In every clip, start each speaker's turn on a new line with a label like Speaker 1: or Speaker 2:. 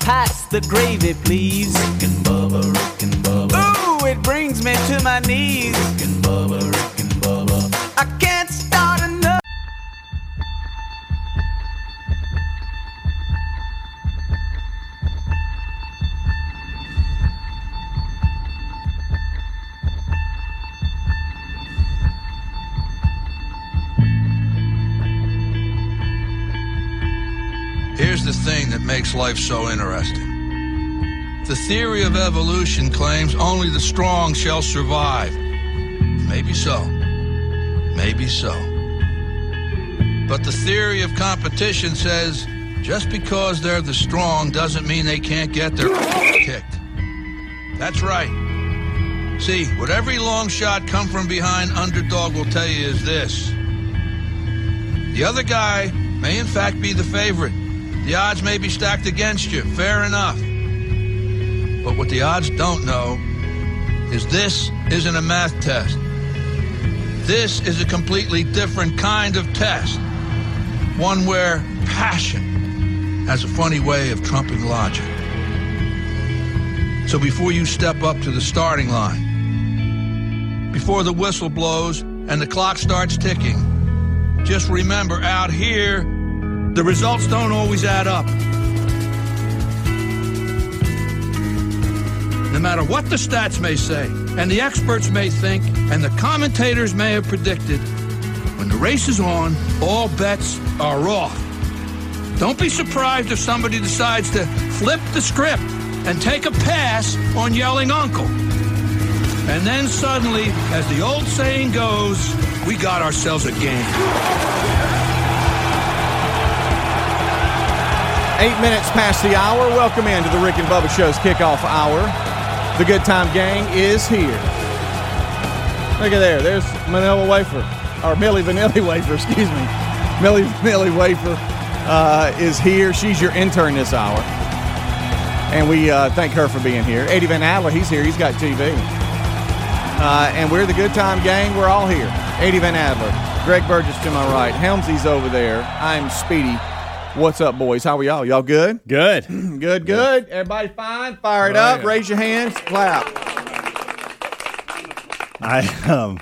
Speaker 1: Pass the gravy, please. Rick and Bubba, Rick and Bubba. Ooh, it brings me to my knees. Rick and Bubba, Rick and Bubba. I can't start enough.
Speaker 2: Here's the thing that makes life so interesting. The theory of evolution claims only the strong shall survive. Maybe so. Maybe so. But the theory of competition says just because they're the strong doesn't mean they can't get their kicked. That's right. See, what every long shot come from behind underdog will tell you is this. The other guy may in fact be the favorite. The odds may be stacked against you, fair enough. But what the odds don't know is this isn't a math test. This is a completely different kind of test. One where passion has a funny way of trumping logic. So before you step up to the starting line, before the whistle blows and the clock starts ticking, just remember out here, the results don't always add up. No matter what the stats may say, and the experts may think, and the commentators may have predicted, when the race is on, all bets are off. Don't be surprised if somebody decides to flip the script and take a pass on yelling uncle. And then suddenly, as the old saying goes, we got ourselves a game.
Speaker 3: Eight minutes past the hour. Welcome in to the Rick and Bubba Show's kickoff hour. The Good Time Gang is here. Look at there. There's Manila Wafer, or Millie Vanilli Wafer, excuse me. Millie Vanilli Wafer uh, is here. She's your intern this hour. And we uh, thank her for being here. Eddie Van Adler, he's here. He's got TV. Uh, and we're the Good Time Gang. We're all here. Eddie Van Adler, Greg Burgess to my right, Helmsy's over there. I'm Speedy. What's up, boys? How are y'all? Y'all good?
Speaker 4: Good.
Speaker 3: Good, good. Everybody fine? Fire it
Speaker 4: Oh,
Speaker 3: up.
Speaker 4: yeah.
Speaker 3: Raise your hands. Clap.
Speaker 4: I um,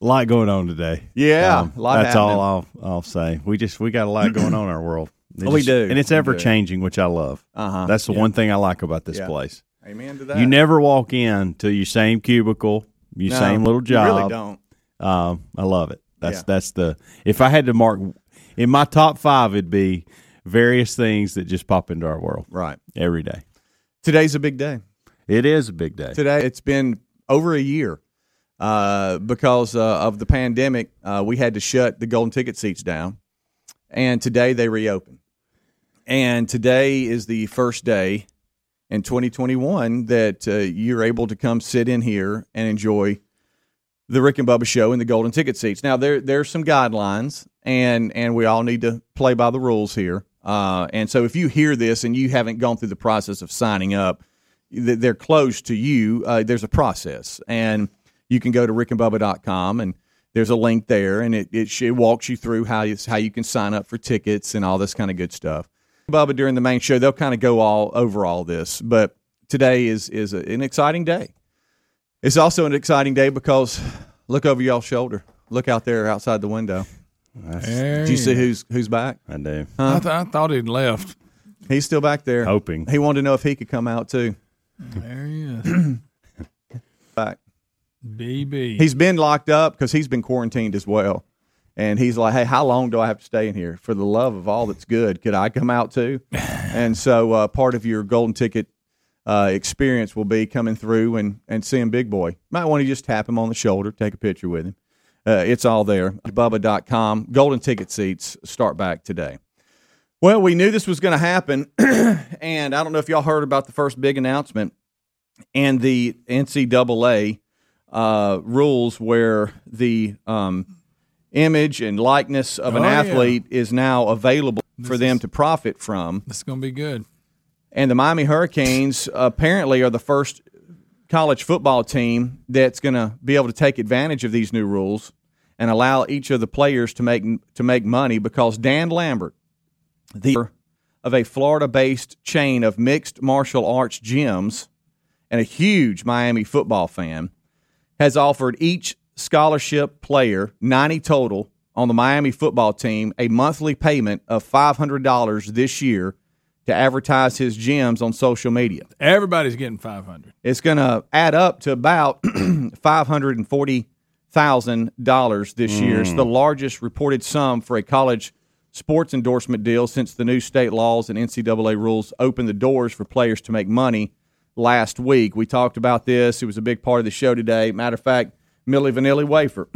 Speaker 4: a lot going on today. Um,
Speaker 3: Yeah, a lot
Speaker 4: that's
Speaker 3: happening. Oh,
Speaker 4: all I'll I'll say. We just we got a lot going on in our world. It
Speaker 3: We
Speaker 4: just-
Speaker 3: do.
Speaker 4: and it's
Speaker 3: We
Speaker 4: ever
Speaker 3: do.
Speaker 4: changing, which I love.
Speaker 3: Uh-huh.
Speaker 4: That's the one thing I like about this
Speaker 3: Yeah.
Speaker 4: place.
Speaker 3: Amen to that.
Speaker 4: You never walk in to your same cubicle, your
Speaker 3: No,
Speaker 4: same little job.
Speaker 3: You really don't.
Speaker 4: Um, I love it. That's
Speaker 3: Yeah.
Speaker 4: that's the. If I had to mark in my top five, it'd be various things that just pop into our world
Speaker 3: Right.
Speaker 4: every day.
Speaker 3: Today's a big day.
Speaker 4: It is a big day.
Speaker 3: Today, it's been over a year uh, because uh, of the pandemic. Uh, we had to shut the golden ticket seats down, and today they reopen. And today is the first day in 2021 that uh, you're able to come sit in here and enjoy the Rick and Bubba show in the golden ticket seats. Now there there's some guidelines, and and we all need to play by the rules here. Uh, and so if you hear this and you haven't gone through the process of signing up, th- they're closed to you. Uh, there's a process, and you can go to rickandbubba.com and there's a link there, and it it, sh- it walks you through how you, how you can sign up for tickets and all this kind of good stuff. Bubba during the main show, they'll kind of go all over all this, but today is is a, an exciting day. It's also an exciting day because look over y'all's shoulder. Look out there outside the window.
Speaker 5: Hey.
Speaker 3: Do you see who's who's back?
Speaker 4: I do.
Speaker 5: I, th- I thought he'd left.
Speaker 3: He's still back there.
Speaker 4: Hoping.
Speaker 3: He wanted to know if he could come out too.
Speaker 5: There he is.
Speaker 3: Back.
Speaker 5: BB.
Speaker 3: He's been locked up because he's been quarantined as well. And he's like, "Hey, how long do I have to stay in here? For the love of all that's good, could I come out too?" and so, uh, part of your golden ticket uh, experience will be coming through and and seeing Big Boy. Might want to just tap him on the shoulder, take a picture with him. Uh, it's all there. Bubba.com. Golden ticket seats start back today. Well, we knew this was going to happen, and I don't know if y'all heard about the first big announcement and the NCAA uh, rules where the um, image and likeness of an
Speaker 5: Oh, yeah.
Speaker 3: athlete is now available for them to profit from.
Speaker 5: This is going to be good.
Speaker 3: And the Miami Hurricanes apparently are the first college football team that's going to be able to take advantage of these new rules and allow each of the players to make to make money because Dan Lambert, the of a Florida based chain of mixed martial arts gyms and a huge Miami football fan, has offered each scholarship player, 90 total, on the Miami football team a monthly payment of $500 this year to advertise his gyms on social media.
Speaker 5: Everybody's getting five hundred.
Speaker 3: It's going to add up to about $540,000 this year. It's the largest reported sum for a college sports endorsement deal since the new state laws and NCAA rules opened the doors for players to make money last week. We talked about this. It was a big part of the show today. Matter of fact, Millie Vanilli Wafer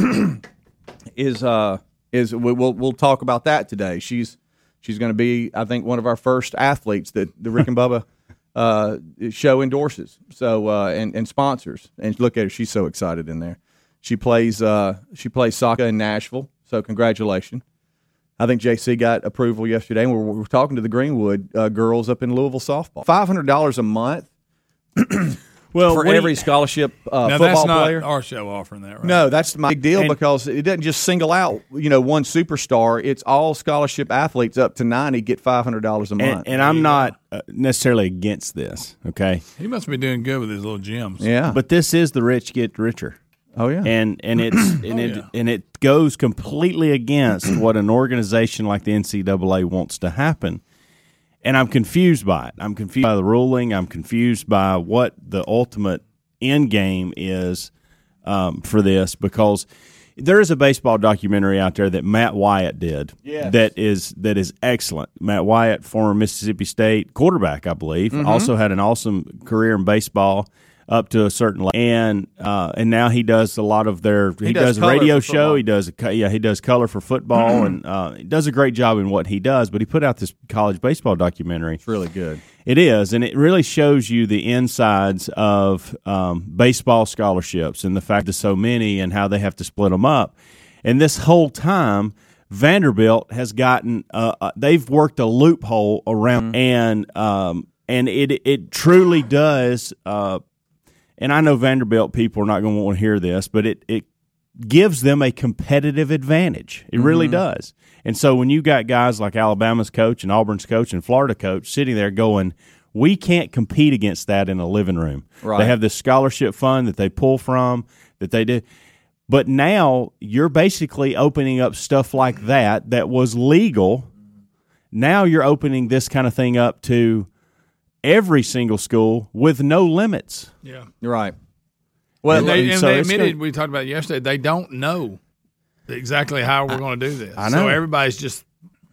Speaker 3: is uh is we, we'll we'll talk about that today. She's she's going to be I think one of our first athletes that the Rick and Bubba uh show endorses. So uh and and sponsors. And look at her, she's so excited in there. She plays uh she plays soccer in Nashville. So congratulations. I think JC got approval yesterday, and we were, we were talking to the Greenwood uh, girls up in Louisville softball. Five hundred dollars a month
Speaker 4: Well,
Speaker 3: for
Speaker 4: what do
Speaker 3: every
Speaker 4: you-
Speaker 3: scholarship uh,
Speaker 5: Now
Speaker 3: football
Speaker 5: that's not
Speaker 3: player.
Speaker 5: our show offering that, right?
Speaker 3: No, that's my big deal because it doesn't just single out you know one superstar. It's all scholarship athletes up to ninety get five hundred dollars a month.
Speaker 4: and, and I'm not uh, necessarily against this, okay?
Speaker 5: He must be doing good with his little gyms.
Speaker 3: yeah,
Speaker 4: But this is the rich get richer.
Speaker 3: oh yeah,
Speaker 4: and and it's and it
Speaker 5: yeah.
Speaker 4: and it goes completely against what an organization like the NCAA wants to happen. And I'm confused by it. I'm confused by the ruling. I'm confused by what the ultimate end game is um, for this because there is a baseball documentary out there that Matt Wyatt did that is that is excellent. Matt Wyatt, former Mississippi State quarterback, I believe,
Speaker 3: Mm-hmm.
Speaker 4: also had an awesome career in baseball up to a certain level, and uh, and now he does a lot of their he,
Speaker 3: does
Speaker 4: does, a
Speaker 3: color
Speaker 4: radio
Speaker 3: for football. Mm-hmm.
Speaker 4: show. He does a co- yeah he does color for football and uh, he does a great job in what he does. But he put out this college baseball documentary.
Speaker 3: it's really good.
Speaker 4: It is, and it really shows you the insides of um, baseball scholarships and the fact there's so many and how they have to split them up. And this whole time, Vanderbilt has gotten uh, uh, they've worked a loophole around, and um, and it it truly does. Uh, and I know Vanderbilt people are not going to want to hear this, but it it gives them a competitive advantage. It really does. And so when you got guys like Alabama's coach and Auburn's coach and Florida coach sitting there going, we can't compete against that in a living room.
Speaker 3: Right.
Speaker 4: They have this scholarship fund that they pull from that they do. But now you're basically opening up stuff like that that was legal. Now you're opening this kind of thing up to every single school with no limits.
Speaker 5: Yeah.
Speaker 3: Right. Well,
Speaker 5: And they,
Speaker 4: And
Speaker 5: and
Speaker 4: so
Speaker 5: they
Speaker 4: it's
Speaker 5: admitted
Speaker 4: gonna-
Speaker 5: we talked about it yesterday. They don't know exactly how we're going to do this.
Speaker 4: I
Speaker 5: So
Speaker 4: know.
Speaker 5: everybody's just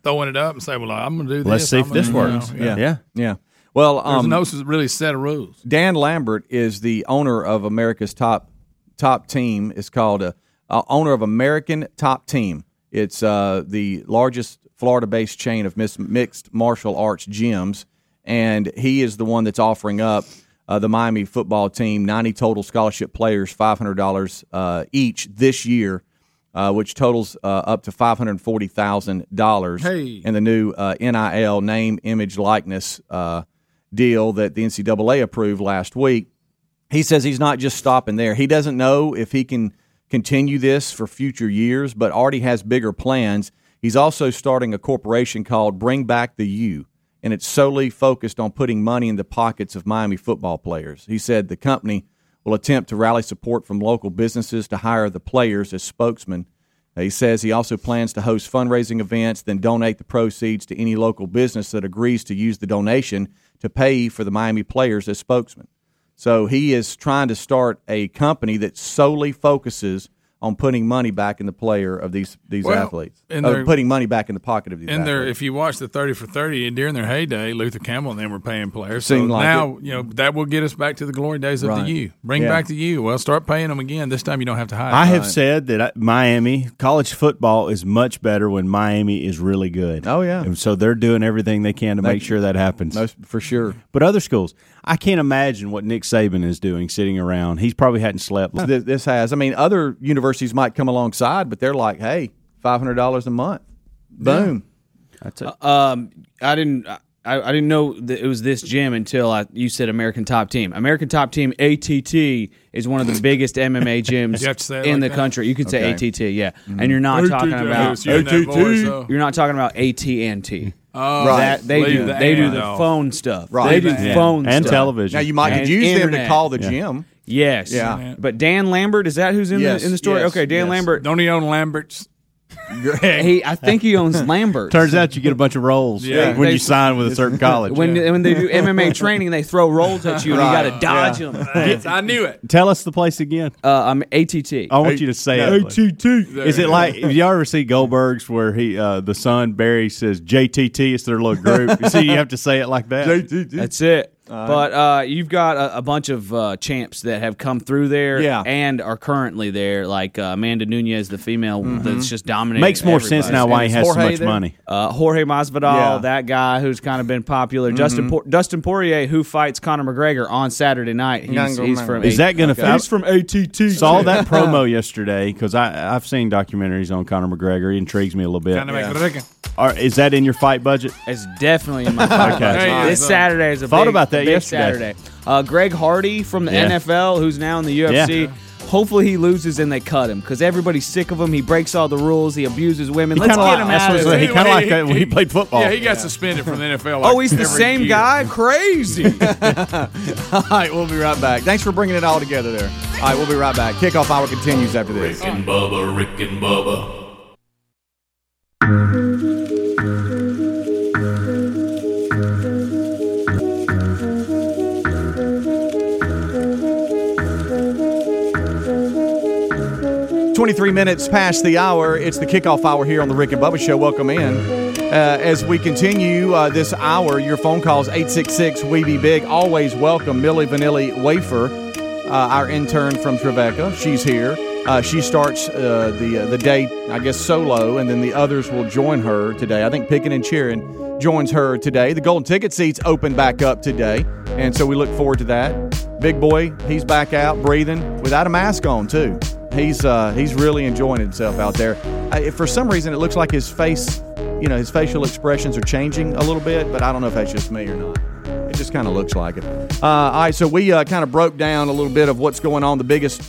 Speaker 5: throwing it up and say, "Well, I'm going to do this."
Speaker 4: Let's see
Speaker 5: I'm
Speaker 4: if
Speaker 5: gonna
Speaker 4: this
Speaker 5: do that."
Speaker 4: works.
Speaker 5: You know,
Speaker 3: yeah,
Speaker 4: Yeah.
Speaker 3: yeah. Well,
Speaker 5: There's
Speaker 3: um,
Speaker 5: no s- really set of rules.
Speaker 3: Dan Lambert is the owner of America's top top team. It's called a, uh owner of American Top Team. It's uh, the largest Florida-based chain of mis- mixed martial arts gyms, and he is the one that's offering up uh, the Miami football team 90 total scholarship players, $500 uh, each this year, uh, which totals uh, up to $540,000
Speaker 5: Hey.
Speaker 3: in the new uh, NIL name, image, likeness uh, deal that the NCAA approved last week. He says he's not just stopping there. He doesn't know if he can continue this for future years, but already has bigger plans. He's also starting a corporation called Bring Back the U, and it's solely focused on putting money in the pockets of Miami football players. He said the company will attempt to rally support from local businesses to hire the players as spokesmen he says he also plans to host fundraising events, then donate the proceeds to any local business that agrees to use the donation to pay for the Miami players as spokesman. So he is trying to start a company that solely focuses on putting money back in the player of these these
Speaker 5: Well,
Speaker 3: athletes,
Speaker 5: and
Speaker 3: Or
Speaker 5: they're-
Speaker 3: putting money back in the pocket of these.
Speaker 5: And there,
Speaker 3: athletes.
Speaker 5: if you watch the thirty for thirty, and during their heyday, Luther Campbell and them were paying players. So
Speaker 3: Seemed like
Speaker 5: now, you know that will get us back to the glory days of
Speaker 3: Right.
Speaker 5: the U. Bring
Speaker 3: Yeah.
Speaker 5: back the U. Well, start paying them again. This time, you don't have to hide.
Speaker 4: I have said that I- Miami college football is much better when Miami is really good.
Speaker 3: Oh, yeah.
Speaker 4: and so they're doing everything they can to make sure that happens.
Speaker 3: Most, for sure.
Speaker 4: but other schools, I can't imagine what Nick Saban is doing sitting around. He's probably hadn't slept.
Speaker 3: This, this has. I mean, other universities might come alongside, but they're like, hey, five hundred dollars a month, boom.
Speaker 6: Um, I didn't. I, I didn't know that it was this gym until I, you said American Top Team. American Top Team ATT is one of the biggest MMA gyms
Speaker 5: You have to say it
Speaker 6: in
Speaker 5: like
Speaker 6: the
Speaker 5: that?
Speaker 6: country. You could
Speaker 3: Mm-hmm.
Speaker 6: say ATT, yeah. And you're not talking about
Speaker 5: You're in that voice, though.
Speaker 6: you're not talking about AT and T.
Speaker 5: Oh,
Speaker 3: Right.
Speaker 6: That they
Speaker 5: Leave
Speaker 6: do.
Speaker 5: the
Speaker 6: they do
Speaker 5: ammo.
Speaker 6: the phone stuff.
Speaker 3: Right.
Speaker 6: They do
Speaker 5: Yeah.
Speaker 6: phone
Speaker 4: and
Speaker 6: stuff.
Speaker 4: television.
Speaker 3: Now you might
Speaker 6: And
Speaker 3: could use them
Speaker 6: internet.
Speaker 3: to call the
Speaker 4: Yeah.
Speaker 3: gym.
Speaker 6: Yes.
Speaker 3: Yeah.
Speaker 6: But Dan Lambert is that who's in
Speaker 3: Yes,
Speaker 6: the in the story?
Speaker 3: yes,
Speaker 6: okay, Dan
Speaker 3: yes.
Speaker 6: Lambert.
Speaker 5: Don't he own Lambert's?
Speaker 6: He, I think he owns Lambert.
Speaker 4: Turns out you get a bunch of rolls
Speaker 5: Yeah.
Speaker 4: when
Speaker 6: They-
Speaker 4: you sign with a certain college.
Speaker 6: when when they do MMA training, they throw rolls at you and
Speaker 3: Right.
Speaker 6: you got to dodge them.
Speaker 5: Yes, I knew it.
Speaker 4: Tell us the place again.
Speaker 6: Uh, I'm ATT.
Speaker 4: I want you to say it. Is it like if you ever see Goldberg's where he uh, the son Barry says JTT? It's their little group. You see, you have to say it like that.
Speaker 6: That's it. but uh, you've got a, a bunch of uh, champs that have come through there
Speaker 3: Yeah.
Speaker 6: and are currently there, like uh, Amanda Nunez, the female
Speaker 3: Mm-hmm.
Speaker 6: that's just dominating.
Speaker 4: Makes more sense
Speaker 6: everybody.
Speaker 4: now why he
Speaker 3: is
Speaker 4: has so
Speaker 3: Jorge
Speaker 4: much
Speaker 3: there?
Speaker 4: money.
Speaker 6: Uh, Jorge Masvidal,
Speaker 3: Yeah. Mm-hmm.
Speaker 6: that guy who's kind of been popular. Dustin Por- Dustin Poirier, who fights Conor McGregor on Saturday night. He's,
Speaker 3: Gango
Speaker 6: he's
Speaker 3: man.
Speaker 6: from
Speaker 4: Is that going to?
Speaker 6: he's from ATT?
Speaker 4: saw that promo yesterday because I I've seen documentaries on Conor McGregor. It intrigues me a little bit.
Speaker 5: Kind of make it reckon.
Speaker 4: Are, is that in your fight budget?
Speaker 6: It's definitely in my pocket.
Speaker 4: Okay.
Speaker 6: This Saturday is a
Speaker 4: Thought
Speaker 6: big,
Speaker 4: about that
Speaker 6: big
Speaker 4: yesterday.
Speaker 6: Saturday. Uh, Greg Hardy from the
Speaker 4: Yeah.
Speaker 6: NFL, who's now in the UFC. Hopefully he loses and they cut him because everybody's sick of him. He breaks all the rules. He abuses women. Let's
Speaker 4: kinda
Speaker 6: get
Speaker 4: like-
Speaker 6: him
Speaker 4: that's
Speaker 6: out
Speaker 4: what
Speaker 6: of
Speaker 4: I'm saying.
Speaker 6: there.
Speaker 4: He kinda like that when he played football.
Speaker 5: Yeah, he got suspended from the NFL.
Speaker 6: Oh,
Speaker 5: like,
Speaker 6: he's the
Speaker 5: every
Speaker 6: same
Speaker 5: year.
Speaker 6: guy. Crazy.
Speaker 3: All right, we'll be right back. Thanks for bringing it all together there. All right, we'll be right back. Kickoff hour continues after this.
Speaker 7: and Bubba, Rick and Bubba.
Speaker 3: Twenty-three minutes past the hour. It's the kickoff hour here on the Rick and Bubba Show. Welcome in. Uh, as we continue uh, this hour, your phone calls 866 we be E big. Always welcome Millie Vanilli Wafer, uh, our intern from Trevecca. She's here. Uh, she starts uh, the uh, the day, I guess, solo, and then the others will join her today. I think Picking and Cheering joins her today. The golden ticket seats open back up today, and so we look forward to that. Big boy, he's back out breathing without a mask on too. He's uh, he's really enjoying himself out there. I, for some reason, it looks like his face, you know, his facial expressions are changing a little bit, but I don't know if that's just me or not. It just kind of looks like it. Uh, all right, so we uh, kind of broke down a little bit of what's going on. The biggest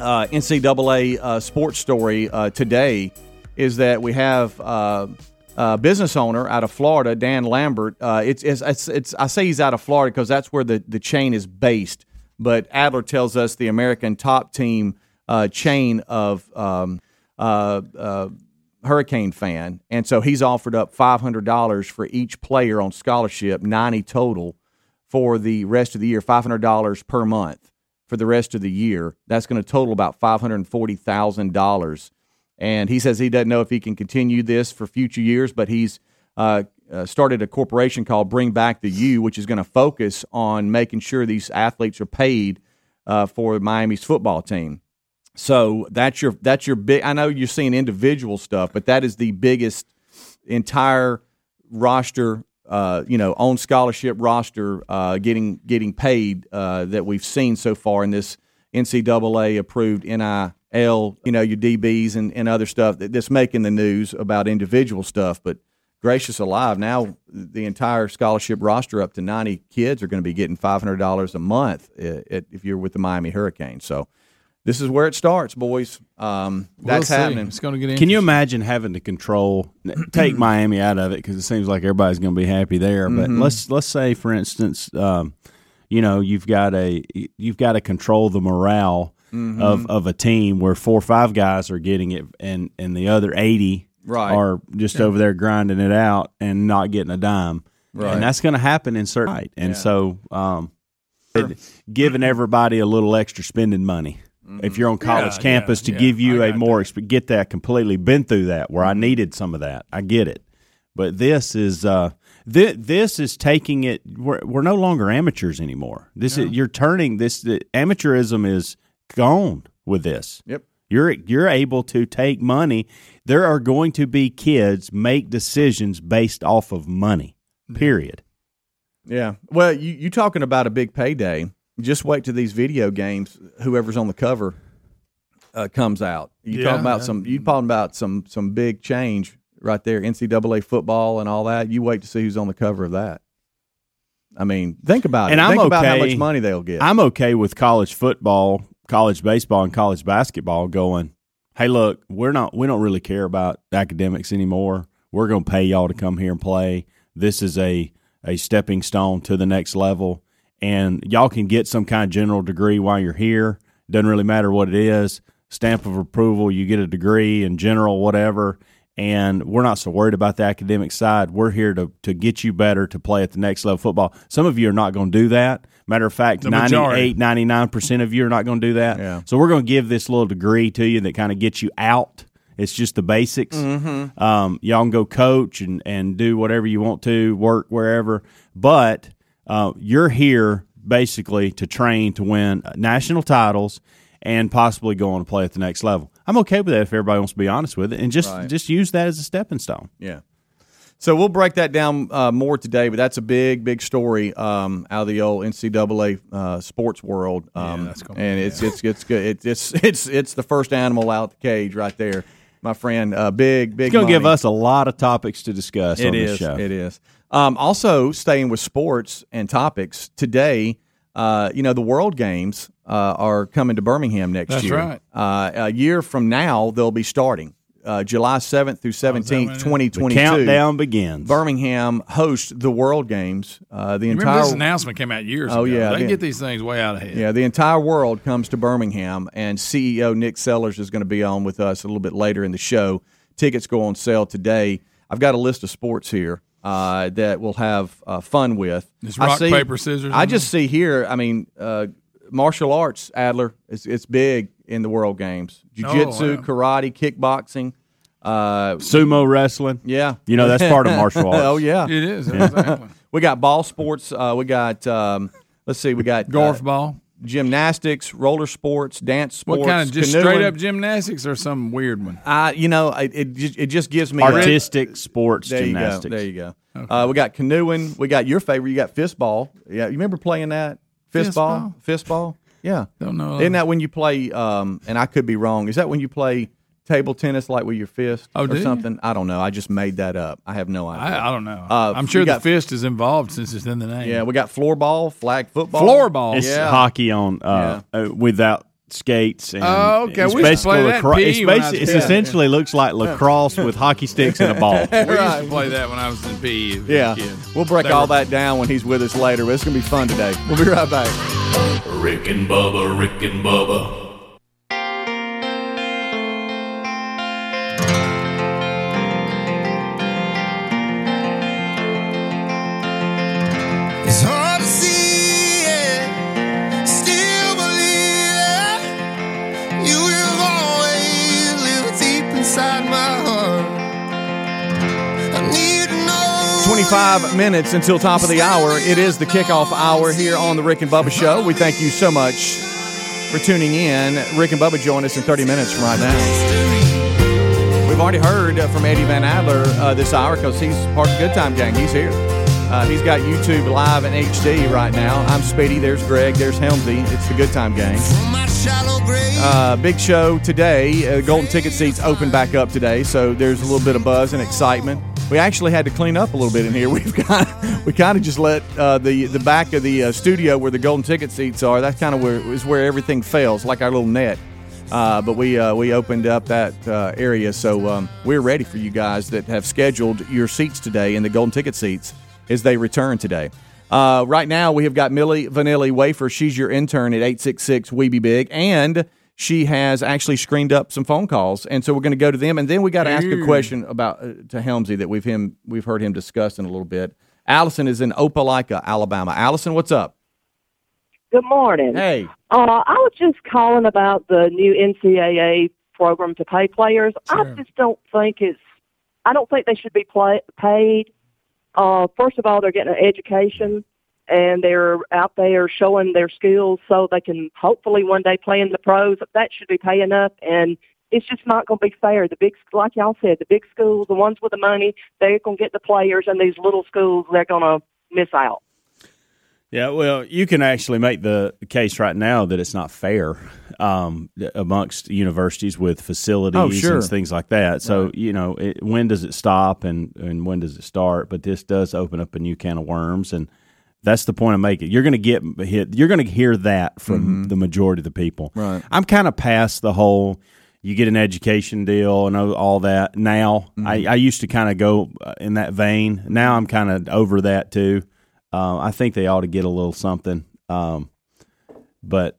Speaker 3: uh, NCAA uh, sports story uh, today is that we have uh, a business owner out of Florida, Dan Lambert. Uh, it's, it's, it's, it's I say he's out of Florida because that's where the, the chain is based. But Adler tells us the American top team uh, chain of um, uh, uh, Hurricane fan, and so he's offered up five hundred dollars for each player on scholarship, ninety total for the rest of the year, five hundred dollars per month for the rest of the year. That's going to total about five hundred forty thousand dollars. And he says he doesn't know if he can continue this for future years, but he's uh, uh, started a corporation called Bring Back the U, which is going to focus on making sure these athletes are paid uh, for Miami's football team. So that's your that's your big. I know you're seeing individual stuff, but that is the biggest entire roster. Uh, you know, on scholarship roster, uh, getting getting paid uh, that we've seen so far in this NCAA approved NIL. You know, your DBs and, and other stuff that- that's making the news about individual stuff. But gracious alive, now the entire scholarship roster up to ninety kids are going to be getting five hundred dollars a month uh, at, if you're with the Miami Hurricane. So this is where it starts, boys. Um, that's
Speaker 5: We'll see.
Speaker 3: happening.
Speaker 5: It's going to get.
Speaker 4: Can you
Speaker 5: interesting.
Speaker 4: imagine having to control take Miami out of it because it seems like everybody's going to be happy there. But
Speaker 3: Mm-hmm.
Speaker 4: let's let's say, for instance, um, you know you've got a you've got to control the morale
Speaker 3: Mm-hmm.
Speaker 4: of of a team where four or five guys are getting it and and the other eighty
Speaker 3: Right.
Speaker 4: are just over there grinding it out and not getting a dime.
Speaker 3: Right.
Speaker 4: And that's going to happen in certain right. And so, um, it- giving everybody a little extra spending money if you're on college
Speaker 5: Yeah,
Speaker 4: campus
Speaker 5: yeah,
Speaker 4: to
Speaker 5: yeah.
Speaker 4: give you
Speaker 5: I
Speaker 4: a
Speaker 5: got
Speaker 4: more exp- get that completely been through that where I needed some of that. I get it, but this is uh, thi- this is taking it. We're, we're no longer amateurs anymore. This is, you're turning this the amateurism is gone with this.
Speaker 3: Yep.
Speaker 4: You're you're able to take money. There are going to be kids make decisions based off of money. Period.
Speaker 3: Yeah. Well, you you talking about a big payday? Just wait till these video games. Whoever's on the cover uh, comes out. You
Speaker 5: Yeah,
Speaker 3: talking about
Speaker 5: yeah.
Speaker 3: some? You talking about some some big change right there? NCAA football and all that. You wait to see who's on the cover of that. I mean, think about
Speaker 4: And
Speaker 3: it.
Speaker 4: I'm
Speaker 3: think about how
Speaker 4: okay-
Speaker 3: much money they'll get.
Speaker 4: I'm okay with college football, college baseball, and college basketball going. Hey, look, we're not we don't really care about academics anymore. We're going to pay y'all to come here and play. this is a a stepping stone to the next level, and y'all can get some kind of general degree while you're here. Doesn't really matter what it is. Stamp of approval, you get a degree in general, whatever. And we're not so worried about the academic side. We're here to, to get you better to play at the next level football. Some of you are not going to do that. Matter of fact,
Speaker 5: The majority.
Speaker 4: 98, 99% of you are not going to do that.
Speaker 3: Yeah.
Speaker 4: So we're going to give this little degree to you that kind of gets you out. It's just the basics.
Speaker 5: Mm.
Speaker 8: Mm-hmm.
Speaker 4: Um, y'all can go coach and, and do whatever you want to, work wherever. But uh, you're here basically to train to win national titles and possibly go on to play at the next level. I'm okay with that if everybody wants to be honest with it and just just use that as a stepping stone.
Speaker 3: Yeah. So we'll break that down uh, more today, but that's a big, big story um, out of the old NCAA uh, sports world. Um,
Speaker 5: that's cool.
Speaker 3: and it's it's it's good. It's it's it's it's the first animal out the cage right there, my friend. Uh, big, big.
Speaker 4: It's going to give
Speaker 3: money.
Speaker 4: us a lot of topics to discuss on
Speaker 3: It
Speaker 4: this
Speaker 3: is.
Speaker 4: show.
Speaker 3: It is. Um, also, staying with sports and topics today, uh, you know, the World Games uh, are coming to Birmingham next
Speaker 5: That's
Speaker 3: year.
Speaker 5: right.
Speaker 3: Uh, a year from now, they'll be starting uh, July seventh through seventeenth, twenty
Speaker 4: the
Speaker 3: twenty two.
Speaker 4: countdown begins.
Speaker 3: Birmingham hosts the World Games. Uh, the
Speaker 5: Remember this
Speaker 3: entire
Speaker 5: announcement came out years
Speaker 3: Oh,
Speaker 5: ago.
Speaker 3: yeah,
Speaker 5: They
Speaker 3: yeah.
Speaker 5: get these things way out ahead.
Speaker 3: yeah, the entire world comes to Birmingham, and CEO Nick Sellers is going to be on with us a little bit later in the show. Tickets go on sale today. I've got a list of sports here uh, that we'll have uh, fun with.
Speaker 5: It's
Speaker 3: I
Speaker 5: rock, paper, scissors,
Speaker 3: I
Speaker 5: and-
Speaker 3: just see here. I mean, uh, martial arts, Adler. It's, it's big in the World Games. Jiu-jitsu,
Speaker 5: Oh, wow.
Speaker 3: karate, kickboxing. Uh,
Speaker 4: Sumo wrestling.
Speaker 3: yeah,
Speaker 4: You know, that's part of martial arts.
Speaker 3: oh yeah,
Speaker 5: It is. Exactly.
Speaker 3: we got ball sports. Uh, we got. Um, let's see. We got
Speaker 5: Golf
Speaker 3: uh,
Speaker 5: ball.
Speaker 3: gymnastics, roller sports, dance sports.
Speaker 5: What kind of just
Speaker 3: canoeing.
Speaker 5: straight up gymnastics or some weird one?
Speaker 3: I, you know, I- it ju- it just gives me a-
Speaker 4: Artistic sports
Speaker 3: There you
Speaker 4: gymnastics.
Speaker 3: go. There you go. Uh, we got canoeing. We got your favorite. You got fistball. Yeah, you remember playing that fistball? Fistball. Yeah.
Speaker 5: Don't
Speaker 8: uh,
Speaker 5: know.
Speaker 3: Isn't that when you play? Um, and I could be wrong. Is that when you play table tennis, like with your fist
Speaker 5: Oh,
Speaker 3: or
Speaker 5: do you?
Speaker 3: something? I don't know. I just made that up. I have no idea.
Speaker 5: I, I don't know.
Speaker 3: Uh,
Speaker 5: I'm sure
Speaker 3: you
Speaker 5: the
Speaker 3: got-
Speaker 5: fist is involved since it's in the name.
Speaker 3: yeah, we got floor ball, flag football,
Speaker 5: Floor ball.
Speaker 4: It's
Speaker 3: Yeah.
Speaker 4: hockey on uh, uh, without skates. And
Speaker 5: Oh, okay.
Speaker 4: It's
Speaker 5: We used
Speaker 4: basically
Speaker 5: to play that in
Speaker 4: lacrosse. It's,
Speaker 5: PE when I was
Speaker 4: basi- it's
Speaker 5: a kid.
Speaker 4: essentially looks like lacrosse with hockey sticks and a ball.
Speaker 5: We used to play that when I was in PE. as a
Speaker 3: Yeah,
Speaker 5: kid.
Speaker 3: we'll break
Speaker 5: They
Speaker 3: all
Speaker 5: were-
Speaker 3: that down when he's with us later. But it's gonna be fun today. We'll be right back.
Speaker 7: Rick and Bubba, Rick and Bubba,
Speaker 8: It's hard to see it, still believe it. You have always lived deep inside my heart. I need to know.
Speaker 3: 25 minutes until top of the hour. It is the kickoff hour here on the Rick and Bubba Show. We thank you so much for tuning in. Rick and Bubba join us in 30 minutes from right now. We've already heard uh, from Eddie Van Adler uh, this hour because he's part of the Good Time Gang. He's here. Uh, he's got YouTube live in HD right now. I'm Speedy. There's Greg. There's Helmsy. It's the Good Time Gang.
Speaker 8: From my shallow grave.
Speaker 3: Uh, big show today. Uh, golden ticket seats open back up today, so there's a little bit of buzz and excitement. We actually had to clean up a little bit in here. We've got we kind of just let uh, the the back of the uh, studio where the golden ticket seats are. That's kind of where is where everything fails, like our little net. Uh, but we uh, we opened up that uh, area, so um, we're ready for you guys that have scheduled your seats today in the golden ticket seats as they return today. Uh, right now, we have got Millie Vanilli Wafer. She's your intern at 866 We Be Big. And she has actually screened up some phone calls. And so we're going to go to them. And then we got to ask a question about uh, to Helmsy that we've, him, we've heard him discuss in a little bit. Allison is in Opelika, Alabama. Allison, what's up?
Speaker 9: Good morning.
Speaker 3: Hey.
Speaker 9: Uh, I was just calling about the new NCAA program to pay players. I just don't think it's. I don't think they should be play, paid. Uh, first of all, they're getting an education, and they're out there showing their skills so they can hopefully one day play in the pros. That should be paying up, and it's just not going to be fair. The big, like y'all said, the big schools, the ones with the money, they're going to get the players, and these little schools, they're going to miss out.
Speaker 4: Yeah, well, you can actually make the case right now that it's not fair um, amongst universities with facilities
Speaker 3: Oh, sure.
Speaker 4: and things like that. So, you know, it, when does it stop and, and when does it start? But this does open up a new can of worms, and that's the point I'm making. You're going to get
Speaker 5: Mm-hmm.
Speaker 4: hit. You're going to hear that from the majority of the people.
Speaker 3: Right.
Speaker 4: I'm kind of past the whole. you get an education deal and o- all that. Now, I,
Speaker 3: Mm-hmm.
Speaker 4: I used to kind of go uh, in that vein. Now I'm kind of over that too. Uh, I think they ought to get a little something. Um, but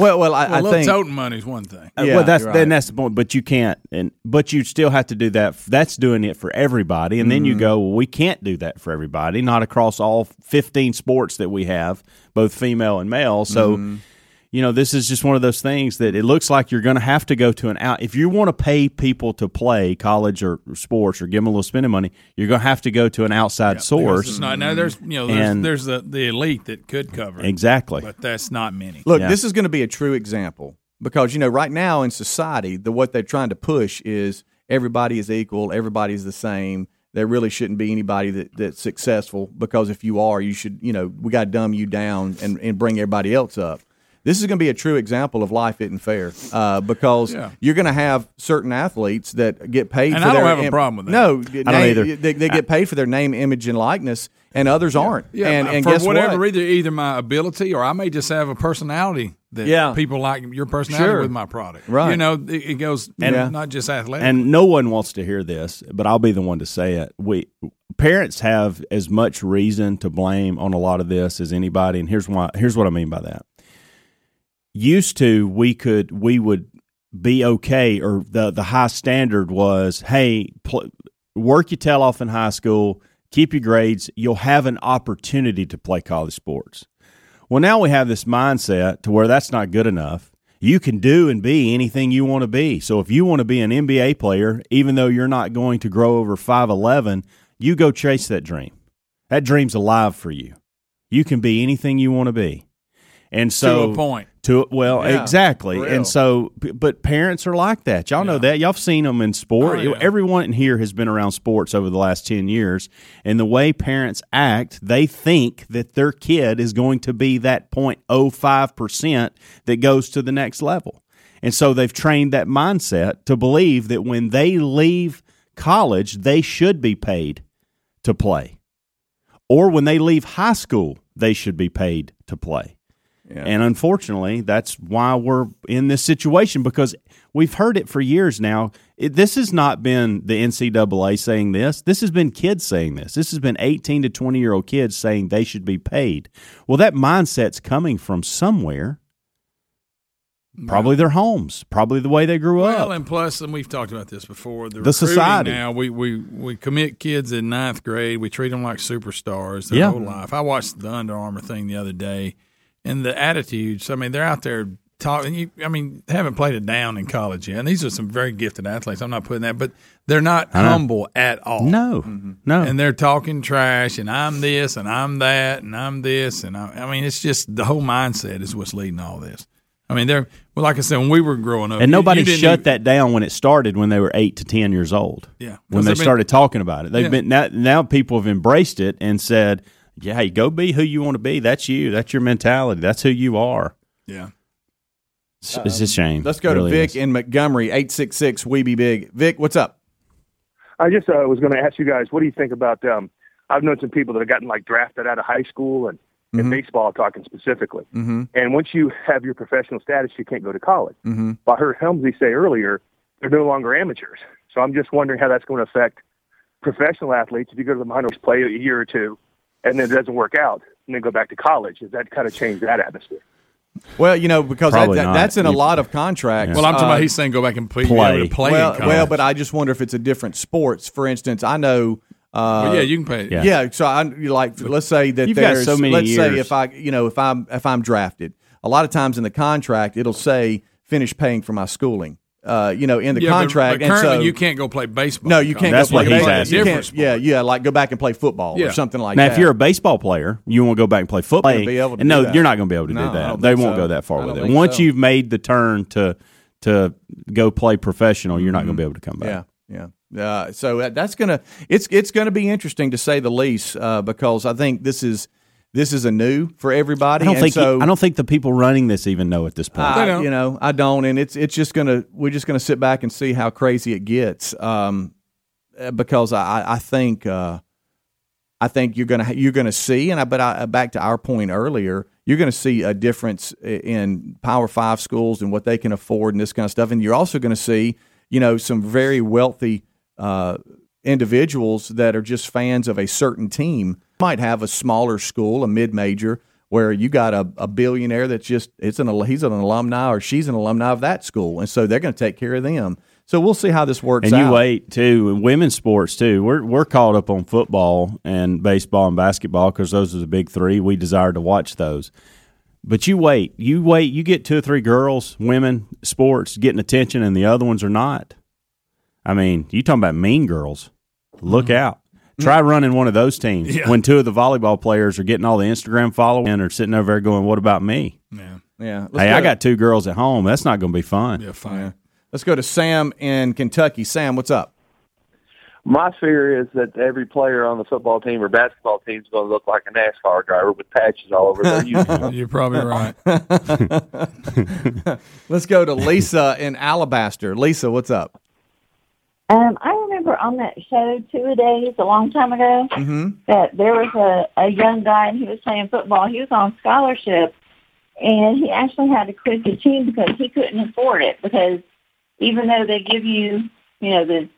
Speaker 3: Well, well, I,
Speaker 5: Well, a
Speaker 3: I
Speaker 5: little
Speaker 3: think
Speaker 5: toting money is one thing.
Speaker 4: uh,
Speaker 3: Yeah,
Speaker 4: well, that's
Speaker 3: you're
Speaker 4: then
Speaker 3: right.
Speaker 4: that's the point. But you can't, and but you still have to do that. f- That's doing it for everybody, and then
Speaker 5: Mm-hmm.
Speaker 4: you go, well, we can't do that for everybody, not across all fifteen sports that we have, both female and male. So,
Speaker 5: Mm-hmm.
Speaker 4: you know, this is just one of those things that it looks like you're going to have to go to an out. If you want to pay people to play college or sports or give them a little spending money, you're going to have to go to an outside
Speaker 5: Because
Speaker 4: source.
Speaker 5: it's not. Now there's you know there's,
Speaker 4: And-
Speaker 5: there's the, the elite that could cover it,
Speaker 4: exactly.
Speaker 5: but that's not many.
Speaker 3: Look,
Speaker 4: Yeah.
Speaker 3: this is going to be a true example because you know right now in society, the what they're trying to push is everybody is equal, everybody's the same. There really shouldn't be anybody that, that's successful because if you are, you should you know we got to dumb you down and and bring everybody else up. This is going to be a true example of life isn't fair uh, because
Speaker 5: Yeah.
Speaker 3: you're going to have certain athletes that get paid.
Speaker 5: And
Speaker 3: for
Speaker 5: I don't
Speaker 3: their
Speaker 5: have a problem with that.
Speaker 3: No,
Speaker 4: I don't either.
Speaker 3: They, they get paid for their name, image, and likeness, and others aren't.
Speaker 5: Yeah,
Speaker 3: and, and
Speaker 5: for
Speaker 3: guess
Speaker 5: whatever
Speaker 3: what?
Speaker 5: reason, either my ability or I may just have a personality that
Speaker 3: Yeah.
Speaker 5: people like your personality
Speaker 3: Sure.
Speaker 5: with my product.
Speaker 3: Right.
Speaker 5: You know, it, it goes
Speaker 3: And-
Speaker 5: not just athletic.
Speaker 4: and no one wants to hear this, but I'll be the one to say it. We parents have as much reason to blame on a lot of this as anybody, and here's why. Here's what I mean by that. Used to, we could, we would be okay, or the the high standard was, hey, pl- work your tail off in high school, keep your grades, you'll have an opportunity to play college sports. Well, now we have this mindset to where that's not good enough. You can do and be anything you want to be. So if you want to be an NBA player, even though you're not going to grow over 5'11, you go chase that dream. That dream's alive for you. You can be anything you want to be. And so
Speaker 5: to a point.
Speaker 4: to well
Speaker 3: Yeah,
Speaker 4: exactly
Speaker 3: for real.
Speaker 4: and so b- but parents are like that y'all know that y'all have seen them in sport
Speaker 5: Oh, yeah.
Speaker 4: everyone in here has been around sports over the last 10 years and the way parents act they think that their kid is going to be that 0.05% that goes to the next level and so they've trained that mindset to believe that when they leave college they should be paid to play or when they leave high school they should be paid to play and unfortunately, that's why we're in this situation because we've heard it for years now. It, this has not been the NCAA saying this. This has been kids saying this. This has been 18 to 20 year old kids saying they should be paid. Well, that mindset's coming from somewhere. Probably their homes, probably the way they grew
Speaker 5: Well,
Speaker 4: up.
Speaker 5: and plus, and we've talked about this before. The,
Speaker 4: The
Speaker 5: recruiting
Speaker 4: society.
Speaker 5: now we, we we commit kids in ninth grade. We treat them like superstars their
Speaker 4: Yeah.
Speaker 5: whole life. I watched the Under Armour thing the other day, and the attitudes. I mean, they're out there talking. You, I mean, they haven't played it down in college yet. And these are some very gifted athletes. I'm not putting that, but they're not
Speaker 4: know.
Speaker 5: humble at all. Mm.
Speaker 4: No, no.
Speaker 5: and they're talking trash and I'm this and I'm that and I'm this and I, I mean it's just the whole mindset is what's leading all this. I mean they're well like I said when we were growing up
Speaker 4: and
Speaker 5: Uh, you-
Speaker 4: nobody
Speaker 5: you didn't
Speaker 4: shut
Speaker 5: even-
Speaker 4: that down when it started when they were eight to ten years old.
Speaker 5: Yeah.
Speaker 4: when
Speaker 5: 'Cause
Speaker 4: they
Speaker 5: they've been-
Speaker 4: started talking about it, they've
Speaker 5: Yeah.
Speaker 4: been now, now people have embraced it and said, "Yeah, hey, go be who you want to be. That's you. That's your mentality. That's who you are."
Speaker 5: yeah
Speaker 4: It's, it's a shame.
Speaker 3: Let's go
Speaker 4: It really
Speaker 3: to Vic
Speaker 4: is.
Speaker 3: in Montgomery, 866 We Be Big. Vic, what's up?
Speaker 10: I just uh, was going to ask you guys, what do you think about? Um, I've known some people that have gotten like drafted out of high school and in baseball, talking specifically. Mm-hmm. And once you have your professional status, you can't go to college. Mm-hmm. But I heard Helmsley say earlier they're no longer amateurs. So I'm just wondering how that's going to affect professional athletes if you go to the minors, play a year or two, and then it doesn't work out, and then go back to college. Does that kind of change that atmosphere?
Speaker 3: Well, you know, because that,
Speaker 4: Probably
Speaker 3: that-
Speaker 4: not.
Speaker 3: that's in a
Speaker 4: You-
Speaker 3: lot of contracts.
Speaker 5: well I'm talking
Speaker 3: Uh,
Speaker 5: about he's saying go back and play,
Speaker 4: play.
Speaker 5: play. play in
Speaker 3: well,
Speaker 5: college.
Speaker 3: well, but I just wonder if it's a different sports. For instance, I know. Uh,
Speaker 5: Well, yeah you can play
Speaker 4: yeah.
Speaker 3: yeah. So I you like let's say that
Speaker 4: You've got
Speaker 3: there's
Speaker 4: so many
Speaker 3: let's say
Speaker 4: years.
Speaker 3: if I you know if I'm if I'm drafted, a lot of times in the contract it'll say finish paying for my schooling. Uh, you know, in the
Speaker 5: Yeah, but-
Speaker 3: contract,
Speaker 5: but
Speaker 3: and
Speaker 5: currently
Speaker 3: so
Speaker 5: you can't go play baseball
Speaker 3: no,
Speaker 5: in
Speaker 3: you can't.
Speaker 5: college.
Speaker 4: That's
Speaker 3: go play
Speaker 4: what he's
Speaker 3: baseball.
Speaker 4: asking.
Speaker 3: You
Speaker 5: Different
Speaker 3: can't- yeah,
Speaker 5: sport.
Speaker 3: yeah, like go back and play football
Speaker 5: Yeah.
Speaker 3: or something like
Speaker 4: now,
Speaker 3: that.
Speaker 4: if you're a baseball player, you won't go back and play football.
Speaker 3: You're gonna be able to
Speaker 4: And no,
Speaker 3: do that.
Speaker 4: you're not going to be able to
Speaker 3: No, I
Speaker 4: do that.
Speaker 3: don't
Speaker 4: They
Speaker 3: think
Speaker 4: won't
Speaker 3: so.
Speaker 4: go that
Speaker 3: I
Speaker 4: far
Speaker 3: don't
Speaker 4: with it.
Speaker 3: think
Speaker 4: Once
Speaker 3: so.
Speaker 4: you've made the turn to to go play professional, you're not going to be able to come back.
Speaker 3: Mm-hmm. Yeah, yeah. Uh, so that- that's gonna it's it's gonna be interesting to say the least uh, because I think this is this is a new for
Speaker 4: I
Speaker 3: everybody.
Speaker 4: don't
Speaker 3: and
Speaker 4: think
Speaker 3: so,
Speaker 4: I don't think the people running this even know at this point.
Speaker 3: I-
Speaker 5: They don't.
Speaker 3: you know I don't, and it's it's just gonna we're just gonna sit back and see how crazy it gets um, uh, because I I- I uh, think. Uh, I think you're gonna you're gonna see, and I but I back to our point earlier, you're going to see a difference i- in Power Five schools and what they can afford and this kind of stuff. And you're also going to see, you know, some very wealthy uh, individuals that are just fans of a certain team. Might have a smaller school, a mid major, where you got a, a billionaire that's just it's an al- he's an alumni or she's an alumni of that school, and so they're going to take care of them. So we'll see how this works.
Speaker 4: and you
Speaker 3: out.
Speaker 4: wait too in women's sports too we're, we're caught up on football and baseball and basketball because those are the big three we desire to watch those but you wait you wait you get two or three girls women sports getting attention and the other ones are not i mean you talking about mean girls look
Speaker 3: Mm-hmm.
Speaker 4: out try running one of those teams
Speaker 5: Yeah.
Speaker 4: when two of the volleyball players are getting all the instagram following and are sitting over there going what about me
Speaker 3: Yeah. Let's
Speaker 4: hey
Speaker 3: go
Speaker 4: i
Speaker 3: to-
Speaker 4: got two girls at home that's not going to be fun
Speaker 3: Yeah. Let's go to Sam in Kentucky. Sam, what's up?
Speaker 11: My fear is that every player on the football team or basketball team is going to look like a NASCAR driver with patches all over their uniform.
Speaker 5: You're probably right.
Speaker 3: Let's go to Lisa in Alabaster. Lisa, what's up?
Speaker 12: Um, I remember on that show Two A Days a long time ago
Speaker 3: Mm-hmm.
Speaker 12: that there was a, a young guy and he was playing football. He was on scholarship and he actually had to quit the team because he couldn't afford it because even though they give you, you know, the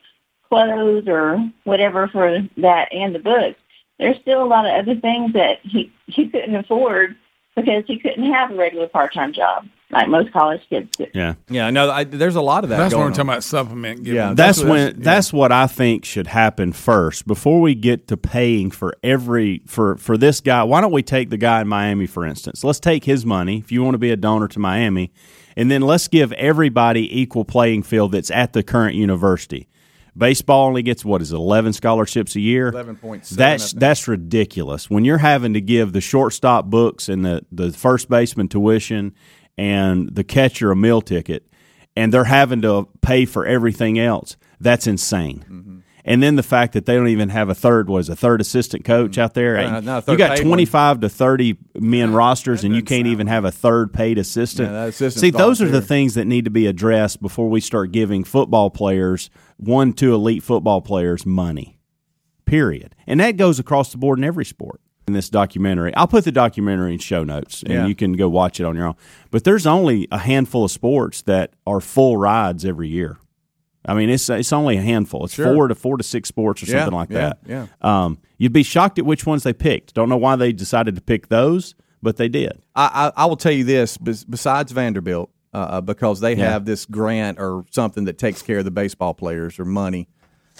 Speaker 12: clothes or whatever for that and the books, there's still a lot of other things that he, he couldn't afford because he couldn't have a regular part-time job like most college kids do.
Speaker 4: Yeah.
Speaker 3: Yeah. No, I, there's a lot of that.
Speaker 5: That's
Speaker 3: going
Speaker 5: what I'm
Speaker 3: on.
Speaker 5: talking about. Supplement. Giving.
Speaker 4: Yeah, that's, when that's what I think should happen first before we get to paying for every for for this guy. Why don't we take the guy in Miami for instance? Let's take his money if you want to be a donor to Miami and then let's give everybody equal playing field that's at the current university. Baseball only gets what is it, 11 scholarships a year?
Speaker 3: 11.7, I
Speaker 4: That's
Speaker 3: think.
Speaker 4: that's ridiculous. When you're having to give the shortstop books and the the first baseman tuition and the catcher a meal ticket and they're having to pay for everything else. That's insane.
Speaker 3: Mm-hmm.
Speaker 4: And then the fact that they don't even have a third was a third assistant coach out there.
Speaker 3: Uh, not a third
Speaker 4: you got
Speaker 3: paid
Speaker 4: twenty five to thirty men rosters, and you can't even have a third paid assistant.
Speaker 3: Yeah, that assistant's
Speaker 4: See, those are the
Speaker 3: volunteer.
Speaker 4: things that need to be addressed before we start giving football players one two elite football players money. Period. And that goes across the board in every sport. In this documentary, I'll put the documentary in show notes, and
Speaker 3: Yeah.
Speaker 4: you can go watch it on your own. But there's only a handful of sports that are full rides every year. I mean, it's it's only a handful. It's
Speaker 3: Sure.
Speaker 4: four to four to six sports or
Speaker 3: Yeah,
Speaker 4: something like
Speaker 3: yeah,
Speaker 4: that.
Speaker 3: yeah.
Speaker 4: Um, you'd be shocked at which ones they picked. Don't know why they decided to pick those, but they did.
Speaker 3: I, I, I will tell you this bes- besides Vanderbilt, uh, because they
Speaker 4: Yeah.
Speaker 3: have this grant or something that takes care of the baseball players or money,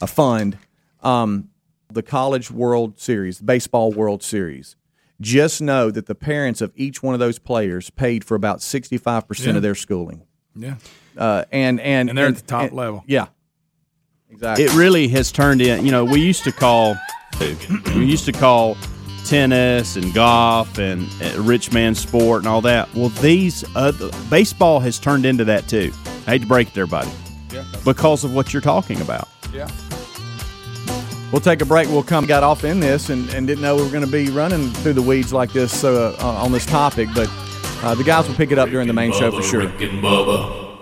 Speaker 3: a fund. Um, the College World Series, Baseball World Series. Just know that the parents of each one of those players paid for about 65%
Speaker 5: Yeah.
Speaker 3: of their schooling.
Speaker 5: Yeah.
Speaker 3: Uh, and, and,
Speaker 5: And they're at the top level.
Speaker 3: Yeah. Exactly.
Speaker 4: It really has turned in. You know, we used to call we used to call tennis and golf and uh, rich man sport and all that. Well, these other, baseball has turned into that too. I hate to break it, to everybody,
Speaker 5: Yeah.
Speaker 4: because of what you're talking about.
Speaker 5: Yeah.
Speaker 3: We'll take a break. We'll come. Got off in this and, and didn't know we were going to be running through the weeds like this so, uh, on this topic, but uh, the guys will pick it up during the main show for sure.
Speaker 7: Rick and Bubba.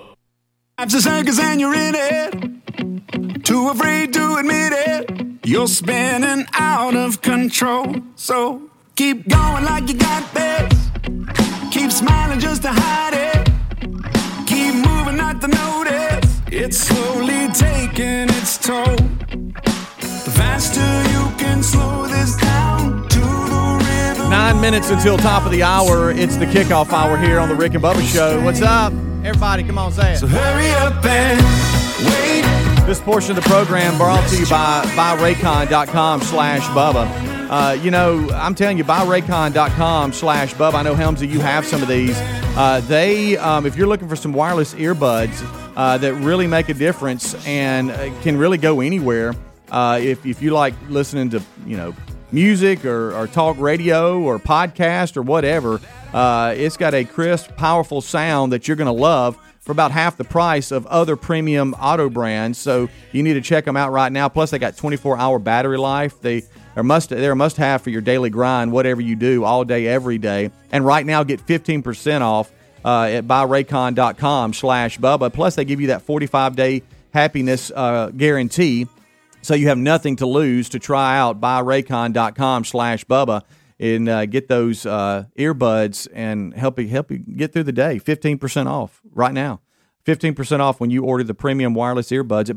Speaker 13: Life's a circus and you're in it. Too afraid to admit it. You're spinning out of control. So keep going like you got this. Keep smiling just to hide it. Keep moving not to notice. It's slowly taking its toll. The faster you can slow this down to the rhythm.
Speaker 3: Nine minutes until top of the hour. It's the kickoff hour here on the Rick and Bubba Show. What's up? Everybody, come on, say it. So
Speaker 13: hurry up and wait.
Speaker 3: This portion of the program brought to you by buyraycon.com slash Bubba. Uh, you know, I'm telling you, buyraycon.com slash Bubba. I know, Helmsy, you have some of these. Uh, they, um, if you're looking for some wireless earbuds uh, that really make a difference and uh, can really go anywhere, uh, if, if you like listening to, you know, music or, or talk radio or podcast or whatever. Uh, it's got a crisp, powerful sound that you're going to love for about half the price of other premium auto brands. So you need to check them out right now. Plus, they got 24 hour battery life. They are must they're a must have for your daily grind, whatever you do, all day, every day. And right now, get 15% off uh, at buyraycon.com slash Bubba. Plus, they give you that 45 day happiness uh, guarantee so you have nothing to lose to try out buyraycon.com slash bubba and uh, get those uh, earbuds and help you help you get through the day. Fifteen percent off right now. Fifteen percent off when you order the premium wireless earbuds at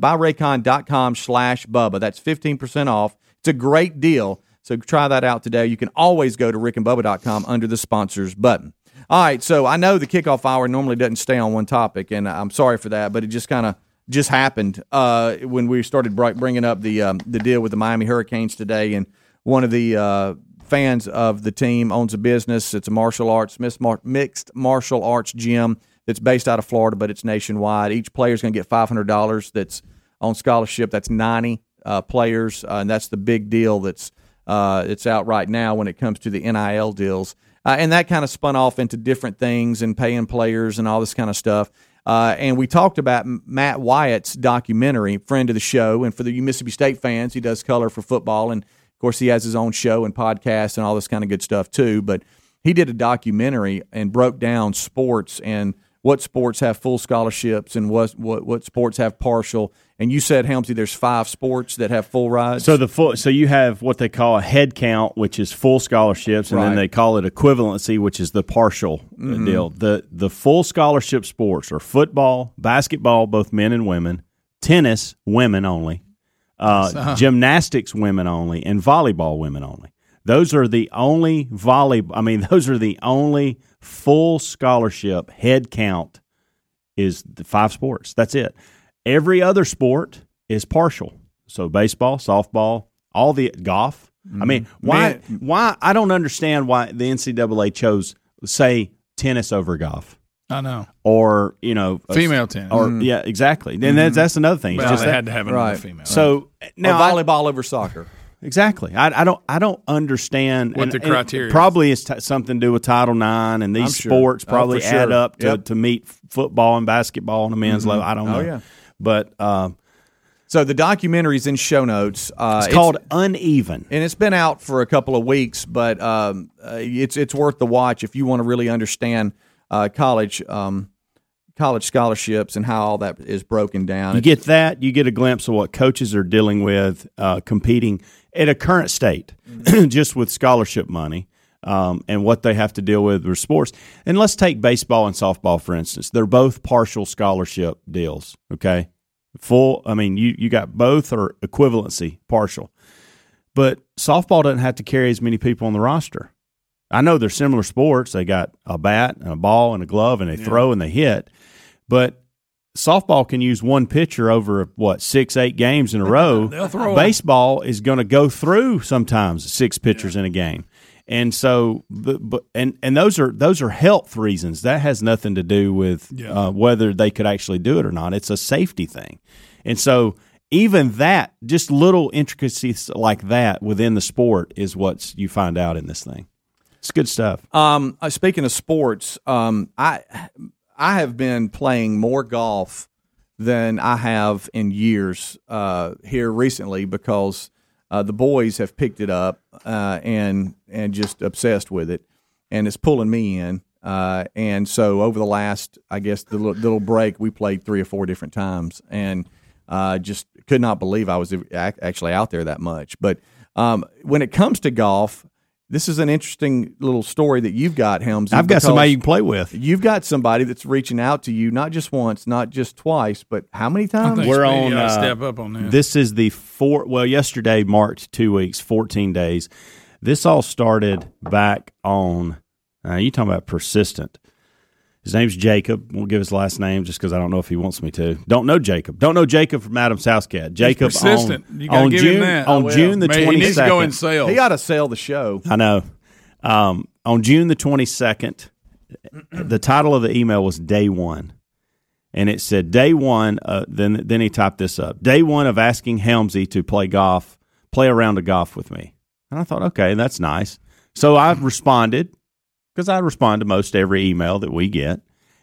Speaker 3: buyraycon.com slash bubba. That's fifteen percent off. It's a great deal. So try that out today. You can always go to rickandbubba.com under the sponsors button. All right, so I know the kickoff hour normally doesn't stay on one topic, and I'm sorry for that, but it just kind of just happened uh, when we started bri- bringing up the um, the deal with the Miami Hurricanes today, and one of the uh, fans of the team owns a business. It's a martial arts mis- mar- mixed martial arts gym that's based out of Florida, but it's nationwide. Each player is going to get five hundred dollars. That's on scholarship. That's ninety uh, players, uh, and that's the big deal that's uh, it's out right now when it comes to the NIL deals. Uh, and that kind of spun off into different things and paying players and all this kind of stuff. Uh, and we talked about M- Matt Wyatt's documentary, friend of the show, and for the Mississippi State fans, he does color for football, and of course, he has his own show and podcast and all this kind of good stuff too. But he did a documentary and broke down sports and what sports have full scholarships and what what, what sports have partial. And you said, Helmsy, there's five sports that have full rides.
Speaker 4: So the full, so you have what they call a head count, which is full scholarships, and
Speaker 3: Right.
Speaker 4: then they call it equivalency, which is the partial uh,
Speaker 3: Mhm.
Speaker 4: deal. the The full scholarship sports are football, basketball, both men and women, tennis, women only, uh,
Speaker 5: So-
Speaker 4: gymnastics, women only, and volleyball, women only. Those are the only volley. I mean, those are the only full scholarship head count is the five sports. That's it. Every other sport is partial. So baseball, softball, all the golf. I mean,
Speaker 5: Mm-hmm.
Speaker 4: why? Why? I don't understand why the NCAA chose say tennis over golf
Speaker 5: I know.
Speaker 4: or you know a-
Speaker 5: Female tennis.
Speaker 4: or
Speaker 5: Mm.
Speaker 4: yeah exactly. Then
Speaker 3: Mm-hmm.
Speaker 4: that's, that's another thing. It's
Speaker 5: Well,
Speaker 4: just
Speaker 5: they
Speaker 4: that-
Speaker 5: had to have another Right. female.
Speaker 4: So now
Speaker 3: now
Speaker 4: I-
Speaker 3: volleyball over soccer.
Speaker 4: Exactly. I, I don't. I don't understand
Speaker 3: What
Speaker 4: and-
Speaker 3: the
Speaker 4: and
Speaker 3: criteria is.
Speaker 4: probably is t- something to do with Title IX, and
Speaker 3: I'm
Speaker 4: these
Speaker 3: sure.
Speaker 4: sports
Speaker 3: Oh,
Speaker 4: probably
Speaker 3: for
Speaker 4: add
Speaker 3: sure.
Speaker 4: up to,
Speaker 3: Yep.
Speaker 4: to meet f- football and basketball on a men's
Speaker 3: Mhm.
Speaker 4: level. I don't know.
Speaker 3: Oh, yeah.
Speaker 4: But um,
Speaker 3: so the documentary's in show notes. Uh,
Speaker 4: it's called Uneven.
Speaker 3: and it's been out for a couple of weeks, but um, uh, it's it's worth the watch if you want to really understand uh, college um, college scholarships and how all that is broken down.
Speaker 4: You get that. You get a glimpse of what coaches are dealing with, uh, competing at a current state, just with scholarship money, um, and what they have to deal with with sports. And let's take baseball and softball for instance. They're both partial scholarship deals. Okay, full. I mean, you you got both are equivalency partial, but softball doesn't have to carry as many people on the roster. I know they're similar sports. They got a bat and a ball and a glove, and they throw and they hit. But softball can use one pitcher over what six, eight games in a row.
Speaker 5: They'll throw 'em.
Speaker 4: Baseball is going to go through sometimes six pitchers in a game, and so but, but and and those are those are health reasons. That has nothing to do with uh, whether they could actually do it or not. It's a safety thing, and so. Even that, just little intricacies like that within the sport, is what you find out in this thing. It's good stuff.
Speaker 3: Um, uh, speaking of sports, um, I I have been playing more golf than I have in years uh, here recently because uh, the boys have picked it up uh, and and just obsessed with it, and it's pulling me in. Uh, and so over the last, I guess the little, little break, we played three or four different times, and uh, just could not believe I was ac- actually out there that much. But um, when it comes to golf, this is an interesting little story that you've got, Helms.
Speaker 4: I've got somebody you
Speaker 3: because
Speaker 4: can play with.
Speaker 3: You've got somebody that's reaching out to you, not just once, not just twice, but how many times?
Speaker 4: We're on. uh, This is the four. Well, yesterday marked two weeks, fourteen days. This all started back on. Uh, you talking about persistent? His name's Jacob. We'll give his last name just because I don't know if he wants me to. Don't know Jacob. Don't know Jacob from Adam's house cat. Jacob
Speaker 5: persistent.
Speaker 4: on,
Speaker 5: You gotta
Speaker 4: on
Speaker 5: give him
Speaker 4: June
Speaker 5: that. I
Speaker 4: on
Speaker 5: will.
Speaker 4: June the
Speaker 5: Man, he
Speaker 4: twenty
Speaker 5: needs to go in
Speaker 4: second.
Speaker 5: sales.
Speaker 3: He ought to sell the show.
Speaker 4: I know. Um, on June the 22nd, the title of the email was Day One. And it said, Day One, uh, then, then he typed this up Day One of asking Helmsy to play golf, play a round of golf with me. And I thought, okay, that's nice. So I responded because I respond to most every email that we get.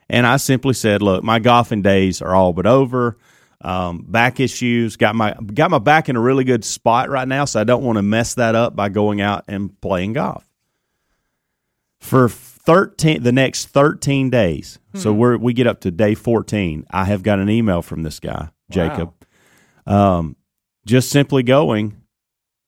Speaker 4: And I simply said, look, my golfing days are all but over. Um, back issues got my got my back in a really good spot right now, so I don't want to mess that up by going out and playing golf for 13 the next 13 days so we're we get up to day 14 i have got an email from this guy jacob um, just simply going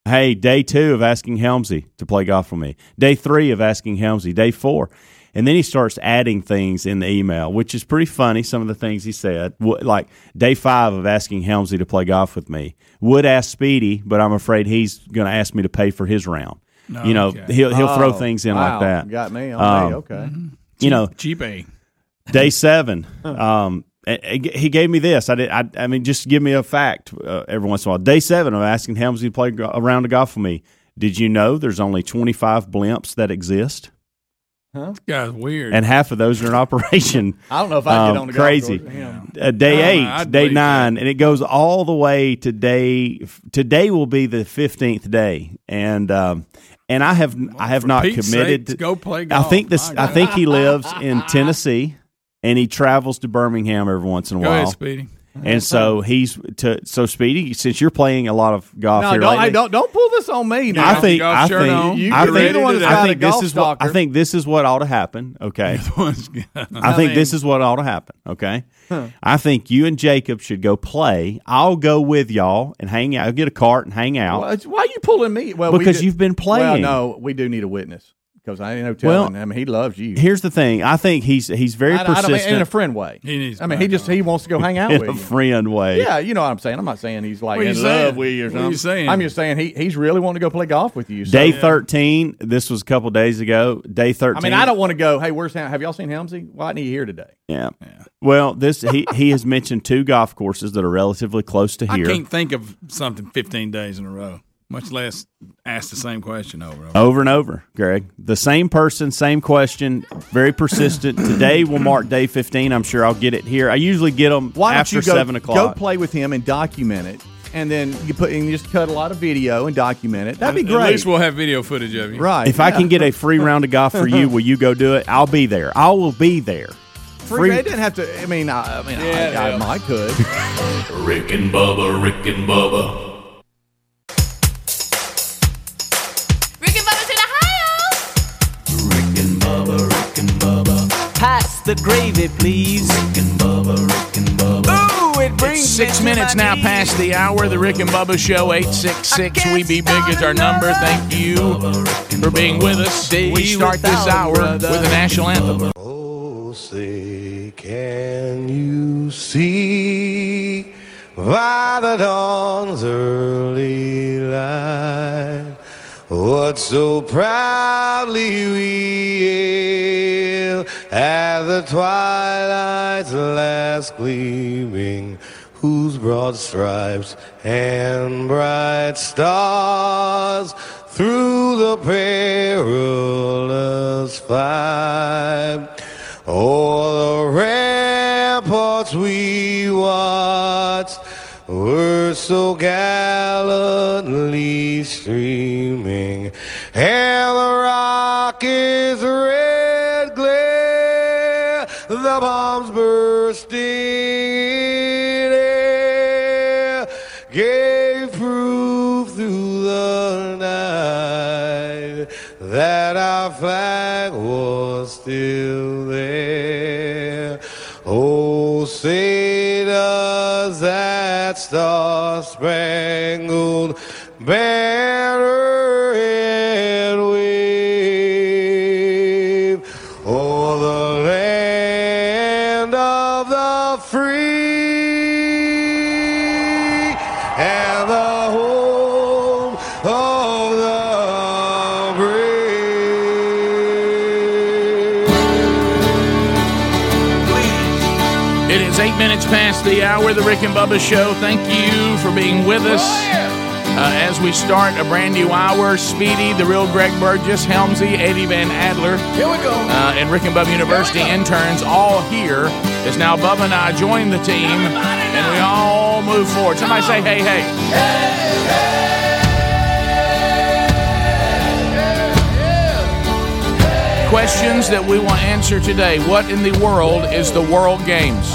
Speaker 4: Hey, day two of asking Helmsy to play golf with me. Day three of asking Helmsy. Day four. And then he starts adding things in the email, which is pretty funny. Some of the things he said, Wh- like day five of asking Helmsy to play golf with me, would ask Speedy, but I'm afraid he's going to ask me to pay for his round. you know, he'll he'll
Speaker 3: Oh,
Speaker 4: throw things in
Speaker 3: wow.
Speaker 4: like that.
Speaker 3: Got me. all
Speaker 4: Um,
Speaker 3: day. okay.
Speaker 4: You know,
Speaker 5: Mm-hmm. cheap A.
Speaker 4: day seven. Um, a- a- he gave me this. I did. I, I mean, just give me a fact uh, every once in a while. Day seven, I'm asking Helmsy to play go- a round of golf with me. Did you know there's only 25 blimps that exist,
Speaker 5: This guy's weird.
Speaker 4: and half of those are in operation? Um,
Speaker 5: I don't know if I'd get on the golf
Speaker 4: crazy.
Speaker 5: course with him.
Speaker 4: Uh,
Speaker 5: I
Speaker 4: day
Speaker 5: don't know.
Speaker 4: eight,
Speaker 5: I'd
Speaker 4: day
Speaker 5: believe
Speaker 4: nine, and it goes all the way to day. f- Today will be the 15th day, and um, and I have I have not
Speaker 5: Pete's
Speaker 4: committed.
Speaker 5: sake,
Speaker 4: to-
Speaker 5: go play
Speaker 4: I
Speaker 5: golf.
Speaker 4: think this.
Speaker 5: My
Speaker 4: I think he lives in Tennessee, and he travels to Birmingham every once in a
Speaker 5: Go
Speaker 4: while.
Speaker 5: ahead, Speedy.
Speaker 4: And so he's to so Speedy. Since you're playing a lot of golf
Speaker 3: No,
Speaker 4: here
Speaker 3: don't,
Speaker 4: lately,
Speaker 3: hey, don't don't pull this on me. Now.
Speaker 4: I think I
Speaker 3: You-
Speaker 4: think
Speaker 3: you,
Speaker 4: I
Speaker 3: you're
Speaker 4: think,
Speaker 3: the one that's
Speaker 4: I
Speaker 3: got a
Speaker 4: think this
Speaker 3: golf
Speaker 4: is what I
Speaker 3: stalker.
Speaker 4: think this is what ought to happen. Okay, I
Speaker 5: I
Speaker 4: think this
Speaker 5: mean-
Speaker 4: is what ought to happen. Okay,
Speaker 5: Huh.
Speaker 4: I think you and Jacob should go play. I'll go with y'all and hang out. I'll get a cart and hang out.
Speaker 3: Well, it's- Why are you pulling me? Well,
Speaker 4: Because
Speaker 3: did-
Speaker 4: you've been playing.
Speaker 3: Well, no, we do need a witness because I ain't no
Speaker 4: Well,
Speaker 3: telling. I mean, he loves you.
Speaker 4: Here's the thing. I think he's he's very
Speaker 3: I, I
Speaker 4: persistent
Speaker 3: don't mean in a friend way. He needs. I mean, he just he wants to go hang out
Speaker 4: in
Speaker 3: with
Speaker 4: a
Speaker 3: you.
Speaker 4: friend way.
Speaker 3: Yeah, you know what I'm saying. I'm not saying he's like
Speaker 5: What you
Speaker 3: in
Speaker 5: saying?
Speaker 3: love with you or
Speaker 5: What
Speaker 3: something.
Speaker 5: you saying?
Speaker 3: I'm just saying he he's really wanting to go play golf with you. So.
Speaker 4: Day thirteen. This was a couple days ago. Day thirteen.
Speaker 3: I mean, I don't want to go. Hey, where's Ham- have y'all seen Helmsy? Why isn't he here today?
Speaker 4: Yeah. Well, this he he has mentioned two golf courses that are relatively close to
Speaker 5: I
Speaker 4: here.
Speaker 5: can't think of something 15 days in a row, much less ask the same question over. and over.
Speaker 4: Over and over, Greg. The same person, same question, very persistent. Today will mark day 15. I'm sure I'll get it here. I usually get them
Speaker 3: Why don't
Speaker 4: after
Speaker 3: you go,
Speaker 4: 7
Speaker 3: go
Speaker 4: o'clock.
Speaker 3: play with him and document it, and then you put and you just cut a lot of video and document it. That'd be
Speaker 5: At
Speaker 3: great.
Speaker 5: least we'll have video footage of you.
Speaker 3: Right.
Speaker 4: if I can get a free round of golf for you, will you go do it? I'll be there. I will be there.
Speaker 3: free, it didn't have to. I mean, I, I mean,
Speaker 7: Yeah,
Speaker 3: I, I,
Speaker 7: yeah.
Speaker 3: I could.
Speaker 7: Rick and Bubba, Rick and Bubba.
Speaker 13: Rick and Bubba's in Ohio.
Speaker 1: Pass the gravy, please. Ooh, it brings
Speaker 8: It's
Speaker 1: me
Speaker 8: six
Speaker 1: to
Speaker 8: minutes
Speaker 1: my
Speaker 8: now
Speaker 1: knees.
Speaker 8: past the hour. The Rick and Bubba Show, 866. We be big is our number. Thank you for being with us. We start this hour with the national anthem.
Speaker 14: Oh, say, can you see by the dawn's early light what so proudly we hailed at the twilight's last gleaming? whose broad stripes and bright stars through the perilous fight. O'er the ramparts we watched were so gallantly streaming, and the rocket's red glare, the bombs bursting in air, gave proof through the night that our flag was still there. Oh, say does that star-spangled banner yet wave o'er the land of the free and the home of the
Speaker 8: It is eight minutes past the hour. The Rick and Bubba Show. Thank you for being with us. Uh, as we start a brand new hour, Speedy, the real Greg Burgess, Helmsy, Eddie Van Adler. Here we go. Uh, and Rick and Bubba University interns all here. As now Bubba and I join the team, and we all move forward. Somebody say, hey, hey. Questions that we will answer today. What in the world is the World Games?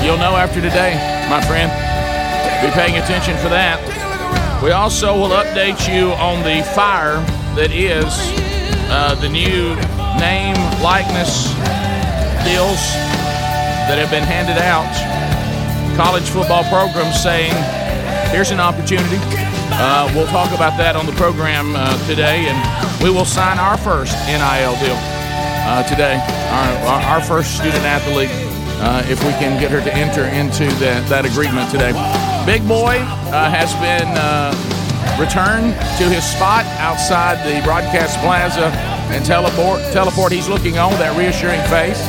Speaker 8: You'll know after today, my friend. Be paying attention for that. We also will update you on the fire that is uh, the new name, likeness deals that have been handed out. College football programs saying, here's an opportunity Uh, we'll talk about that on the program uh, today, and we will sign our first NIL deal uh, today. Our, our- our first student athlete, uh, if we can get her to enter into that, that agreement today. Big Boy uh, has been uh, returned to his spot outside the broadcast plaza and teleport. Teleport. He's looking on with that reassuring face.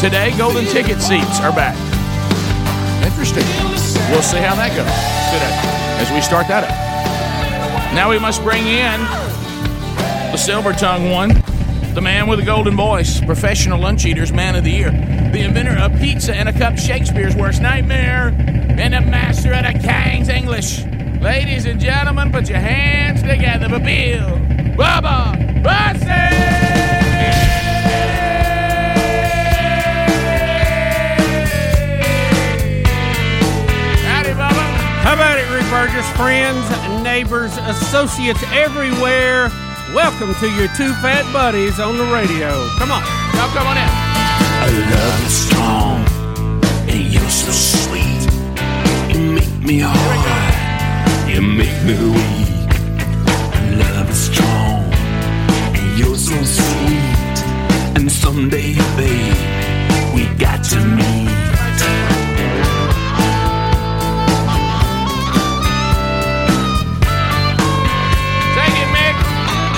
Speaker 8: Today, golden ticket seats are back. Interesting. We'll see how that goes today as we start that up. Now we must bring in the silver tongue one, the man with the golden voice, professional lunch eater's man of the year, the inventor of pizza and a cup, Shakespeare's worst nightmare, and the master of the King's English. Ladies and gentlemen, put your hands together for Bill Bubba Bussey! Howdy, Bubba.
Speaker 15: How about it, Rick Burgess? Friends, neighbors, associates everywhere. Welcome to your two fat buddies on the radio. Come on.
Speaker 8: Now come on in.
Speaker 13: I love is strong and you're so sweet. You make me hard, you make me weak. Love is strong and you're so sweet. And someday, babe, we got to meet.
Speaker 8: Take it, Mick.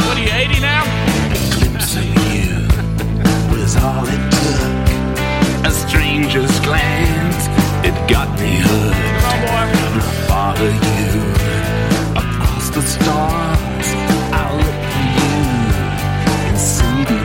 Speaker 8: What are you, 80 now?
Speaker 13: glimpse of you was all it took. A stranger's glance, it got me hooked. And I follow you across the stars. I look for you in city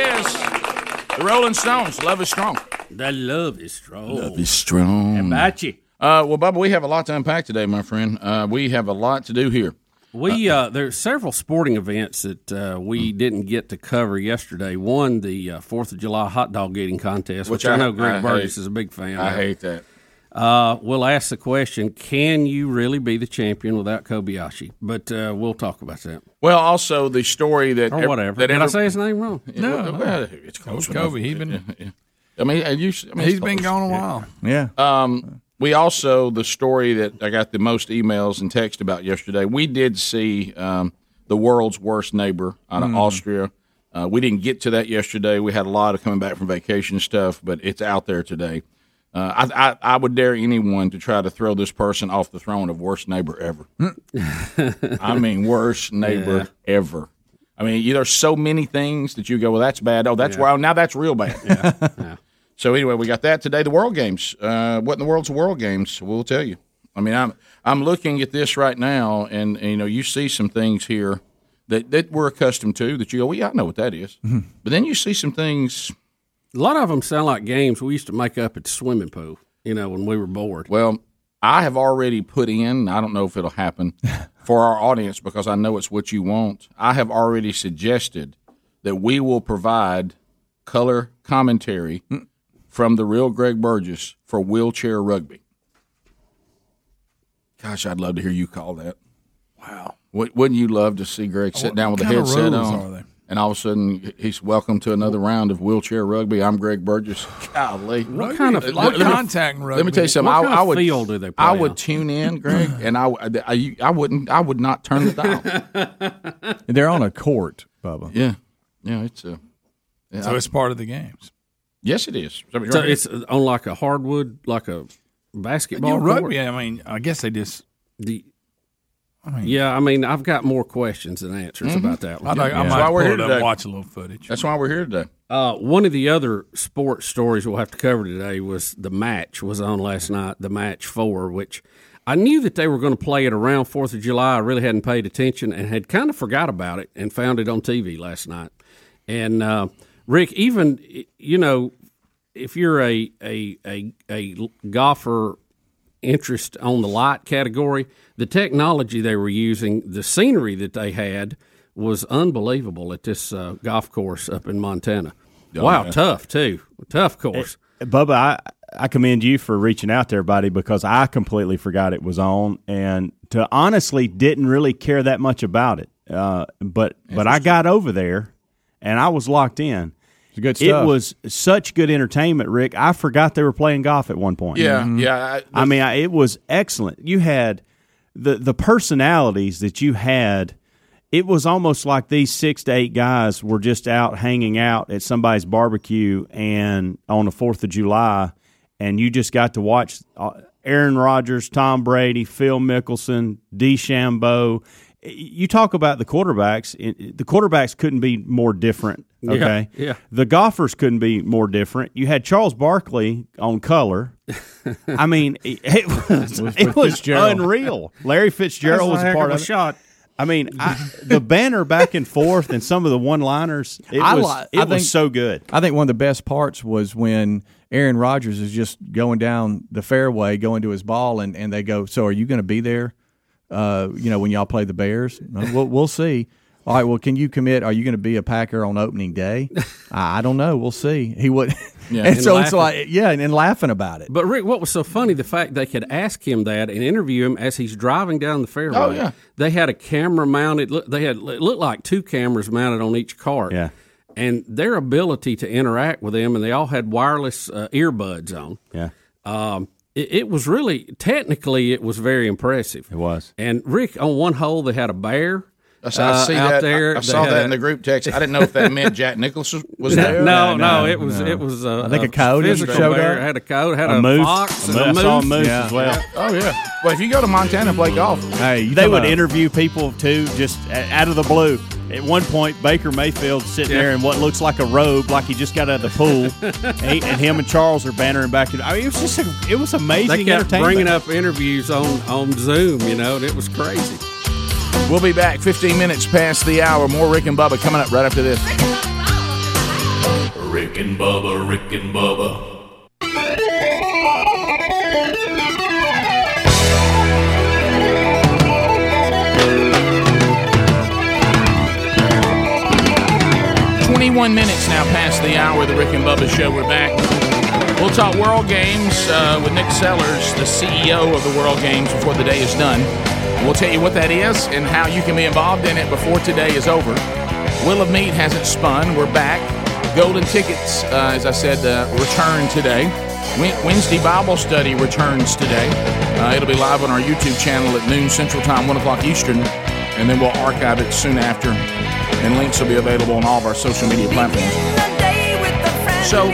Speaker 13: bars.
Speaker 8: There he is. The Rolling Stones. Love is strong.
Speaker 15: That love is strong.
Speaker 8: Love is strong. How
Speaker 15: about you?
Speaker 8: Uh, well, Bubba, we have a lot to unpack today, my friend. Uh, we have a lot to do here.
Speaker 15: We uh, there's several sporting events that uh,
Speaker 8: Mm.
Speaker 15: we didn't get to cover yesterday. One, the uh, Fourth of July hot dog eating contest, which, I, know Greg Burgess
Speaker 8: hate.
Speaker 15: is a big fan.
Speaker 8: I
Speaker 15: of.
Speaker 8: hate that.
Speaker 15: Uh, we'll ask the question: Can you really be the champion without Kobayashi? But uh, we'll talk about that
Speaker 8: Well, also the story that
Speaker 15: or whatever.
Speaker 8: That
Speaker 15: Did I
Speaker 8: every-
Speaker 15: say his name wrong?
Speaker 8: Yeah, well, well, it's close.
Speaker 5: Coach Kobe, he been-
Speaker 8: I mean, uh, you, sh- I mean,
Speaker 5: He's
Speaker 8: it's
Speaker 5: been
Speaker 8: close.
Speaker 5: gone a while.
Speaker 3: Yeah.
Speaker 8: Um, we also the story that I got the most emails and text about yesterday. We did see um, the world's worst neighbor out of
Speaker 4: Mm.
Speaker 8: Austria. Uh, we didn't get to that yesterday. We had a lot of coming back from vacation stuff, but it's out there today. Uh, I, I I would dare anyone to try to throw this person off the throne of worst neighbor ever. I mean, worst neighbor
Speaker 4: Yeah.
Speaker 8: ever. I mean, you, there's so many things that you go, well, that's bad. Oh, that's wow. Now that's real bad. So anyway, we got that today. The World Games. Uh, what in the world's the World Games? We'll tell you. I mean, I'm I'm looking at this right now, and, and, you know, you see some things here that that we're accustomed to. That you go, well, yeah, I know what that is. But then you see some things.
Speaker 15: A lot of them sound like games we used to make up at the swimming pool. You know, when we were bored.
Speaker 8: Well, I have already put in. I don't know if it'll happen for our audience because I know it's what you want. I have already suggested that we will provide color commentary
Speaker 5: Hmm.
Speaker 8: from the real Greg Burgess for wheelchair rugby. Gosh, I'd love to hear you call that. Wow, Wou- wouldn't you love to see Greg sit down with a
Speaker 5: kind of
Speaker 8: headset
Speaker 5: rules
Speaker 8: on?
Speaker 5: are they?
Speaker 8: And all of a sudden, he's welcome to another round of wheelchair rugby. I'm Greg Burgess. Golly,
Speaker 5: What kind of-
Speaker 8: Let-
Speaker 5: lot of
Speaker 8: let me-
Speaker 5: contact in
Speaker 8: Let me
Speaker 5: rugby.
Speaker 8: tell you something.
Speaker 5: What
Speaker 8: I,
Speaker 5: kind
Speaker 8: I
Speaker 5: of
Speaker 8: would
Speaker 5: field do they
Speaker 8: I
Speaker 5: play
Speaker 8: would
Speaker 5: on?
Speaker 8: tune in, Greg, and I, I, I wouldn't, I would not turn it down.
Speaker 3: They're on a court, Bubba.
Speaker 8: Yeah. Yeah, it's a. Yeah,
Speaker 5: So
Speaker 8: I-
Speaker 5: it's part of the games.
Speaker 8: yes, it is. I mean,
Speaker 15: So
Speaker 8: right
Speaker 15: it's
Speaker 8: here.
Speaker 15: on like a hardwood, like a basketball
Speaker 5: You
Speaker 15: court?
Speaker 5: rugby. I mean, I guess they just.
Speaker 15: The,
Speaker 5: I mean,
Speaker 15: yeah, I mean, I've got more questions than answers
Speaker 5: Mhm.
Speaker 15: about that.
Speaker 5: I
Speaker 15: one.
Speaker 5: like- I might
Speaker 8: why we're
Speaker 5: pull
Speaker 8: here
Speaker 5: it up
Speaker 8: today.
Speaker 5: and watch a little footage.
Speaker 8: That's why we're here today.
Speaker 15: Uh, one of the other sports stories we'll have to cover today was the match was on last night, the match four, which I knew that they were going to play it around Fourth of July. I really hadn't paid attention and had kind of forgot about it and found it on TV last night. And uh, Rick, even you know, if you're a a a, a golfer interest on the light category, the technology they were using, the scenery that they had was unbelievable at this uh, golf course up in Montana.
Speaker 4: Oh,
Speaker 15: wow,
Speaker 4: yeah.
Speaker 15: tough too, tough course.
Speaker 4: Bubba, I, I commend you for reaching out there, buddy, because I completely forgot it was on, and to honestly didn't really care that much about it. Uh, but but I got over there, and I was locked in.
Speaker 3: good stuff.
Speaker 4: It was such good entertainment, Rick. I
Speaker 3: Mm-hmm.
Speaker 5: Mm-hmm.
Speaker 4: forgot they were playing golf at one point.
Speaker 8: Yeah, yeah. I,
Speaker 4: I mean, I, it was excellent. You had the the personalities that you had. It was almost like these six to eight guys were just out hanging out at somebody's barbecue and on the Fourth of July, and you just got to watch uh, Aaron Rodgers, Tom Brady, Phil Mickelson, DeChambeau. You talk about the quarterbacks. it- The quarterbacks couldn't be more different.
Speaker 15: Yeah,
Speaker 4: Okay,
Speaker 15: yeah.
Speaker 4: The golfers couldn't be more different. You had Charles Barkley on color. I mean, it, it was
Speaker 15: With-
Speaker 4: it
Speaker 15: with
Speaker 4: was
Speaker 15: Fitzgerald.
Speaker 4: unreal. Larry Fitzgerald
Speaker 15: That's
Speaker 4: was
Speaker 15: a
Speaker 4: a
Speaker 15: heck
Speaker 4: part
Speaker 15: of
Speaker 4: of
Speaker 15: a
Speaker 4: it.
Speaker 15: shot.
Speaker 4: I mean, I, the banner back and forth and some of the one-liners. It
Speaker 3: I
Speaker 4: was
Speaker 3: li-
Speaker 4: it
Speaker 3: I
Speaker 4: was
Speaker 3: think-
Speaker 4: so good.
Speaker 3: I think one of the best parts was when Aaron Rodgers is just going down the fairway, going to his ball, and, and they go, "So are you going to be there? Uh, you know, when y'all play the Bears, No, we'll, we'll see." All right. Well, can you commit? Are you going to be a Packer on opening day? I, I don't know. We'll see. He would.
Speaker 15: Yeah.
Speaker 3: and,
Speaker 15: And
Speaker 3: so it's
Speaker 15: laughing.
Speaker 3: like, yeah, and, and laughing about it.
Speaker 15: But Rick, what was so funny? The fact they could ask him that and interview him as he's driving down the fairway.
Speaker 3: Oh, yeah.
Speaker 15: they had a camera mounted. look- They had it looked like two cameras mounted on each cart. Yeah, and their ability to interact with them, and they all had wireless uh, earbuds on.
Speaker 4: Yeah.
Speaker 15: Um, it, it was really technically it was very impressive. It
Speaker 4: was.
Speaker 15: And Rick, on one hole they had a bear.
Speaker 8: I saw, I
Speaker 15: uh,
Speaker 8: see
Speaker 15: out
Speaker 8: that.
Speaker 15: there.
Speaker 8: I, I
Speaker 15: They
Speaker 8: saw
Speaker 15: had
Speaker 8: that
Speaker 15: a-
Speaker 8: in the group text. I didn't know if that meant Jack Nicholson was
Speaker 15: No,
Speaker 8: there.
Speaker 15: no, no, it was it was. Uh,
Speaker 8: I think a coyote
Speaker 15: physical
Speaker 8: showed
Speaker 15: bear.
Speaker 8: up.
Speaker 15: Had a coyote. Had
Speaker 8: A
Speaker 15: a,
Speaker 8: moose.
Speaker 15: fox.
Speaker 8: A
Speaker 15: and
Speaker 8: moose. I saw a moose
Speaker 4: Yeah. as well.
Speaker 8: Oh yeah. Well, if you go to Montana and play golf,
Speaker 4: Hey,
Speaker 8: you
Speaker 4: they
Speaker 8: talk
Speaker 4: would
Speaker 8: about-
Speaker 4: interview people too, just a- out of the blue. At one point, Baker Mayfield sitting there in what looks like a robe, like he just got out of the pool, and, he- and him and Charles are bantering back. And I mean, it was just a, it was amazing.
Speaker 15: They kept
Speaker 4: entertainment.
Speaker 15: bringing up interviews on on Zoom, you know, and it was crazy.
Speaker 8: We'll be back 15 minutes past the hour. More Rick and Bubba coming up right after this.
Speaker 7: Rick and Bubba, Rick and Bubba.
Speaker 8: Twenty-one minutes now past the hour. of The Rick and Bubba Show. We're back. We'll talk World Games uh, with Nick Sellers, the CEO of the World Games, before the day is done. We'll tell you what that is and how you can be involved in it before today is over. Will of Meat hasn't spun. We're back. Golden tickets, uh, as I said, uh, return today. Wed- Wednesday Bible study returns today. Uh, it'll be live on our YouTube channel at noon Central Time, one o'clock Eastern, and then we'll archive it soon after. And links will be available on all of our social media platforms. So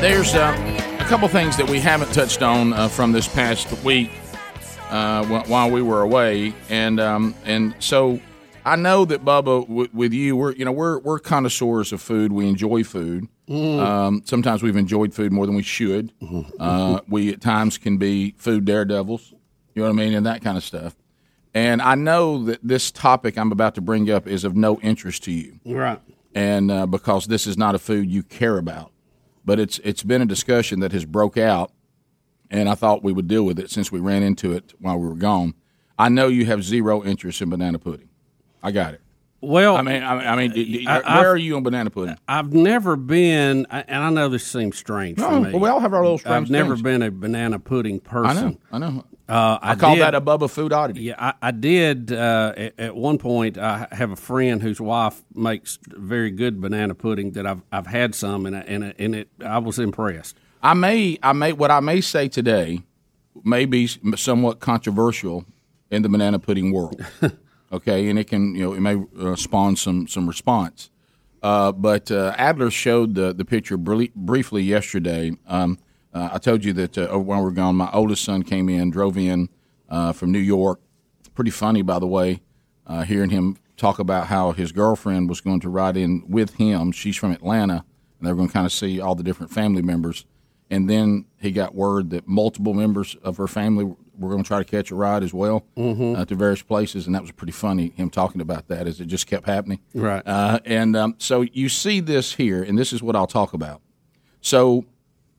Speaker 8: there's uh, a couple things that we haven't touched on uh, from this past week uh, wh- while we were away, and um, and so I know that Bubba, w- with you, we're you know we're we're connoisseurs of food. We enjoy food.
Speaker 15: Mm.
Speaker 8: Um, sometimes we've enjoyed food more than we should. Uh, we at times can be food daredevils. You know what I mean, and that kind of stuff. And I know that this topic I'm about to bring up is of no interest to you
Speaker 15: Right.
Speaker 8: and uh, because this is not a food you care about. But it's it's been a discussion that has broke out, and I thought we would deal with it since we ran into it while we were gone. I know you have zero interest in banana pudding. I got it.
Speaker 15: Well,
Speaker 8: I mean, I mean, I mean d- d-
Speaker 15: I- I've-
Speaker 8: where are you on banana pudding?
Speaker 15: I've never been, I- and I know this seems strange.
Speaker 8: No,
Speaker 15: for me.
Speaker 8: well, we all have our little strange
Speaker 15: I've never
Speaker 8: things.
Speaker 15: been a banana pudding person.
Speaker 8: I know, I know.
Speaker 15: Uh,
Speaker 8: I, call
Speaker 15: did-
Speaker 8: that a Bubba food oddity.
Speaker 15: Yeah, I, I did. Uh, at, at one point, I have a friend whose wife makes very good banana pudding. That I've I've had some, and I, and I- and it I was impressed.
Speaker 8: I may, I may, what I may say today may be s- somewhat controversial in the banana pudding world. okay, and it can, you know, it may uh, spawn some some response. Uh, but uh, Adler showed the the picture bri- briefly yesterday. Um, uh, I told you that uh, while we were gone, my oldest son came in, drove in uh, from New York. Pretty funny, by the way, uh, hearing him talk about how his girlfriend was going to ride in with him. She's from Atlanta, and they were going to kind of see all the different family members. And then he got word that multiple members of her family were going to try to catch a ride as well uh, to various places, and that was pretty funny. Him talking about that as it just kept happening.
Speaker 15: Right.
Speaker 8: Uh, and um, so you see this here, and this is what I'll talk about. So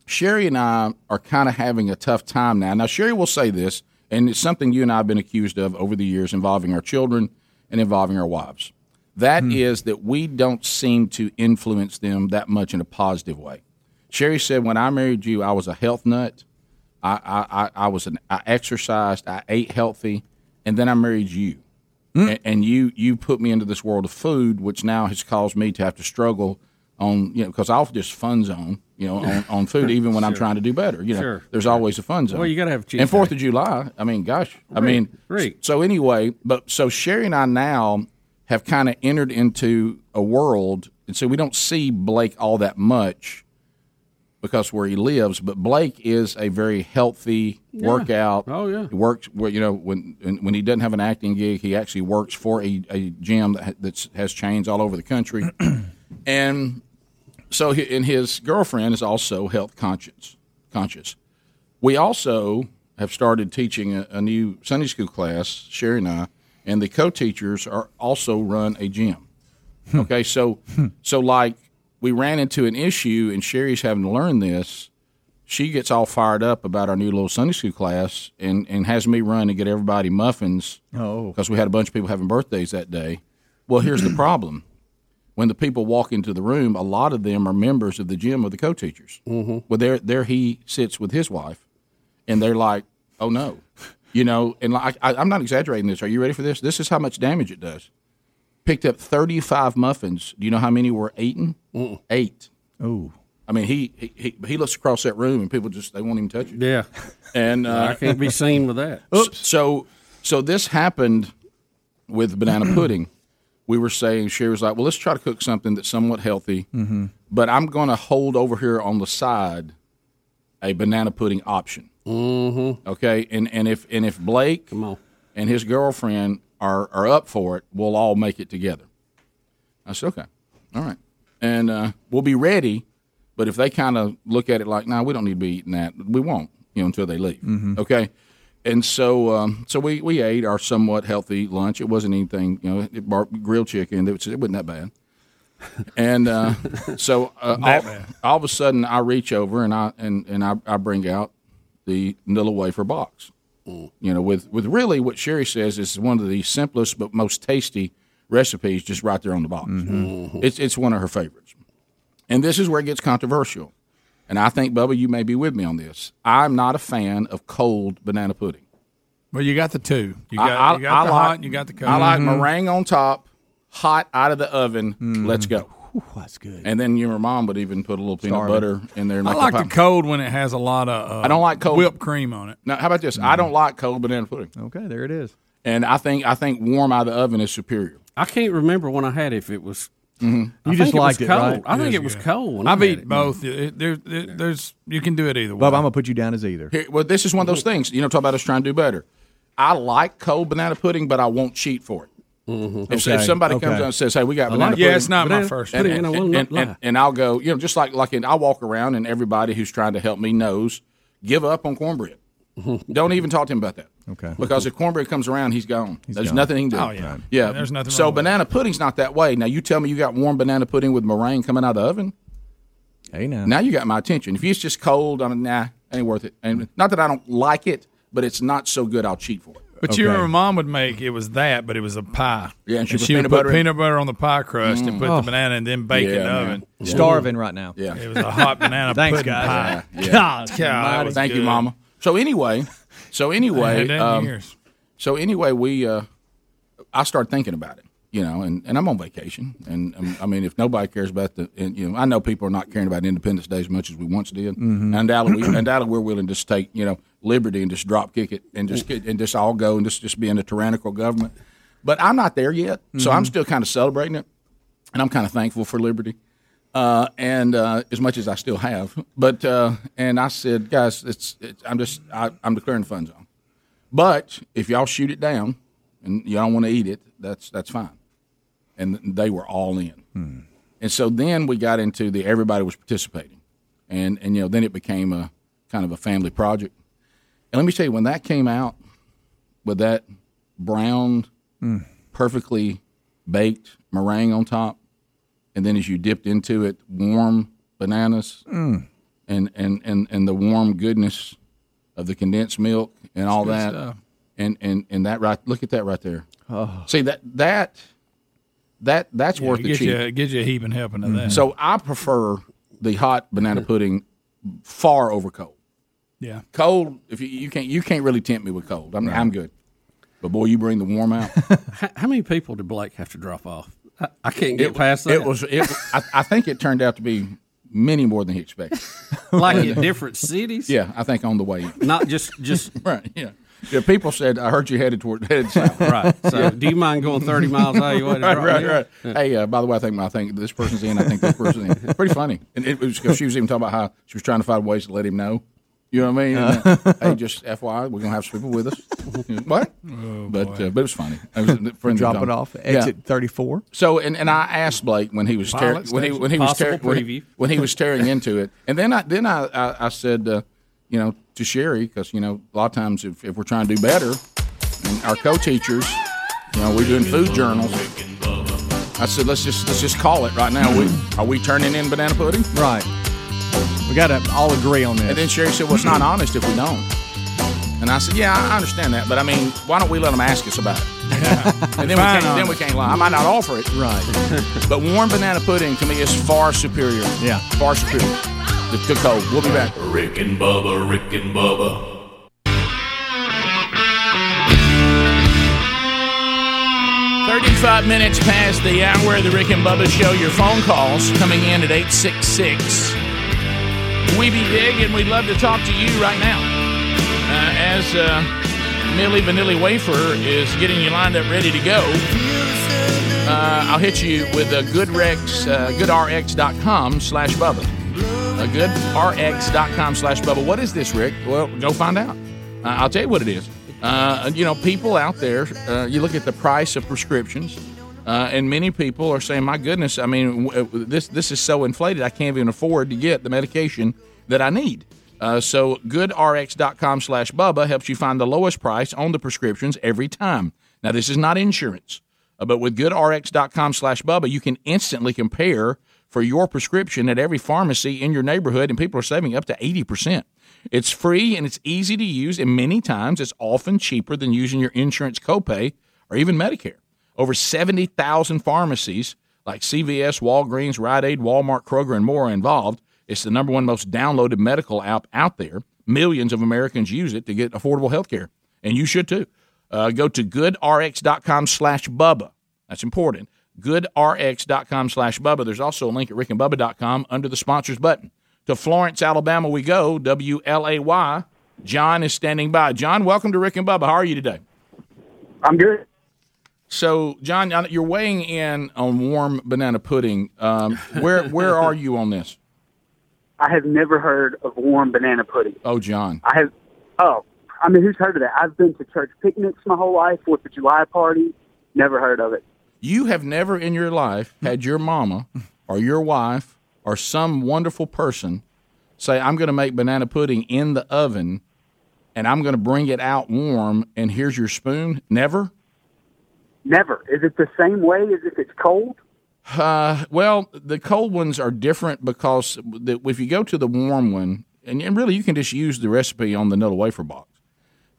Speaker 8: Sherry and I are kind of having a tough time now. Now, Sherry will say this, and it's something you and I have been accused of over the years involving our children and involving our wives. That is that we don't seem to influence them that much in a positive way. Sherry said, When I married you, I was a health nut. I, I, I, I was an I exercised, I ate healthy, and then I married you.
Speaker 15: Hmm.
Speaker 8: A- And, you you put me into this world of food, which now has caused me to have to struggle on you know because I'll just fun zone you know on, on food even when I'm
Speaker 15: Sure.
Speaker 8: trying to do better. You know,
Speaker 15: Sure.
Speaker 8: there's always a fun zone.
Speaker 15: Well, you gotta have a cheat
Speaker 8: And Fourth of July, I mean, gosh, I
Speaker 15: Right,
Speaker 8: mean,
Speaker 15: right.
Speaker 8: So anyway, but so Sherry and I now have kind of entered into a world, and so we don't see Blake all that much because where he lives. But Blake is a very healthy
Speaker 15: Yeah.
Speaker 8: workout.
Speaker 15: Oh, yeah.
Speaker 8: He works where you know when when when he doesn't have an acting gig, he actually works for a, a gym that ha- that's, has chains all over the country, and so he, and his girlfriend is also health conscious. Conscious. We also have started teaching a, a new Sunday school class. Sherry and I, and the co-teachers are also run a gym.
Speaker 15: Hmm.
Speaker 8: Okay, so so like we ran into an issue, and Sherry's having to learn this. She gets all fired up about our new little Sunday school class, and and has me run and get everybody muffins.
Speaker 3: Oh.
Speaker 8: because we had a bunch of people having birthdays that day. Well, here's the problem: when the people walk into the room, a lot of them are members of the gym of the co-teachers. Mm-hmm. Well, there there he sits with his wife, and they're like, "Oh no," you know. And like, I, I'm not exaggerating this. Are you ready for this? This is how much damage it does picked up 35 muffins. Do you know how many were eaten? Eight.
Speaker 3: Oh.
Speaker 8: I mean, he, he he he looks across that room and people just they won't even touch it.
Speaker 15: Yeah,
Speaker 8: and uh,
Speaker 15: I can't be seen with that.
Speaker 8: Oops. So so this happened with banana pudding. We were saying Sherry was like, well, let's try to cook something that's somewhat healthy,
Speaker 7: Mm-hmm.
Speaker 8: but I'm going to hold over here on the side a banana pudding option. Mm-hmm. Okay, and and if and if Blake and his girlfriend are are up for it, we'll all make it together. I said, okay, all right, and uh, we'll be ready. But if they kind of look at it like, nah, we don't need to be eating that, we won't, you know, until they leave.
Speaker 5: Mm-hmm.
Speaker 7: Mhm.
Speaker 8: Okay. And so, um, so we, we ate our somewhat healthy lunch. It wasn't anything, you know, it, bar- grilled chicken. It, was, it wasn't that bad. And uh, so, uh, all,
Speaker 7: That bad.
Speaker 8: all of a sudden, I reach over and I and, and I, I bring out the Nilla wafer box. You know, with with really what Sherry says is one of the simplest but most tasty recipes, just right there on the box. It's it's one of her favorites. And this is where it gets controversial. And I think, Bubba, you may be with me on this. I'm not a fan of cold banana pudding.
Speaker 5: Well, you got the two. You
Speaker 8: I-
Speaker 5: got,
Speaker 8: I-
Speaker 5: you got
Speaker 8: I
Speaker 5: the
Speaker 8: like-
Speaker 5: hot and you got the cold. Mm-hmm.
Speaker 8: I like meringue on top, hot out of the oven. Let's go.
Speaker 3: that's good.
Speaker 8: And then your mom would even put a little peanut
Speaker 5: Starving.
Speaker 8: butter in there. And
Speaker 5: I
Speaker 8: make a
Speaker 5: like the
Speaker 8: pie.
Speaker 5: cold when it has a lot of. Uh,
Speaker 8: I don't like cold
Speaker 5: whipped cream on it.
Speaker 8: Now, how about this? I don't like cold banana pudding.
Speaker 3: Mm-hmm. Okay, there it is.
Speaker 8: And I think I think warm out of the oven is superior.
Speaker 15: I can't remember when I had it, if it was.
Speaker 8: Mhm.
Speaker 15: I think
Speaker 8: You
Speaker 15: was
Speaker 8: just liked it,
Speaker 15: cold.
Speaker 8: right?
Speaker 15: I think
Speaker 8: Yes,
Speaker 15: it was
Speaker 8: yeah.
Speaker 15: cold. When
Speaker 5: I've
Speaker 15: I had
Speaker 5: eaten
Speaker 15: it.
Speaker 5: both. It- there- there- there's you can do it either way.
Speaker 3: Bob, I'm gonna put you down as either.
Speaker 8: Here, well, this is one of
Speaker 5: Mm-hmm.
Speaker 8: those things. You know, talk about us trying to do better. I like cold banana pudding, but I won't cheat for it. If, if
Speaker 5: Mm-hmm. Okay,
Speaker 8: somebody
Speaker 5: okay.
Speaker 8: comes out and says, "Hey, we got
Speaker 5: I
Speaker 8: banana,"
Speaker 5: like it. Yeah,
Speaker 8: pudding.
Speaker 5: it's not my Banana first.
Speaker 8: and,
Speaker 5: pudding,
Speaker 8: and,
Speaker 5: and I will
Speaker 8: and,
Speaker 5: not
Speaker 8: and-
Speaker 5: lie.
Speaker 8: and I'll go. You know, just like like, and I walk around, and everybody who's trying to help me knows, give up on cornbread.
Speaker 5: Mm-hmm.
Speaker 8: Don't even talk to him about that.
Speaker 3: Okay.
Speaker 8: Because if cornbread comes around, he's gone.
Speaker 3: He's
Speaker 8: there's
Speaker 3: gone.
Speaker 8: nothing he can do.
Speaker 3: Oh, yeah. Right.
Speaker 8: yeah.
Speaker 3: There's nothing
Speaker 8: So
Speaker 3: wrong with
Speaker 8: banana pudding's not that way. Now you tell me you got warm banana pudding with meringue coming out of the oven.
Speaker 3: Hey now.
Speaker 8: Now you got my attention. If it's just cold, I'm nah, ain't worth it. And not that I don't like it, but it's not so good. I'll cheat for it.
Speaker 5: But you remember, Mom would make it was that, but it was a pie.
Speaker 8: Yeah, and she put
Speaker 5: would
Speaker 8: peanut
Speaker 5: put
Speaker 8: butter in.
Speaker 5: peanut butter on the pie crust and
Speaker 8: Mm.
Speaker 5: put
Speaker 8: Oh.
Speaker 5: the banana and then bake it in
Speaker 8: Yeah,
Speaker 5: the
Speaker 8: man.
Speaker 5: oven.
Speaker 8: Yeah. Starving
Speaker 3: right now.
Speaker 8: Yeah,
Speaker 5: it was a hot banana
Speaker 8: Thanks,
Speaker 5: pudding
Speaker 8: guys.
Speaker 5: pie.
Speaker 8: Yeah, yeah.
Speaker 5: God, that was
Speaker 8: Thank you,
Speaker 5: good.
Speaker 8: Mama. So anyway, so
Speaker 5: I
Speaker 8: anyway,
Speaker 5: had that in
Speaker 8: um,
Speaker 5: years.
Speaker 8: so anyway, we uh, I started thinking about it, you know, and, and I'm on vacation, and um, I mean, if nobody cares about the, and, you know, I know people are not caring about Independence Day as much as we once did.
Speaker 7: Mhm.
Speaker 8: Undoubtedly, undoubtedly, we're willing to just take you know liberty and just drop kick it and just get- and just all go and just just be in a tyrannical government. But I'm not there yet, so I'm still kind of celebrating it, and I'm kind of thankful for liberty uh, and uh, as much as I still have, but uh, and I said, guys, it's, it's I'm just I, I'm declaring fun zone. But if y'all shoot it down and y'all don't want to eat it, that's that's fine. And they were all in. And so then we got into the everybody was participating, and and you know then it became a kind of a family project. And let me tell you, when that came out with that browned,
Speaker 7: Mm.
Speaker 8: perfectly baked meringue on top, and then as you dipped into it, warm bananas
Speaker 7: Mm.
Speaker 8: and, and, and, and the warm goodness of the condensed milk and all
Speaker 7: good
Speaker 8: that.
Speaker 7: stuff.
Speaker 8: And, and and that right look at that right there.
Speaker 3: Oh.
Speaker 8: See that that that that's
Speaker 5: Yeah,
Speaker 8: worth
Speaker 5: it
Speaker 8: the
Speaker 5: gives you-
Speaker 8: cheat. Mm-hmm.
Speaker 5: it gives you a heaping helping of that. Mm-hmm.
Speaker 8: So I prefer the hot banana pudding far over cold.
Speaker 5: Yeah.
Speaker 8: Cold if you, you can't you can't really tempt me with cold. I'm I'm good. But boy, you bring the warm out.
Speaker 15: How, how many people did Blake have to drop off I can't get past that.
Speaker 8: It was. It, I, I think it turned out to be many more than he expected.
Speaker 15: like in different cities.
Speaker 8: Yeah, I think on the way.
Speaker 15: Not just just
Speaker 8: right. Yeah. Yeah, people said I heard you headed toward headed south.
Speaker 15: Right. So, do you mind going 30 miles out your way to
Speaker 8: right,
Speaker 15: drop
Speaker 8: right,
Speaker 15: me
Speaker 8: right.
Speaker 15: off?
Speaker 8: Hey, uh, by the way, I think my I think this person's in. I think this person's in. Pretty funny. And it was 'cause she was even talking about how she was trying to find ways to let him know. You know what I mean? And, uh, hey, just FYI, we're gonna have some people with us. what? but uh, but it was funny. I was
Speaker 5: Oh, Drop it off at exit 34.
Speaker 8: So and, and I asked Blake when he was tear-
Speaker 5: Pilot
Speaker 8: when he
Speaker 5: station.
Speaker 8: when he was tear-
Speaker 5: Possible
Speaker 8: when, he,
Speaker 5: preview.
Speaker 8: when he was tearing into it, and then I then I I, I said uh, you know to Sherry because you know a lot of times if, if we're trying to do better, and our co-teachers, you know, we're doing food journals. I said let's just let's just call it right now. We are we turning in banana pudding?
Speaker 5: Right. We got to all agree on this.
Speaker 8: And then Sherry said, well, it's not honest if we don't. And I said, yeah, I understand that, but I mean, why don't we let them ask us about it? and then we,
Speaker 3: Fine
Speaker 8: can't, then we
Speaker 3: honest.
Speaker 8: can't lie. I might not offer it. Right. but warm banana pudding to me is far superior. Yeah. Far superior to, to cold. We'll be back.
Speaker 7: Rick and Bubba, Rick and Bubba,
Speaker 8: Thirty-five minutes past the hour of the Rick and Bubba Show. Your phone calls coming in at eight six six. We be big, and we'd love to talk to you right now. Uh, as uh, Millie Vanilli Wafer is getting you lined up, ready to go. Uh, I'll hit you with a goodrex, uh, goodrx.com slash Bubba. A goodrx.com slash Bubba. What is this, Rick? Well, go find out. Uh, I'll tell you what it is. Uh, you know, people out there, uh, you look at the price of prescriptions, uh, and many people are saying, my goodness, I mean, w- w- this, this is so inflated, I can't even afford to get the medication that I need. Uh, so goodrx.com slash Bubba helps you find the lowest price on the prescriptions every time. Now, this is not insurance. Uh, But with goodrx.com slash Bubba, you can instantly compare for your prescription at every pharmacy in your neighborhood, and people are saving up to 80%. It's free and it's easy to use, and many times it's often cheaper than using your insurance copay or even Medicare. Over 70,000 pharmacies like CVS, Walgreens, Rite Aid, Walmart, Kroger, and more are involved. It's the number one most downloaded medical app out there. Millions of Americans use it to get affordable health care, and you should too. Uh, go to goodrx.com slash Bubba. That's important. Goodrx.com slash Bubba. There's also a link at rickandbubba.com under the sponsors button. To Florence, Alabama, we go. W L A Y. John is standing by. John, welcome to Rick and Bubba. How are you today?
Speaker 16: I'm good.
Speaker 8: So, John, you're weighing in on warm banana pudding. Um, where where are you on this?
Speaker 17: I have never heard of warm banana pudding.
Speaker 8: Oh, John.
Speaker 17: I have. Oh, I mean, who's heard of that? I've been to church picnics my whole life, Fourth of July party. Never heard of it.
Speaker 8: You have never in your life had your mama or your wife or some wonderful person say, I'm going to make banana pudding in the oven and I'm going to bring it out warm and here's your spoon? Never?
Speaker 17: Never. Is it the same way as if it's cold?
Speaker 8: Uh, well, the cold ones are different because the, if you go to the warm one, and, and really you can just use the recipe on the Nuddle wafer box,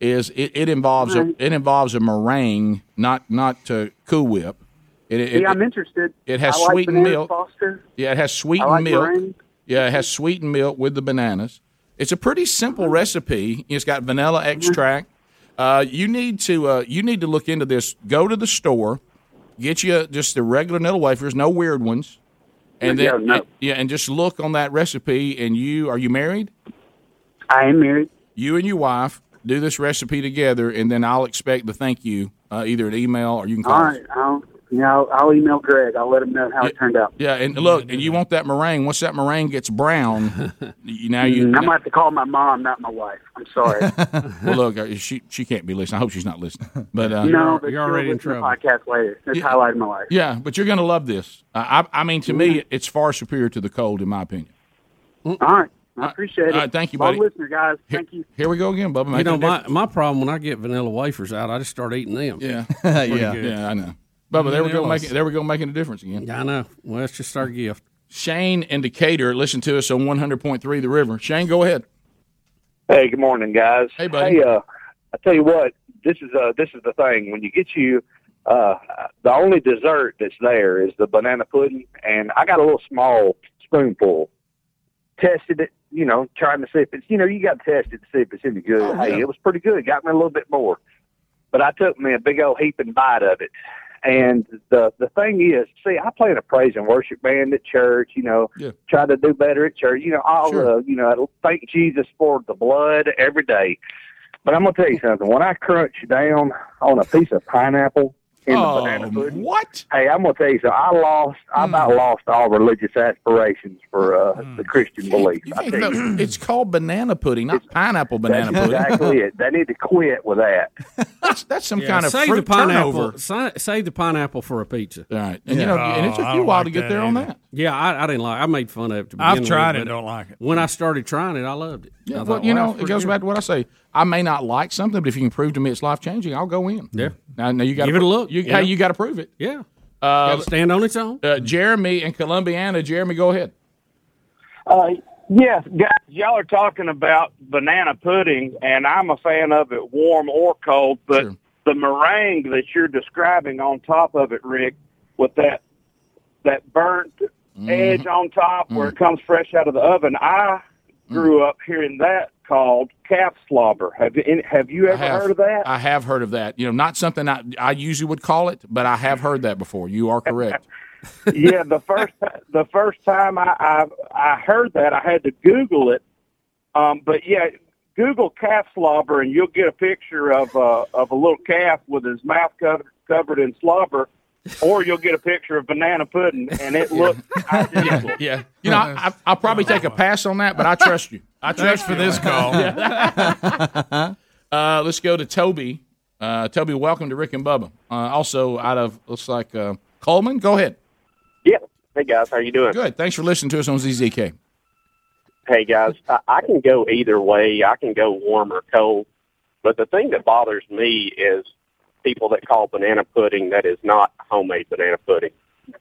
Speaker 8: is it, it involves a,
Speaker 17: Right.
Speaker 8: it involves a meringue, not not uh, Cool Whip. It, it,
Speaker 17: yeah, I'm
Speaker 8: it-
Speaker 17: interested.
Speaker 8: it has
Speaker 17: I like
Speaker 8: sweetened
Speaker 17: banana
Speaker 8: milk.
Speaker 17: Foster.
Speaker 8: Yeah, it has
Speaker 17: I
Speaker 8: sweetened
Speaker 17: like
Speaker 8: milk.
Speaker 17: meringue.
Speaker 8: Yeah, it has sweetened milk with the bananas. It's a pretty simple recipe. It's got vanilla extract. Uh, you need to uh, you need to look into this. Go to the store, get you just the regular Nuddle wafers, no weird ones, and
Speaker 17: Yeah,
Speaker 8: then
Speaker 17: no.
Speaker 8: and- yeah, and just look on that recipe. And you are you married?
Speaker 17: I am married.
Speaker 8: You and your wife do this recipe together, and then I'll expect the thank you uh, either an email or you can call.
Speaker 17: All
Speaker 8: us.
Speaker 17: right. I'll, yeah, I'll, I'll email Greg. I'll let him know how it turned out.
Speaker 8: Yeah, and look, and you want that meringue. Once that meringue gets brown, you, now you.
Speaker 17: I'm gonna Mm, have to call my mom, not my wife. I'm sorry.
Speaker 8: well, look, uh, she she can't be listening. I hope she's not listening. But uh,
Speaker 17: no, but you're already in trouble. Podcast later. That's highlighted my life.
Speaker 8: yeah, but you're gonna love this. Uh, I I mean, to me, it's far superior to the cold, in my opinion.
Speaker 15: Mm.
Speaker 17: All right. I appreciate it.
Speaker 8: All right, thank you,
Speaker 17: Long
Speaker 8: buddy.
Speaker 17: listener, guys. Thank you.
Speaker 8: Here we go again, Bubba.
Speaker 15: You
Speaker 8: making
Speaker 15: know,
Speaker 8: a
Speaker 15: my, my problem when I get vanilla wafers out, I just start eating them.
Speaker 8: Yeah,
Speaker 15: Pretty
Speaker 8: Yeah.
Speaker 15: good.
Speaker 8: Yeah, I know. Bubba, there we go.
Speaker 15: Vanillas.
Speaker 8: Making there we go making a difference again. Yeah, I know. Well, it's just our gift. Shane and Decatur, listen to us on one hundred point three, the river. Shane, go ahead.
Speaker 11: Hey, good morning, guys. Hey,
Speaker 8: buddy.
Speaker 11: Hey, uh, I tell you what, this is uh, this is the thing. When you get you, uh, the only dessert that's there is the banana pudding, and I got a little small spoonful. Tested it, you know, trying to see if it's, you know, you got to test it to see if it's any good. hey, it was pretty good. Got me a little bit more, but I took me a big old heaping bite of it, And the the thing is, see, I play in a praise and worship band at church. You know,
Speaker 18: Yeah.
Speaker 11: try to do better at church. You know, all the you know, thank Jesus for the blood every day. But I'm gonna tell you something. When I crunch down oh, on a piece of pineapple in the
Speaker 18: Oh,
Speaker 11: banana pudding,
Speaker 18: what?
Speaker 11: Hey, I'm gonna tell you something. I lost. I
Speaker 19: Hmm.
Speaker 11: about lost all religious aspirations for uh, the Christian belief. I tell you.
Speaker 8: No, it's called banana pudding, not pineapple banana
Speaker 11: That's
Speaker 8: pudding.
Speaker 11: exactly it. They need to quit with that.
Speaker 8: That's, that's some
Speaker 15: Yeah,
Speaker 8: kind of
Speaker 15: save
Speaker 8: fruit
Speaker 15: the pineapple,
Speaker 8: turnover.
Speaker 15: si- Save the pineapple for a pizza.
Speaker 8: All right, And, you know, and it took you a while to get there on Oh, that.
Speaker 15: Yeah, I, I didn't like. I made fun of it. To begin
Speaker 8: I've tried
Speaker 15: with,
Speaker 8: it,
Speaker 15: but
Speaker 8: don't like it.
Speaker 15: When I started trying it, I loved it. I
Speaker 8: Yeah, well,
Speaker 15: thought, wow,
Speaker 8: you know,
Speaker 15: that's
Speaker 8: it
Speaker 15: pretty
Speaker 8: goes
Speaker 15: good.
Speaker 8: back to what I say. I may not like something, but if you can prove to me it's life changing, I'll go in.
Speaker 15: Yeah.
Speaker 8: Now, now you got
Speaker 15: Give it a look,
Speaker 8: You,
Speaker 15: you know?
Speaker 8: Hey, you got to prove it.
Speaker 15: Yeah.
Speaker 8: Uh,
Speaker 15: Gotta stand on its own.
Speaker 8: Uh, Jeremy in Columbiana. Jeremy, go ahead.
Speaker 20: Uh, yes, guys, y'all are talking about banana pudding, and I'm a fan of it, warm or cold. But the meringue that you're describing on top of it, Rick, with that that burnt edge on top where it comes fresh out of the oven, I grew up hearing that called calf slobber. Have you any- have you ever heard of that?
Speaker 8: I have heard of that. You know, not something I, I usually would call it, but I have heard that before. You are correct.
Speaker 20: yeah, the first the first time I, I I heard that, I had to Google it. Um, but yeah, Google calf slobber, and you'll get a picture of uh, of a little calf with his mouth covered covered in slobber, or you'll get a picture of banana pudding, and it looks identical.
Speaker 8: yeah, You know, I, I- I'll probably take a pass on that, but I trust you. I
Speaker 20: Thanks
Speaker 8: trust
Speaker 20: for
Speaker 8: you.
Speaker 20: this call.
Speaker 8: Yeah. uh, let's go to Toby. Uh, Toby, welcome to Rick and Bubba. Uh, also out of looks like uh, Coleman. Go ahead.
Speaker 21: Yeah. Hey guys, how you doing?
Speaker 8: Good. Thanks for listening to us on ZZK.
Speaker 21: Hey guys, I, I can go either way. I can go warm or cold. But the thing that bothers me is people that call banana pudding that is not homemade banana pudding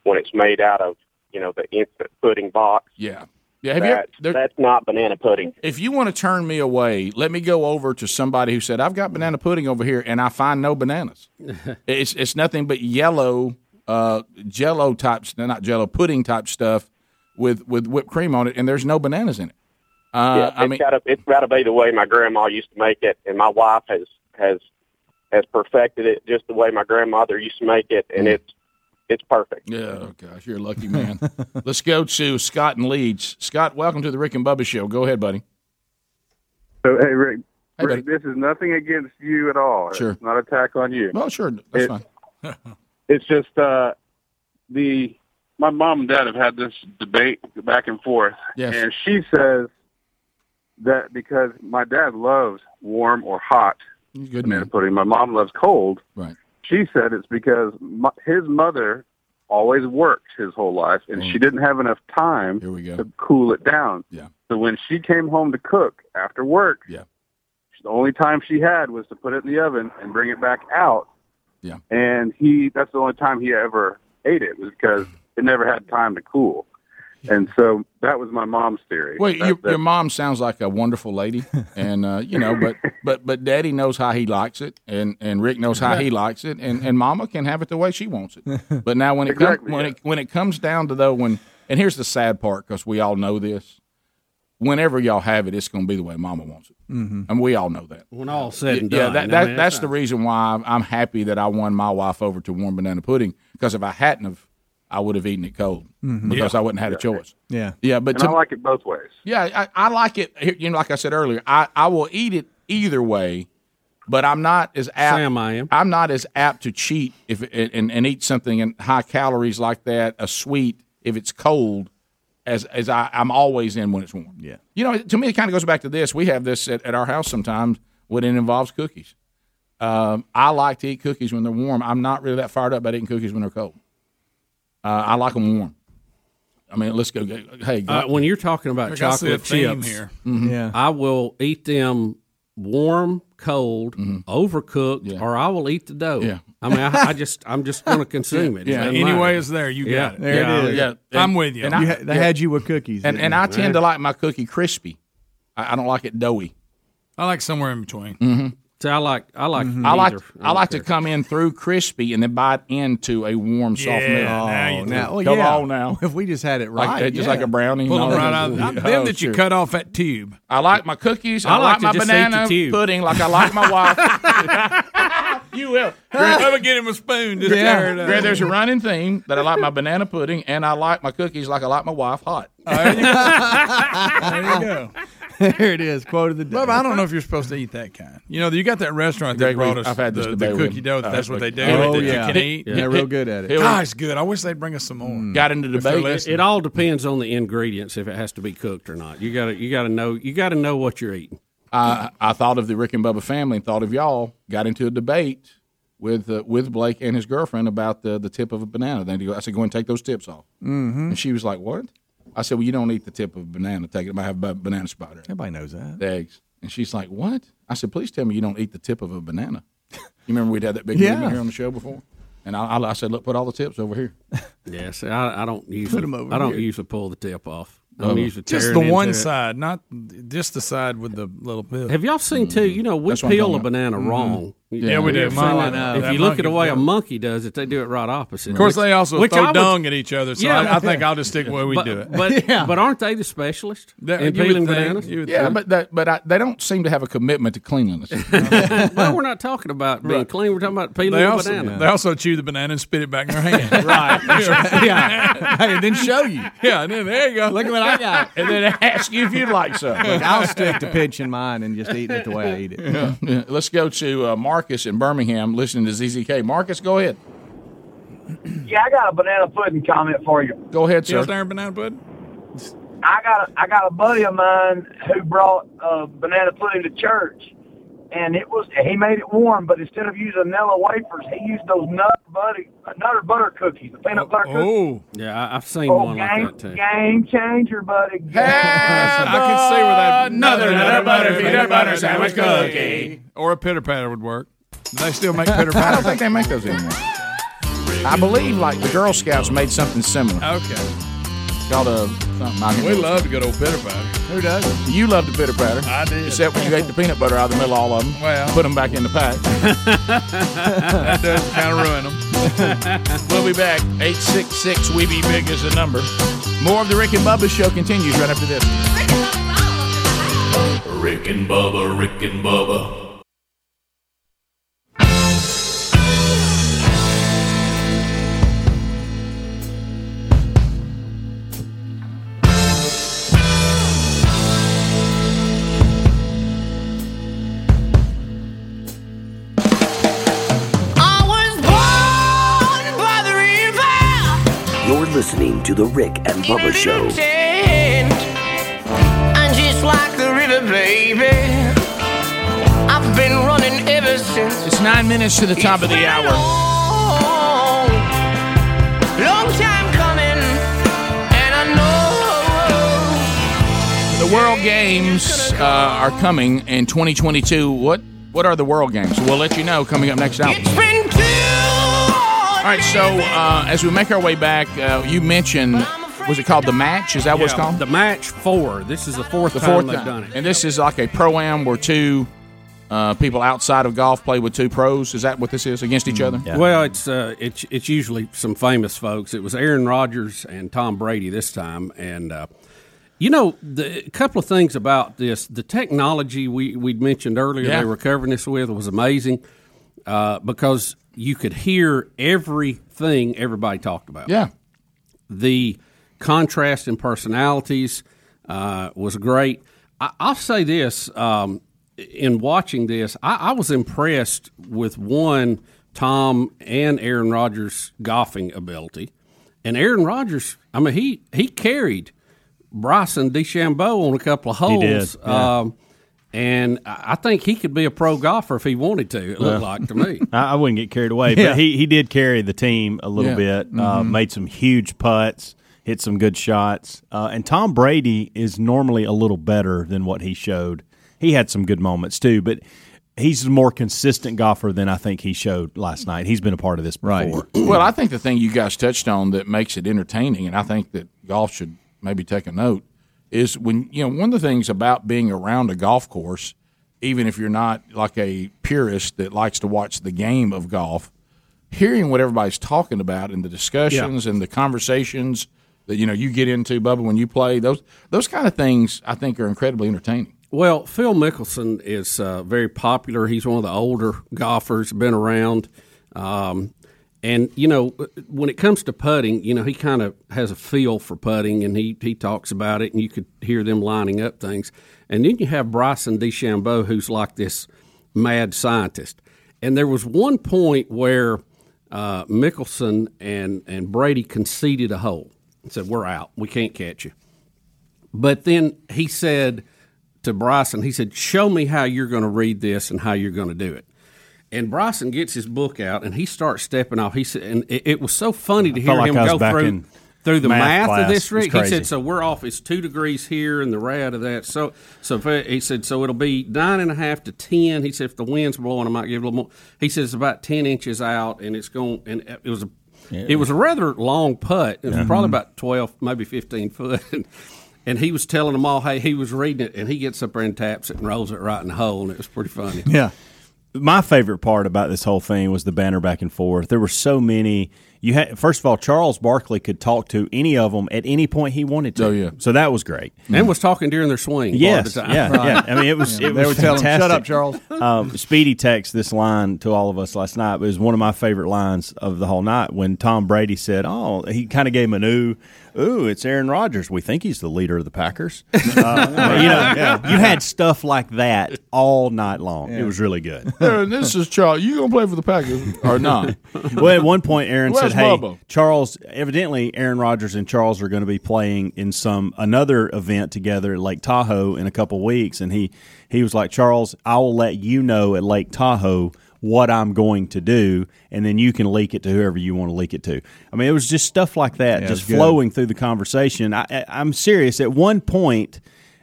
Speaker 21: when it's made out of you know the instant pudding box.
Speaker 8: Yeah. Yeah. Have you
Speaker 21: that, that's not banana pudding.
Speaker 8: If you want to turn me away, let me go over to somebody who said, "I've got banana pudding over here, and I find no bananas. it's it's nothing but yellow, uh, Jello type, no, not Jello pudding type stuff with with whipped cream on it, and there's no bananas in it." Uh,
Speaker 21: yeah,
Speaker 8: I
Speaker 21: it's
Speaker 8: mean,
Speaker 21: gotta it's gotta be the way my grandma used to make it, and my wife has has has perfected it just the way my grandmother used to make it, and it's it's perfect.
Speaker 8: Mm. Yeah, gosh, you're a lucky man. let's go to Scott and Leeds. Scott, welcome to the Rick and Bubba Show. Go ahead, buddy.
Speaker 19: So, hey, Rick,
Speaker 8: Hey,
Speaker 19: Rick this is nothing against you at all.
Speaker 8: Sure.
Speaker 19: It's not an attack on you.
Speaker 8: Well, Oh, sure. That's
Speaker 19: It's-
Speaker 8: fine.
Speaker 19: It's just uh, the my mom and dad have had this debate back and forth,
Speaker 8: Yes.
Speaker 19: and she says that because my dad loves warm or hot
Speaker 8: Good
Speaker 19: banana pudding, my mom loves cold.
Speaker 8: Right.
Speaker 19: She said it's because my, his mother always worked his whole life, and she didn't have enough time
Speaker 8: Oh. Here we go.
Speaker 19: to cool it down.
Speaker 8: Yeah.
Speaker 19: So when she came home to cook after work,
Speaker 8: Yeah.
Speaker 19: the only time she had was to put it in the oven and bring it back out.
Speaker 8: Yeah.
Speaker 19: And he that's the only time he ever ate it was because it never had time to cool. And so that was my mom's theory.
Speaker 8: Well,
Speaker 19: That-
Speaker 8: your,
Speaker 19: that-
Speaker 8: your mom sounds like a wonderful lady, and uh, you know, but but but Daddy knows how he likes it, and and Rick knows how he likes it, and and Mama can have it the way she wants it. But now when it comes when it when it comes down to though when and here's the sad part because we all know this. Whenever y'all have it, it's going to be the way Mama wants it,
Speaker 15: Mhm.
Speaker 8: and we all know that.
Speaker 15: When all said and
Speaker 8: Mm-hmm. yeah,
Speaker 15: done, I
Speaker 8: that,
Speaker 15: mean,
Speaker 8: that,
Speaker 15: it's
Speaker 8: that's
Speaker 15: not-
Speaker 8: the reason why I'm happy that I won my wife over to warm banana pudding because if I hadn't have, I would have eaten it cold
Speaker 15: Mm-hmm.
Speaker 19: Mhm.
Speaker 8: because
Speaker 19: Yeah.
Speaker 8: I wouldn't have had a choice.
Speaker 3: Yeah.
Speaker 8: Yeah, but
Speaker 19: and
Speaker 8: to,
Speaker 19: I like it both ways.
Speaker 8: yeah, I, I like it. here- You know, like I said earlier, I, I will eat it either way, but I'm not as apt.
Speaker 15: Sam, I am.
Speaker 8: I'm not as apt to cheat if and, and eat something in high calories like that, a sweet if it's cold, as as I, I'm always in when it's warm. Yeah. You know, to me, it kind of goes back to this. We have this at, at our house sometimes when it involves cookies. Um, I like to eat cookies when they're warm. I'm not really that fired up about eating cookies when they're cold. Uh, I like them warm. I mean, let's go. get- Hey,
Speaker 15: Uh, when you're talking about
Speaker 8: Rick, I see a
Speaker 15: chocolate
Speaker 8: theme
Speaker 15: chips,
Speaker 8: here. Mhm. Yeah.
Speaker 15: I will eat them warm, cold, overcooked, or I will eat the dough.
Speaker 5: Mm-hmm. Yeah.
Speaker 15: I mean, I, I just I'm just going to consume it. It
Speaker 5: Yeah.
Speaker 15: doesn't
Speaker 5: Anyway,
Speaker 15: matter.
Speaker 5: it's there. You
Speaker 15: Yeah.
Speaker 5: got it. Yeah, yeah. I'm with you. You ha- they had you with cookies,
Speaker 8: And, and
Speaker 5: didn't they?
Speaker 8: I tend to
Speaker 5: Yeah.
Speaker 8: like my cookie crispy. I, I don't like it doughy.
Speaker 5: I like somewhere in between.
Speaker 8: Mm-hmm.
Speaker 15: So I like I like
Speaker 8: I like
Speaker 5: Mm-hmm. neither.
Speaker 8: I, like to come in through crispy and then bite into a warm, soft
Speaker 5: Yeah,
Speaker 8: meal.
Speaker 5: now you do.
Speaker 8: now,
Speaker 5: Oh,
Speaker 8: come
Speaker 5: yeah.
Speaker 8: on now.
Speaker 3: If we just had it
Speaker 8: Like
Speaker 3: right,
Speaker 8: that, just like a brownie.
Speaker 5: Pull them
Speaker 8: No,
Speaker 5: right
Speaker 8: no,
Speaker 5: out.
Speaker 8: no.
Speaker 5: Not them
Speaker 8: Oh,
Speaker 5: that you
Speaker 8: sure.
Speaker 5: cut off that tube.
Speaker 8: I like my cookies. I,
Speaker 5: I
Speaker 8: like,
Speaker 5: like to
Speaker 8: my
Speaker 5: just eat the
Speaker 8: banana
Speaker 5: tube.
Speaker 8: pudding. Like I like my wife.
Speaker 5: You will.
Speaker 8: Greg-
Speaker 5: I'm gonna get him a spoon. Just
Speaker 8: Yeah.
Speaker 5: tear it up.
Speaker 8: Greg, there's a running theme that I like my banana pudding and I like my cookies like I like my wife hot.
Speaker 5: Oh, There you go.
Speaker 2: there it is. Quote of the day.
Speaker 5: Bubba, I don't know if you're supposed to eat that kind. You know, you got that restaurant that
Speaker 8: Greg,
Speaker 5: brought
Speaker 8: we've-
Speaker 5: us
Speaker 8: I've had this
Speaker 5: the, the
Speaker 8: debate with
Speaker 5: cookie
Speaker 8: him.
Speaker 5: dough.
Speaker 8: Uh,
Speaker 5: that that's what they do.
Speaker 8: yeah.
Speaker 5: that
Speaker 8: Oh,
Speaker 5: you
Speaker 8: yeah.
Speaker 5: can eat.
Speaker 2: Yeah, real good at it.
Speaker 5: God, it's good. I wish they'd bring us some more.
Speaker 8: Got into
Speaker 5: If they're
Speaker 15: debate. It,
Speaker 5: listening.
Speaker 15: it all depends on the ingredients if it has to be cooked or not. You got to you got to know you got to know what you're eating.
Speaker 8: I, I thought of the Rick and Bubba family and thought of y'all. Got into a debate with uh, with Blake and his girlfriend about the, the tip of a banana. Then he go, I said, go and take those tips off.
Speaker 2: Mm-hmm.
Speaker 8: And she was like, what? I said, well, you don't eat the tip of a banana. Take it. It might have a banana spider.
Speaker 2: Everybody knows that.
Speaker 8: The eggs. And she's like, what? I said, please tell me you don't eat the tip of a banana. You remember we'd had that big
Speaker 2: Yeah.
Speaker 8: movement here on the show before? And I, I, I said, look, put all the tips over here.
Speaker 15: Yeah, see, I, I don't usually
Speaker 8: them over
Speaker 15: I don't
Speaker 8: here.
Speaker 15: usually pull the tip off. I'm
Speaker 8: Oh.
Speaker 15: usually
Speaker 5: Just
Speaker 15: tearing
Speaker 5: the
Speaker 15: into
Speaker 5: one
Speaker 15: it.
Speaker 5: side, not just the side with the little bit.
Speaker 15: Have y'all seen too? You know, we
Speaker 5: That's what I'm
Speaker 15: peel a
Speaker 5: talking about.
Speaker 15: banana
Speaker 2: Mm-hmm.
Speaker 5: Mhm.
Speaker 15: wrong.
Speaker 5: Yeah, we do.
Speaker 15: Have you
Speaker 5: Mine,
Speaker 2: uh,
Speaker 15: seen
Speaker 5: I
Speaker 15: that?
Speaker 5: know.
Speaker 15: If
Speaker 5: That
Speaker 15: you look at the
Speaker 5: monkey
Speaker 15: way a
Speaker 5: flip.
Speaker 15: monkey does it, they do it right opposite.
Speaker 5: Of course,
Speaker 15: Which-
Speaker 5: they also
Speaker 15: which
Speaker 5: throw
Speaker 15: I would-
Speaker 5: dung at each other. So
Speaker 15: Yeah,
Speaker 5: I, I think I'll just stick the way we
Speaker 15: but,
Speaker 5: do it.
Speaker 15: But but aren't they the specialist
Speaker 5: That-
Speaker 15: in
Speaker 5: you would
Speaker 15: peeling
Speaker 5: think-
Speaker 15: bananas?
Speaker 5: you would
Speaker 8: Yeah,
Speaker 5: think.
Speaker 8: but that, but I, they don't seem to have a commitment to cleanliness.
Speaker 15: well, we're not talking about being
Speaker 5: Right.
Speaker 15: clean. We're talking about peeling
Speaker 5: they
Speaker 15: a
Speaker 5: also,
Speaker 15: banana.
Speaker 5: they also chew the banana and spit it back in their hand. right.
Speaker 2: yeah. And then show you.
Speaker 5: Yeah, and then there you go.
Speaker 2: Look at what I got.
Speaker 8: and then ask you if you'd like some.
Speaker 2: Look, I'll stick to pinching mine and just eating it the way I eat it.
Speaker 8: Yeah. Yeah. Let's go to uh, Marcus in Birmingham listening to ZZK. Marcus, go ahead.
Speaker 20: Yeah, I got a banana pudding comment for you.
Speaker 8: Go ahead, sir.
Speaker 5: banana pudding?
Speaker 20: I got a, I got a buddy of mine who brought uh, banana pudding to church, and it was he made it warm, but instead of using Nella wafers, he used those nut buddy nutter butter cookies, the peanut butter cookies.
Speaker 5: Oh,
Speaker 15: yeah, I, I've seen
Speaker 20: Oh,
Speaker 15: one
Speaker 20: game,
Speaker 15: like that too.
Speaker 20: game changer, buddy. Game
Speaker 5: I can see where that
Speaker 20: Another
Speaker 5: another
Speaker 20: butter, peanut butter sandwich
Speaker 5: cookie or a pitter patter would work. Do They still make pitter patter.
Speaker 8: I don't think they make those anymore. I believe like the Girl Scouts made something similar.
Speaker 5: Okay.
Speaker 8: Called a something. I can't
Speaker 5: We
Speaker 8: remember.
Speaker 5: love to go to pitter patter.
Speaker 2: Who does?
Speaker 8: You love the pitter patter. I
Speaker 5: did.
Speaker 8: Except when you ate the peanut butter out of the middle of all of them.
Speaker 5: Well.
Speaker 8: Put them back in the pack.
Speaker 5: that does kind of ruin them.
Speaker 8: we'll be back. 866 We Be Big is the number. More of the Rick and Bubba show continues right after this.
Speaker 7: Rick and Bubba, Rick and Bubba.
Speaker 13: I was born by the river
Speaker 22: You're listening to The Rick and Bubba Show.
Speaker 13: tent. And just like the river, baby, I've been running ever since.
Speaker 8: It's nine minutes to the top of the hour.
Speaker 13: Long, long time coming, and I know.
Speaker 8: The World Games uh, are coming in 2022. What what are the World Games? We'll let you know coming up next hour. All right, so uh, as we make our way back, uh, you mentioned was it called the match? Is that what it's
Speaker 15: Yeah,
Speaker 8: called?
Speaker 15: The match four. This is the fourth
Speaker 8: The
Speaker 15: time
Speaker 8: fourth
Speaker 15: they've
Speaker 8: time.
Speaker 15: done it.
Speaker 8: And this is like a pro am where two uh, people outside of golf play with two pros. Is that what this is against
Speaker 15: Mm-hmm.
Speaker 8: each other?
Speaker 15: Well, it's uh, it's it's usually some famous folks. It was Aaron Rodgers and Tom Brady this time, and uh, you know the a couple of things about this. The technology we we'd mentioned earlier
Speaker 8: Yeah.
Speaker 15: they were covering this with was amazing uh, because you could hear everything everybody talked about.
Speaker 8: Yeah,
Speaker 15: the contrast in personalities uh, was great. I, I'll say this um, in watching this, I, I was impressed with one Tom and Aaron Rodgers' golfing ability, and Aaron Rodgers. I mean, he he carried Bryson DeChambeau on a couple of holes.
Speaker 4: did, yeah.
Speaker 15: um, and I I think he could be a pro golfer if he wanted to. It
Speaker 4: Well,
Speaker 15: looked like to me.
Speaker 4: I, I wouldn't get carried away,
Speaker 15: Yeah.
Speaker 4: but he, he did carry the team a little
Speaker 15: Yeah.
Speaker 4: bit, uh,
Speaker 15: Mhm.
Speaker 4: made some huge putts, hit some good shots. Uh, and Tom Brady is normally a little better than what he showed. He had some good moments too, but he's a more consistent golfer than I think he showed last night. He's been a part of this before.
Speaker 8: well, I think the thing you guys touched on that makes it entertaining, and I think that golf should maybe take a note, is when you know one of the things about being around a golf course, even if you're not like a purist that likes to watch the game of golf, hearing what everybody's talking about and the discussions and the conversations that you know you get into, Bubba, when you play those those kind of things, I think are incredibly entertaining.
Speaker 15: Well, Phil Mickelson is uh, very popular. He's one of the older golfers, been around. Um, and, you know, when it comes to putting, you know, he kind of has a feel for putting and he, he talks about it and you could hear them lining up things. And then you have Bryson DeChambeau, who's like this mad scientist. And there was one point where uh, Mickelson and, and Brady conceded a hole and said, We're out. We can't catch you. But then he said to Bryson, he said, Show me how you're going to read this and how you're going to do it. And Bryson gets his book out and he starts stepping off. He said, and it, it was so funny to hear
Speaker 4: felt like
Speaker 15: him
Speaker 4: I was
Speaker 15: go
Speaker 4: back
Speaker 15: through
Speaker 4: in
Speaker 15: through the math,
Speaker 4: math
Speaker 15: of
Speaker 4: class.
Speaker 15: this.
Speaker 4: It's
Speaker 15: Rick, he
Speaker 4: crazy.
Speaker 15: said, so we're off. It's two degrees here and the rad of that. So, so if it- he said, so it'll be nine and a half to ten. He said, if the wind's blowing, I might give it a little more. He said it's about ten inches out, and it's going. And it was a, it was a rather long putt. It was
Speaker 4: Yeah. Mm-hmm.
Speaker 15: probably about twelve, maybe fifteen foot. And, and he was telling them all, hey, he was reading it, and he gets up there and taps it and rolls it right in the hole, and it was pretty funny.
Speaker 4: Yeah. My favorite part about this whole thing was the banner back and forth. There were so many. You had first of all, Charles Barkley could talk to any of them at any point he wanted to. Oh yeah, so that was great.
Speaker 15: And was talking during their swing. part of
Speaker 4: Yes,
Speaker 15: the time.
Speaker 4: yeah, yeah. I mean, it was. It
Speaker 15: They
Speaker 4: was
Speaker 15: would tell him,
Speaker 4: fantastic.
Speaker 15: "Shut up, Charles."
Speaker 4: Um, Speedy texted this line to all of us last night. It was one of my favorite lines of the whole night when Tom Brady said, "Oh, he kind of gave him an ooh, ooh, it's Aaron Rodgers. We think he's the leader of the Packers." Uh, you know,
Speaker 8: Yeah.
Speaker 4: you had stuff like that all night long. It was really good.
Speaker 8: Aaron, this is Charles. You gonna play for the Packers or not?
Speaker 4: well, at one point, Aaron
Speaker 8: Where's
Speaker 4: said, "Hey,
Speaker 8: Bubba?"
Speaker 4: Charles. Evidently, Aaron Rodgers and Charles are going to be playing in some another event together at Lake Tahoe in a couple weeks." And he he was like, "Charles, I will let you know at Lake Tahoe." What I'm going to do, and then you can leak it to whoever you want to leak it to. I mean, it was just stuff like that,
Speaker 3: Yeah,
Speaker 4: just
Speaker 3: it was good.
Speaker 4: flowing through the conversation. I, I, I'm serious. At one point,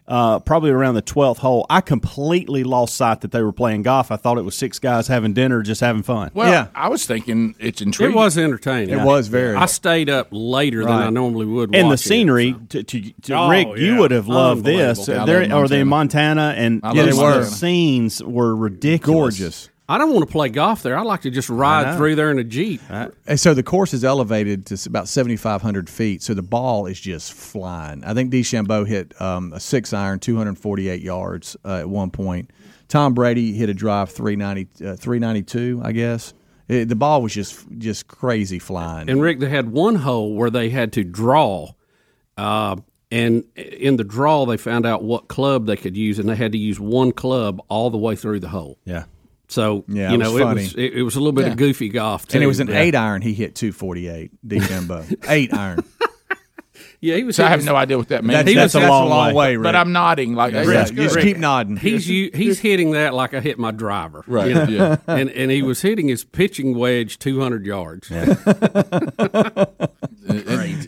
Speaker 4: uh, probably around the 12th hole, I completely lost sight that they were playing golf. I thought it was six guys having dinner, just having fun.
Speaker 8: Well, I was thinking it's intriguing.
Speaker 4: It was entertaining. It was very.
Speaker 15: I stayed up later than
Speaker 4: Right.
Speaker 15: I normally would.
Speaker 4: and the
Speaker 15: watch it.
Speaker 4: scenery to, to, to
Speaker 15: Oh,
Speaker 4: Rick, you
Speaker 15: yeah.
Speaker 4: would have loved this.
Speaker 15: Unbelievable. I
Speaker 4: They're,
Speaker 15: love
Speaker 4: or they in Montana, and
Speaker 15: I
Speaker 4: yeah,
Speaker 15: love
Speaker 4: they were.
Speaker 15: Montana.
Speaker 4: the scenes were ridiculous, gorgeous.
Speaker 15: I don't want to play golf there. I like to just ride
Speaker 3: know. Uh,
Speaker 15: through there in a jeep.
Speaker 3: And so the course is elevated to s- about 7,500 feet. So the ball is just flying. I think DeChambeau hit um, a six iron, 248 yards uh, at one point. Tom Brady hit a drive 390, uh, 392, I guess. It, the ball was just just crazy flying.
Speaker 15: And Rick, they had one hole where they had to draw, uh, and in the draw they found out what club they could use, and they had to use one club all the way through the hole.
Speaker 4: Yeah.
Speaker 15: So
Speaker 3: Yeah,
Speaker 15: you
Speaker 3: it was
Speaker 15: know
Speaker 3: funny.
Speaker 15: it was it, it was a little bit
Speaker 3: Yeah.
Speaker 15: of goofy golf, too.
Speaker 3: and it was an
Speaker 15: Yeah.
Speaker 3: eight iron. He hit 248, DeChambeau. eight iron.
Speaker 15: Yeah, he was.
Speaker 8: So I have
Speaker 15: hitting-
Speaker 8: no idea what that means.
Speaker 3: That's-
Speaker 8: He
Speaker 3: that's
Speaker 8: was-
Speaker 3: a long way, Rick.
Speaker 8: But I'm nodding like
Speaker 3: Yeah,
Speaker 8: hey, that's
Speaker 3: you just
Speaker 8: good.
Speaker 3: keep nodding.
Speaker 15: He's you, he's hitting that like I hit my driver,
Speaker 8: Right,
Speaker 15: you know?
Speaker 8: yeah.
Speaker 15: and and he was hitting his pitching wedge 200 yards. Crazy.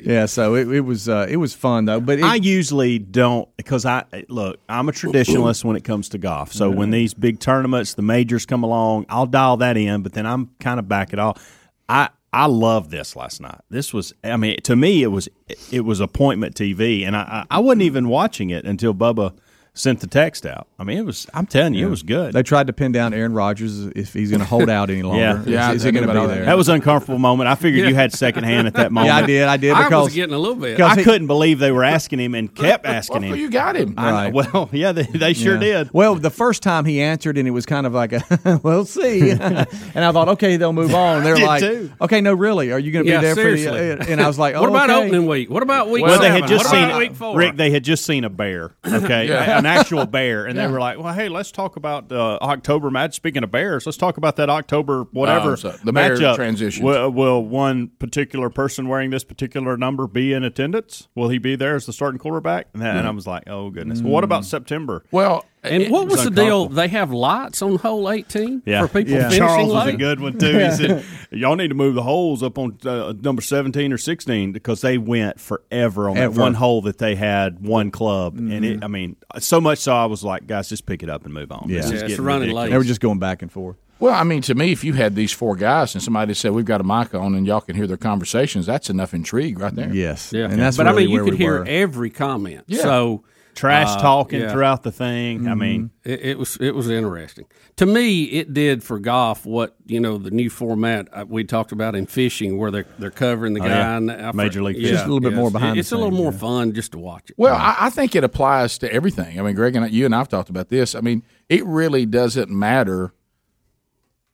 Speaker 3: Yeah, so it, it was uh, it was fun though. But it,
Speaker 4: I usually don't because I look. I'm a traditionalist when it comes to golf. So when these big tournaments, the majors come along, I'll dial that in. But then I'm kind of back it all. I I love this last night. This was. I mean, to me, it was it was appointment TV, and I I I wasn't even watching it until Bubba sent the text out. I mean, it was. I'm telling you,
Speaker 3: Yeah.
Speaker 4: it was good.
Speaker 3: They tried to pin down Aaron Rodgers if he's going to hold out any longer.
Speaker 4: Yeah,
Speaker 3: Is- is he going to be there?
Speaker 4: That was an uncomfortable moment. I figured you
Speaker 3: Yeah.
Speaker 4: had second hand at that moment.
Speaker 3: Yeah, I did. I did
Speaker 4: I was
Speaker 3: because
Speaker 4: getting
Speaker 15: a little bit.
Speaker 4: I
Speaker 3: because he-
Speaker 4: couldn't believe they were asking him and kept asking him.
Speaker 8: Well, you got him.
Speaker 4: I know.
Speaker 3: Right.
Speaker 4: Well, yeah, they, they sure
Speaker 3: Yeah.
Speaker 4: did.
Speaker 3: Well, the first time he answered, and it was kind of like, a, "We'll see," and I thought, "Okay, they'll move on." And they're
Speaker 4: I did
Speaker 3: like,
Speaker 4: too.
Speaker 3: "Okay, no, really, are you going to
Speaker 4: Yeah,
Speaker 3: be there for the?"
Speaker 4: seriously.
Speaker 3: And I was like, oh,
Speaker 15: What about
Speaker 3: okay.
Speaker 15: opening week? What about week?
Speaker 4: Well, they had
Speaker 15: seven?
Speaker 4: just
Speaker 15: What
Speaker 4: seen
Speaker 15: about week four?
Speaker 4: Rick. They had just seen a bear, okay,
Speaker 15: Yeah.
Speaker 4: an actual bear, and
Speaker 15: Yeah.
Speaker 4: they were like, "Well, hey, let's talk about uh, October match." Speaking of bears, let's talk about that October whatever
Speaker 8: Um, so the bear
Speaker 4: matchup
Speaker 8: transitions.
Speaker 4: Will, will one particular person wearing this particular number be in attendance? Will he be there as the starting quarterback? And, that- and I was like, "Oh goodness, Well, what about September?"
Speaker 8: Well,
Speaker 15: Hmm. and
Speaker 4: it
Speaker 15: what was,
Speaker 4: was
Speaker 15: the deal? They have lights on hole 18
Speaker 4: Yeah.
Speaker 15: for people
Speaker 4: Yeah.
Speaker 15: finishing
Speaker 4: Charles was a
Speaker 15: late?
Speaker 4: good one too. He said, "Y'all need to move the holes up on uh, number seventeen or 16 because they went forever on that
Speaker 3: Ever.
Speaker 4: one hole that they had one club, and it, I mean, so much so I was like, guys, just pick it up and move
Speaker 3: oh,
Speaker 4: on.
Speaker 8: Mm-hmm. Yeah.
Speaker 4: This
Speaker 8: Yeah,
Speaker 4: is
Speaker 8: it's
Speaker 4: getting
Speaker 8: running
Speaker 4: ridiculous.
Speaker 8: late. They were
Speaker 3: just going back and forth.
Speaker 8: Well, I mean, to me, if you had these four guys and somebody said, "We've got a mic on and y'all can hear their conversations," that's enough intrigue right there.
Speaker 3: Yes,
Speaker 15: Yeah. but I mean, you could hear every comment.
Speaker 8: Yeah.
Speaker 15: So
Speaker 4: trash
Speaker 15: Uh,
Speaker 4: talking
Speaker 15: yeah.
Speaker 4: throughout the thing. I mean,
Speaker 15: it, it was it was interesting to me. It did for golf what you know the new format uh, we talked about in fishing, where they're they're covering the
Speaker 4: Oh,
Speaker 15: guy.
Speaker 4: yeah.
Speaker 15: and I for-
Speaker 4: Major League
Speaker 15: yeah,
Speaker 4: Just a little bit
Speaker 15: yes.
Speaker 4: more behind
Speaker 15: It-
Speaker 4: the
Speaker 15: It's a little
Speaker 4: scenes,
Speaker 15: more fun just to watch it.
Speaker 8: Well, I, I think it applies to everything. I mean, Greg and I, you and I've talked about this. I mean, it really doesn't matter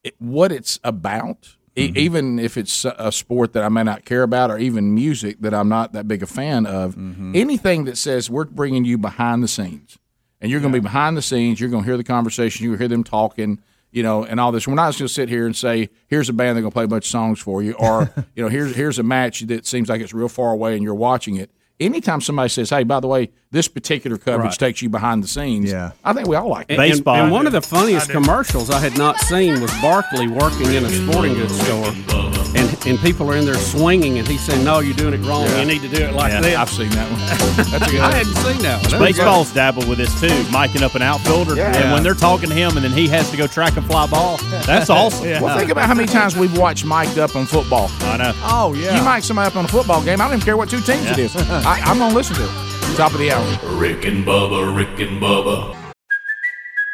Speaker 8: it, what it's about, E- even if it's a a sport that I may not care about, or even music that I'm not that big a fan of. Anything that says we're bringing you behind the scenes, and you're going to be behind the scenes, you're going to hear the conversation, you hear them talking. You know, and all this. We're not just going to sit here and say, "Here's a band they're going to play a bunch of songs for you," or you know, "Here's here's a match that seems like it's real far away and you're watching it." Anytime somebody says, "Hey, by the way, this particular coverage
Speaker 15: Right.
Speaker 8: takes you behind the scenes," yeah. I think we all like
Speaker 15: And-
Speaker 8: that.
Speaker 15: and- And, one of the funniest commercials I had not seen was Barkley working in a sporting goods store, and and people are in there swinging, and he's saying, "No, you're doing it wrong.
Speaker 4: Yeah.
Speaker 15: You need to do it like
Speaker 4: Yeah,
Speaker 15: this."
Speaker 4: I've
Speaker 8: seen that one.
Speaker 4: That's a good
Speaker 15: I
Speaker 4: one.
Speaker 15: hadn't seen that. one. That was good.
Speaker 4: Spaceballs dabbled with this too, miking up an outfielder,
Speaker 15: Yeah.
Speaker 4: and when they're talking to him, and then he has to go track a fly ball. That's awesome.
Speaker 8: Well, think about how many times we've watched mic'd up on football.
Speaker 4: I know.
Speaker 8: Oh yeah, you mic somebody up on a football game. I don't even care what two teams it is. I, I'm gonna listen to it. Top of the hour.
Speaker 7: Rick and Bubba, Rick and Bubba.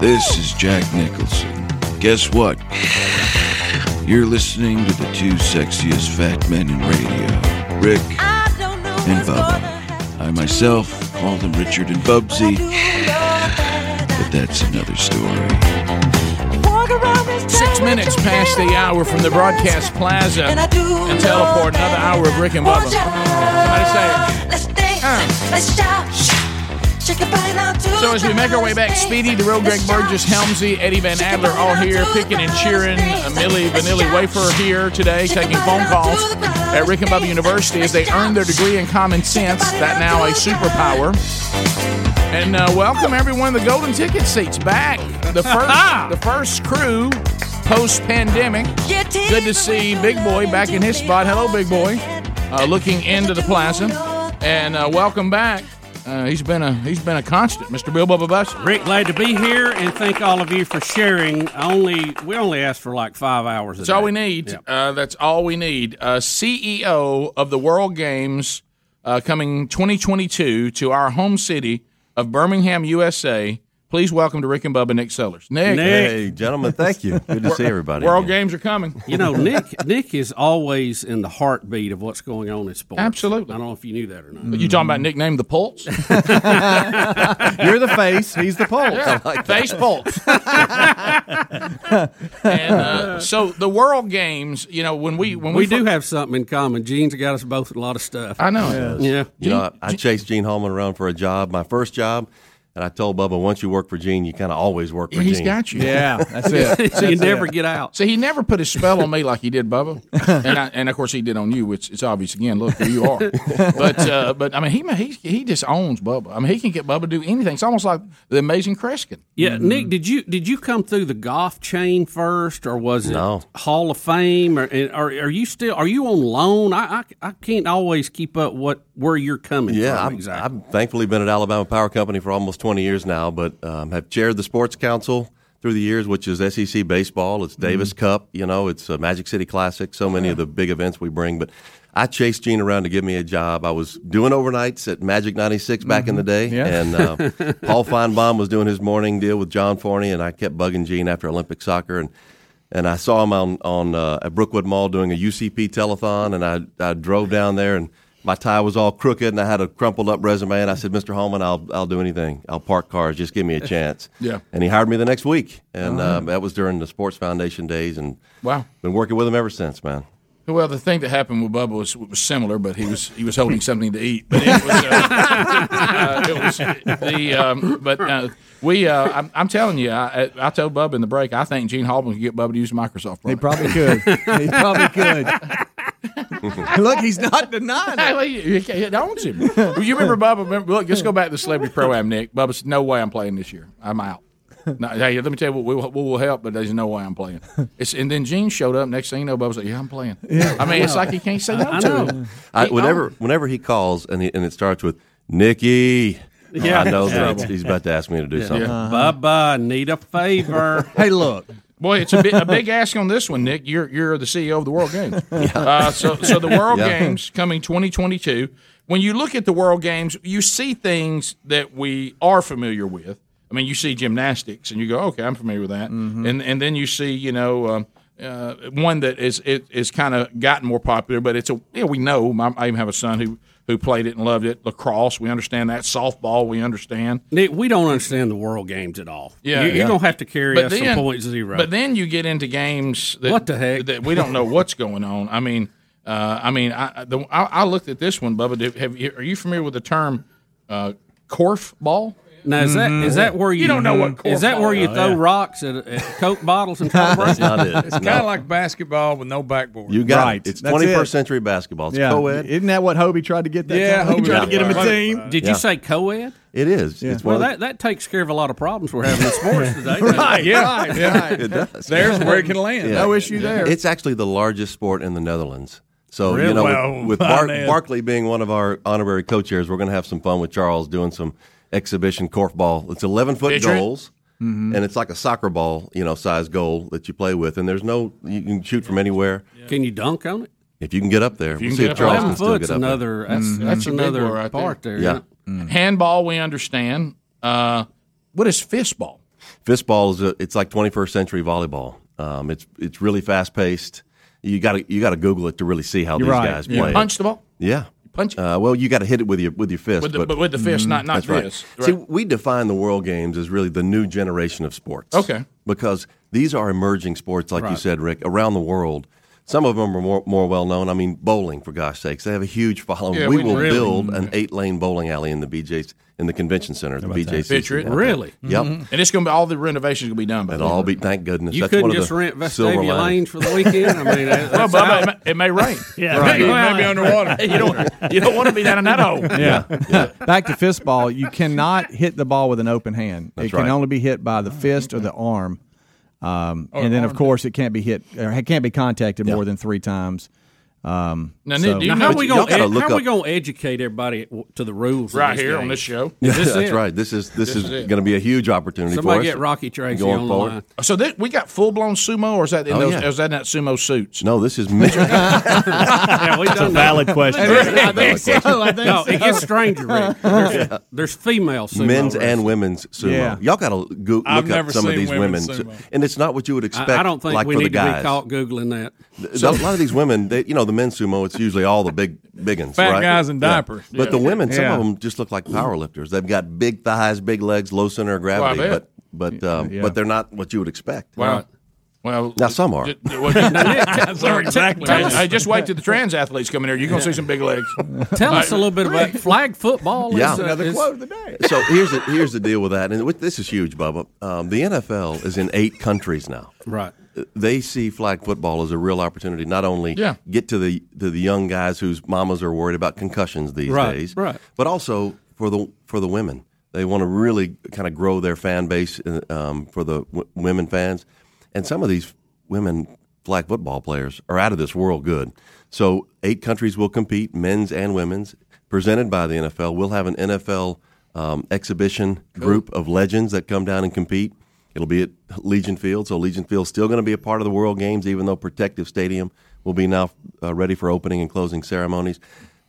Speaker 23: This is Jack Nicholson. Guess what? You're listening to the two sexiest fat men in radio, Rick and Bubba. I myself call them Richard and Bubsy, but that's another story.
Speaker 8: Six minutes past the hour from the broadcast plaza and teleport another hour of Rick and Bubba. I
Speaker 13: Let's dance, let's shout, shout. Shake your body now to
Speaker 8: say. So as we make our way back, Speedy, the real Greg Burgess, Helmsy, Eddie Van Adler, all here, picking and cheering. A Millie Vanilli Wafer here today, taking phone calls at Rick and Bubba University as they earn their degree in common sense. That now a superpower. And uh, welcome everyone to the golden ticket seats back. The first, the first crew post pandemic. Good to see Big Boy back in his spot. Hello, Big Boy. Uh, looking into the plaza, and uh, welcome back. Uh, he's been a he's been a constant, Mr. Bill Bubba Buss.
Speaker 15: Rick, glad to be here, and thank all of you for sharing. I Only we only asked for like five hours. a
Speaker 8: That's all
Speaker 15: day.
Speaker 8: we need.
Speaker 15: Yeah.
Speaker 8: Uh, that's all we need. Uh, CEO of the World Games uh, coming 2022 to our home city of Birmingham, USA. Please welcome to Rick and Bubba, Nick Sellers. Nick,
Speaker 24: Hey, gentlemen, thank you. Good to see everybody.
Speaker 8: World
Speaker 24: again.
Speaker 8: Games are coming.
Speaker 15: You know, Nick Nick is always in the heartbeat of what's going on in sports.
Speaker 8: Absolutely.
Speaker 15: I don't know if you knew that or not.
Speaker 8: You talking about nickname the Pulse?
Speaker 24: You're the face. He's the pulse.
Speaker 8: Yeah, face pulse. and uh, so the World Games, you know, when we when
Speaker 15: we
Speaker 8: we,
Speaker 15: do have something in common. Gene's got us both a lot of stuff.
Speaker 8: I know.
Speaker 24: Yeah.
Speaker 15: Yeah.
Speaker 24: You know, I, I chased Gene Holman around for a job, my first job, and I told Bubba, once you work for Gene, you kind of always work for
Speaker 8: He's
Speaker 24: Gene.
Speaker 8: got you. Yeah, that's it.
Speaker 24: So you That's never it.
Speaker 15: get out.
Speaker 8: So he never put a spell on me like he did Bubba, and, I, and of course he did on you, which it's obvious again. Look who you are. But uh, but I mean he, ma- he he just owns Bubba. I mean he can get Bubba to do anything. It's almost like the amazing Kreskin.
Speaker 15: Yeah,
Speaker 24: Mm.
Speaker 15: Nick, did you did you come through the golf chain first, or was it
Speaker 8: No.
Speaker 15: Hall of Fame, or and are, are you still are you on loan? I, I I can't always keep up what where you're coming
Speaker 24: Yeah,
Speaker 15: from.
Speaker 24: I'm, I've thankfully been at Alabama Power Company for almost 20 years now, but um, have chaired the sports council through the years, which is SEC baseball,
Speaker 15: Mm-hmm.
Speaker 24: it's Davis Cup, you know, it's uh, Magic City Classic, so many of the big events we bring. But I chased Gene around to give me a job. I was doing overnights at Magic 96 back in
Speaker 15: Mm-hmm.
Speaker 24: the day,
Speaker 25: Yeah.
Speaker 24: and uh, Paul Feinbaum was doing his morning deal with John Forney, and I kept bugging Gene after Olympic soccer and. And I saw him on, on uh, at Brookwood Mall doing a UCP telethon, and I, I drove down there, and my tie was all crooked, and I had a crumpled up resume, and I said, "Mr. Holman, I'll I'll do anything. I'll park cars. Just give me a chance."
Speaker 8: Yeah.
Speaker 24: And he hired me the next week, and
Speaker 8: All right.
Speaker 24: um, that was during the Sports Foundation days, and
Speaker 8: Wow.
Speaker 24: been working with him ever since, man.
Speaker 8: Well, the thing that happened with Bubba was, was similar, but he was he was holding something to eat. But it was, uh, uh, it was the um, but uh, we uh, I'm, I'm telling you, I, I told Bubba in the break, I think Gene Halbman could get Bubba to use a Microsoft. Product.
Speaker 26: He probably could. he probably could.
Speaker 3: Look, he's not denying
Speaker 8: it. it owns him. Well, you remember Bubba? Remember, look, let's go back to the Celebrity Pro Am, Nick. Bubba said, no way I'm playing this year. I'm out. No, hey, let me tell you what we, what will help, but there's no way I'm playing. It's, and then Gene showed up. Next thing you know, Bubba's like, yeah, I'm playing.
Speaker 24: Yeah.
Speaker 8: I mean, it's like he can't say no to it.
Speaker 24: I,
Speaker 8: He
Speaker 24: whenever whenever he calls and he, and it starts with Nikki,
Speaker 15: Yeah.
Speaker 24: I know that
Speaker 15: Yeah.
Speaker 24: it's- he's about to ask me to do something.
Speaker 15: Bye bye. Need a favor.
Speaker 3: hey, look.
Speaker 8: Boy, it's a, bi- a big ask on this one, Nick. You're you're the CEO of the World Games. Uh, so so the World
Speaker 24: Yeah.
Speaker 8: Games coming 2022. When you look at the World Games, you see things that we are familiar with. I mean, you see gymnastics, and you go, "Okay, I'm familiar with that." And and then you see, you know, um, uh, one that is it is kind of gotten more popular, but it's a yeah we know. My, I even have a son who who played it and loved it. Lacrosse, we understand that. Softball, we understand.
Speaker 15: Nick, we don't understand the World Games at all.
Speaker 8: Yeah,
Speaker 15: you,
Speaker 8: yeah.
Speaker 15: are gonna have to carry
Speaker 8: But
Speaker 15: us
Speaker 8: then-
Speaker 15: from point zero.
Speaker 8: But then you get into games that
Speaker 15: What the heck?
Speaker 8: that we don't know what's going on. I mean, uh, I mean, I, I- the, I I looked at this one, Bubba. Do, have you, are you familiar with the term uh, corf ball?
Speaker 15: now is that is
Speaker 24: Mm-hmm.
Speaker 15: that where you,
Speaker 8: don't know what corf
Speaker 15: is that where you throw rocks at, at Coke bottles and try to break
Speaker 24: That's not it.
Speaker 15: them?
Speaker 27: It's
Speaker 24: No.
Speaker 27: kind of like basketball with no backboard.
Speaker 24: You got it. It's 21st century basketball. It's
Speaker 3: Yeah.
Speaker 24: co-ed.
Speaker 3: Isn't that what Hobie tried to get that
Speaker 15: Yeah,
Speaker 3: time? He tried
Speaker 15: Hobie
Speaker 3: to
Speaker 15: tried
Speaker 3: get him
Speaker 15: to-
Speaker 3: a team.
Speaker 15: Did
Speaker 24: Yeah.
Speaker 15: you say co-ed?
Speaker 24: It is. It's one
Speaker 15: Well,
Speaker 24: of the-
Speaker 15: that, that takes care of a lot of problems we're having in sports today.
Speaker 3: Right,
Speaker 15: Yeah.
Speaker 3: right, right.
Speaker 24: It does.
Speaker 27: There's where it can land. No issue there.
Speaker 24: It's actually the largest sport in the Netherlands. So you
Speaker 27: Really?
Speaker 24: know,
Speaker 27: Well,
Speaker 24: with, with
Speaker 27: my
Speaker 24: Bar-
Speaker 27: man.
Speaker 24: Barkley being one of our honorary co-chairs, we're going to have some fun with Charles doing some exhibition corfball. It's eleven foot
Speaker 8: Picture it.
Speaker 24: goals,
Speaker 27: Mm-hmm.
Speaker 24: and it's like a soccer ball, you know, size goal that you play with. And there's no you can shoot from anywhere
Speaker 15: Can you dunk on it?
Speaker 24: if you can get up there.
Speaker 8: If you can
Speaker 24: We'll see
Speaker 8: get
Speaker 24: if
Speaker 8: up there.
Speaker 24: Charles can
Speaker 15: Eleven
Speaker 24: still
Speaker 15: foot's
Speaker 24: get up there.
Speaker 15: another. That's,
Speaker 8: Mhm.
Speaker 15: that's
Speaker 8: That's a big
Speaker 15: another
Speaker 8: one right there.
Speaker 15: part there.
Speaker 24: Yeah. Mm.
Speaker 8: Handball, we understand. Uh, what is fistball?
Speaker 24: Fistball is a, it's like 21st century volleyball. Um, it's it's really fast paced. You got to you got to Google it to really see how
Speaker 8: You're
Speaker 24: these
Speaker 8: right.
Speaker 24: guys
Speaker 8: You
Speaker 24: play. it.
Speaker 8: punch the ball?
Speaker 24: Yeah.
Speaker 8: Punch it.
Speaker 24: Uh, well, you got to hit it with your with your fist,
Speaker 8: With the- but with the fist, not- not
Speaker 24: that's right.
Speaker 8: this.
Speaker 24: See,
Speaker 8: Right.
Speaker 24: we define the World Games as really the new generation of sports.
Speaker 8: Okay.
Speaker 24: because these are emerging sports, like you
Speaker 8: Right.
Speaker 24: said, Rick, around the world. Some of them are more, more well known. I mean, bowling, for gosh sakes, they have a huge following.
Speaker 8: Yeah,
Speaker 24: we,
Speaker 8: we
Speaker 24: will
Speaker 8: really- Mm-hmm.
Speaker 24: build an eight lane bowling alley in the BJ's in the convention center, at the BJC.
Speaker 8: Picture it.
Speaker 24: out there. Yep.
Speaker 8: And it's going to be all the renovations going to be done by
Speaker 24: It
Speaker 8: then.
Speaker 24: all be thank goodness.
Speaker 15: You
Speaker 24: That's
Speaker 15: couldn't
Speaker 24: one of
Speaker 15: just
Speaker 24: the
Speaker 15: rent
Speaker 24: silver
Speaker 15: Vestavia
Speaker 24: linings.
Speaker 15: Lane for the weekend. I mean, that-
Speaker 8: Well,
Speaker 15: that's
Speaker 8: Bubba,
Speaker 15: out.
Speaker 8: it may- it may rain.
Speaker 15: Yeah.
Speaker 8: It may
Speaker 15: Well,
Speaker 8: be underwater. you don't. You don't want to be down in that hole.
Speaker 3: Yeah. Back to fistball. You cannot hit the ball with an open hand. it can
Speaker 24: right.
Speaker 3: only be hit by the fist or the arm. Um, and then, of course, it can't be hit or it can't be contacted more than three times. Um,
Speaker 8: Now,
Speaker 3: so-
Speaker 8: Nick, do you
Speaker 15: Now, how
Speaker 8: know-
Speaker 15: are we
Speaker 8: Y'all
Speaker 15: going
Speaker 24: gotta look
Speaker 15: to how we
Speaker 24: up-
Speaker 15: going to educate everybody w- to the rules of
Speaker 8: Right
Speaker 15: these
Speaker 8: here on
Speaker 15: games?
Speaker 8: this show.
Speaker 24: Yeah,
Speaker 15: This
Speaker 24: that's
Speaker 15: it.
Speaker 24: right. This is this,
Speaker 8: This
Speaker 24: is,
Speaker 8: is it.
Speaker 24: going to be a huge opportunity
Speaker 15: Somebody
Speaker 24: for us.
Speaker 15: get Rocky Tracy
Speaker 24: going
Speaker 15: on the
Speaker 24: forward.
Speaker 15: line.
Speaker 8: So this, we got full blown sumo, or is that in
Speaker 24: Oh,
Speaker 8: those?
Speaker 24: yeah.
Speaker 8: Is that not sumo suits?
Speaker 24: No, this is mid-
Speaker 15: Yeah, we
Speaker 24: It's a
Speaker 15: done that.
Speaker 24: valid question. It is. I think so. I think
Speaker 15: no, it gets
Speaker 24: so.
Speaker 15: stranger. Rick. There's, there's female sumo
Speaker 24: men's and
Speaker 15: wrestlers.
Speaker 24: women's sumo.
Speaker 15: Yeah.
Speaker 24: Y'all got to go, look
Speaker 15: I've
Speaker 24: up
Speaker 15: never
Speaker 24: some of
Speaker 15: seen
Speaker 24: these women,
Speaker 15: women's
Speaker 24: too.
Speaker 15: sumo.
Speaker 24: and it's not what you would expect.
Speaker 15: I, I don't think
Speaker 24: like
Speaker 15: we
Speaker 24: for
Speaker 15: need
Speaker 24: the guys.
Speaker 15: to be caught googling that.
Speaker 24: Th- a lot of these women, they, you know, the men's sumo, it's usually all the big biggins,
Speaker 15: Fat
Speaker 24: right?
Speaker 15: guys in
Speaker 24: Yeah.
Speaker 15: diapers.
Speaker 24: But the
Speaker 15: Yeah.
Speaker 24: women, some
Speaker 15: Yeah.
Speaker 24: of them just look like powerlifters. They've got big thighs, big legs, low center of
Speaker 8: I
Speaker 24: gravity,
Speaker 8: bet.
Speaker 24: but but um,
Speaker 8: Yeah.
Speaker 24: but they're not what you would expect.
Speaker 8: Wow. Well,
Speaker 24: now some are.
Speaker 8: J- well, j-
Speaker 15: Sorry, exactly.
Speaker 8: Tell us- Hey, just wait till the trans athletes come in here. You're gonna see some big legs.
Speaker 15: Tell us a little bit about flag football.
Speaker 24: Yeah.
Speaker 15: is, uh,
Speaker 24: Another
Speaker 15: is-
Speaker 24: quote of so here's the, here's the deal with that, and with, this is huge, Bubba. Um, the NFL is in eight countries now.
Speaker 15: Right.
Speaker 24: They see flag football as a real opportunity. Not only
Speaker 15: Yeah.
Speaker 24: get to the to the young guys whose mamas are worried about concussions these
Speaker 15: Right,
Speaker 24: days,
Speaker 15: right.
Speaker 24: But also for the for the women, they want to really kind of grow their fan base uh, um, for the w- women fans, and some of these women flag football players are out of this world good. So eight countries will compete, men's and women's, presented by the NFL. We'll have an NFL um, exhibition group of legends that come down and compete. It'll be at Legion Field, so Legion Field's still going to be a part of the World Games, even though Protective Stadium will be now uh, ready for opening and closing ceremonies.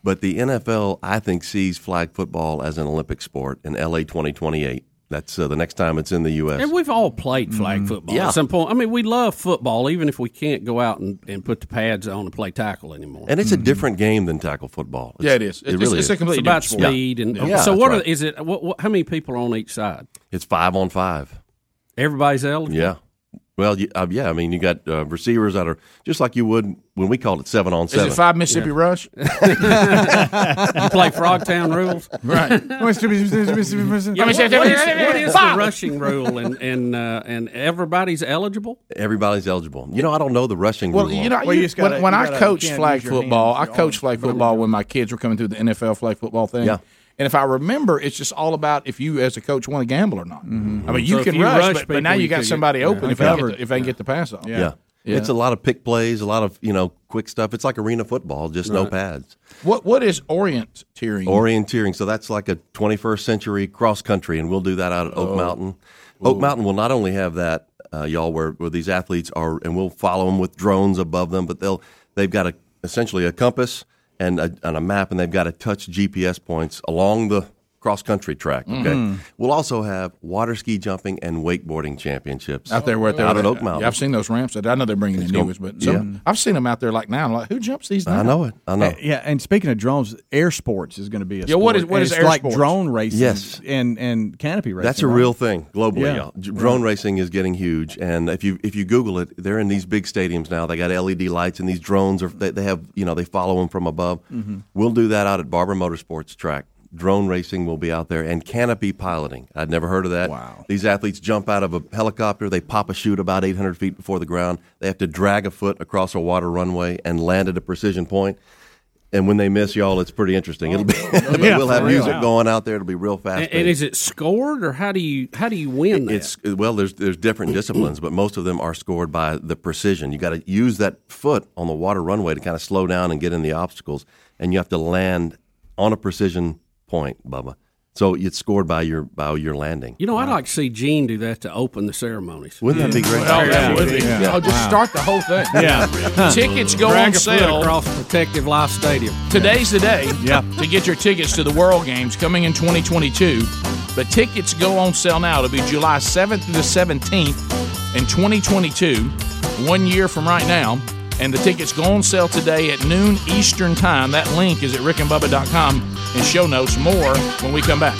Speaker 24: But the NFL, I think, sees flag football as an Olympic sport in LA 2028. That's uh, the next time it's in the U.S.
Speaker 15: And we've all played flag football
Speaker 24: Mm-hmm. Yeah.
Speaker 15: at some point. I mean, we love football, even if we can't go out and, and put the pads on and play tackle anymore.
Speaker 24: And
Speaker 8: Hmm.
Speaker 24: it's a different game than tackle football.
Speaker 15: Yeah, it is.
Speaker 24: It, really is.
Speaker 15: It's about speed and
Speaker 24: Yeah,
Speaker 15: so.
Speaker 24: that's
Speaker 15: What are-
Speaker 24: right.
Speaker 15: is it? What, what, how many people are on each side?
Speaker 24: It's five on five.
Speaker 15: Everybody's eligible.
Speaker 24: Yeah. Well, you, uh, yeah, I mean, you got uh, receivers that are just like you would when we called it seven on
Speaker 8: Is
Speaker 24: seven.
Speaker 8: it five Mississippi Rush? you
Speaker 15: play Frogtown rules,
Speaker 8: right?
Speaker 15: Yeah, what, what is, what is the rushing rule and and uh, and everybody's eligible?
Speaker 24: Everybody's eligible. You know, I don't know the rushing
Speaker 8: Well,
Speaker 24: rule.
Speaker 8: you know, you- when, when I coached flag football, I coached flag football when my kids were coming through the NFL flag football thing.
Speaker 24: Yeah.
Speaker 8: And if I remember, it's just all about if you, as a coach, want to gamble or not. I mean, you
Speaker 24: Mm-hmm. So if
Speaker 8: can
Speaker 24: you
Speaker 8: rush, but,
Speaker 24: rush
Speaker 8: but
Speaker 24: people,
Speaker 8: now you
Speaker 24: you
Speaker 8: got
Speaker 24: could get-
Speaker 8: somebody
Speaker 24: yeah,
Speaker 8: open if they, get
Speaker 24: uncovered.
Speaker 8: the, if they can get the pass off.
Speaker 24: yeah. It's a lot of pick plays, a lot of you know quick stuff. It's like arena football, just no
Speaker 8: Right.
Speaker 24: pads.
Speaker 8: What What is orienteering?
Speaker 24: Orienteering, so that's like a 21st century cross country, and we'll do that out at Oak
Speaker 8: Oh.
Speaker 24: Mountain. Oak Mountain will not only have that, uh, y'all, where, where these athletes are, and we'll follow them with drones above them, but they'll they've got a essentially a compass and a, and a map, and they've got to touch GPS points along the cross country track. Okay,
Speaker 8: Mhm.
Speaker 24: we'll also have water ski jumping and wakeboarding championships
Speaker 8: out there, right there,
Speaker 24: out at Oak Mountain.
Speaker 8: Yeah, I've seen those ramps. I know they're bringing in new
Speaker 24: gonna-
Speaker 8: ones, but some, I've seen them out there like now. I'm like, who jumps these? Now?
Speaker 24: I know it. I know.
Speaker 3: Uh, yeah, and speaking of drones, air sports is going to be a
Speaker 8: Yeah,
Speaker 3: sport,
Speaker 8: what is- what
Speaker 3: and
Speaker 8: is
Speaker 3: it's
Speaker 8: air
Speaker 3: like
Speaker 8: sports?
Speaker 3: drone racing?
Speaker 24: Yes.
Speaker 3: and and canopy racing.
Speaker 24: That's a
Speaker 3: right?
Speaker 24: real thing globally,
Speaker 3: Yeah.
Speaker 24: y'all. J- Drone racing is getting huge, and if you if you Google it, they're in these big stadiums now. They got LED lights, and these drones are they, they have you know they follow them from above.
Speaker 3: Mm-hmm.
Speaker 1: Mhm.
Speaker 24: We'll do that out at Barber Motorsports Track. Drone racing will be out there, and canopy piloting. I'd never heard of that. Wow! These athletes jump out of a helicopter. They pop a chute about 800 feet before the ground. They have to drag a foot across a water runway and land at a precision point. And when they miss, y'all, it's pretty interesting. It'll be, but
Speaker 15: yeah,
Speaker 24: we'll
Speaker 15: for
Speaker 24: have
Speaker 15: real.
Speaker 24: music going out there. It'll be real fast.
Speaker 15: And, and is it scored or how do you how do you win that?
Speaker 24: It's well, there's there's different disciplines, but most of them are scored by the precision. You got to use that foot on the water runway to kind of slow down and get in the obstacles, and you have to land on a precision point, Bubba. So it's scored by your by your landing.
Speaker 15: you know, I'd like to see Gene do that to open the ceremonies.
Speaker 24: Wouldn't that be great?
Speaker 15: Well, that would be.
Speaker 24: Yeah.
Speaker 8: Oh, just start the whole thing.
Speaker 15: Yeah.
Speaker 8: Tickets go
Speaker 15: Drag
Speaker 8: on
Speaker 15: a foot
Speaker 8: sale
Speaker 15: across Protective Life Stadium.
Speaker 8: Today's the day to get your tickets to the World Games coming in 2022. But tickets go on sale now. It'll be July 7th through the 17th in 2022, one year from right now. And the tickets go on sale today at noon Eastern Time. That link is at rickandbubba.com and show notes more when we come back.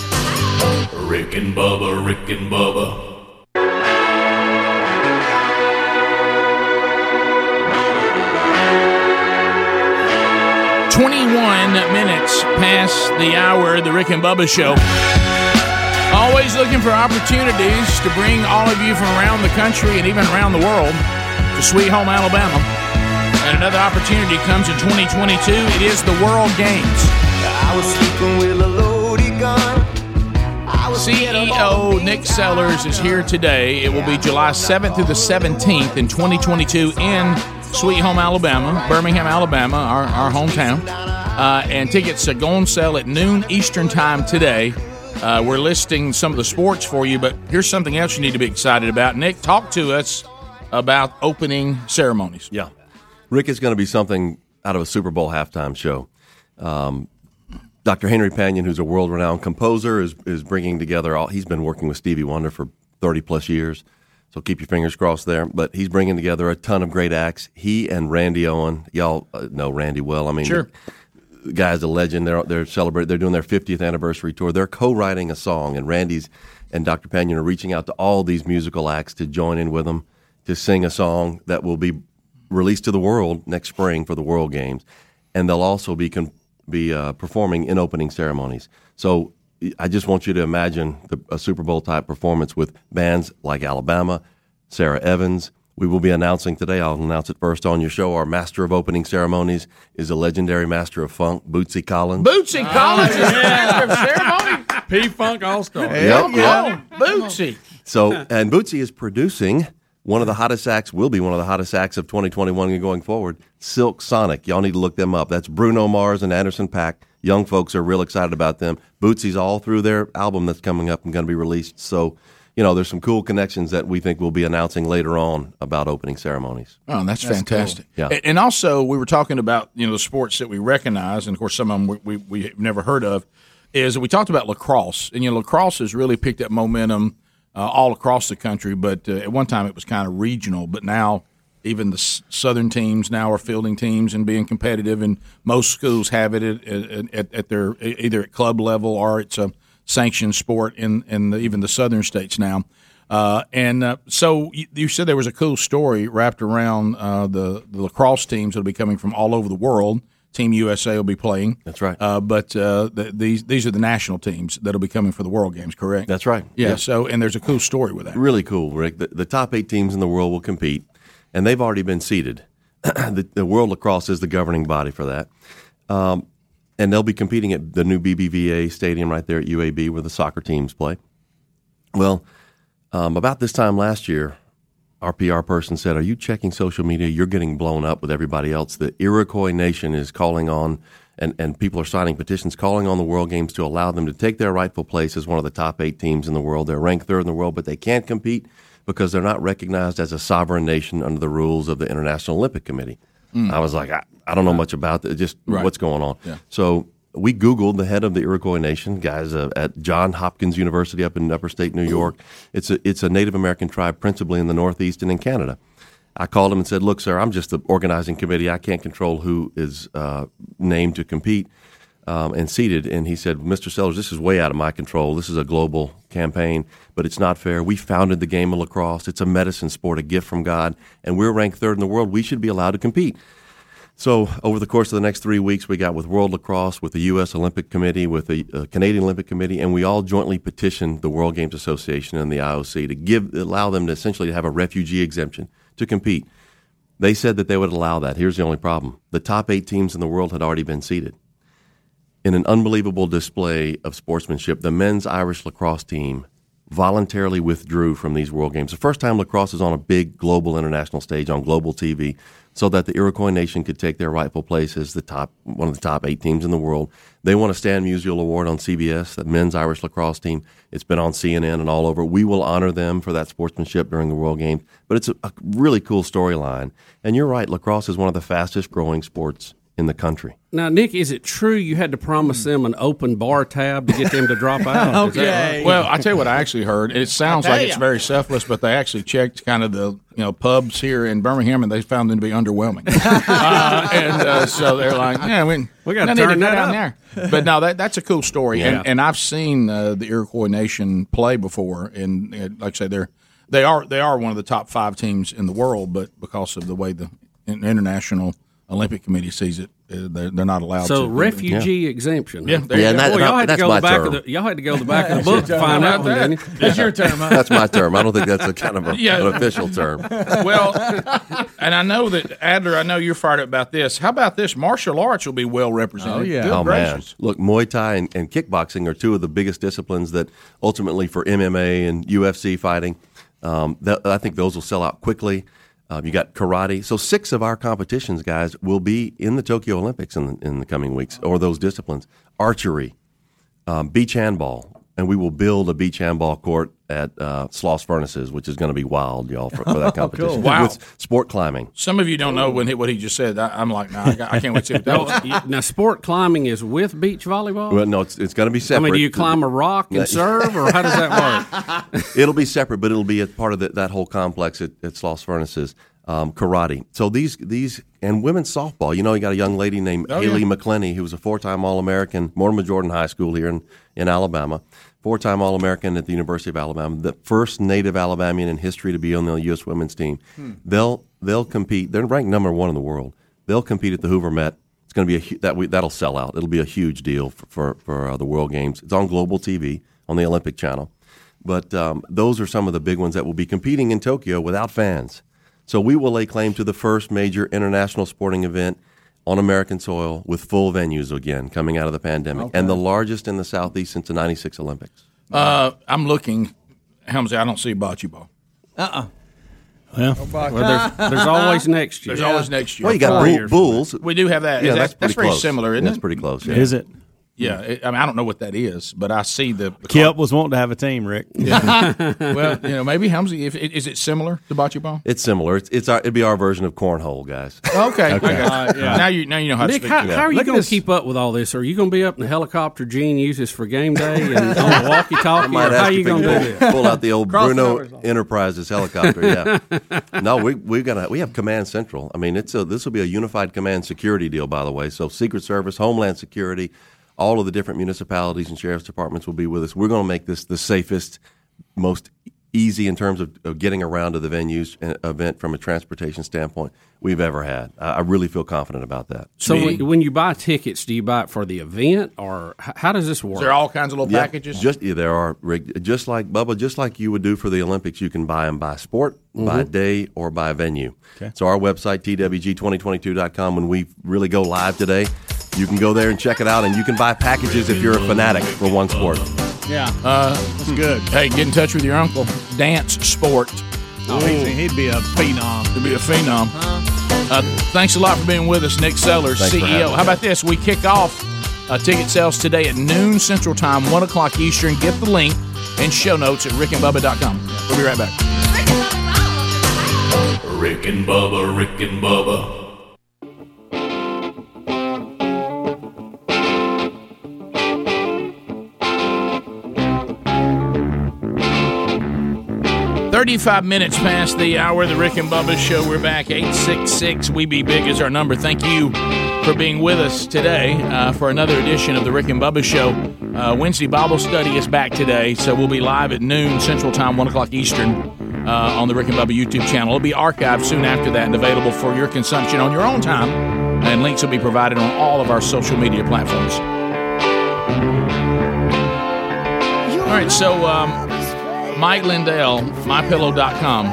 Speaker 7: Rick and Bubba, Rick and Bubba,
Speaker 8: Twenty-one minutes past the hour. The Rick and Bubba Show. Always looking for opportunities to bring all of you from around the country and even around the world to Sweet Home Alabama. And another opportunity comes in 2022. It is the World Games. I was sleeping with a loaded gun. CEO E Nick Sellers is here today. It will be July 7th through the 17th in 2022 in Sweet Home, Alabama, Birmingham, Alabama, our, our hometown. Uh, and tickets uh, go on sale at noon Eastern Time today. Uh, we're listing some of the sports for you, but here's something else you need to be excited about. Nick, talk to us about opening ceremonies.
Speaker 24: Yeah. Rick is going to be something out of a Super Bowl halftime show. Um, Dr. Henry Panion, who's a world renowned composer, is, is bringing together all. He's been working with Stevie Wonder for 30 plus years, so keep your fingers crossed there. But he's bringing together a ton of great acts. He and Randy Owen, y'all uh, know Randy well. I mean,
Speaker 8: Sure.
Speaker 24: the guy's a legend. They're they're celebrating. They're doing their 50th anniversary tour. They're co-writing a song, and Randy's and Dr. Panion are reaching out to all these musical acts to join in with them to sing a song that will be released to the world next spring for the World Games, and they'll also be con- be uh, performing in opening ceremonies. So I just want you to imagine the, a Super Bowl type performance with bands like Alabama, Sarah Evans. We will be announcing today. I'll announce it first on your show. Our master of opening ceremonies is a legendary master of funk, Bootsy Collins.
Speaker 8: Bootsy Collins is master of ceremony.
Speaker 5: P Funk All Star.
Speaker 24: Yeah,
Speaker 8: Come
Speaker 24: yeah.
Speaker 8: on, Bootsy.
Speaker 24: So, and Bootsy is producing one of the hottest acts, will be one of the hottest acts of 2021 and going forward, Silk Sonic. Y'all need to look them up. That's Bruno Mars and Anderson Pack. Young folks are real excited about them. Bootsy's all through their album that's coming up and going to be released. So, you know, there's some cool connections that we think we'll be announcing later on about opening ceremonies.
Speaker 8: Oh, that's,
Speaker 24: That's
Speaker 8: fantastic.
Speaker 24: cool. Yeah.
Speaker 8: A- And also, we were talking about you know the sports that we recognize, and of course, some of them we, we, we've never heard of. Is we talked about lacrosse, and you know lacrosse has really picked up momentum uh, all across the country. But uh, at one time, it was kind of regional, but now even the s- southern teams now are fielding teams and being competitive, and most schools have it at, at, at their either at club level or it's a sanctioned sport in in the, even the southern states now. Uh, and uh, so you, you said there was a cool story wrapped around uh, the, the lacrosse teams that'll be coming from all over the world. Team USA will be playing.
Speaker 24: That's right.
Speaker 8: Uh, but uh, the, these these are the national teams that'll be coming for the World Games, correct?
Speaker 24: That's right.
Speaker 8: Yeah.
Speaker 24: Yeah.
Speaker 8: So and there's a cool story with that.
Speaker 24: Really cool, Rick. The, the top eight teams in the world will compete, and they've already been seeded. the, the World Lacrosse is the governing body for that. Um, and they'll be competing at the new BBVA stadium right there at UAB where the soccer teams play. Well, um, about this time last year, our PR person said, Are you checking social media? You're getting blown up with everybody else. The Iroquois Nation is calling on, and, and people are signing petitions calling on the World Games to allow them to take their rightful place as one of the top eight teams in the world. They're ranked third in the world, but they can't compete because they're not recognized as a sovereign nation under the rules of the International Olympic Committee.
Speaker 1: Mm.
Speaker 24: I was like, I, I don't know much about that, just
Speaker 1: Right.
Speaker 24: what's going on.
Speaker 1: Yeah.
Speaker 24: So we Googled the head of the Iroquois Nation, guys uh, at John Hopkins University up in Upper State New York. It's a, it's a Native American tribe principally in the Northeast and in Canada. I called him and said, Look, sir, I'm just the organizing committee. I can't control who is uh, named to compete um, and seated. And he said, Mr. Sellers, this is way out of my control. This is a global campaign, but it's not fair. We founded the game of lacrosse. It's a medicine sport, a gift from God, and we're ranked third in the world. We should be allowed to compete. So, over the course of the next three weeks, we got with World Lacrosse, with the U.S. Olympic Committee, with the uh, Canadian Olympic Committee, and we all jointly petitioned the World Games Association and the IOC to give allow them to essentially have a refugee exemption to compete. They said that they would allow that. Here's the only problem: the top eight teams in the world had already been seated. In an unbelievable display of sportsmanship, the men's Irish lacrosse team voluntarily withdrew from these World Games. The first time lacrosse is on a big global international stage on global TV, so that the Iroquois Nation could take their rightful place as the top one of the top eight teams in the world. They won a Stan Musial Award on CBS, the men's Irish lacrosse team. It's been on CNN and all over. We will honor them for that sportsmanship during the World Games. But it's a, a really cool storyline. And you're right, lacrosse is one of the fastest growing sports in the country.
Speaker 15: Now, Nick, is it true you had to promise them an open bar tab to get them to drop out? Is that right?
Speaker 8: Well, I tell you what I actually heard. It sounds like it's very selfless, but they actually checked kind of the you know pubs here in Birmingham, and they found them to be underwhelming. uh, and uh, so they're like, yeah, we
Speaker 15: We gotta
Speaker 8: no need
Speaker 15: turn
Speaker 8: go
Speaker 15: that
Speaker 8: down
Speaker 15: up.
Speaker 8: there. But no, that, that's a cool story,
Speaker 15: Yeah.
Speaker 8: and, and I've seen uh, the Iroquois Nation play before, and uh, like I say, they're they are they are one of the top five teams in the world, but because of the way the in- international Olympic Committee sees it, uh, they're, they're not allowed.
Speaker 15: So
Speaker 8: to
Speaker 15: refugee exemption.
Speaker 8: Yeah, there you
Speaker 24: Yeah,
Speaker 8: go.
Speaker 24: and that-
Speaker 8: Boy,
Speaker 24: that-
Speaker 8: y'all had to
Speaker 24: that's
Speaker 8: go to
Speaker 24: my
Speaker 8: the back of
Speaker 24: term.
Speaker 8: the-
Speaker 15: Y'all had to go to the back of the book to find out one, didn't you?
Speaker 24: That's my term. I don't think that's a kind of a,
Speaker 8: Yeah.
Speaker 24: an official term.
Speaker 8: well, and I know that Adler. I know you're fired up about this. How about this? Martial arts will be well represented. Good
Speaker 24: oh man!
Speaker 8: gracious.
Speaker 24: Look, Muay Thai and, and kickboxing are two of the biggest disciplines that ultimately for MMA and UFC fighting, um, that, I think those will sell out quickly. Um, you got karate, so six of our competitions, guys, will be in the Tokyo Olympics in the, in the coming weeks, or those disciplines. Archery, um, beach handball, and we will build a beach handball court at uh, Sloss Furnaces, which is going to be wild, y'all, for, for
Speaker 15: Oh,
Speaker 24: that
Speaker 8: Cool.
Speaker 24: competition.
Speaker 8: Wow.
Speaker 24: With sport climbing.
Speaker 8: Some of you don't know when he, what he just said. I, I'm like, nah, I, got- I can't wait to see what that was.
Speaker 15: now, now, sport climbing is with beach volleyball.
Speaker 24: Well, no, it's, it's going to be
Speaker 15: I
Speaker 24: separate.
Speaker 15: mean, do you climb a rock and
Speaker 24: That-
Speaker 15: serve, or how does that work?
Speaker 24: It'll be separate, but it'll be a part of the, that whole complex at, at Sloss Furnaces. Um, karate. So these these and women's softball. You know, you got a young lady named
Speaker 19: Oh,
Speaker 24: Haley
Speaker 19: yeah.
Speaker 24: McClenny who was a four time All American, Mortimer Jordan High School here in, in Alabama, four time All American at the University of Alabama, the first Native Alabamian in history to be on the U.S. women's team.
Speaker 19: Hmm.
Speaker 24: They'll they'll compete. They're ranked number one in the world. They'll compete at the Hoover Met. It's going to be a hu- that we, that'll sell out. It'll be a huge deal for for, for uh, the World Games. It's on global TV on the Olympic Channel. But um, those are some of the big ones that will be competing in Tokyo without fans. So we will lay claim to the first major international sporting event on American soil with full venues again coming out of the pandemic
Speaker 8: Okay.
Speaker 24: and the largest in the southeast since the 96 Olympics.
Speaker 8: Uh, I'm looking, Helmsley. I don't see bocce ball.
Speaker 3: Uh-uh.
Speaker 4: Well,
Speaker 8: well, there's- there's always next year. There's always next year.
Speaker 24: Well, you got
Speaker 8: Four
Speaker 24: bull,
Speaker 8: years.
Speaker 24: bulls.
Speaker 8: We do have that.
Speaker 24: Yeah,
Speaker 8: Is that-
Speaker 24: that's, pretty
Speaker 8: that's very
Speaker 24: close.
Speaker 8: similar, isn't
Speaker 24: That's
Speaker 8: it?
Speaker 24: pretty close. Yeah.
Speaker 4: Is it?
Speaker 8: Yeah, it, I mean, I don't know what that is, but I see the.
Speaker 4: Kip was wanting to have a team, Rick.
Speaker 8: Yeah. well, you know, maybe Helmsley. If, is it similar to bocce ball?
Speaker 24: It's similar. It's, it's our, it'd be our version of cornhole, guys.
Speaker 15: Oh
Speaker 8: Okay,
Speaker 24: Okay.
Speaker 8: I got you.
Speaker 24: Uh, yeah.
Speaker 8: now you now you know how
Speaker 15: Nick,
Speaker 8: to speak.
Speaker 15: how,
Speaker 8: to that.
Speaker 15: how are you going to keep up with all this? Are you going to be up in the helicopter Gene uses for game day and on the
Speaker 24: I
Speaker 15: walkie-talkie?
Speaker 24: might
Speaker 15: or
Speaker 24: ask
Speaker 15: How
Speaker 24: if
Speaker 15: you
Speaker 24: you
Speaker 15: going to do
Speaker 24: can
Speaker 15: this?
Speaker 24: pull, pull out the old
Speaker 15: Crossing
Speaker 24: Bruno
Speaker 15: overs.
Speaker 24: Enterprises helicopter. Yeah, no, we we got to we have Command Central. I mean, it's a this will be a unified command security deal, by the way. So Secret Service, Homeland Security, all of the different municipalities and sheriff's departments will be with us. We're going to make this the safest, most easy in terms of, of getting around to the venues and event from a transportation standpoint we've ever had. I, I really feel confident about that.
Speaker 15: So when, when you buy tickets, do you buy it for the event, or h- how does this work?
Speaker 8: there all kinds of little
Speaker 24: Yeah,
Speaker 8: packages?
Speaker 24: Just yeah, there are Rick. just like Bubba, just like you would do for the Olympics, you can buy them by sport, by
Speaker 8: Mhm.
Speaker 24: day, or by venue.
Speaker 8: Okay.
Speaker 24: So our website twg2022.com. When we really go live today, you can go there and check it out, and you can buy packages if you're a fanatic for one sport.
Speaker 8: Yeah, uh, that's good. Hey, get in touch with your uncle. Dance sport.
Speaker 1: Oh, he'd be- he'd be a phenom.
Speaker 8: He'd be a phenom. Uh, thanks a lot for being with us, Nick Sellers,
Speaker 1: Thanks for having
Speaker 8: CEO.
Speaker 1: me.
Speaker 8: How about this? We kick off uh, ticket sales today at noon Central Time, one o'clock Eastern. Get the link and show notes at rickandbubba.com. We'll be right back.
Speaker 7: Rick and Bubba, Rick and Bubba,
Speaker 8: Thirty-five minutes past the hour. The Rick and Bubba Show. We're back. Eight six six. We be big is our number. Thank you for being with us today uh, for another edition of the Rick and Bubba Show. Uh, Wednesday Bible study is back today, so we'll be live at noon Central Time, one o'clock Eastern, uh, on the Rick and Bubba YouTube channel. It'll be archived soon after that and available for your consumption on your own time. And links will be provided on all of our social media platforms. All right, so um, Mike Lindell, mypillow.com,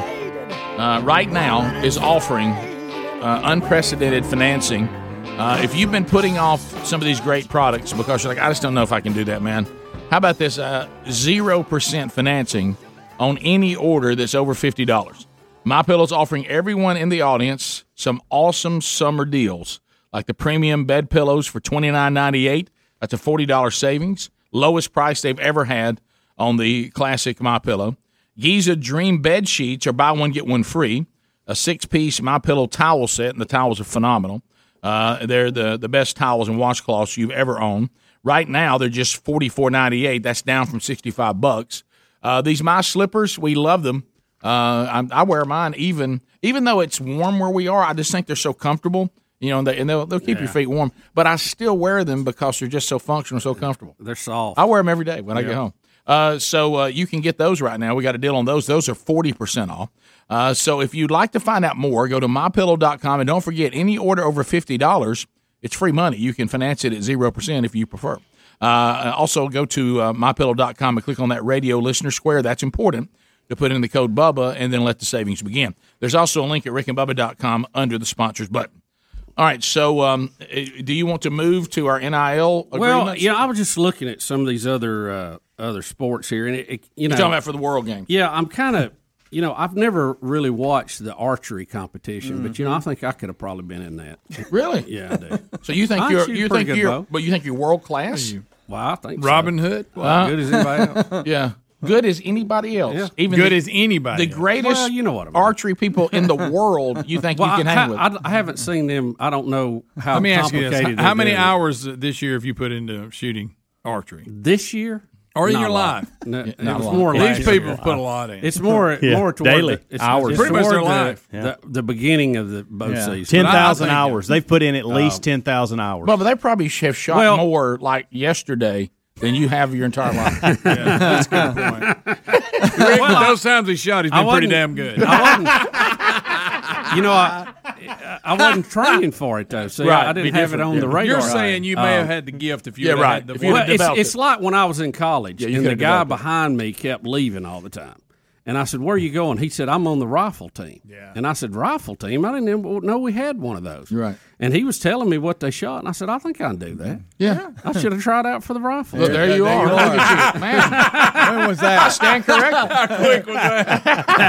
Speaker 8: uh, right now is offering uh, unprecedented financing. Uh, if you've been putting off some of these great products because you're like, I just don't know if I can do that, man. How about this uh, zero percent financing on any order that's over fifty dollars? My Pillow's offering everyone in the audience some awesome summer deals, like the premium bed pillows for twenty nine ninety eight. That's a forty dollars savings, lowest price they've ever had on the classic My Pillow. Giza Dream bed sheets are buy one get one free. A six piece My Pillow towel set, and the towels are phenomenal. Uh, they're the, the best towels and washcloths you've ever owned. Right now, they're just forty four ninety eight. That's down from sixty five bucks. Uh, these my slippers, we love them. Uh, I, I wear mine even even though it's warm where we are. I just think they're so comfortable, you know, and, they, and they'll they'll keep your feet warm. But I still wear them because they're just so functional, so comfortable.
Speaker 15: They're soft.
Speaker 8: I wear them every day when I get
Speaker 15: Yeah.
Speaker 8: home. Uh, so uh, you can get those right now. We got a deal on those. Those are 40% off. Uh, so if you'd like to find out more, go to mypillow.com and don't forget any order over $50, it's free money. You can finance it at 0% if you prefer. Uh, also, go to uh, mypillow.com and click on that radio listener square. That's important to put in the code Bubba and then let the savings begin. There's also a link at rickandbubba.com under the sponsors button. All right, so um, eh, do you want to move to our NIL agreements?
Speaker 15: Well, you know, I was just looking at some of these other uh, other sports here, and it, it- you
Speaker 8: You're
Speaker 15: know,
Speaker 8: talking about for the World Games.
Speaker 15: Yeah, I'm kind of, you know, I've never really watched the archery competition, but you know, I think I could have probably been in that.
Speaker 8: Really?
Speaker 15: yeah, I do.
Speaker 8: So you think
Speaker 15: I
Speaker 8: you're
Speaker 15: shoot
Speaker 8: you
Speaker 15: pretty
Speaker 8: think
Speaker 15: good
Speaker 8: you're
Speaker 15: bow.
Speaker 8: but you think you're world class?
Speaker 15: Well, I think
Speaker 5: Robin Hood?
Speaker 15: Well, as good as anybody else.
Speaker 8: yeah. Good as anybody else.
Speaker 15: Yeah.
Speaker 8: Even
Speaker 15: Good
Speaker 8: the-
Speaker 15: as anybody
Speaker 8: The
Speaker 15: else.
Speaker 8: greatest
Speaker 15: Well, you know what I mean.
Speaker 8: archery people in the world you think
Speaker 15: Well,
Speaker 8: you can
Speaker 15: I,
Speaker 8: hang with.
Speaker 15: I, I haven't seen them. I don't know how
Speaker 5: Let me ask you
Speaker 15: complicated.
Speaker 5: this:
Speaker 15: they're
Speaker 5: How many
Speaker 15: doing it.
Speaker 5: hours this year have you put into shooting archery?
Speaker 15: This year,
Speaker 5: or in
Speaker 15: Not
Speaker 5: your
Speaker 15: a lot.
Speaker 5: life?
Speaker 15: No, it was more last
Speaker 5: These people
Speaker 15: year.
Speaker 5: have put a lot in.
Speaker 15: It's more
Speaker 5: Yeah,
Speaker 15: more toward
Speaker 5: daily,
Speaker 15: the, it's,
Speaker 5: hours.
Speaker 15: It's
Speaker 5: Pretty much
Speaker 15: toward
Speaker 5: their
Speaker 15: the-
Speaker 5: life.
Speaker 15: The, the beginning of the bow
Speaker 5: Yeah.
Speaker 15: season.
Speaker 4: Ten thousand
Speaker 15: But I- I think-
Speaker 4: hours. They've put in at least
Speaker 15: Oh.
Speaker 4: ten thousand hours.
Speaker 8: Well, but they probably have shot
Speaker 4: Well-
Speaker 8: more like yesterday than you have your entire life.
Speaker 5: that's a good point. Rick, those times he shot, he's
Speaker 15: I
Speaker 5: been pretty
Speaker 15: wasn't-
Speaker 5: damn good.
Speaker 15: You know, I I wasn't training for it though, so I
Speaker 5: be
Speaker 15: didn't have it
Speaker 5: different,
Speaker 15: on
Speaker 5: yeah.
Speaker 15: the radar.
Speaker 5: You're saying you may
Speaker 15: Um,
Speaker 5: have had the gift if you had had the one-
Speaker 15: well, it's, it's like when I was in college,
Speaker 5: Yeah, you
Speaker 15: and the
Speaker 5: could've
Speaker 15: guy
Speaker 5: developed it.
Speaker 15: behind me kept leaving all the time. And I said, "Where are you going?" He said, "I'm on the rifle team." Yeah. And I said, "Rifle team? I didn't even know we had one of those."
Speaker 8: Right.
Speaker 15: And he was telling me what they shot, and I said, "I think I can do that."
Speaker 8: Yeah.
Speaker 15: I should have tried out for the rifle.
Speaker 8: Look, there, you are. Look at you. Man. when was that? I stand corrected. How quick was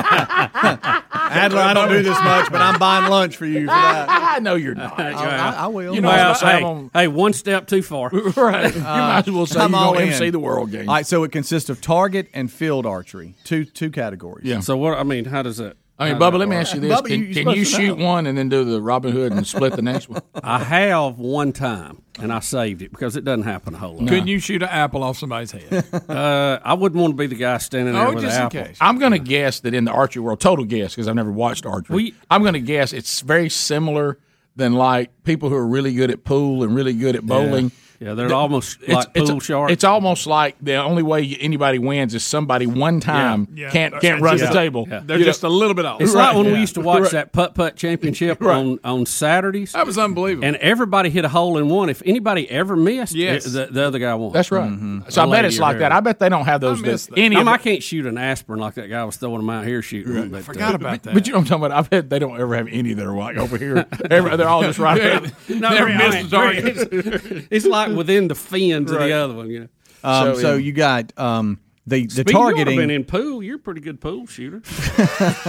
Speaker 8: that?
Speaker 3: Adler, I don't do this much, but I'm buying lunch for you for that.
Speaker 8: I know you're not. Oh,
Speaker 15: Hey,
Speaker 8: I,
Speaker 15: well,
Speaker 8: I will.
Speaker 15: You know,
Speaker 8: Well,
Speaker 15: hey,
Speaker 8: I'm on-
Speaker 15: hey, one step too far.
Speaker 8: right. You might as well say
Speaker 3: I'm
Speaker 8: you're
Speaker 3: all
Speaker 8: going
Speaker 3: in.
Speaker 8: MC the world game.
Speaker 3: All right, so it consists of target and field archery, two two categories.
Speaker 8: Yeah.
Speaker 15: So what? I mean, how does that?
Speaker 8: I mean,
Speaker 15: how does
Speaker 8: Bubba,
Speaker 15: that
Speaker 8: let me
Speaker 15: work?
Speaker 8: ask you this: Can can you, shoot one and then do the Robin Hood and split the next one?
Speaker 15: I have one time, and I saved it because it doesn't happen a whole lot.
Speaker 5: Couldn't you shoot an apple off somebody's head?
Speaker 15: Uh, I wouldn't want to be the guy standing there
Speaker 5: Oh,
Speaker 15: with
Speaker 5: just
Speaker 15: an
Speaker 5: in
Speaker 15: apple.
Speaker 5: case.
Speaker 8: I'm going to guess that in the archery world, total guess because I've never watched archery. I'm going to guess it's very similar than like people who are really good at pool and really good at bowling.
Speaker 15: Yeah, they're almost like
Speaker 8: it's,
Speaker 15: pool sharks.
Speaker 8: It's almost like the only way you- anybody wins is somebody one time
Speaker 15: Yeah, yeah.
Speaker 8: can't can't
Speaker 15: It's
Speaker 8: run
Speaker 15: just-
Speaker 8: the table.
Speaker 15: yeah.
Speaker 5: They're
Speaker 8: You
Speaker 5: just a little bit off.
Speaker 15: It's like when we used to watch
Speaker 5: Right.
Speaker 15: that putt putt championship on, on Saturdays. That
Speaker 8: was unbelievable.
Speaker 15: And everybody hit a hole in one. If anybody ever missed,
Speaker 8: Yes. Mm-hmm.
Speaker 15: the, the other guy won.
Speaker 8: That's right.
Speaker 15: Mm-hmm.
Speaker 8: So I
Speaker 15: Oh,
Speaker 8: bet it's like that. I bet they don't have those. that- Any
Speaker 15: I, mean,
Speaker 8: of the-
Speaker 15: I can't shoot an aspirin like that guy was throwing them out here shooting. But,
Speaker 8: But- uh, but- But you know what I'm talking about. I bet they don't ever have any that are like over here. Every, they're all just right there.
Speaker 15: no,
Speaker 8: Never
Speaker 15: I mean,
Speaker 8: missed the target.
Speaker 15: it's, it's like within the fins of
Speaker 8: Right.
Speaker 15: the other one. You know?
Speaker 3: Um, so, you got um, the the
Speaker 15: Speedy,
Speaker 3: targeting.
Speaker 15: You oughta been in pool. You're a pretty good pool shooter.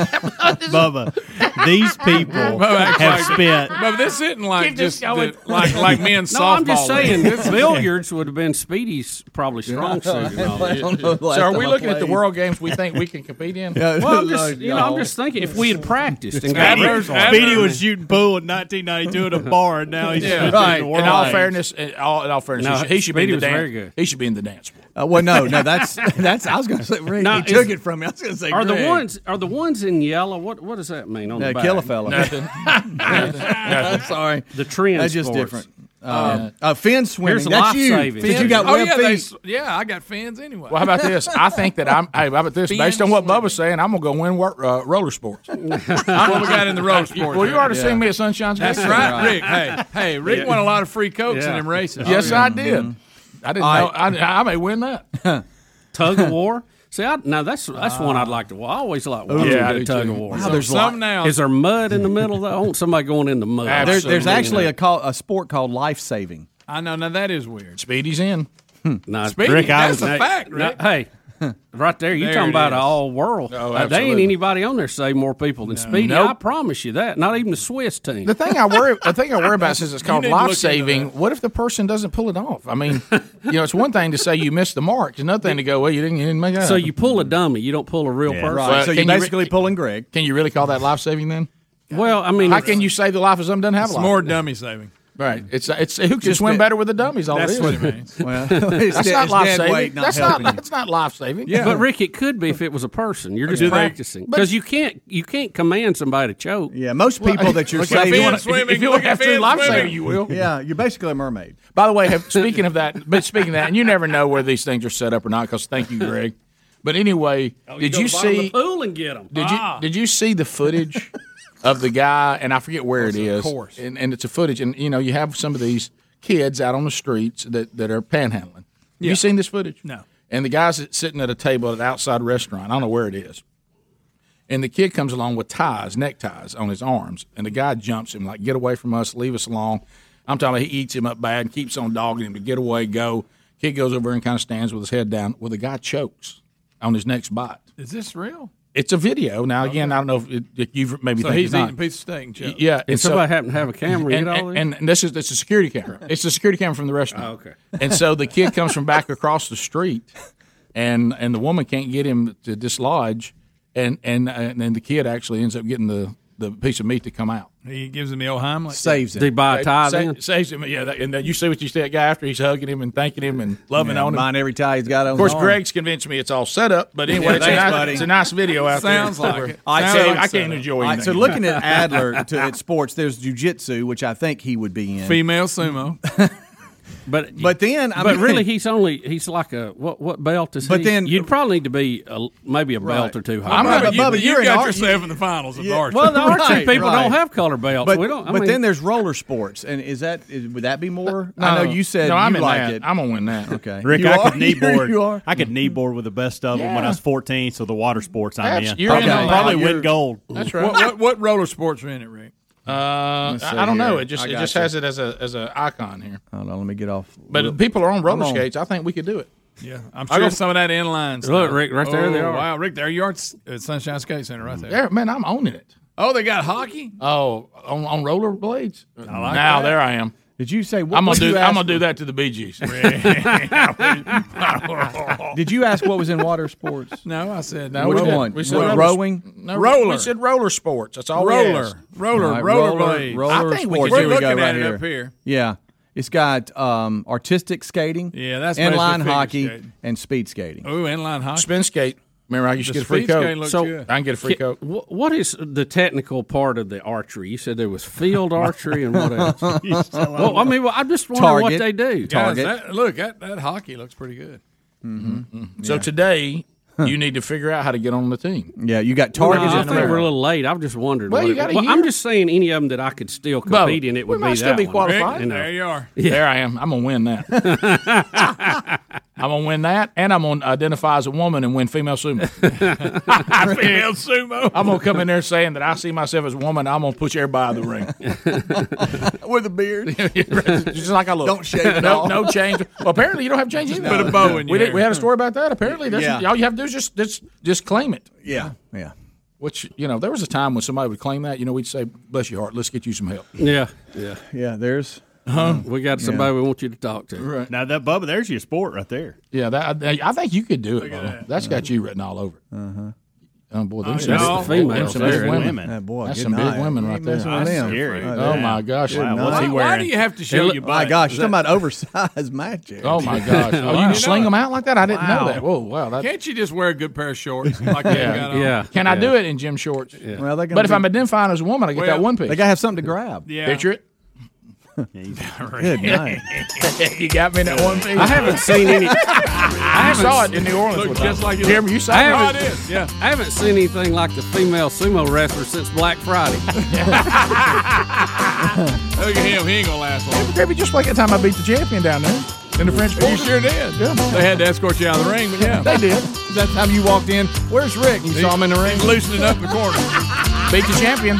Speaker 10: Bubba, these people have spent.
Speaker 8: But this isn't like
Speaker 15: Give this
Speaker 8: just
Speaker 15: guy
Speaker 8: the-
Speaker 15: a-
Speaker 8: like like me and
Speaker 15: No, I'm just
Speaker 8: softball.
Speaker 15: saying
Speaker 8: This-
Speaker 15: billiards would have been Speedy's probably strong
Speaker 8: Yeah.
Speaker 15: suit. and all
Speaker 8: I
Speaker 15: that.
Speaker 8: don't know the last So are we time I looking at the played. world games we think we can compete in? Yeah.
Speaker 15: well, I'm just
Speaker 8: No,
Speaker 15: you know I'm
Speaker 8: no.
Speaker 15: just thinking if we had practiced and got
Speaker 10: Speedy,
Speaker 15: reps on it.
Speaker 10: Speedy was shooting pool in 1992 at a bar, and now he's shooting in the
Speaker 8: right. In
Speaker 10: world.
Speaker 8: all
Speaker 10: Games.
Speaker 8: fairness, in all, in all fairness,
Speaker 10: No,
Speaker 8: he should, he should be in
Speaker 10: Speedy
Speaker 8: the
Speaker 10: was
Speaker 8: dance.
Speaker 10: very good.
Speaker 8: He should be in the dance.
Speaker 3: Uh, well, no, no, that's that's. I was going to say, Rick,
Speaker 15: Now,
Speaker 3: he took
Speaker 15: is-
Speaker 3: it from me. I was going to say,
Speaker 15: are
Speaker 3: Greg.
Speaker 15: the ones are the ones in yellow? What what does that mean on
Speaker 3: No,
Speaker 15: the back?
Speaker 3: kill a fella.
Speaker 15: Nothing.
Speaker 3: Nothing. Sorry,
Speaker 15: the trend.
Speaker 3: That's just
Speaker 15: sports.
Speaker 3: different. Um, uh, fin swimming.
Speaker 15: Here's
Speaker 3: that's
Speaker 15: life
Speaker 3: you.
Speaker 15: saving.
Speaker 3: Since you got
Speaker 8: Oh,
Speaker 3: web
Speaker 8: yeah, they
Speaker 3: feet.
Speaker 8: s-
Speaker 5: Yeah, I got fans anyway.
Speaker 8: Well, how about this? I think that I'm. Hey, how about this? Based on what Bubba's saying, I'm gonna go win work, uh, roller sports. I'm
Speaker 5: what we got in the roller sports.
Speaker 8: Well, you already
Speaker 5: Yeah.
Speaker 8: seen me at Sunshine's.
Speaker 5: That's
Speaker 8: Gate.
Speaker 5: right, Rick. Hey, hey, Rick won a lot of free cokes in them races.
Speaker 8: Yes,
Speaker 5: Oh, yeah.
Speaker 8: I did.
Speaker 5: Mhm.
Speaker 8: I didn't
Speaker 5: All
Speaker 8: know.
Speaker 5: right.
Speaker 8: I, I may win that.
Speaker 15: tug of war. See, I, now that's that's one I'd like to. Well, I always like
Speaker 8: Ooh.
Speaker 3: Oh,
Speaker 15: watching
Speaker 8: Yeah, I
Speaker 15: a good
Speaker 8: do,
Speaker 15: tug
Speaker 8: too.
Speaker 15: of war.
Speaker 8: Wow, there's a lot. Some now-
Speaker 15: Is there mud in the middle? Though? I want somebody going in the mud.
Speaker 3: There's, there's actually a call, a sport called life saving.
Speaker 5: I know. Now that is weird.
Speaker 8: Speedy's in.
Speaker 15: No,
Speaker 5: Speedy, Rick, I that's was- a fact, Rick.
Speaker 15: hey, right there, you
Speaker 5: There
Speaker 15: talking
Speaker 5: it
Speaker 15: about
Speaker 5: is.
Speaker 15: all world?
Speaker 5: Oh,
Speaker 15: Uh, there ain't
Speaker 5: absolutely.
Speaker 15: anybody on there save more people than Speedy.
Speaker 8: Nope.
Speaker 15: I promise you that. Not even the Swiss team.
Speaker 8: The thing I worry, the thing I worry about since it's
Speaker 15: You
Speaker 8: called
Speaker 15: need to look
Speaker 8: life saving. What if the person doesn't pull it off? I mean, you know, it's one thing to say you missed the mark. It's another thing to go, well, you didn't, you didn't make it.
Speaker 15: So you pull a dummy. You don't pull a real person.
Speaker 8: Well, can re-
Speaker 3: pulling Greg.
Speaker 8: Can you really call that life saving then?
Speaker 15: Well, I mean,
Speaker 8: how can you save the life of someone that doesn't have
Speaker 5: It's
Speaker 8: a life?
Speaker 5: more dummy saving.
Speaker 8: Right. It's it's who can
Speaker 5: It's
Speaker 8: swim
Speaker 5: dead-
Speaker 8: better with the dummies. All
Speaker 5: That's
Speaker 8: it is.
Speaker 5: what it means.
Speaker 3: Well,
Speaker 5: it's
Speaker 8: that's
Speaker 5: dead-
Speaker 8: not
Speaker 5: it's
Speaker 8: life
Speaker 5: dead
Speaker 8: saving.
Speaker 5: weight not
Speaker 8: that's not
Speaker 5: helping you.
Speaker 8: that's not life saving.
Speaker 15: But Rick, it could be if it was a person. You're just
Speaker 8: Do they-
Speaker 15: practicing
Speaker 8: but-
Speaker 15: because you can't you can't command somebody to choke.
Speaker 3: Yeah, most people that you're saving.
Speaker 8: if you look at true life saving, you will.
Speaker 3: Yeah, you're basically a mermaid.
Speaker 8: By the way, have, speaking of that, but speaking of that, and you never know where these things are set up or not. Because thank you, Greg. But anyway,
Speaker 5: Oh,
Speaker 8: did you see?
Speaker 15: pool and get them?
Speaker 8: Did
Speaker 5: Ah.
Speaker 8: you did you see the footage of the guy? And I forget where it
Speaker 5: Of
Speaker 8: is.
Speaker 5: course.
Speaker 8: And, and it's a footage, and you know you have some of these kids out on the streets that that are panhandling.
Speaker 5: Yeah.
Speaker 8: You seen this footage?
Speaker 5: No.
Speaker 8: And the guy's sit- sitting at a table at an outside restaurant. I don't know where it is. And the kid comes along with ties, neckties on his arms. And the guy jumps him, like, get away from us, leave us alone. I'm talking about he eats him up bad and keeps on dogging him to get away, go. Kid goes over and kind of stands with his head down. Well, the guy chokes on his next bite.
Speaker 5: Is this real?
Speaker 8: It's a video. Now, again, I don't know if, it, if you've maybe
Speaker 5: So
Speaker 8: think
Speaker 5: he's
Speaker 8: it's not.
Speaker 5: eating a piece of steak and chips.
Speaker 8: Yeah,
Speaker 15: Did somebody happen to have a camera?
Speaker 8: And,
Speaker 15: Get all
Speaker 8: and, and this is this is a security camera. It's a security camera from the restaurant.
Speaker 3: Oh,
Speaker 15: okay.
Speaker 8: And so the kid comes from back across the street, and and the woman can't get him to dislodge, and and and then the kid actually ends up getting the the piece of meat to come out.
Speaker 5: He gives him the old Heimlich.
Speaker 8: Sa- Saves him. Yeah, that- and then you see what you see that guy after he's hugging him and thanking him and loving on him.
Speaker 3: Mine every tie he's got on.
Speaker 8: Of course,
Speaker 3: his arm.
Speaker 8: Greg's convinced me it's all set up, but anyway,
Speaker 3: Yeah,
Speaker 8: it's,
Speaker 3: thanks,
Speaker 8: a nice,
Speaker 3: buddy.
Speaker 8: it's a nice video out
Speaker 3: Sounds
Speaker 8: there.
Speaker 3: like it.
Speaker 8: I,
Speaker 3: Sounds
Speaker 8: so
Speaker 3: like
Speaker 8: I
Speaker 3: set
Speaker 8: can't
Speaker 3: up.
Speaker 8: enjoy
Speaker 3: All right,
Speaker 8: anything.
Speaker 3: so looking at Adler to, at sports, there's jujitsu, which I think he would be in.
Speaker 5: Female sumo.
Speaker 15: but
Speaker 3: but then, I
Speaker 15: but
Speaker 3: mean,
Speaker 15: really, he's only he's like a what what belt is
Speaker 3: But
Speaker 15: he?
Speaker 3: then-
Speaker 15: you'd probably need to be a, maybe a belt or two high.
Speaker 5: I'm not, you, you
Speaker 3: you're in
Speaker 5: got
Speaker 3: art-
Speaker 5: yourself in the finals of
Speaker 3: Yeah.
Speaker 5: archery.
Speaker 15: Well, the archery people
Speaker 3: right.
Speaker 15: don't have color belts.
Speaker 3: But,
Speaker 15: we don't. I
Speaker 3: but
Speaker 15: mean,
Speaker 3: then there's roller sports, and is that is, would that be more? I know
Speaker 8: No.
Speaker 3: you said
Speaker 8: Oh, Uh, No, I'm
Speaker 3: you
Speaker 8: in
Speaker 3: like
Speaker 8: that.
Speaker 3: it.
Speaker 8: I'm gonna win that. Uh,
Speaker 3: Okay,
Speaker 10: Rick,
Speaker 3: You
Speaker 10: I
Speaker 3: are?
Speaker 10: could knee
Speaker 3: You're-
Speaker 10: board.
Speaker 3: You are.
Speaker 10: I could knee board with the best of them when I was 14. So the water sports I'm
Speaker 8: Abs-
Speaker 10: in.
Speaker 8: you're in on that.
Speaker 10: probably
Speaker 8: You're-
Speaker 10: win gold.
Speaker 8: That's right.
Speaker 5: What, what, what roller sports are in it, Rick?
Speaker 8: Uh, I
Speaker 5: Let's see
Speaker 8: I don't know.
Speaker 5: here.
Speaker 8: It just
Speaker 5: I
Speaker 8: it just
Speaker 5: gotcha.
Speaker 8: has it as a as an icon here.
Speaker 3: Hold on, let me get off.
Speaker 8: But if people are on roller skates. I think we could do it.
Speaker 5: Yeah, I'm
Speaker 8: I
Speaker 5: sure
Speaker 8: go-
Speaker 5: some of that inline. Stuff.
Speaker 8: Look, Rick, right there they
Speaker 5: Oh,
Speaker 8: are.
Speaker 5: Wow, Rick, there you are at S- at Sunshine Skate Center, right there.
Speaker 8: Yeah, man, I'm owning it.
Speaker 5: Oh, they got hockey.
Speaker 8: Oh, on, on roller blades.
Speaker 5: like
Speaker 8: now
Speaker 5: that.
Speaker 8: there I am.
Speaker 3: Did you say? What
Speaker 8: I'm gonna
Speaker 3: was
Speaker 8: do.
Speaker 3: you
Speaker 8: I'm
Speaker 3: asked-
Speaker 8: gonna do that to the Bee Gees.
Speaker 3: Did you ask what was in water sports?
Speaker 5: No, I said no.
Speaker 3: Which
Speaker 5: we didn't.
Speaker 3: one?
Speaker 5: We said
Speaker 3: What,
Speaker 5: roller-
Speaker 3: rowing?
Speaker 8: No,
Speaker 5: roller.
Speaker 8: We said roller sports. That's all. we
Speaker 5: Roller.
Speaker 8: asked.
Speaker 5: Roller,
Speaker 3: All right,
Speaker 5: roller
Speaker 3: roller,
Speaker 5: blades.
Speaker 3: roller
Speaker 8: I think we
Speaker 3: sports.
Speaker 8: could
Speaker 3: Here
Speaker 8: do
Speaker 3: we
Speaker 8: it.
Speaker 3: go,
Speaker 8: Looking
Speaker 3: right
Speaker 8: at it
Speaker 3: here.
Speaker 8: up here.
Speaker 3: Yeah, it's got um, artistic skating.
Speaker 5: Yeah, that's basically
Speaker 3: inline
Speaker 5: figure
Speaker 3: hockey
Speaker 5: skating.
Speaker 3: and speed skating.
Speaker 5: Ooh, inline hockey.
Speaker 8: Spin skate. Remember, I used to get a free coat. So I can get a free
Speaker 15: Ki-
Speaker 8: coat.
Speaker 15: wh- What is the technical part of the archery? You said there was field archery and what else?
Speaker 8: He's telling
Speaker 15: well, I mean, well, I'm just wondering what they do.
Speaker 8: Guys, that- look, that, that hockey looks pretty good. Mm-hmm. So today, you need to figure out how to get on the team.
Speaker 3: Yeah, you got
Speaker 15: Target.
Speaker 8: targets
Speaker 15: I
Speaker 8: in
Speaker 15: think we're
Speaker 8: America.
Speaker 15: a little late. I've just wondered.
Speaker 8: Well,
Speaker 15: what
Speaker 8: you
Speaker 15: it-
Speaker 8: got a
Speaker 15: well, I'm
Speaker 8: year.
Speaker 15: just saying any of them that I could still compete
Speaker 8: Bo,
Speaker 15: in, it
Speaker 8: we
Speaker 15: would
Speaker 8: might
Speaker 15: be
Speaker 8: still
Speaker 15: that
Speaker 8: be
Speaker 15: one.
Speaker 8: qualified.
Speaker 15: You know.
Speaker 8: There you are.
Speaker 15: Yeah.
Speaker 8: There I am. I'm gonna win that. I'm gonna win that, and I'm gonna identify as a woman and win female sumo. female sumo. I'm gonna come in there saying that I see myself as a woman. I'm gonna push everybody out of the ring with a beard, just like I look.
Speaker 13: Don't shave at
Speaker 8: no,
Speaker 13: all.
Speaker 8: no change. Well, apparently you don't have change either.
Speaker 13: Put a bow in
Speaker 8: we
Speaker 13: your
Speaker 8: did-
Speaker 13: hair.
Speaker 8: we had a story about that. Apparently, that's
Speaker 13: Yeah.
Speaker 8: all you have to do is just just just claim it.
Speaker 3: Yeah, yeah.
Speaker 8: Which you know, there was a time when somebody would claim that. You know, we'd say, "Bless your heart, let's get you some help."
Speaker 15: Yeah, yeah,
Speaker 3: yeah. There's
Speaker 15: Uh-huh. We got somebody we want you to talk to.
Speaker 8: Right.
Speaker 10: Now that Bubba, there's your sport right there.
Speaker 8: Yeah, that I, I think you could do it. That. has
Speaker 3: Mm-hmm.
Speaker 8: got you written all over it. Uh-huh. Oh boy,
Speaker 10: Oh,
Speaker 8: there's
Speaker 10: yeah.
Speaker 8: some,
Speaker 10: That's the females
Speaker 8: there's some
Speaker 10: there,
Speaker 8: big
Speaker 10: isn't it?
Speaker 8: women.
Speaker 10: Yeah, boy,
Speaker 8: that's
Speaker 10: good
Speaker 8: some big
Speaker 10: night.
Speaker 8: women
Speaker 10: You
Speaker 8: right
Speaker 10: ain't
Speaker 8: there.
Speaker 10: messing with That's them. scary.
Speaker 8: Oh
Speaker 10: Yeah.
Speaker 8: my gosh,
Speaker 10: Good Wow, what's night. he
Speaker 3: Why do you have to show
Speaker 8: It look-
Speaker 3: your My butt? gosh, you're talking about oversized magic.
Speaker 8: Oh my gosh! Oh, you
Speaker 3: Wow.
Speaker 8: can sling them out like that? I didn't
Speaker 3: Wow.
Speaker 8: know that. Whoa, wow! That,
Speaker 17: Can't you just wear a good pair of shorts like you got on?
Speaker 8: Can I do it in gym shorts?
Speaker 3: Well, they're gonna
Speaker 8: but if
Speaker 3: be-
Speaker 8: I'm identifying as a woman, I get that
Speaker 3: Well,
Speaker 8: one piece.
Speaker 3: they gotta have something to grab. Yeah.
Speaker 8: Picture it.
Speaker 3: Good night.
Speaker 8: you got me in that one piece.
Speaker 15: I haven't seen any- I
Speaker 8: I
Speaker 15: haven't
Speaker 8: saw it
Speaker 15: seen-
Speaker 8: in New Orleans.
Speaker 15: Looked
Speaker 8: one
Speaker 15: just
Speaker 8: time.
Speaker 15: like you
Speaker 8: Jeremy,
Speaker 15: look.
Speaker 8: you saw
Speaker 15: I
Speaker 8: it.
Speaker 15: haven't- I haven't seen anything like the female sumo wrestler since Black Friday.
Speaker 17: Look at him. He ain't gonna last long.
Speaker 8: Maybe just like that time I beat the champion down there in the French Quarter.
Speaker 17: You sure did. They had to escort you out of the ring, but yeah,
Speaker 8: they did. That time you walked in, where's Rick? You saw him in the ring,
Speaker 17: loosening up in the corner.
Speaker 8: beat the champion.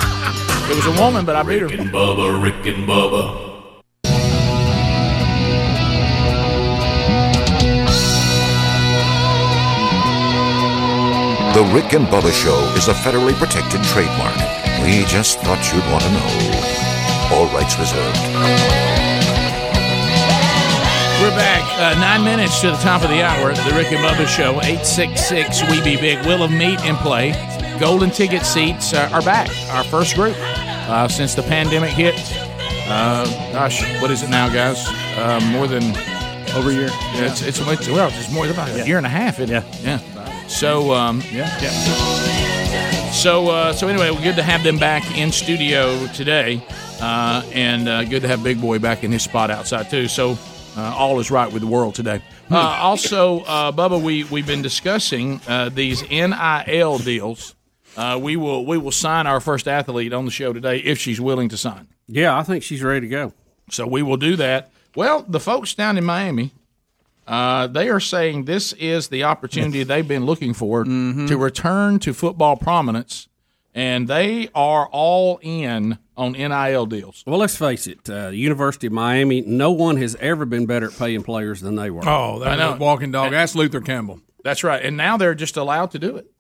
Speaker 8: It was a woman, but I beat her.
Speaker 7: Rick and Bubba, Rick and Bubba,
Speaker 23: The Rick and Bubba Show is a federally protected trademark. We just thought you'd want to know. All rights reserved.
Speaker 8: We're back. Uh, nine minutes to the top of the hour. The Rick and Bubba Show, 866 We Be Big. Will of Meat in play. Golden ticket seats uh, are back. Our first group uh, since the pandemic hit. Uh, gosh, what is it now, guys? Uh, more than.
Speaker 3: Over a year.
Speaker 8: Yeah, it's, it's, it's, well, it's more than about a year and a half. Isn't yeah. It? Yeah. So, um, yeah. So, uh, so anyway, well, good to have them back in studio today, uh, and uh, good to have Big Boy back in his spot outside too. So, uh, all is right with the world today. Uh,
Speaker 15: Hmm.
Speaker 8: also, uh, Bubba, we we've been discussing uh, these NIL deals. Uh, we will we will sign our first athlete on the show today if she's willing to sign.
Speaker 15: Yeah, I think she's ready to go.
Speaker 8: So we will do that. Well, the folks down in Miami, uh, they are saying this is the opportunity they've been looking for
Speaker 17: Mm-hmm.
Speaker 8: to return to football prominence, and they are all in on NIL deals.
Speaker 15: Well, let's face it, uh, University of Miami, no one has ever been better at paying players than they were.
Speaker 17: Oh, that was a walking dog. That's Luther Campbell.
Speaker 8: That's right. And now they're just allowed to do it.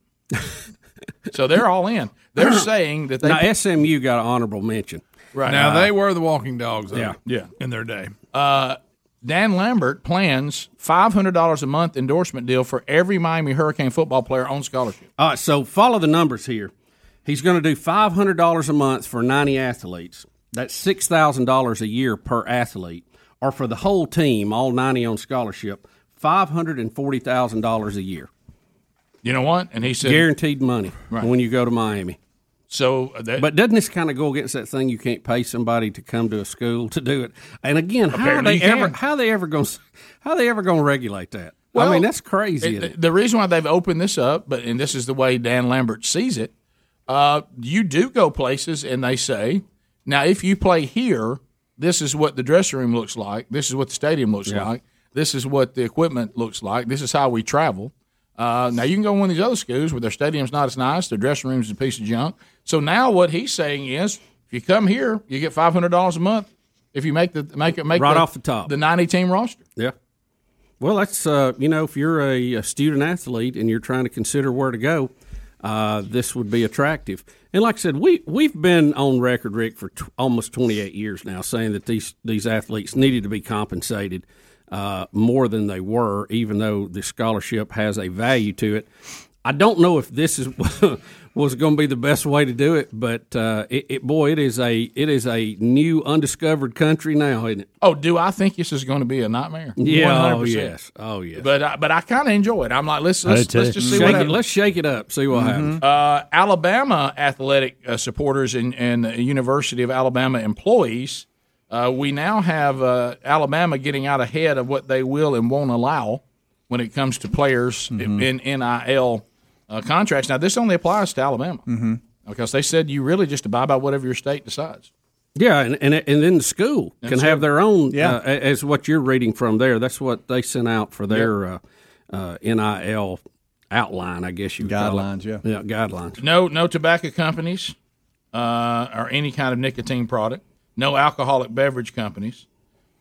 Speaker 8: so they're all in. They're saying that they
Speaker 15: now SMU got an honorable mention.
Speaker 8: right
Speaker 17: Now they were the walking dogs. though,
Speaker 15: Yeah.
Speaker 8: Yeah.
Speaker 17: in their day.
Speaker 8: Uh, Dan Lambert plans five hundred dollars a month endorsement deal for every Miami Hurricane football player on scholarship.
Speaker 15: All right, so follow the numbers here. He's going to do five hundred dollars a month for ninety athletes. That's six thousand dollars a year per athlete, or for the whole team, all ninety on scholarship, five hundred and forty thousand dollars a year.
Speaker 8: You know what? And he said
Speaker 15: guaranteed money when you go to Miami.
Speaker 8: So, uh, that,
Speaker 15: but doesn't this kind of go against that thing? You can't pay somebody to come to a school to do it. And again, how are
Speaker 8: Apparently
Speaker 15: they
Speaker 8: you can.
Speaker 15: ever? How they ever going? How they ever going to regulate that? I mean, that's crazy.
Speaker 8: it-
Speaker 15: isn't it?
Speaker 8: the reason why they've opened this up, but and this is the way Dan Lambert sees it, uh, you do go places and they say, now if you play here, this is what the dressing room looks like. This is what the stadium looks
Speaker 17: Yeah.
Speaker 8: like. This is what the equipment looks like. This is how we travel. Uh, now you can go to one of these other schools where their stadium's not as nice, their dressing room's a piece of junk. So now what he's saying is, if you come here, you get five hundred dollars a month if you make the make it make
Speaker 15: Right off the top.
Speaker 8: the ninety team roster.
Speaker 15: Yeah. Well, that's uh, you know, if you're a, a student athlete and you're trying to consider where to go, uh, this would be attractive. And like I said, we we've been on record, Rick, for t- almost 28 years now, saying that these these athletes needed to be compensated uh, more than they were, even though the scholarship has a value to it. I don't know if this is was going to be the best way to do it. But uh, it, it, boy, it is a it is a new undiscovered country now, isn't it?
Speaker 8: Oh, do I think this is going to be a nightmare?
Speaker 15: Yeah, oh
Speaker 8: 100%.
Speaker 15: yes, oh yes.
Speaker 8: But I, but I kind of enjoy it. I'm like, let's
Speaker 15: I
Speaker 8: let's,
Speaker 15: do
Speaker 8: let's
Speaker 15: too.
Speaker 8: just see
Speaker 15: Shake
Speaker 8: what
Speaker 15: it.
Speaker 8: happens.
Speaker 15: Let's shake it up. See what
Speaker 8: Mhm.
Speaker 15: happens.
Speaker 8: Uh, Alabama athletic uh, supporters and, and the University of Alabama employees. Uh, we now have uh, Alabama getting out ahead of what they will and won't allow when it comes to players
Speaker 15: Mm-hmm.
Speaker 8: in NIL uh, contracts. Now, this only applies to Alabama
Speaker 15: Mm-hmm.
Speaker 8: because they said you really just abide by whatever your state decides.
Speaker 15: Yeah, and and, and then the school
Speaker 8: And
Speaker 15: can
Speaker 8: so-
Speaker 15: have their own.
Speaker 8: Yeah.
Speaker 15: uh, a- as what you're reading from there, that's what they sent out for their uh, uh, NIL outline, I guess you would call it.
Speaker 8: Guidelines, yeah.
Speaker 15: yeah, guidelines.
Speaker 8: No, no tobacco companies uh, or any kind of nicotine product. No alcoholic beverage companies.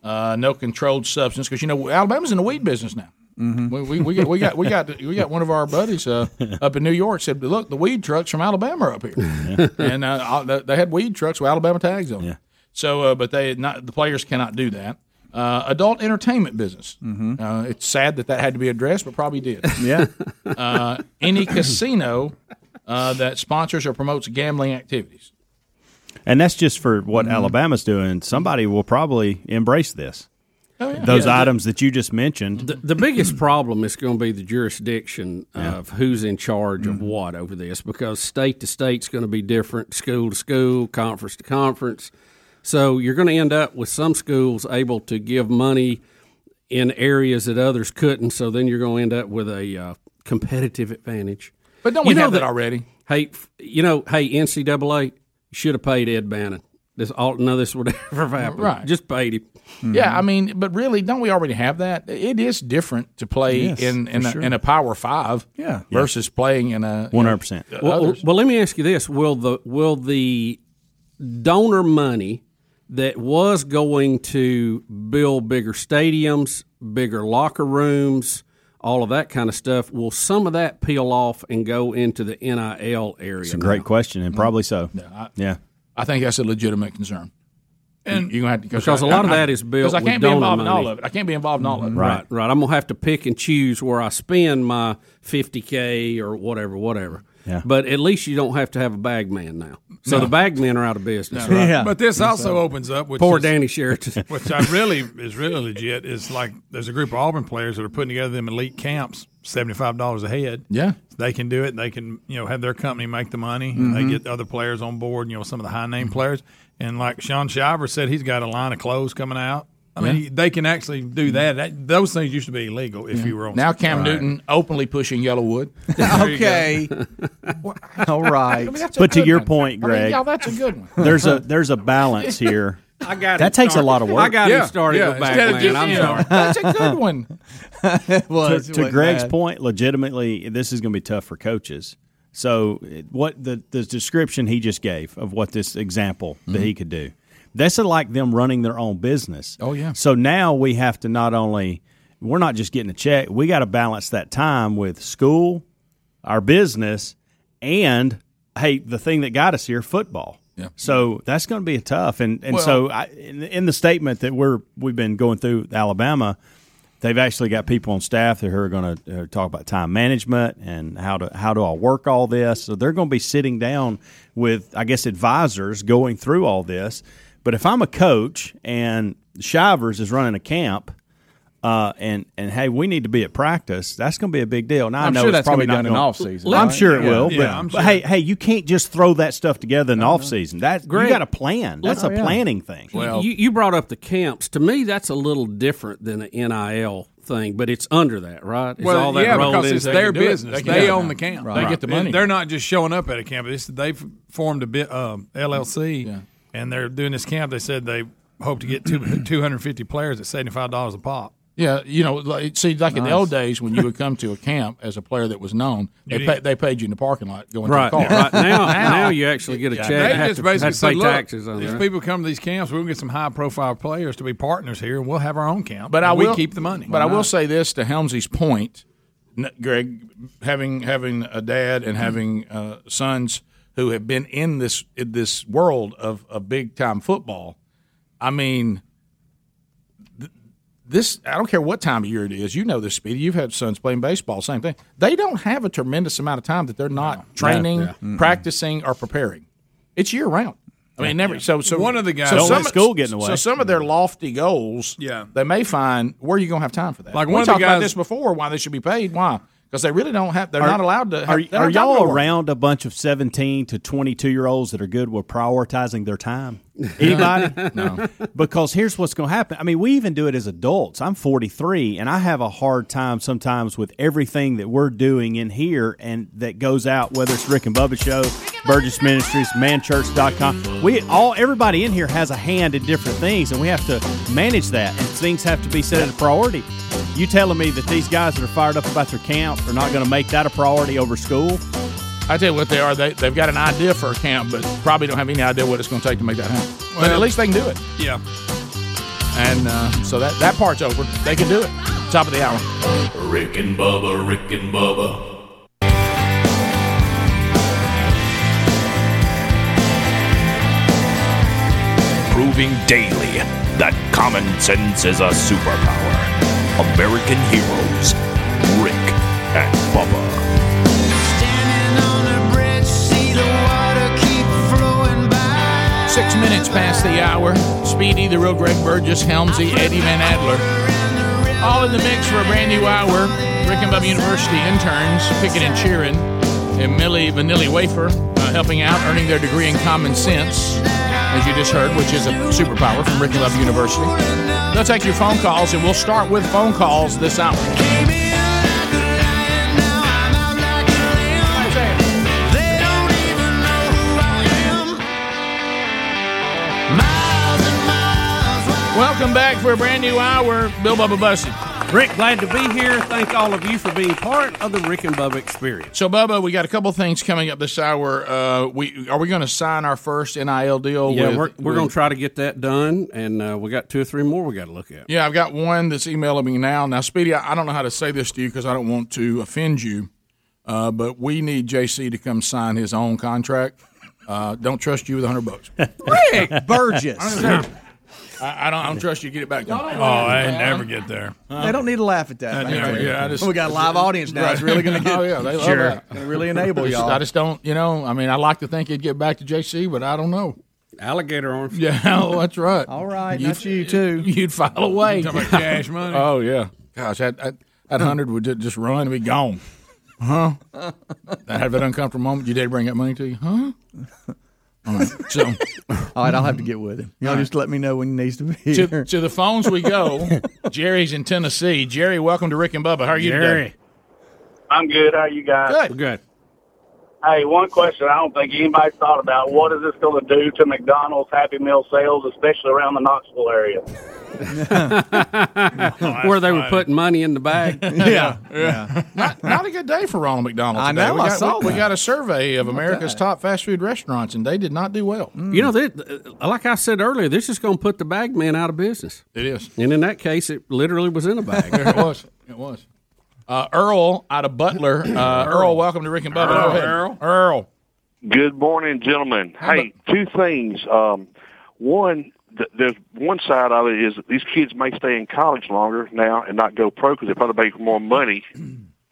Speaker 8: Uh, no controlled substance because you know Alabama's in the weed business now. We, we, we got we got we got we got one of our buddies uh, up in New York said, "Look, the weed trucks from Alabama are up here," and uh, all- they- they had weed trucks with Alabama tags on. them. So, uh, but they not the players cannot do that. Uh, adult entertainment business.
Speaker 15: Mm-hmm.
Speaker 8: Uh, it's sad that that had to be addressed, but probably did.
Speaker 3: Yeah.
Speaker 8: Uh, any casino uh, that sponsors or promotes gambling activities.
Speaker 4: And that's just for what
Speaker 10: Mm-hmm.
Speaker 4: Alabama's doing. Somebody will probably embrace this.
Speaker 8: Oh,
Speaker 15: yeah.
Speaker 4: Those
Speaker 15: Yeah, the-
Speaker 4: items that you just mentioned.
Speaker 15: The, the biggest problem is going to be the jurisdiction of who's in charge
Speaker 8: Mm-hmm.
Speaker 15: of what over this because state to state's going to be different, school to school, conference to conference. So you're going to end up with some schools able to give money in areas that others couldn't. So then you're going to end up with a uh, competitive advantage.
Speaker 8: But don't we have that already?
Speaker 15: Hey, f- you know, hey, NCAA should have paid Ed Bannon. This all none of this would ever have happened.
Speaker 8: Right.
Speaker 15: Just paid him.
Speaker 8: Yeah, I mean, but really, don't we already have that? It is different to play
Speaker 15: Yes,
Speaker 8: in in
Speaker 15: for
Speaker 8: a,
Speaker 15: sure.
Speaker 8: in a power five,
Speaker 15: Yeah.
Speaker 8: versus playing in a uh,
Speaker 4: One hundred percent.
Speaker 15: Well, well, let me ask you this: Will the will the donor money that was going to build bigger stadiums, bigger locker rooms, all of that kind of stuff, will some of that peel off and go into the NIL area?
Speaker 4: It's a great question, and probably so. Yeah.
Speaker 8: Mm-hmm. I-
Speaker 4: yeah.
Speaker 8: I think that's a legitimate concern. And you're gonna have to
Speaker 15: Because
Speaker 8: a
Speaker 15: a lot of that is built
Speaker 8: Because I
Speaker 15: with
Speaker 8: can't be
Speaker 15: donor
Speaker 8: involved in all
Speaker 15: money. Mm-hmm.
Speaker 8: of it. I can't be involved in all of it.
Speaker 15: Right, right. I'm gonna have to pick and choose where I spend my 50k or whatever, whatever.
Speaker 4: Yeah.
Speaker 15: But at least you don't have to have a bag man now. So
Speaker 5: No.
Speaker 15: the bag men are out of business.
Speaker 5: No.
Speaker 15: Right?
Speaker 5: But this also opens up, which
Speaker 15: poor
Speaker 5: is-
Speaker 15: Danny Sheraton.
Speaker 5: which I really is really legit. Is like there's a group of Auburn players that are putting together them elite camps, seventy five dollars a head.
Speaker 8: Yeah.
Speaker 5: they can do it. They can you know have their company make the money.
Speaker 8: Mhm.
Speaker 5: And they get other players on board. You know some of the high name players. And like Sean Shiver said, he's got a line of clothes coming out. I mean,
Speaker 8: Yeah. Mm-hmm.
Speaker 5: he- they can actually do that. that. Those things used to be illegal if
Speaker 8: Yeah.
Speaker 5: you were on.
Speaker 8: now, Cam
Speaker 5: Right.
Speaker 8: Newton openly pushing Yellowwood.
Speaker 5: Okay.
Speaker 3: All right.
Speaker 8: I mean, that's a
Speaker 4: but to
Speaker 8: good
Speaker 4: your
Speaker 8: one.
Speaker 4: point,
Speaker 8: I mean,
Speaker 4: Greg,
Speaker 8: yeah, that's a good one.
Speaker 4: there's a there's a balance here.
Speaker 15: I got
Speaker 4: that takes a lot of work.
Speaker 15: I got him started with bag man. I'm sorry.
Speaker 8: That's a good one.
Speaker 4: to,
Speaker 8: was,
Speaker 4: to Greg's point, legitimately, this is going to be tough for coaches. So, it- what the, the description he just gave of what this example that
Speaker 8: Mm-hmm.
Speaker 4: he could do, that's like them running their own business. Oh, yeah. So now we have to not only, we're not just getting a check, we got to balance that time with school, our business, and hey, the thing that got us here, football. Yeah. So that's going to be tough, and and so I, in, in the statement that we're we've been going through with Alabama, they've actually got people on staff that are going to uh, talk about time management and how to how do I work all this. So they're going to be sitting down with I guess advisors going through all this. But if I'm a coach and Shivers is running a camp. Uh, and and hey, we need to be at practice. That's going to be a big deal. Now
Speaker 8: I'm
Speaker 4: I know
Speaker 8: sure
Speaker 4: it's
Speaker 8: that's
Speaker 4: probably not
Speaker 8: gonna be done in
Speaker 4: gonna-
Speaker 8: off-season,
Speaker 4: I'm
Speaker 8: right?
Speaker 4: sure it
Speaker 8: Yeah.
Speaker 4: will.
Speaker 8: Yeah,
Speaker 4: but,
Speaker 8: I'm
Speaker 4: but hey, hey, you can't just throw that stuff together in the off season. That you
Speaker 15: Greg-
Speaker 4: got a plan. That's
Speaker 15: Oh,
Speaker 4: a
Speaker 15: yeah.
Speaker 4: planning thing.
Speaker 15: Well, you, you brought up the camps. To me, that's a little different than the NIL thing, but it's under that, right? Is
Speaker 5: Well,
Speaker 15: all that
Speaker 5: yeah,
Speaker 15: rolled
Speaker 5: because
Speaker 15: in?
Speaker 5: it's their business. They, own the camp.
Speaker 15: Right.
Speaker 5: They're not just showing up at a camp. It's, they've formed a bit um, LLC, and they're doing this camp. They said they hope to get two, 250 players at $75 a pop.
Speaker 8: Yeah, you know, like, see, like in the
Speaker 5: Nice.
Speaker 8: old days when you would come to a camp as a player that was known, they,
Speaker 5: You did.
Speaker 8: pa- they paid you in the parking lot going
Speaker 15: Right,
Speaker 8: to the car.
Speaker 15: right. Now- now you actually get a check.
Speaker 5: They
Speaker 15: Have
Speaker 5: just
Speaker 15: to-
Speaker 5: basically
Speaker 15: have to pay
Speaker 5: said, "Look,
Speaker 15: taxes on
Speaker 5: these
Speaker 15: that."
Speaker 5: people come to these camps. We'll get some high profile players to be partners here, and we'll have our own camp.
Speaker 8: But I
Speaker 5: and we
Speaker 8: will
Speaker 5: keep the money.
Speaker 8: But I will say this to Helmsy's point, n- Greg, having having a dad
Speaker 5: Mm-hmm.
Speaker 8: and having uh, sons who have been in this in this world of, of big time football, I mean, th- this I don't care what time of year it is. You know this, Speedy. You've had sons playing baseball. Same thing. They don't have a tremendous amount of time that they're not training,
Speaker 5: Yeah. Mm-mm.
Speaker 8: practicing, or preparing. It's year round. I mean, never. So, so
Speaker 5: One of the guys-
Speaker 8: So
Speaker 5: Don't let
Speaker 8: some,
Speaker 5: school get in the
Speaker 8: So
Speaker 5: way.
Speaker 8: some of their lofty goals,
Speaker 5: Mm. Yeah.
Speaker 8: they may find where are you going to have time for that.
Speaker 5: Like
Speaker 8: we
Speaker 5: one of the
Speaker 8: talked about
Speaker 5: guys-
Speaker 8: this before. Why they should be paid? Why? Because they really don't have. They're not allowed to. Have,
Speaker 4: Are,
Speaker 8: they don't
Speaker 4: are
Speaker 8: have time to
Speaker 4: y'all
Speaker 8: work.
Speaker 4: around a bunch of seventeen to twenty-two year olds that are good with prioritizing their time? Anybody?
Speaker 8: No.
Speaker 4: Because here's what's going to happen. I mean, we even do it as adults. I'm 43, and I have a hard time sometimes with everything that we're doing in here and that goes out, whether it's Rick and Bubba Show, Burgess Ministries, manchurch.com. We all, everybody in here has a hand in different things, and we have to manage that, and things have to be set as a priority. You telling me that these guys that are fired up about their camp are not going to make that a priority over school?
Speaker 8: I tell you what they are. They, they've got an idea for a camp, but probably don't have any idea what it's going to take to make that happen. but at
Speaker 5: Well-
Speaker 8: least they can do it.
Speaker 5: Yeah.
Speaker 8: And uh, so that, that part's over. They can do it. Top of the hour.
Speaker 7: Rick and Bubba, Rick and Bubba,
Speaker 23: proving daily that common sense is a superpower. American heroes, Rick and Bubba.
Speaker 8: Six minutes past the hour. Speedy, the real Greg Burgess, Helmsy, Eddie Van Adler. All in the mix for a brand new hour. Rick and Bubba University interns picking and cheering. And Millie Vanilli Wafer uh, helping out, earning their degree in common sense, as you just heard, which is a superpower from Rick and Bubba University. They'll take your phone calls, and we'll start with phone calls this hour. Welcome back for a brand new hour. Bill Bubba Busted.
Speaker 15: Rick, glad to be here. Thank all of you for being part of the Rick and Bubba experience.
Speaker 8: So, Bubba, we got a couple things coming up this hour. Uh, we are we going to sign our first NIL deal?
Speaker 15: yeah,
Speaker 8: Oh,
Speaker 15: we're,
Speaker 8: with,
Speaker 15: we're
Speaker 8: with-
Speaker 15: going to try to get that done, and uh, we got two or three more we got to look at.
Speaker 8: Yeah, I've got one that's emailing me now. Now, Speedy, I I don't know how to say this to you because I don't want to offend you, uh, but we need JC to come sign his own contract. Uh, don't trust you with hundred bucks, Rick
Speaker 3: Burgess.
Speaker 8: I, I don't. I don't trust you. to Get it back. done.
Speaker 5: Oh, I never get there.
Speaker 3: They don't need to laugh at that.
Speaker 5: I
Speaker 3: man.
Speaker 5: never- yeah, I just-
Speaker 3: we got a live audience now. It's really going to get.
Speaker 8: Oh yeah, they love
Speaker 3: Sure.
Speaker 8: that.
Speaker 3: They really enable
Speaker 8: I just-
Speaker 3: y'all.
Speaker 8: I just don't. You know, I mean, I like to think he'd get back to JC, but I don't know.
Speaker 15: Alligator arms.
Speaker 8: Yeah, oh, that's right.
Speaker 3: All right,
Speaker 8: You'd-
Speaker 3: not you too.
Speaker 8: You'd file away.
Speaker 5: Talking about cash money?
Speaker 8: Oh yeah. Gosh, that that, that hundred would ju- just run and be gone. Huh? I have that uncomfortable moment. Your dad bring that money to you, huh? All right. So,
Speaker 3: All right, I'll have to get with him. Y'all
Speaker 8: All right.
Speaker 3: just let me know when he needs to be here.
Speaker 8: to, to the phones we go. Jerry's in Tennessee. Jerry, welcome to Rick and Bubba. How are you today?
Speaker 20: I'm good. How you guys?
Speaker 8: Good.
Speaker 15: Good.
Speaker 20: Hey, one question I don't think anybody's thought about. What is this going to do to McDonald's Happy Meal sales, especially around the Knoxville area?
Speaker 15: Where they were putting money in the bag.
Speaker 8: yeah. Not, not a good day for Ronald McDonald.
Speaker 15: I
Speaker 8: Today.
Speaker 15: know,
Speaker 8: We
Speaker 15: I
Speaker 8: got,
Speaker 15: saw
Speaker 8: we, we
Speaker 15: that.
Speaker 8: got a survey of America's top fast food restaurants, and they did not do well.
Speaker 15: You know, that, like I said earlier, this is going to put the bag man out of business.
Speaker 8: It is.
Speaker 15: And in that case, it literally was in a bag.
Speaker 8: it was. It was. Uh, Earl out of Butler. Uh, Earl, welcome to Rick and Bubba. Go ahead. Earl.
Speaker 28: Good morning, gentlemen. Hey, two things. Um, one, th- there's one side of it is that these kids may stay in college longer now and not go pro because they probably make more money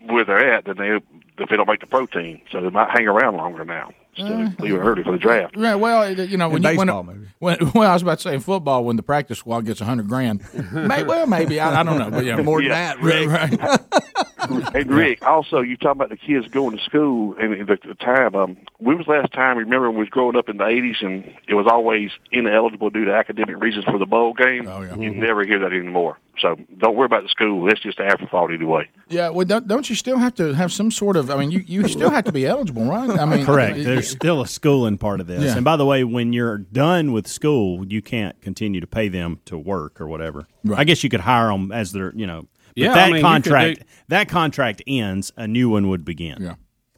Speaker 28: where they're at than they if they don't make the pro team. So they might hang around longer now.
Speaker 8: Uh,
Speaker 28: Leave it early for the draft.
Speaker 8: Right. Uh, Well, it- you know, when
Speaker 28: In
Speaker 8: you, when,
Speaker 28: baseball,
Speaker 8: when, well, I was about to say in football, when the practice squad gets hundred grand, may, well, maybe I, I don't know, but yeah, more than
Speaker 28: Yeah.
Speaker 8: that, Rick.
Speaker 28: And Rick, also you talking about the kids going to school and the, the time. Um, when was the last time? Remember, when we was growing up in the eighties, and it was always ineligible due to academic reasons for the bowl game. Oh, yeah. You never hear that anymore. So don't worry about the school. That's just an afterthought either way.
Speaker 8: Yeah. Well, don't, don't you still have to have some sort of? I mean, you, you still have to be eligible, right? I mean,
Speaker 4: Correct.
Speaker 8: it-
Speaker 4: There's still a schooling part of this.
Speaker 8: Yeah.
Speaker 4: And by the way, when you're done with school, you can't continue to pay them to work or whatever. I guess you could hire them as their, you know, but
Speaker 15: Yeah, I
Speaker 4: that
Speaker 15: mean, you could
Speaker 4: contract
Speaker 15: do-
Speaker 4: that contract ends, a new one would begin.
Speaker 8: Yeah.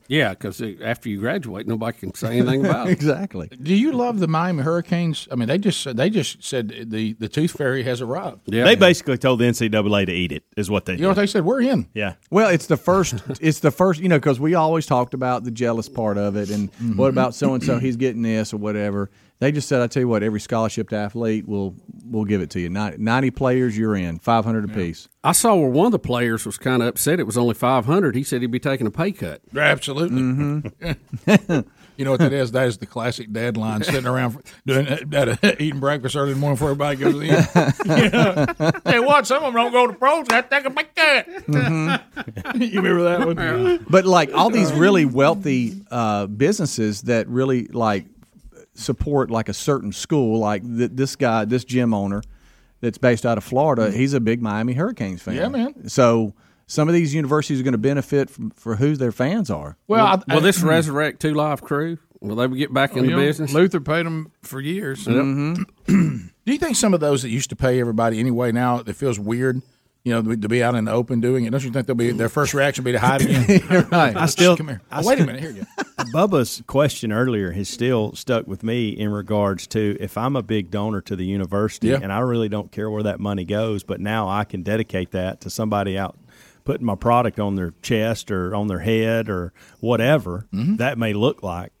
Speaker 15: Yeah, because after you graduate, nobody can say anything about it.
Speaker 4: Exactly.
Speaker 8: Do you love the Miami Hurricanes? I mean, they just said- they just said the the tooth fairy has arrived.
Speaker 4: They basically told the NCAA to eat it, is what they
Speaker 8: You
Speaker 4: did.
Speaker 8: know what they said? We're in.
Speaker 4: Yeah.
Speaker 3: Well, it's the first. It's the first. You know,
Speaker 8: Mm-hmm.
Speaker 3: because we always talked about the jealous part of it, and what about so and so? He's getting this or whatever. They just said, I tell you what, every scholarship athlete will will give it to you. Nin- 90 players, you're in, 500 apiece.
Speaker 15: I saw where one of the players was kind of upset. It was only five hundred. He said he'd be taking a pay cut.
Speaker 8: Absolutely. you know what that is? That is the classic dad line sitting around for, doing that, uh, eating breakfast early in the morning before everybody goes to the end. yeah. Hey, what? Some of them don't go to pros. That take a big cut. you remember that one?
Speaker 3: But like all
Speaker 8: Uh-huh.
Speaker 3: these really wealthy uh, businesses that really like support like a certain school, like th- this guy, this gym owner that's based out of Florida, he's a big Miami Hurricanes fan.
Speaker 8: Mm-hmm. Yeah, man.
Speaker 3: So some of these universities are going to benefit from, for who their fans are.
Speaker 8: Well, I- Oh,
Speaker 15: will, will this resurrect two live crew? Will they get back in
Speaker 8: You
Speaker 15: the
Speaker 8: know,
Speaker 15: business?
Speaker 8: Luther paid them for years. Mm-hmm.
Speaker 15: Yep.
Speaker 8: Do you think some of those that used to pay everybody anyway now it feels weird? You know, to be out in the open doing it. Don't you think they'll be their first reaction will be to hide again?
Speaker 4: right. I still
Speaker 8: come here.
Speaker 4: I
Speaker 8: Oh, wait a
Speaker 4: still-
Speaker 8: minute. Here you go.
Speaker 4: Bubba's question earlier has still stuck with me in regards to if I'm a big donor to the university
Speaker 8: Yeah.
Speaker 4: and I really don't care where that money goes, but now I can dedicate that to somebody out putting my product on their chest or on their head or whatever
Speaker 8: Mm-hmm.
Speaker 4: that may look like.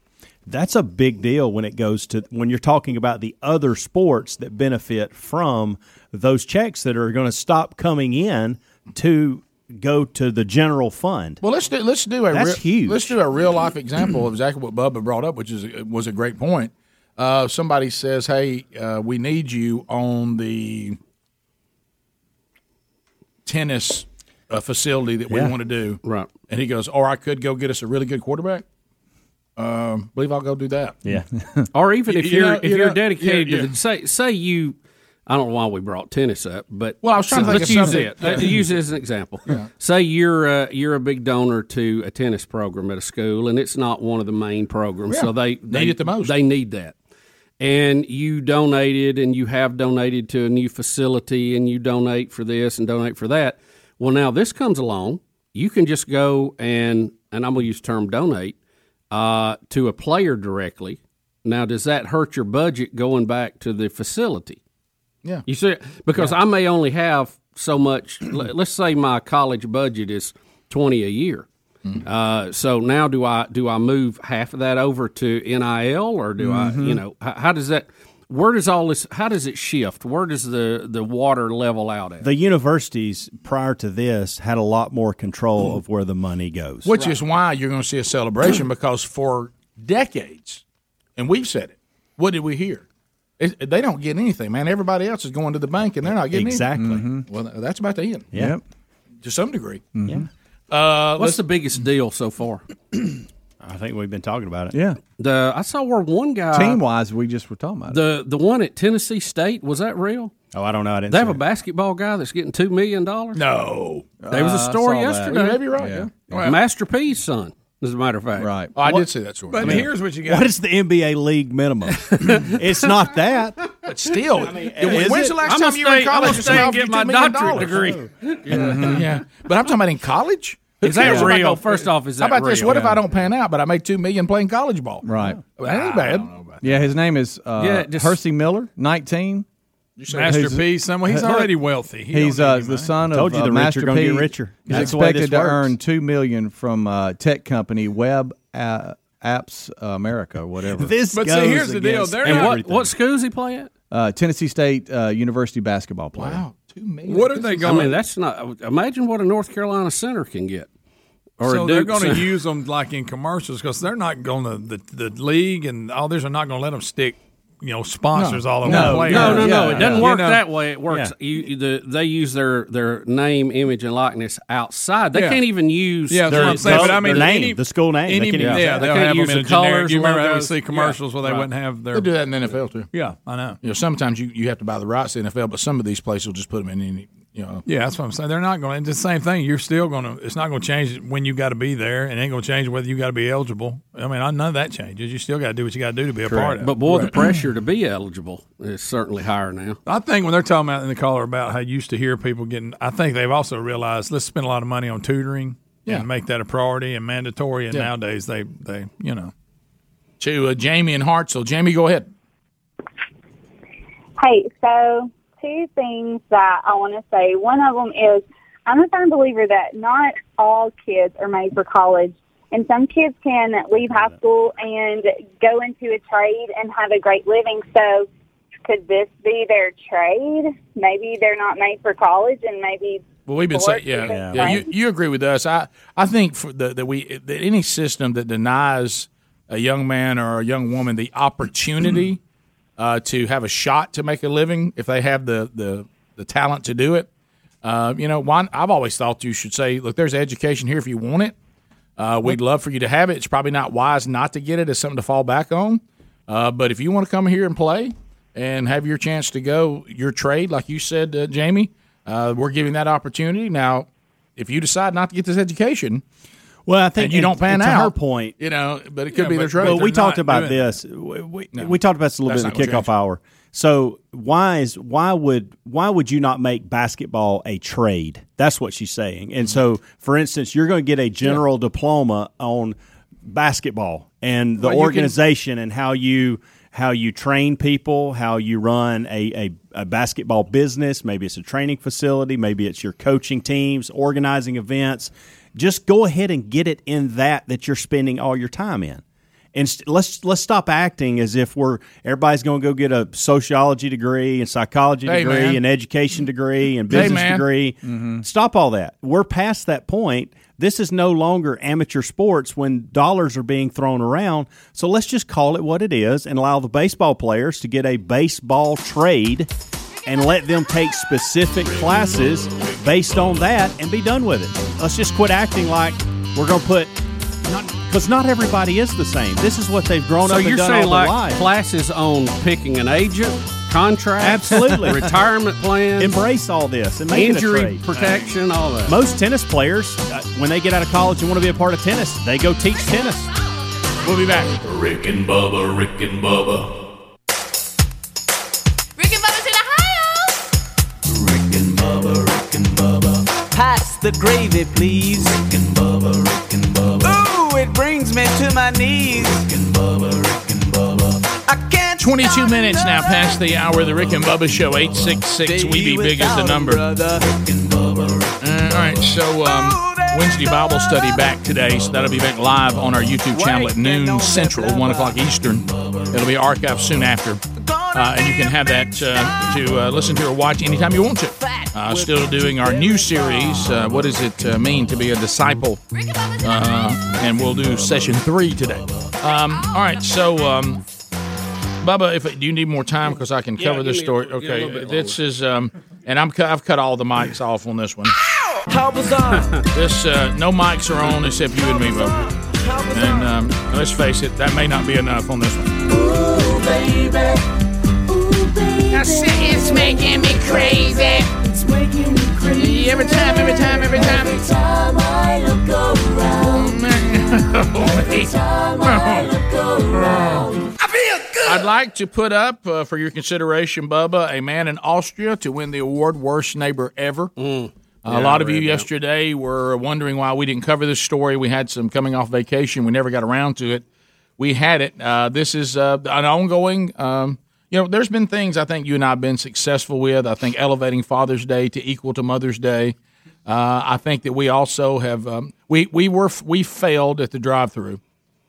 Speaker 4: That's a big deal when it goes to when you're talking about the other sports that benefit from those checks that are going to stop coming in to go to the general fund.
Speaker 8: Well, let's do let's do a
Speaker 4: That's
Speaker 8: real,
Speaker 4: huge.
Speaker 8: Let's do a real life example of exactly what Bubba brought up, which is was a great point. Uh, somebody says, "Hey, uh, we need you on the tennis uh, facility that we
Speaker 15: Yeah.
Speaker 8: want to do."
Speaker 15: Right.
Speaker 8: And he goes, "Or I could go get us a really good quarterback. Um, believe I'll go do that."
Speaker 4: Yeah.
Speaker 15: or even
Speaker 8: You-
Speaker 15: if
Speaker 8: you
Speaker 15: you're
Speaker 8: know-
Speaker 15: if
Speaker 8: you
Speaker 15: you're
Speaker 8: know-
Speaker 15: dedicated
Speaker 8: yeah,
Speaker 15: to
Speaker 8: yeah.
Speaker 15: the, say say you I don't know why we brought tennis up, but
Speaker 8: Well, I was trying to
Speaker 15: so-
Speaker 8: think
Speaker 15: let's
Speaker 8: of
Speaker 15: use
Speaker 8: something.
Speaker 15: it.
Speaker 8: Yeah.
Speaker 15: Let's use it as an example.
Speaker 8: Yeah.
Speaker 15: Say you're uh, you're a big donor to a tennis program at a school, and it's not one of the main programs,
Speaker 8: Yeah.
Speaker 15: so they,
Speaker 8: Need
Speaker 15: they
Speaker 8: it the most.
Speaker 15: They need that. And you donated, and you have donated to a new facility, and you donate for this and donate for that. Well, now this comes along. You can just go and and I'm gonna use the term donate uh, to a player directly. Now, does that hurt your budget going back to the facility?
Speaker 8: Yeah.
Speaker 15: You see, because I may only have so much. le- let's say my college budget is twenty a year. Uh, so now, do I do I move half of that over to NIL, or do I,
Speaker 8: Mhm.
Speaker 15: you know, how, how does that? Where does all this? How does it shift? Where does the the water level out at?
Speaker 4: The universities prior to this had a lot more
Speaker 8: Mm.
Speaker 4: control of where the money goes.
Speaker 8: Which is why you're going to see a celebration because for decades, and we've said it, what did we hear? It, they don't get anything, man. Everybody else is going to the bank and they're not getting
Speaker 4: Exactly.
Speaker 8: anything. Well, that's about the end.
Speaker 4: Yeah. Yep.
Speaker 8: To some degree.
Speaker 4: Yeah.
Speaker 8: Uh,
Speaker 15: What's the biggest deal so far?
Speaker 4: I think we've been talking about it.
Speaker 3: Yeah.
Speaker 15: The I saw where one guy
Speaker 3: Team wise, we just were talking about it.
Speaker 15: the the one at Tennessee State was that real?
Speaker 4: Oh, I don't know. I didn't
Speaker 15: They have a basketball guy that's getting two million dollars.
Speaker 8: No,
Speaker 15: there was a
Speaker 8: Uh, I
Speaker 15: story
Speaker 8: saw that.
Speaker 15: yesterday.
Speaker 8: You may be right, yeah. Yeah. Well-
Speaker 15: Master P's son, as a matter of fact.
Speaker 3: Right,
Speaker 8: Oh, I did see that story. But here's what you got.
Speaker 4: What is the NBA league minimum? it's not that.
Speaker 8: But still,
Speaker 4: is
Speaker 8: when's
Speaker 4: it?
Speaker 8: the last
Speaker 4: I'm
Speaker 8: time
Speaker 4: gonna
Speaker 8: you were
Speaker 4: stay-
Speaker 8: in
Speaker 4: I'm
Speaker 8: college?
Speaker 4: gonna
Speaker 8: and
Speaker 4: stay and
Speaker 8: smiled
Speaker 4: get
Speaker 8: for
Speaker 4: my
Speaker 8: $2 million?
Speaker 4: doctorate degree.
Speaker 8: Yeah.
Speaker 3: Mm-hmm.
Speaker 8: Yeah. but I'm talking about in college. Who
Speaker 15: Is that
Speaker 8: cares if I
Speaker 15: real?
Speaker 8: don't-
Speaker 15: First off, is
Speaker 8: how
Speaker 15: that
Speaker 8: about this?
Speaker 15: real?
Speaker 8: What if
Speaker 15: Yeah.
Speaker 8: I don't pan out, but I made two million playing college ball?
Speaker 3: Right.
Speaker 8: Well, that ain't bad.
Speaker 3: Yeah, his name is uh,
Speaker 8: Yeah, just-
Speaker 3: Hersey Miller, 19.
Speaker 8: said- Master P, someone- he's already wealthy. He
Speaker 3: he's
Speaker 8: don't need
Speaker 3: uh,
Speaker 8: any
Speaker 3: the
Speaker 8: money.
Speaker 3: son of
Speaker 4: Told you
Speaker 3: uh,
Speaker 4: the rich
Speaker 3: Master
Speaker 4: are gonna
Speaker 3: P.
Speaker 4: get richer.
Speaker 3: He's
Speaker 4: That's the way
Speaker 3: expected
Speaker 4: this
Speaker 3: to
Speaker 4: works.
Speaker 3: earn two million from uh, tech company Web uh, Apps America, whatever.
Speaker 4: This
Speaker 8: But see, goes here's the deal. against They're not-
Speaker 15: what, what school is he play at?
Speaker 3: uh, Tennessee State uh, University basketball player. Wow.
Speaker 8: What are they going?
Speaker 15: I mean, that's not. Imagine what a North Carolina center can get. Or
Speaker 8: so
Speaker 15: a
Speaker 8: they're
Speaker 15: Duke
Speaker 8: going
Speaker 15: center.
Speaker 8: to use them like in commercials because they're not going to the, the league and all these are not going to let them stick you know sponsors all over the player.
Speaker 15: No, no, no. It doesn't
Speaker 8: You
Speaker 15: work
Speaker 8: know,
Speaker 15: that way. It works. You, you- the, they use their, their name, image, and likeness outside. They
Speaker 8: Yeah.
Speaker 15: can't even use
Speaker 8: Yeah, that's what I'm saying. But I mean,
Speaker 4: their name,
Speaker 8: any-
Speaker 4: the school name. they
Speaker 8: any-
Speaker 4: can
Speaker 8: yeah,
Speaker 4: use
Speaker 8: they'll
Speaker 15: They can't
Speaker 8: have
Speaker 15: use
Speaker 8: them in a
Speaker 15: the
Speaker 8: generic.
Speaker 15: colours,
Speaker 8: You remember how we
Speaker 15: logos.
Speaker 8: see commercials where they
Speaker 15: Yeah, right.
Speaker 8: wouldn't have their.
Speaker 15: They do
Speaker 8: that in the NFL too. Yeah, I know. You know, sometimes you, you have to buy the rights to the NFL, but some of these places will just put them in any. You know. Yeah, that's what I'm saying. They're not going. to It's the same thing. You're still going to. It's not going to change when you got to be there, and ain't going to change whether you got to be eligible. I mean, I none of that changes. You still got to do what you got to do to be a part of. it.
Speaker 15: But boy, the pressure to be eligible is certainly higher now.
Speaker 8: I think when they're talking about in the caller about how you used to hear people getting, I think they've also realized let's spend a lot of money on tutoring
Speaker 15: Yeah.
Speaker 8: and make that a priority and mandatory. And
Speaker 15: Yeah.
Speaker 8: nowadays they they you know. To uh, Jamie and Hartzell, Jamie, go ahead.
Speaker 29: Hey, so two things that I want to say. One of them is I'm a firm believer that not all kids are made for college,
Speaker 2: And some kids can leave high school and go into a trade and have a great living. So could this be their trade? Maybe they're not made for college and maybe
Speaker 8: Well, we've been saying, yeah, yeah.
Speaker 2: Yeah.
Speaker 8: you, you agree with us. I, I think for the, that we that any system that denies a young man or a young woman the opportunity uh, to have a shot to make a living, if they have the the, the talent to do it, uh, you know, why, I've always thought you should say, look, there's education here if you want it. Uh, we'd love for you to have it. It's probably not wise not to get it as something to fall back on. Uh, but if you want to come here and play and have your chance to go your trade, like you said, uh, Jamie, uh, we're giving that opportunity. Now, if you decide not to get this education,
Speaker 4: well, I
Speaker 10: think-
Speaker 8: you don't
Speaker 10: and-
Speaker 8: pan
Speaker 10: and to
Speaker 8: out.
Speaker 4: her point,
Speaker 8: you know, but it could be their trade.
Speaker 4: Well, we
Speaker 8: They're not
Speaker 4: talked about
Speaker 8: doing it.
Speaker 4: this. We, we, we talked about this a little
Speaker 8: That's
Speaker 4: bit in the
Speaker 8: not gonna
Speaker 4: kickoff hour. So why is why would why would you not make basketball a trade? That's what she's saying.
Speaker 8: Mm-hmm.
Speaker 4: And so, for instance, you're going to get a general diploma on basketball and the
Speaker 10: Well, you can-
Speaker 4: organization and how you how you train people, how you run a, a, a basketball business. Maybe it's a training facility. Maybe it's your coaching teams, organizing events. Just go ahead and get it in that that you're spending all your time in. And st- let's let's stop acting as if we're everybody's going to go get a sociology degree and psychology
Speaker 10: Hey,
Speaker 4: degree
Speaker 10: man.
Speaker 4: and education degree and
Speaker 10: Hey,
Speaker 4: business
Speaker 10: man.
Speaker 4: degree.
Speaker 15: Mm-hmm.
Speaker 4: Stop all that. We're past that point. This is no longer amateur sports when dollars are being thrown around. So let's just call it what it is and allow the baseball players to get a baseball trade and let them take specific classes based on that and be done with it. Let's just quit acting like we're going to put because not, everybody is the same. This is what they've grown
Speaker 15: so
Speaker 4: up and
Speaker 15: you're
Speaker 4: done
Speaker 15: saying
Speaker 4: all
Speaker 15: like
Speaker 4: their life.
Speaker 15: classes on picking an agent, contract,
Speaker 4: Absolutely.
Speaker 15: retirement plan,
Speaker 4: embrace all this, and make it a
Speaker 15: injury
Speaker 4: trade.
Speaker 15: protection, all that.
Speaker 4: Most tennis players, uh, when they get out of college and want to be a part of tennis, they go teach tennis.
Speaker 8: We'll be back.
Speaker 7: Rick and Bubba, Rick and Bubba.
Speaker 6: Rick and Bubba's in Ohio.
Speaker 11: Pass the gravy, please. Rick and Bubba, Rick and Bubba. Ooh, it brings me to my knees.
Speaker 8: 22 minutes now past the hour of the Rick and Bubba Show. 866 We Be Big is the number. Uh, all right, so um, Wednesday Bible study back today, so that'll be back live on our YouTube channel at noon Central, 1 o'clock Eastern. It'll be archived soon after. Uh, and you can have that uh, to uh, listen to or watch anytime you want to. Uh, still doing our new series, uh, What Does It uh, Mean to Be a Disciple? Uh, and we'll do session three today. Um, all right, so um, Bubba, if do you need more time because I can
Speaker 17: Yeah,
Speaker 8: cover this
Speaker 17: give me-
Speaker 8: story?
Speaker 17: yeah, a little
Speaker 8: Okay,
Speaker 17: bit
Speaker 8: this is um, and I'm cu- I've cut all the mics off on this one.
Speaker 11: How bizarre!
Speaker 8: this uh, no mics are on except you and me, Bubba. And um, let's face it, that may not be enough on this one.
Speaker 6: Now, see, it's making me crazy. It's making me crazy. Every time, every time, every time. Oh, Every time I look around. every time I look around.
Speaker 8: I'd like to put up uh, for your consideration, Bubba, a man in Austria to win the award Worst Neighbor Ever.
Speaker 17: Yeah,
Speaker 8: a lot of
Speaker 17: I
Speaker 8: you
Speaker 17: read that.
Speaker 8: yesterday were wondering why we didn't cover this story. We had some coming off vacation. We never got around to it. We had it. Uh, this is uh, an ongoing. Um, you know, there's been things I think you and I have been successful with. I think elevating Father's Day to equal to Mother's Day. Uh, I think that we also have um, we we were we failed at the drive-through.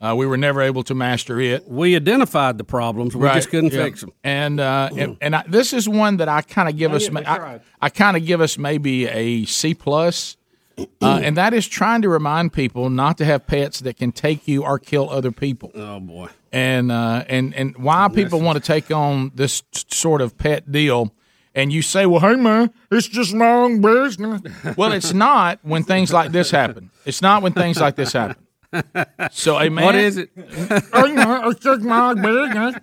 Speaker 8: Uh, we were never able to master it.
Speaker 15: We identified the problems. We just couldn't fix them.
Speaker 8: And uh,
Speaker 15: Mm.
Speaker 8: and, and I, this is one that I kind of give
Speaker 15: Oh,
Speaker 8: us.
Speaker 15: yeah,
Speaker 8: ma-
Speaker 15: we
Speaker 8: I,
Speaker 15: tried.
Speaker 8: kind of give us maybe a C plus, uh,
Speaker 15: Mm.
Speaker 8: and that is trying to remind people not to have pets that can take you or kill other people.
Speaker 15: Oh boy.
Speaker 8: And uh, and and why people want to take on this t- sort of pet deal. And you say, well, hey, man, it's just my own business. Well, it's not when things like this happen. It's not when things like this happen. So, a man.
Speaker 15: What is it?
Speaker 8: How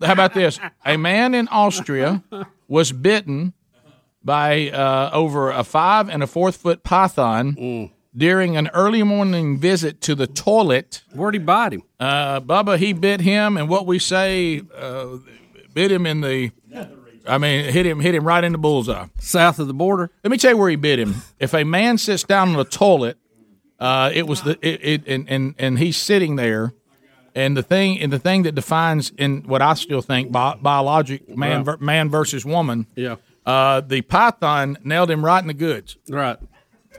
Speaker 8: about this? A man in Austria was bitten by uh, over a five and a fourth foot python
Speaker 15: Mm.
Speaker 8: during an early morning visit to the toilet.
Speaker 15: Where'd he bite him?
Speaker 8: Uh, Bubba, he bit him, and what we say, uh, bit him in the. I mean, hit him, hit him right in the bullseye.
Speaker 15: South of the border.
Speaker 8: Let me tell you where he bit him. If a man sits down on the toilet, uh, it was the it, it and, and and he's sitting there, and the thing and the thing that defines in what I still think bi- biologic man ver- man versus woman.
Speaker 15: Yeah.
Speaker 8: Uh, the python nailed him right in the goods.
Speaker 15: Right.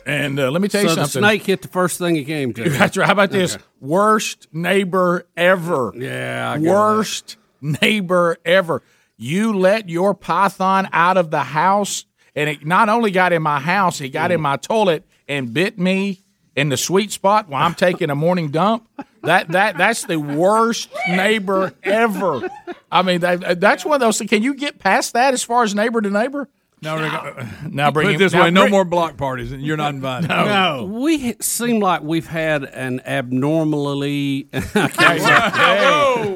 Speaker 8: And uh, let me tell you
Speaker 15: So the
Speaker 8: something.
Speaker 15: snake hit the first thing he came to.
Speaker 8: That's right. How about this? Worst neighbor ever.
Speaker 15: Yeah. I got
Speaker 8: Worst neighbor ever. You let your python out of the house, and it not only got in my house, it
Speaker 15: Mm.
Speaker 8: got in my toilet and bit me in the sweet spot while I'm taking a morning dump. That that that's the worst neighbor ever. I mean, that, that's one of those. Can you get past that as far as neighbor to neighbor?
Speaker 5: No,
Speaker 8: Now bring
Speaker 5: Put
Speaker 8: him-
Speaker 5: it this
Speaker 8: now
Speaker 5: way: no
Speaker 8: bring-
Speaker 5: more block parties, and you're not invited.
Speaker 15: No. We h- seem like we've had an abnormally.
Speaker 8: Whoa, whoa,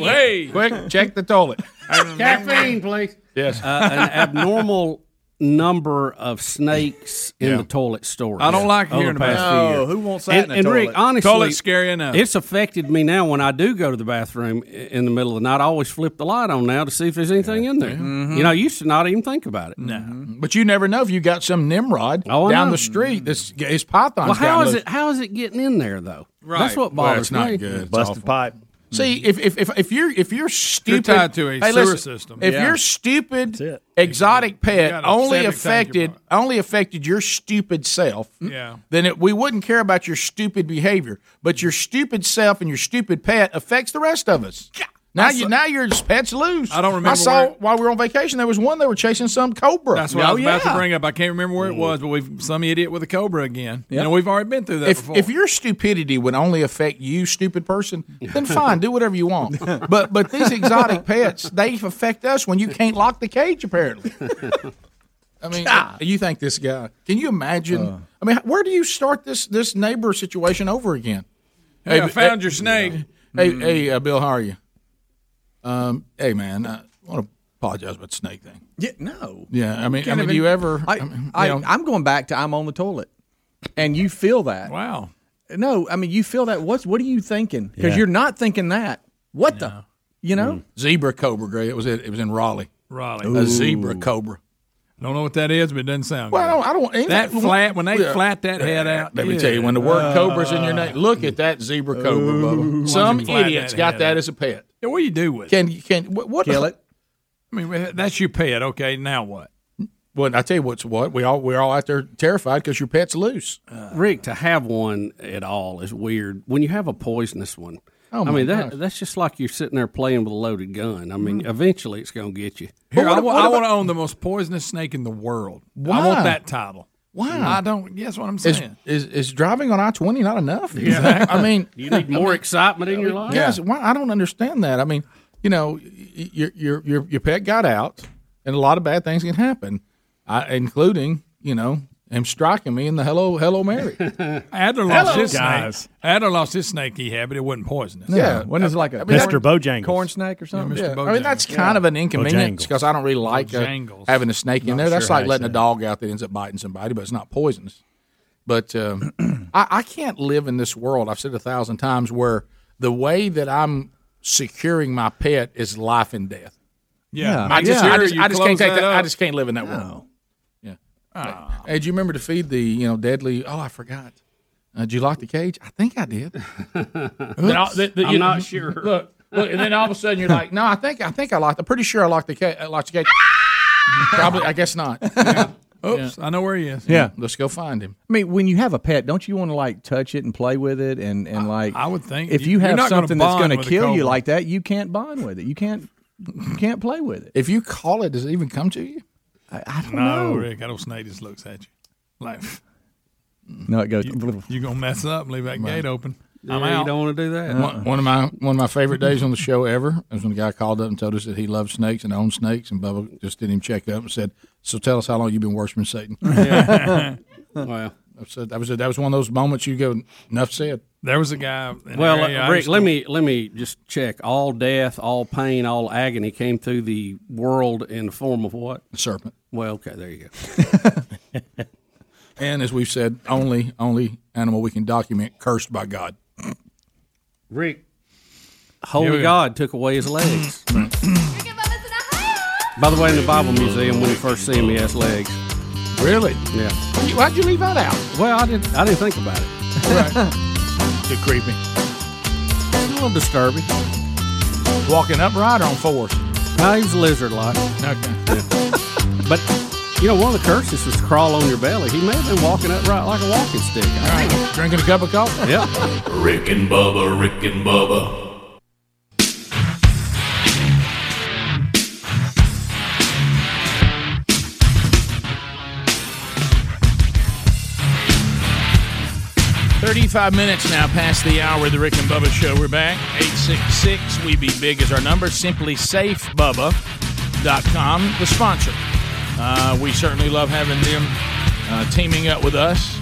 Speaker 8: hey. Quick, check the toilet.
Speaker 15: Caffeine, please.
Speaker 8: Yes.
Speaker 15: Uh, an abnormal number of snakes in
Speaker 5: Yeah.
Speaker 15: the toilet storage.
Speaker 5: I don't like hearing
Speaker 15: Over the past
Speaker 5: about it.
Speaker 15: few
Speaker 5: No,
Speaker 15: years.
Speaker 5: who wants that
Speaker 15: And,
Speaker 5: in a
Speaker 15: and
Speaker 5: toilet?
Speaker 15: Rick, honestly,
Speaker 5: Toilet's scary enough.
Speaker 15: It's affected me now when I do go to the bathroom i- in the middle of the night. I always flip the light on now to see if there's anything in there.
Speaker 8: Mm-hmm.
Speaker 15: You know, I used to not even think about it.
Speaker 8: No, Mm-hmm. but you never know if you got some Nimrod
Speaker 15: I
Speaker 8: down
Speaker 15: know.
Speaker 8: the street. This his python.
Speaker 15: Well, how is it? How is it getting in there though? That's what
Speaker 8: Well,
Speaker 15: bothers
Speaker 8: it's not
Speaker 15: me.
Speaker 8: good. It's Busted awful.
Speaker 15: pipe.
Speaker 8: See, if if if, if you're if you're stupid,
Speaker 5: tied to a
Speaker 8: Hey,
Speaker 5: sewer
Speaker 8: listen,
Speaker 5: system.
Speaker 8: If
Speaker 5: Yeah.
Speaker 8: your stupid exotic pet
Speaker 5: got a
Speaker 8: only
Speaker 5: septic tank
Speaker 8: affected only affected your stupid self,
Speaker 5: Yeah.
Speaker 8: then it, we wouldn't care about your stupid behavior. But your stupid self and your stupid pet affects the rest of us. Now you now your pets loose.
Speaker 5: I don't remember
Speaker 8: I saw
Speaker 5: where-
Speaker 8: while we were on vacation there was one they were chasing some cobra.
Speaker 5: That's what I
Speaker 8: Oh,
Speaker 5: was about to
Speaker 8: yeah.
Speaker 5: bring up. I can't remember
Speaker 8: Mm.
Speaker 5: where it was, but we've some idiot with a cobra again.
Speaker 8: Yeah.
Speaker 5: You know, we've already been through that
Speaker 8: if,
Speaker 5: before.
Speaker 8: if your stupidity would only affect you, stupid person, then fine, do whatever you want. But but these exotic pets, they affect us when you can't lock the cage. Apparently, I mean,
Speaker 5: Ah.
Speaker 8: you think this guy? Can you imagine? I mean, where do you start this this neighbor situation over again?
Speaker 5: Hey, I found
Speaker 8: hey,
Speaker 5: your snake. Hmm.
Speaker 8: Hey, hey, uh, Bill, how are you? Um, hey, man, I want to apologize about the snake thing.
Speaker 3: Yeah, no.
Speaker 8: Yeah, I mean, I
Speaker 3: Can't
Speaker 8: mean, do
Speaker 3: even-
Speaker 8: you ever?
Speaker 3: I,
Speaker 8: mean,
Speaker 3: I,
Speaker 8: you know-
Speaker 3: I'm going back to I'm on the toilet, and you feel that.
Speaker 5: Wow.
Speaker 3: No, I mean you feel that. What's what are you thinking? Because
Speaker 8: Yeah. Mm.
Speaker 3: you're not thinking that. What the? You know.
Speaker 8: zebra cobra, Gray. It was it. It was in Raleigh.
Speaker 5: Raleigh.
Speaker 8: a zebra cobra.
Speaker 5: don't know what that is, but it doesn't sound.
Speaker 8: Well, I don't, I don't want
Speaker 5: good.
Speaker 8: anything-
Speaker 5: That flat when they
Speaker 8: Yeah.
Speaker 5: flat that head out.
Speaker 8: Let me tell you, when the word
Speaker 5: Uh,
Speaker 8: cobra's in your name, look at that zebra cobra. Bubba. Some
Speaker 5: Watch 'em flatten
Speaker 8: idiot's
Speaker 5: that
Speaker 8: got
Speaker 5: head
Speaker 8: that
Speaker 5: out.
Speaker 8: as a pet.
Speaker 5: Yeah, what do you do with it?
Speaker 8: Can you can what, what
Speaker 5: Kill it? I mean, that's your pet. Okay, now what?
Speaker 8: Well, I tell you what's what we all we're all out there terrified because your pet's loose.
Speaker 15: Rick, to have one at all is weird. When you have a poisonous one,
Speaker 8: Oh,
Speaker 15: I
Speaker 8: my
Speaker 15: mean that
Speaker 8: gosh.
Speaker 15: that's just like you're sitting there playing with a loaded gun. I mean, eventually it's going to get you.
Speaker 5: Here, I, wa- I want to own the most poisonous snake in the world. I
Speaker 8: Why?
Speaker 5: want that title.
Speaker 8: Why?
Speaker 5: I don't. Yes, what I'm
Speaker 8: Is,
Speaker 5: saying.
Speaker 8: is is driving on I twenty not enough?
Speaker 5: Yeah.
Speaker 8: I mean,
Speaker 15: You need more excitement in your life.
Speaker 8: Guys, why I don't understand that. I mean, you know, y- y- your your your your pet got out, and a lot of bad things can happen, I, including you know him striking me in the hello hello Mary.
Speaker 5: Adler lost
Speaker 8: Hello,
Speaker 5: his
Speaker 8: guys.
Speaker 5: snake. Adler lost his snake he had, but it wasn't poisonous.
Speaker 8: Yeah. When is it like a- I mean, Mr.
Speaker 3: Bojangles. Corn snake or something?
Speaker 8: Yeah, I mean that's kind of an inconvenience because I don't really like uh,
Speaker 5: Bojangles.
Speaker 8: having a snake in
Speaker 5: Not
Speaker 8: there. That's
Speaker 5: sure how
Speaker 8: like
Speaker 5: you
Speaker 8: letting a
Speaker 5: say it.
Speaker 8: dog out that ends up biting somebody, but it's not poisonous. But um, I, I can't live in this world. I've said it a thousand times where the way that I'm securing my pet is life and death.
Speaker 5: Yeah.
Speaker 8: I just, I
Speaker 5: Secure,
Speaker 8: just,
Speaker 5: you
Speaker 8: I just can't
Speaker 5: close
Speaker 8: take that.
Speaker 5: that up.
Speaker 8: I just can't live in that world. Yeah. Hey, do you remember to feed the you know deadly? Oh, I forgot. Uh, did you lock the cage? I think I did. Then all- then- then
Speaker 15: I'm
Speaker 8: you-
Speaker 15: not sure.
Speaker 8: Look, look, and then all of a sudden you're like, no, I think I think I locked. I'm pretty sure I locked the cage. Locked the cage. Probably, I guess not.
Speaker 5: Oops, I know where he is.
Speaker 3: Yeah.
Speaker 8: let's go find him.
Speaker 3: I mean, when you have a pet, don't you want to like touch it and play with it and and like?
Speaker 5: I would think
Speaker 3: if
Speaker 5: you-
Speaker 3: you
Speaker 5: you're
Speaker 3: have
Speaker 5: not gonna
Speaker 3: something that's
Speaker 5: bond
Speaker 3: going to
Speaker 5: with a
Speaker 3: kill you
Speaker 5: cobra.
Speaker 3: like that, you can't bond with it. You can't you can't play with it.
Speaker 8: If you call it, does it even come to you?
Speaker 3: I, I don't
Speaker 5: No,
Speaker 3: know.
Speaker 5: Rick, I don't snake just looks at you. Like
Speaker 3: No, it goes.
Speaker 5: you gonna mess up, leave that
Speaker 8: Right.
Speaker 5: gate open.
Speaker 15: Yeah,
Speaker 5: I'm
Speaker 15: you
Speaker 5: out.
Speaker 15: don't wanna do
Speaker 3: Uh-uh.
Speaker 15: that.
Speaker 8: One, one of my one of my favorite days on the show ever is when a guy called up and told us that he loved snakes and owned snakes, and Bubba just didn't even check up and said, "So tell us how long you've been worshiping Satan."
Speaker 5: Yeah.
Speaker 15: Wow.
Speaker 8: I said that was that was one of those moments you go, "Enough said."
Speaker 5: There was a guy. in
Speaker 15: Well,
Speaker 5: the area I
Speaker 15: Rick,
Speaker 5: used
Speaker 15: let
Speaker 5: to-
Speaker 15: me let me just check. All death, all pain, all agony came through the world in the form of what?
Speaker 8: serpent.
Speaker 15: Well, okay, there you go.
Speaker 8: And as we've said, only only animal we can document cursed by God.
Speaker 15: Rick,
Speaker 8: Here
Speaker 15: holy
Speaker 8: we go.
Speaker 15: God took away his legs. By the way, in the Bible Museum, when you first see him, he has legs.
Speaker 8: Really?
Speaker 15: Yeah.
Speaker 8: Why'd you leave that out?
Speaker 15: Well, I didn't. I didn't think about it.
Speaker 8: Too creepy.
Speaker 15: It's a little disturbing.
Speaker 8: Walking upright or on fours?
Speaker 15: No, he was lizard-like.
Speaker 8: Okay.
Speaker 15: But You know, one of the curses was crawl on your belly. He may have been walking upright like a walking stick. All
Speaker 8: right, drinking a cup of coffee.
Speaker 15: Yeah.
Speaker 7: Rick and Bubba, Rick and Bubba.
Speaker 8: Thirty-five minutes now past the hour of the Rick and Bubba show. We're back. Eight six six. We be big is our number. Simply SafeBubba.com, the sponsor. Uh, we certainly love having them uh, teaming up with us.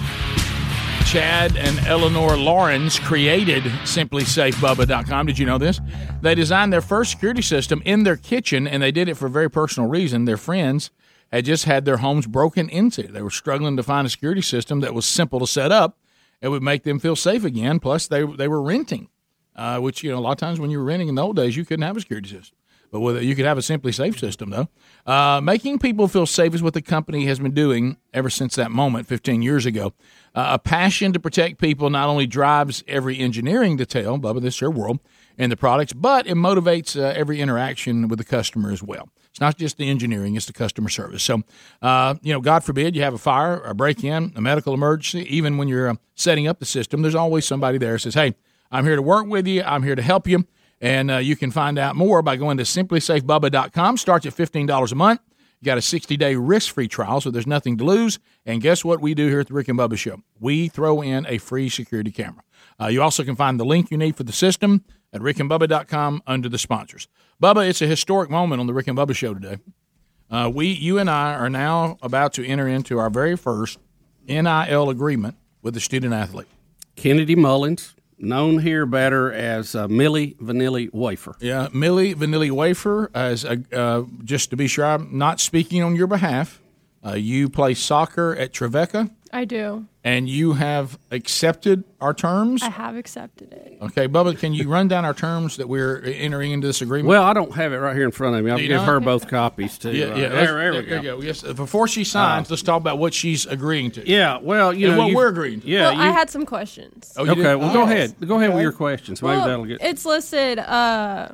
Speaker 8: Chad and Eleanor Lawrence created simplysafebubba.com. Did you know this? They designed their first security system in their kitchen, and they did it for a very personal reason. Their friends had just had their homes broken into. They were struggling to find a security system that was simple to set up and would make them feel safe again. Plus, they, they were renting, uh, which, you know, a lot of times when you were renting in the old days, you couldn't have a security system. But with it, you could have a simply safe system, though. Uh, making people feel safe is what the company has been doing ever since that moment 15 years ago. Uh, a passion to protect people not only drives every engineering detail, Bubba, this is your world, in the products, but it motivates uh, every interaction with the customer as well. It's not just the engineering, it's the customer service. So, uh, you know, God forbid you have a fire, a break in, a medical emergency, even when you're uh, setting up the system, there's always somebody there who says, hey, I'm here to work with you, I'm here to help you. And uh, you can find out more by going to simplysafebubba.com. Starts at $15 a month. You got a 60 day risk free trial, so there's nothing to lose. And guess what we do here at the Rick and Bubba Show? We throw in a free security camera. Uh, you also can find the link you need for the system at rickandbubba.com under the sponsors. Bubba, it's a historic moment on the Rick and Bubba Show today. Uh, we, you and I are now about to enter into our very first NIL agreement with the student athlete.
Speaker 15: Kennedy Mullins, known here better as uh, Millie Vanilli Wafer.
Speaker 8: Yeah, Millie Vanilli Wafer. As a, uh, just to be sure, I'm not speaking on your behalf. Uh, you play soccer at Trevecca,
Speaker 9: I do.
Speaker 8: and you have accepted our terms.
Speaker 9: I have accepted it.
Speaker 8: Okay, Bubba, can you run down our terms that we're entering into this agreement?
Speaker 15: Well, I don't have it right here in front of me. I'll
Speaker 8: Do you
Speaker 15: give
Speaker 8: not?
Speaker 15: her both copies too.
Speaker 8: yeah,
Speaker 15: Uh,
Speaker 8: yeah.
Speaker 15: There, there we
Speaker 8: let's-
Speaker 15: go. Oh.
Speaker 8: you Yes, before she signs, let's talk about what she's agreeing to.
Speaker 15: Yeah, well, you
Speaker 8: And
Speaker 15: know
Speaker 8: what
Speaker 15: you-
Speaker 8: we're agreeing to.
Speaker 15: Yeah,
Speaker 9: well, I had some questions.
Speaker 8: Oh, you
Speaker 15: okay,
Speaker 8: did?
Speaker 15: well, go
Speaker 8: Yes.
Speaker 15: ahead. Go ahead
Speaker 8: Okay.
Speaker 15: with your questions. Maybe
Speaker 9: well,
Speaker 15: that'll get.
Speaker 9: It's listed. Uh,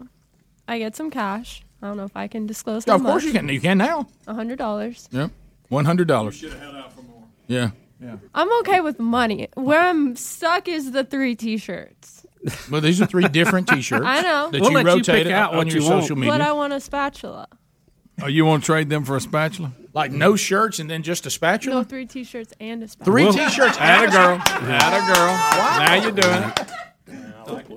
Speaker 9: I get some cash. I don't know if I can disclose.
Speaker 8: Yeah,
Speaker 9: how
Speaker 8: of course
Speaker 9: much.
Speaker 8: you can. You can now.
Speaker 9: A hundred dollars.
Speaker 8: Yeah, one hundred dollars. Should have held out for more. Yeah,
Speaker 9: I'm okay with money. Where I'm stuck is the three T-shirts.
Speaker 8: well, these are three different T-shirts.
Speaker 9: I know.
Speaker 8: that
Speaker 9: We'll
Speaker 8: you
Speaker 9: let you
Speaker 8: rotate
Speaker 9: pick
Speaker 8: out
Speaker 9: out
Speaker 8: on
Speaker 9: what
Speaker 8: your
Speaker 9: you
Speaker 5: want.
Speaker 8: social media.
Speaker 9: But I want a spatula.
Speaker 5: Oh, you want to trade them for a spatula?
Speaker 8: Like no shirts and then just a spatula?
Speaker 9: No, three T-shirts and a
Speaker 8: Three
Speaker 9: spatula.
Speaker 8: T-shirts.
Speaker 5: Atta
Speaker 8: and
Speaker 5: girl.
Speaker 8: Atta
Speaker 5: girl. Now you're doing
Speaker 8: it.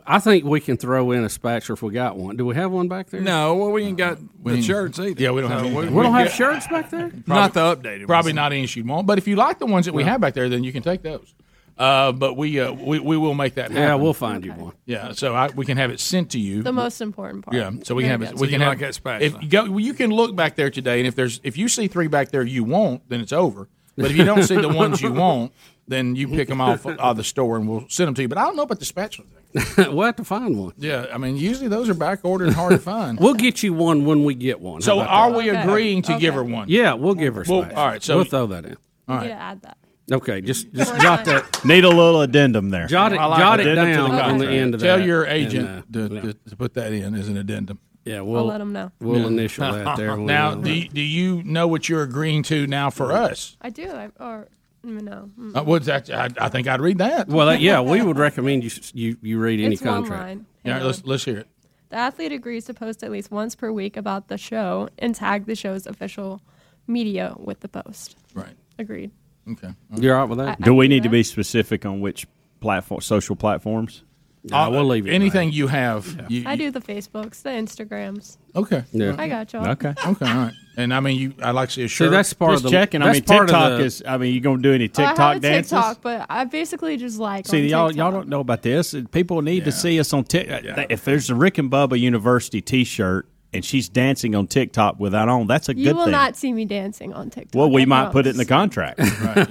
Speaker 15: I think we can throw in a spatula if we got one. Do we have one back there?
Speaker 5: No, Oh, well, we ain't got the
Speaker 15: ain't-
Speaker 5: shirts either.
Speaker 8: Yeah, we don't have.
Speaker 15: We don't have shirts back there.
Speaker 5: Not the updated.
Speaker 8: Probably
Speaker 5: ones.
Speaker 8: not any you'd want. But if you like the ones that we have back there, then you can take those. Uh, but we, uh, we we will make that.
Speaker 15: Yeah,
Speaker 8: happen.
Speaker 15: we'll find you one.
Speaker 8: Yeah, so I, we can have it sent to you.
Speaker 9: The most important part.
Speaker 8: Yeah, so we
Speaker 9: There
Speaker 8: can
Speaker 9: you
Speaker 8: have it.
Speaker 9: go.
Speaker 8: We
Speaker 5: So
Speaker 8: can
Speaker 5: you
Speaker 8: have
Speaker 5: like that spatula.
Speaker 8: If you go, well, you can look back there today, and if there's if you see three back there you want, then it's over. But if you don't see the ones you want, then you pick them off of the store, and we'll send them to you. But I don't know about the spatula thing.
Speaker 15: we'll have to find one.
Speaker 8: Yeah, I mean, usually those are back ordered and hard to find.
Speaker 15: We'll get you one when we get one. How
Speaker 8: So
Speaker 15: about
Speaker 8: are
Speaker 15: that?
Speaker 8: we agreeing to give her one?
Speaker 15: Yeah, we'll give her.
Speaker 8: Well,
Speaker 15: Spatula.
Speaker 8: all right, so-
Speaker 15: we'll throw that in.
Speaker 8: All
Speaker 9: Yeah, add that.
Speaker 15: Okay, just just jot that.
Speaker 4: Need a little addendum there.
Speaker 15: Jot it-
Speaker 4: I like
Speaker 15: jot it
Speaker 4: addendum to
Speaker 15: down
Speaker 4: the
Speaker 15: on the
Speaker 4: contract.
Speaker 15: end of
Speaker 8: Tell
Speaker 15: that.
Speaker 8: your
Speaker 15: And,
Speaker 8: agent
Speaker 15: uh,
Speaker 8: to, to, to put that in as an addendum.
Speaker 15: Yeah, we'll
Speaker 9: let 'em know.
Speaker 15: We'll initial that there. uh, when
Speaker 8: now,
Speaker 15: we-
Speaker 8: do, do you know what you're agreeing to now for us?
Speaker 9: I do. I, or mm, no. Mm.
Speaker 8: Uh, what's that? I, I think I'd read that.
Speaker 15: well, that- yeah, we would recommend you you, you read any
Speaker 9: It's one
Speaker 15: contract.
Speaker 9: line.
Speaker 8: Yeah, all right, let's let's hear it.
Speaker 9: The athlete agrees to post at least once per week about the show and tag the show's official media with the post.
Speaker 8: Right.
Speaker 9: Agreed.
Speaker 8: Okay.
Speaker 15: You're all right with
Speaker 9: that? I-
Speaker 4: Do we
Speaker 9: I-
Speaker 4: need to be specific on which platform, social platforms?
Speaker 8: Uh, we'll leave it anything you have. you-
Speaker 9: I do the Facebooks, the Instagrams.
Speaker 8: Okay.
Speaker 4: Yeah.
Speaker 9: I got y'all.
Speaker 4: Okay.
Speaker 8: Okay. All right. And I mean, you. I like to see a shirt.
Speaker 4: that's part Just of the- checking. I that's mean, part of TikTok the- is- I mean, you gonna do any
Speaker 9: Oh, I have a
Speaker 4: TikTok dances?
Speaker 9: TikTok, but I basically just like.
Speaker 4: See,
Speaker 9: on
Speaker 4: y'all,
Speaker 9: TikTok.
Speaker 4: y'all don't know about this. People need to see us on TikTok. If there's a Rick and Bubba University T-shirt and she's dancing on TikTok without on, that's a
Speaker 9: You
Speaker 4: good
Speaker 9: will
Speaker 4: thing.
Speaker 9: not see me dancing on TikTok.
Speaker 4: well, we
Speaker 9: I
Speaker 4: might put it in the
Speaker 9: promise.
Speaker 4: contract.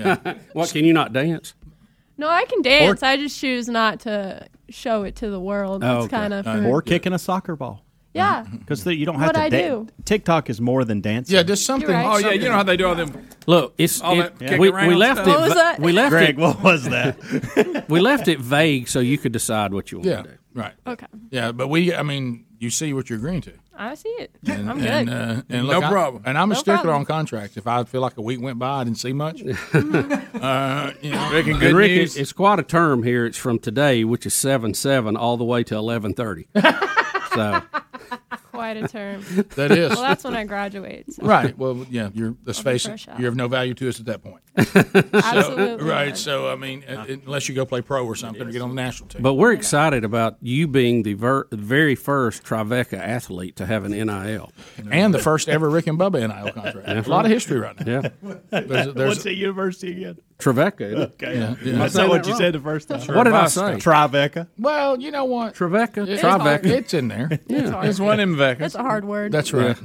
Speaker 15: What can you not dance?
Speaker 9: No, I can dance. I just choose not to show it to the world.
Speaker 4: Oh,
Speaker 9: it's kind of.
Speaker 8: Uh,
Speaker 9: for-
Speaker 4: or kicking a soccer ball
Speaker 9: yeah.
Speaker 4: because you don't have
Speaker 9: What'd
Speaker 4: to.
Speaker 9: I
Speaker 4: da-
Speaker 9: do?
Speaker 4: TikTok is more than dancing.
Speaker 8: Yeah, just something.
Speaker 9: You're right.
Speaker 5: Oh yeah, you know how they do all them.
Speaker 15: Look, it's
Speaker 5: All
Speaker 15: it-
Speaker 5: that kick
Speaker 15: we,
Speaker 5: around
Speaker 15: we left
Speaker 5: stuff.
Speaker 15: it.
Speaker 5: What was
Speaker 15: va-
Speaker 5: that?
Speaker 15: We left
Speaker 4: Greg,
Speaker 15: it,
Speaker 4: what was that?
Speaker 15: we left it vague so you could decide what you want
Speaker 8: Yeah.
Speaker 15: to do.
Speaker 8: Right.
Speaker 9: Okay.
Speaker 8: Yeah, but we. I mean, you see what you're agreeing to.
Speaker 9: I see it.
Speaker 8: And,
Speaker 9: I'm
Speaker 8: and,
Speaker 9: good.
Speaker 8: uh, and
Speaker 5: No
Speaker 8: look, I-
Speaker 5: problem.
Speaker 8: and I'm
Speaker 5: No
Speaker 8: a stickler
Speaker 5: problem.
Speaker 8: on contracts. If I feel like a week went by, I didn't see much. uh, you know,
Speaker 15: Rick,
Speaker 8: good
Speaker 15: it's,
Speaker 8: news.
Speaker 15: it's quite a term here. It's from today, which is seven seven, all the way to eleven thirty. so
Speaker 9: Quite a term.
Speaker 8: That is.
Speaker 9: Well, that's when I graduate. so.
Speaker 8: Right. Well, yeah. You're. Let's
Speaker 9: I'll be
Speaker 8: face it.
Speaker 9: fresh out.
Speaker 8: You're of no value to us at that point.
Speaker 9: Absolutely
Speaker 8: So, right.
Speaker 9: not.
Speaker 8: So I mean, uh, unless you go play pro or something, or get on the national team.
Speaker 15: But we're excited about you being the ver- very first Tribeca athlete to have an NIL.
Speaker 8: And the first ever Rick and Bubba NIL contract.
Speaker 15: That's
Speaker 8: a lot
Speaker 15: right.
Speaker 8: of history right now.
Speaker 15: Yeah.
Speaker 8: There's a- there's
Speaker 15: What's
Speaker 8: a-
Speaker 15: it?
Speaker 25: The university again.
Speaker 15: Trevecca. isn't it?
Speaker 25: Okay. That's not what you said the first time.
Speaker 15: What did I say?
Speaker 25: Tribeca.
Speaker 8: Well, you know what?
Speaker 15: Trevecca.
Speaker 8: It's
Speaker 15: Tribeca.
Speaker 8: hard. It's in there.
Speaker 15: Yeah.
Speaker 8: It's one in Vecca.
Speaker 9: That's a hard word.
Speaker 8: That's right.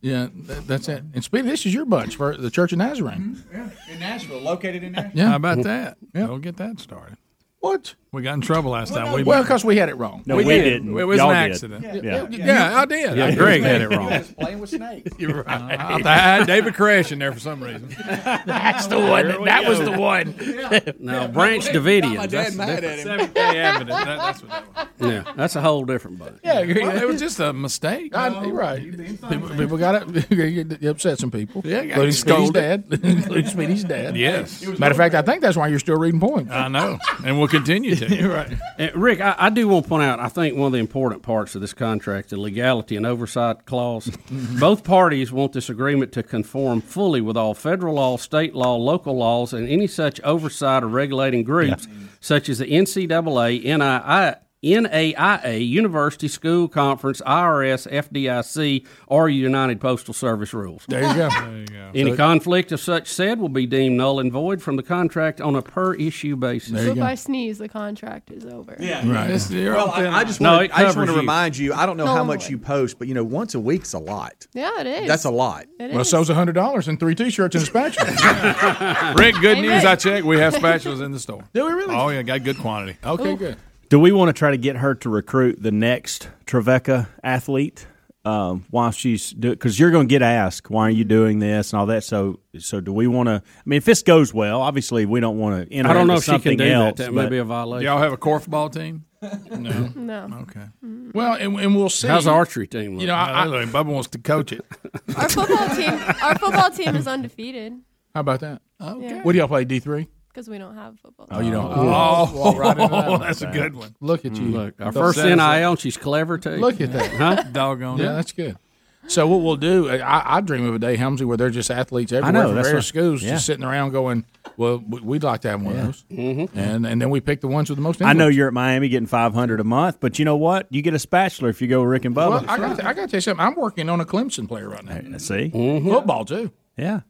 Speaker 8: Yeah, that, that's it. And speaking, this is your bunch for the Church of Nazarene.
Speaker 1: In Nashville, located in Nashville.
Speaker 8: Yeah,
Speaker 5: How about that? Don't get that started.
Speaker 8: What?
Speaker 5: We got in trouble last time. we
Speaker 8: well, because we had it wrong.
Speaker 5: No, we didn't.
Speaker 8: It was
Speaker 5: Y'all
Speaker 8: an
Speaker 5: did.
Speaker 8: accident.
Speaker 5: Yeah.
Speaker 8: Yeah,
Speaker 5: Yeah.
Speaker 8: yeah, I did.
Speaker 5: Yeah,
Speaker 8: I-
Speaker 5: Greg had it wrong. You was
Speaker 1: playing with snakes.
Speaker 8: You're right.
Speaker 5: I, I had David Koresh in there for some reason.
Speaker 8: That's the one.
Speaker 5: There we
Speaker 8: That was
Speaker 5: go.
Speaker 8: the one.
Speaker 15: Now, Branch Davidians.
Speaker 5: My dad
Speaker 15: That's
Speaker 5: mad
Speaker 15: different.
Speaker 5: at him. Seventh Day Adventist. That- that's what that was.
Speaker 15: Yeah, that's a whole different bunch.
Speaker 8: Yeah, well, it was just a mistake. I, you're right. People, people got it. You upset some people.
Speaker 5: Yeah, got
Speaker 8: including Speedy's
Speaker 5: scolded.
Speaker 8: dad. including Speedy's dad.
Speaker 5: Yes. It was Uh,
Speaker 8: Matter of fact, I think that's why you're still reading poems.
Speaker 5: I know, and we'll continue to.
Speaker 15: You're right. And Rick, I, I do want to point out, I think one of the important parts of this contract, the legality and oversight clause. Both parties want this agreement to conform fully with all federal law, state law, local laws, and any such oversight of regulating groups, such as the NCAA, NII, NAIA, University School Conference, IRS, FDIC, or United Postal Service rules.
Speaker 8: There you go. There you go.
Speaker 15: Any
Speaker 8: So-
Speaker 15: conflict of such said will be deemed null and void from the contract on a per issue basis.
Speaker 9: so if I sneeze, the contract is over.
Speaker 15: Right.
Speaker 8: It's- you're
Speaker 3: Well,
Speaker 8: on thin
Speaker 3: I, I
Speaker 8: ice.
Speaker 3: just
Speaker 15: No,
Speaker 3: want
Speaker 15: it
Speaker 3: to, I just want
Speaker 15: covers
Speaker 3: to
Speaker 15: you.
Speaker 3: remind you. I don't know how
Speaker 9: No,
Speaker 3: much you post, but you know, once a week's a lot.
Speaker 9: Yeah, it is.
Speaker 3: That's a lot.
Speaker 9: It
Speaker 8: Well,
Speaker 9: is.
Speaker 8: so's a hundred dollars and three T-shirts and a spatula.
Speaker 5: Rick, good
Speaker 8: Amen.
Speaker 5: news. I checked. We have spatulas in the store.
Speaker 8: Do we really?
Speaker 5: Oh yeah, got good quantity.
Speaker 8: Okay, good.
Speaker 10: Do we want to try to get her to recruit the next Trevecca athlete um, while she's doing? Because you're going to get asked, why are you doing this and all that. So, so do we want to? I mean, if this goes well, obviously we don't want to. Enter
Speaker 15: I don't know
Speaker 10: into
Speaker 15: if she can
Speaker 10: something
Speaker 15: do that.
Speaker 10: else,
Speaker 15: That may
Speaker 10: but-
Speaker 15: be a
Speaker 5: Do
Speaker 15: violation.
Speaker 5: y'all have a corfball team? No.
Speaker 9: No.
Speaker 5: Okay. Well, and, and we'll see.
Speaker 15: How's the archery team look?
Speaker 5: You know, I, I, Bubba wants to coach it.
Speaker 9: Our football team. Our football team is undefeated
Speaker 8: How about that?
Speaker 9: Okay.
Speaker 8: What do y'all play? D three.
Speaker 9: because we don't have football.
Speaker 8: Oh, you don't.
Speaker 5: Oh.
Speaker 8: Walk right into that one.
Speaker 5: That's a good one.
Speaker 8: Look at you.
Speaker 15: Look, our
Speaker 8: Don't
Speaker 15: first
Speaker 8: set us up.
Speaker 15: NIL, she's clever too.
Speaker 8: Look at that.
Speaker 15: Huh?
Speaker 5: Doggone.
Speaker 8: Yeah, that's good. So what we'll do, I, I dream of a day, Helmsley, where they're just athletes everywhere
Speaker 10: know,
Speaker 8: from
Speaker 10: that's
Speaker 8: various
Speaker 10: right.
Speaker 8: schools,
Speaker 10: Yeah.
Speaker 8: just sitting around going, "Well, we- we'd like to have one of those,"
Speaker 4: Mm-hmm.
Speaker 8: and and then we pick the ones with the most.
Speaker 10: I know
Speaker 8: influence.
Speaker 10: you're at Miami getting five hundred a month, but you know what? You get a spatula if you go with Rick and Bubba.
Speaker 8: Well, I got, to, I got to tell you something. I'm working on a Clemson player right now,
Speaker 10: See,
Speaker 8: football too.
Speaker 10: yeah.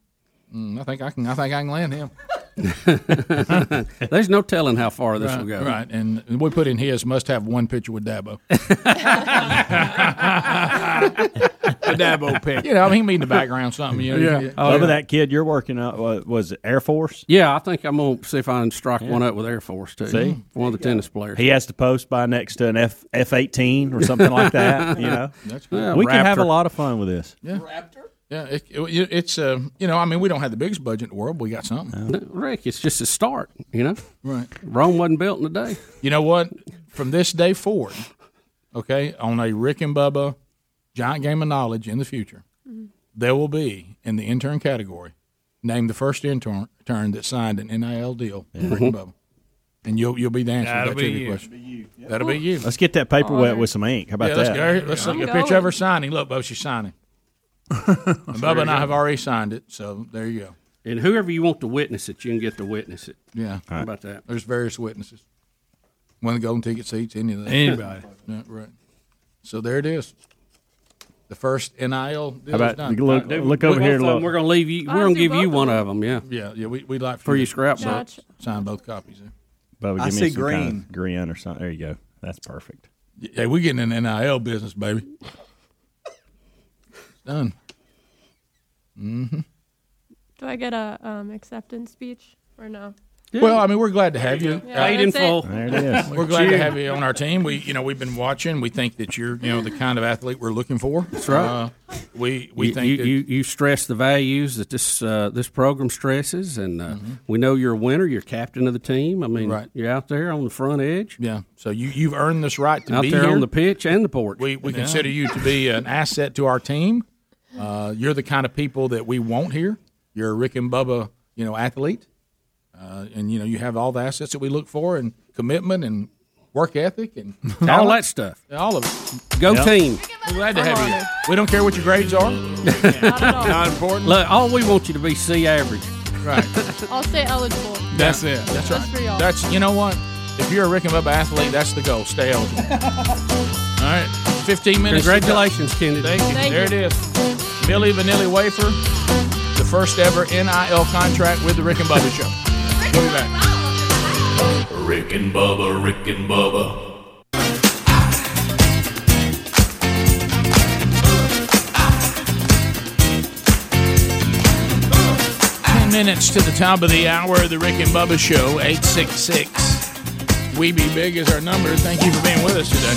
Speaker 8: Mm, I think I can. I think I can land him.
Speaker 15: There's no telling how far this
Speaker 8: right,
Speaker 15: will go.
Speaker 8: Right, and we put in his must have one picture with Dabo.
Speaker 5: A Dabo pick.
Speaker 8: You know, I mean, he can be in the background something. You know,
Speaker 10: Yeah.
Speaker 15: Oh,
Speaker 10: Bubba, that kid you're working up uh, was it Air Force.
Speaker 15: Yeah, I think I'm gonna see if I can strike
Speaker 10: Yeah.
Speaker 15: one up with Air Force too.
Speaker 10: See?
Speaker 15: one of the tennis players.
Speaker 10: He has to post by next to an F F eighteen or something like that. You know,
Speaker 8: That's good. Yeah,
Speaker 10: we can have a
Speaker 8: Raptor.
Speaker 10: lot of fun with this.
Speaker 8: Yeah. Raptor. Yeah, it, it- it's uh, you know, I mean, we don't have the biggest budget in the world, but we got something.
Speaker 15: Rick, it's just a start. You know,
Speaker 8: Right.
Speaker 15: Rome wasn't built in a day.
Speaker 8: You know what? From this day forward, okay, on a Rick and Bubba giant game of knowledge in the future, there will be in the intern category, name the first intern intern that signed an NIL deal with Rick
Speaker 15: Mm-hmm.
Speaker 8: and Bubba, and you'll you'll be the answer
Speaker 5: That'll
Speaker 8: to that
Speaker 5: be
Speaker 8: trivia
Speaker 5: you.
Speaker 8: question. That'll be you.
Speaker 10: Let's get that paper wet with some ink. How about
Speaker 8: yeah,
Speaker 10: that?
Speaker 8: Let's, go. let's take a
Speaker 5: I'm
Speaker 8: picture
Speaker 5: going.
Speaker 8: of her signing. Look, Bubba, she's signing. and
Speaker 15: There
Speaker 8: Bubba and
Speaker 15: you
Speaker 8: I
Speaker 15: go.
Speaker 8: have already signed it, so there you go.
Speaker 15: And whoever you want to witness it, you can get to witness it.
Speaker 8: Yeah.
Speaker 15: How about that?
Speaker 8: There's various witnesses. One of the golden ticket seats, any of that.
Speaker 5: Anybody.
Speaker 8: Yeah, right. So there it is. uh, The first NIL. Deal
Speaker 10: How about-
Speaker 8: is done.
Speaker 10: look-
Speaker 8: Right.
Speaker 10: look over
Speaker 8: Both
Speaker 10: here,
Speaker 8: of them.
Speaker 10: look.
Speaker 15: We're gonna leave you. We're gonna give you one of them. Yeah.
Speaker 8: Yeah, yeah. We would like
Speaker 15: For
Speaker 8: you
Speaker 15: your
Speaker 8: to
Speaker 15: scrapbook.
Speaker 8: sign- Sign both copies. There.
Speaker 10: Bubba,
Speaker 8: I
Speaker 10: give me
Speaker 8: see
Speaker 10: some kind
Speaker 8: green.
Speaker 10: of green or something. There you go. That's perfect.
Speaker 8: Yeah, we're getting in the NIL business, baby. Done. Mm-hmm.
Speaker 9: Do I get a um, acceptance speech or no?
Speaker 8: Well, I mean, we're glad to have you.
Speaker 15: Yeah, Paid in that's it. full.
Speaker 8: There
Speaker 15: it is.
Speaker 8: Oh, We're glad to
Speaker 15: Cheer.
Speaker 8: have you on our team. We, you know, we've been watching. We think that you're, you know, the kind of athlete we're looking for. That's
Speaker 15: right.
Speaker 8: we we
Speaker 15: you,
Speaker 8: think
Speaker 15: you,
Speaker 8: that-
Speaker 15: you you stress the values that this uh, this program stresses, and uh, we know you're a winner. You're captain of the team. I mean,
Speaker 8: Mm-hmm. Right.
Speaker 15: you're out there on the front edge.
Speaker 8: Yeah. So you you've earned this right to
Speaker 15: out
Speaker 8: be
Speaker 15: there
Speaker 8: here.
Speaker 15: on the pitch and the porch.
Speaker 8: We we consider you to be an asset to our team. Uh, you're the kind of people that we want here. You're a Rick and Bubba, you know, athlete, uh, and you know you have all the assets that we look for, and commitment, and work ethic, and
Speaker 15: all
Speaker 8: talent.
Speaker 15: that stuff.
Speaker 8: all of it.
Speaker 15: Go team.
Speaker 8: We're glad to have you. We don't care what your grades are. Not important.
Speaker 15: Look, all we want you to be C average.
Speaker 8: Right.
Speaker 9: I'll stay eligible.
Speaker 8: That's it. That's right.
Speaker 9: That's for y'all.
Speaker 8: That's you know what? If you're a Rick and Bubba athlete, that's the goal. Stay eligible. All right. Fifteen minutes. to go.
Speaker 15: Congratulations, Kennedy.
Speaker 8: Thank you.
Speaker 15: Thank
Speaker 8: there
Speaker 15: you.
Speaker 8: it is. Millie Vanilli Wafer, the first ever NIL contract with the Rick and Bubba Show. We'll be back.
Speaker 7: Rick and Bubba, Rick and Bubba,
Speaker 8: Ten minutes to the top of the hour of the Rick and Bubba Show. Eight six six. We be big is our number. Thank you for being with us today.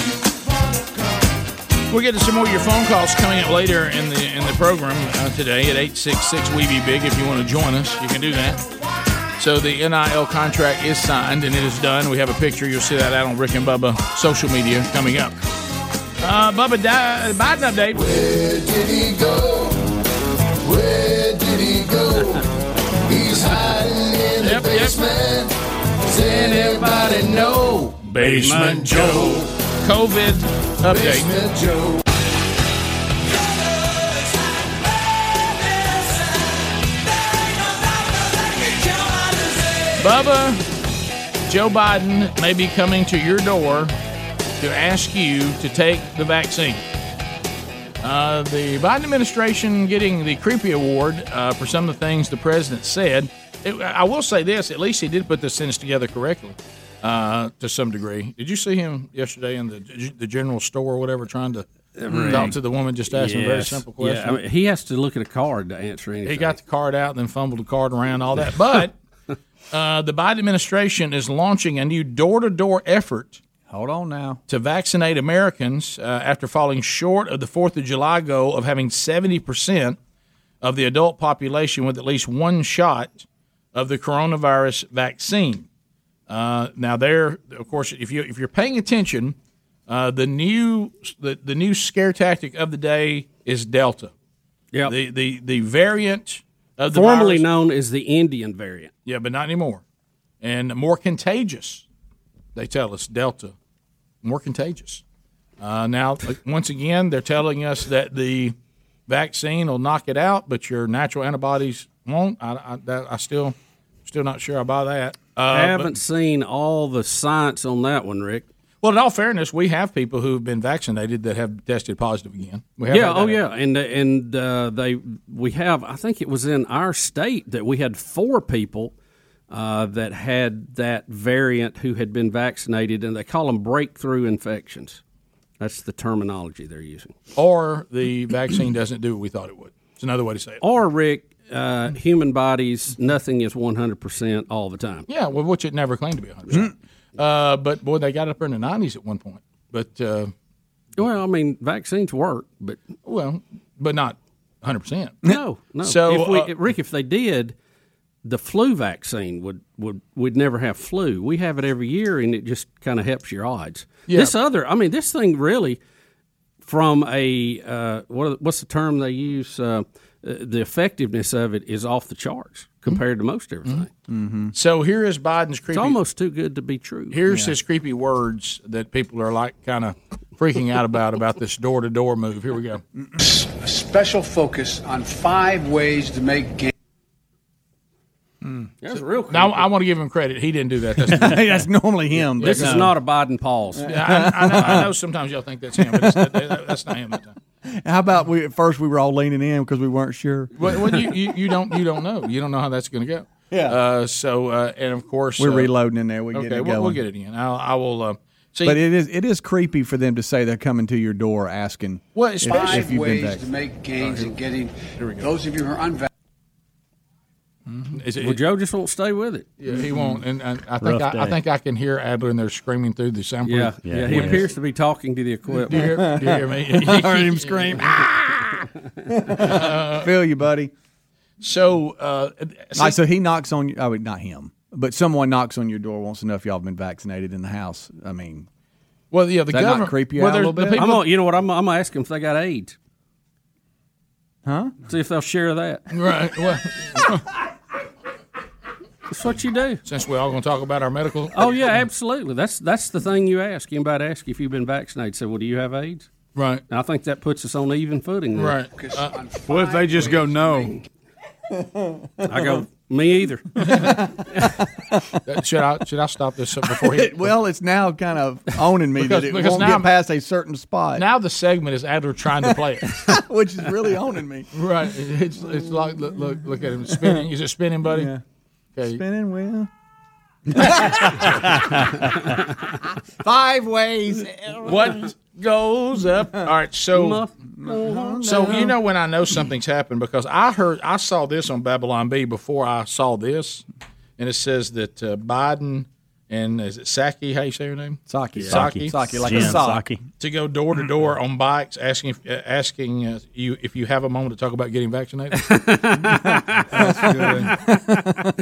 Speaker 8: We'll get to some more of your phone calls coming up later in the in the program uh, today at 866 We Be Big. If you want to join us, you can do that. So the NIL contract is signed and it is done. We have a picture. You'll see that out on Rick and Bubba social media coming up. Uh, Bubba Di- Biden update.
Speaker 6: Where did he go? Where did he go? He's hiding in the basement. Does anybody know?
Speaker 7: Basement Joe.
Speaker 8: COVID update.
Speaker 6: Basement Joe.
Speaker 8: Bubba, Joe Biden may be coming to your door to ask you to take the vaccine. Uh, the Biden administration getting the creepy award uh, for some of the things the president said. It- I will say this: at least he did put the sentence together correctly uh, to some degree. Did you see him yesterday in the the general store or whatever, trying to talk to the woman just asking a very
Speaker 15: Yes.
Speaker 8: simple
Speaker 15: Yeah,
Speaker 8: question?
Speaker 15: I mean, he has to look at a card to answer anything.
Speaker 8: He got the card out and then fumbled the card around, all that. But uh, the Biden administration is launching a new door to door effort. Hold on now. To vaccinate Americans uh, after falling short of the 4th of July goal of having 70% of the adult population with at least one shot of the coronavirus vaccine. Uh, now, there, of course, if, you, if you're paying attention, uh, the new the, the new scare tactic of the day is Delta.
Speaker 15: Yeah.
Speaker 8: The the the variant of the
Speaker 15: Formerly
Speaker 8: virus-
Speaker 15: known as the Indian variant.
Speaker 8: Yeah, but not anymore. And more contagious. They tell us Delta, more contagious. Uh, now, like, once again, they're telling us that the vaccine will knock it out, but your natural antibodies won't. I, I, that, I still, still not sure I buy that.
Speaker 15: I
Speaker 8: Uh,
Speaker 15: haven't seen all the science on that one, Rick.
Speaker 8: Well, in all fairness, we have people who've been vaccinated that have tested positive again. We have
Speaker 15: Yeah,
Speaker 8: had that
Speaker 15: oh yeah, and and uh, they we have. I think it was in our state that we had four people uh, that had that variant who had been vaccinated, and they call them breakthrough infections. That's the terminology they're using.
Speaker 8: Or the vaccine doesn't do what we thought it would. It's another way to say it.
Speaker 15: Or Rick, uh, human bodies, nothing is one hundred percent all the time.
Speaker 8: Yeah, well, which it never claimed to be 100%.
Speaker 15: Mm-hmm.
Speaker 8: Uh, but boy, they got up there in the 90s at one point. But uh,
Speaker 15: well, I mean, vaccines work, but
Speaker 8: well, but not 100%.
Speaker 15: No, no.
Speaker 8: So,
Speaker 15: if we,
Speaker 8: uh,
Speaker 15: Rick, if they did, the flu vaccine would would would never have flu. We have it every year, and it just kind of helps your odds.
Speaker 8: Yeah.
Speaker 15: This other, I mean, this thing really, from a uh, what, what's the term they use? Uh, uh, the effectiveness of it is off the charts compared to most everything.
Speaker 8: Mm-hmm.
Speaker 15: Mm-hmm.
Speaker 8: So here is Biden's creepy.
Speaker 15: It's almost too good to be true.
Speaker 8: Here's his creepy words that people are like kind of freaking out about about this door to door move. Here we go.
Speaker 30: a special focus on five ways to make gains.
Speaker 15: That's real.
Speaker 8: Hmm. Now I want to give him credit. He didn't do that. That's,
Speaker 30: That's normally him,
Speaker 15: This
Speaker 8: but
Speaker 15: is
Speaker 8: no.
Speaker 15: not a Biden pause.
Speaker 8: Yeah, I, I, know, I know sometimes y'all think that's him, but it's, that, that's not him.
Speaker 3: How about we at first we were all leaning in because we weren't sure.
Speaker 8: Well, well you, you, you don't you don't know. You don't know how that's going to go. Yeah. Uh, so uh, and of course
Speaker 3: We're
Speaker 8: uh,
Speaker 3: reloading in there. We can
Speaker 8: okay,
Speaker 3: get it
Speaker 8: we'll, we'll
Speaker 3: going.
Speaker 8: get it in. I'll, I will. Uh, see,
Speaker 3: but it is it is creepy for them to say they're coming to your door asking
Speaker 8: Well,
Speaker 3: if,
Speaker 30: five
Speaker 3: if you've been
Speaker 30: ways
Speaker 3: vaccinated.
Speaker 30: to make gains and getting those of you who are unvaccinated.
Speaker 8: Is it-
Speaker 15: well, Joe just won't stay with it.
Speaker 8: Yeah, he won't. And, and I think I, I think I can hear Adler in there screaming through the soundproof.
Speaker 15: Yeah, yeah, he appears to be talking to the equipment.
Speaker 8: Do you hear, do you hear me?
Speaker 15: I heard him scream.
Speaker 4: Uh,
Speaker 3: Feel you, buddy.
Speaker 8: So, uh,
Speaker 3: All right, so he knocks on. your- Oh, wait, not him, but someone knocks on your door. Wants to know if y'all have been vaccinated in the house. I mean,
Speaker 8: well, yeah, the
Speaker 3: does that
Speaker 8: government-
Speaker 3: not creep you out
Speaker 8: well,
Speaker 3: a
Speaker 8: there's
Speaker 3: little
Speaker 8: the
Speaker 3: bit.
Speaker 8: people-
Speaker 15: I'm gonna, you know what? I'm, I'm gonna ask them if they got AIDS.
Speaker 3: Huh?
Speaker 15: See if they'll share that.
Speaker 8: Right. Well,
Speaker 15: that's what you do.
Speaker 8: Since we're all going to talk about our medical.
Speaker 15: Oh yeah, absolutely. That's that's the thing you ask. Anybody ask you if you've been vaccinated? Say, well, do you have AIDS?
Speaker 8: Right.
Speaker 15: And I think that puts us on even footing. There.
Speaker 8: Right. Uh,
Speaker 15: What if they just go no? I go me either.
Speaker 8: should I should I stop this before he?
Speaker 3: well, it's now kind of owning me that it won't get past a certain spot.
Speaker 8: Now the segment is Adler trying to play it,
Speaker 3: which is really owning me.
Speaker 8: Right. It's it's like look look, look at him spinning. Is it spinning, buddy?
Speaker 3: Yeah.
Speaker 8: Okay.
Speaker 3: Spinning wheel. Five ways.
Speaker 8: What goes up? All right, so so you know when I know something's happened because I heard I saw this on Babylon B before I saw this, and it says that uh, Biden and is it Saki? How you say her name?
Speaker 3: Saki. Saki.
Speaker 8: Saki.
Speaker 3: Saki, like a Jim sock. Saki.
Speaker 8: To go door to door on bikes, asking if, uh, asking uh, you if you have a moment to talk about getting vaccinated. That's good. and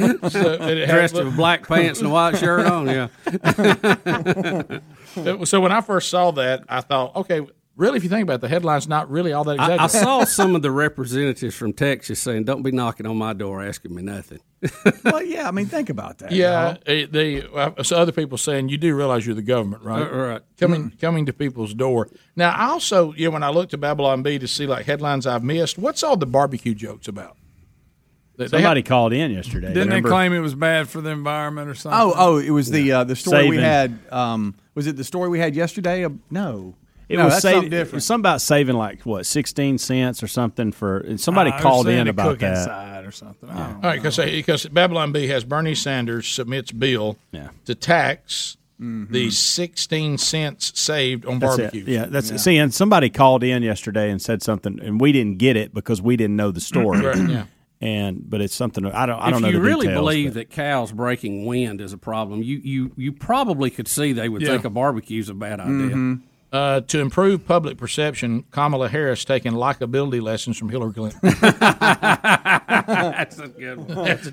Speaker 8: it had-
Speaker 15: Dressed with black pants and a white shirt on, yeah.
Speaker 8: so, so when I first saw that, I thought, okay, really, if you think about it, the headline's not really all that
Speaker 15: I,
Speaker 8: exaggerated.
Speaker 15: I saw some of the representatives from Texas saying, "Don't be knocking on my door asking me nothing."
Speaker 3: well, yeah. I mean, think about that.
Speaker 8: Yeah, it, they. uh, So other people saying you do realize you're the government, right?
Speaker 15: Uh, right.
Speaker 8: Coming coming to people's door. Now, I also, you know, when I looked to Babylon B to see like headlines I've missed, what's all the barbecue jokes about? They- they
Speaker 4: Somebody
Speaker 8: have-
Speaker 4: called in yesterday.
Speaker 8: Didn't they
Speaker 4: remember?
Speaker 5: claim it was bad for the environment or something.
Speaker 3: Oh, oh, it was the uh, the story we
Speaker 4: Saving.
Speaker 3: had. Um, was it the story we had yesterday? Uh, no,
Speaker 4: It
Speaker 3: no,
Speaker 4: was
Speaker 3: that's
Speaker 4: saving,
Speaker 3: something
Speaker 4: It was
Speaker 3: different.
Speaker 4: something about saving like what sixteen cents or something for. And somebody
Speaker 8: Ah, it was
Speaker 4: called
Speaker 8: saying
Speaker 4: in
Speaker 8: to
Speaker 4: about
Speaker 8: cook
Speaker 4: that.
Speaker 8: inside All right, because because Babylon B has Bernie Sanders submits bill to tax the sixteen cents saved on
Speaker 4: That's
Speaker 8: barbecue.
Speaker 4: It. Yeah, that's see, and somebody called in yesterday and said something, and we didn't get it because we didn't know the story.
Speaker 8: Right, yeah.
Speaker 4: And but it's something I don't. I
Speaker 15: if
Speaker 4: don't know.
Speaker 15: you
Speaker 4: the
Speaker 15: really
Speaker 4: details,
Speaker 15: believe that cows breaking wind is a problem, you you you probably could see they would
Speaker 8: Yeah.
Speaker 15: think a barbecue's a bad idea.
Speaker 8: Uh, to improve public perception, Kamala Harris taking likability lessons from Hillary Clinton.
Speaker 15: That's a good one. That's a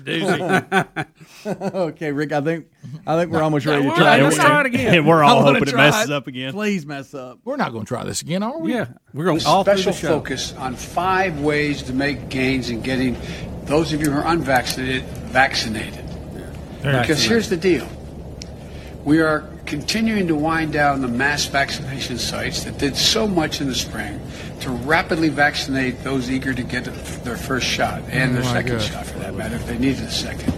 Speaker 15: doozy.
Speaker 3: okay, Rick. I think I think we're almost
Speaker 8: No,
Speaker 3: ready to
Speaker 8: we're
Speaker 3: try.
Speaker 8: not. Let's
Speaker 3: again.
Speaker 8: try it again. And we're all
Speaker 3: I wanna
Speaker 8: hoping it
Speaker 3: try
Speaker 8: messes up
Speaker 3: again. Please mess up.
Speaker 8: We're not going to try this again, are we?
Speaker 15: Yeah, we're going all through
Speaker 30: special
Speaker 15: the show.
Speaker 30: focus on five ways to make gains in getting those of you who are unvaccinated vaccinated. Because
Speaker 14: Vaccinated.
Speaker 30: here's the deal. We are continuing to wind down the mass vaccination sites that did so much in the spring to rapidly vaccinate those eager to get their first shot and their
Speaker 14: Oh, my
Speaker 30: second
Speaker 14: God.
Speaker 30: shot, for that matter, if they needed a second.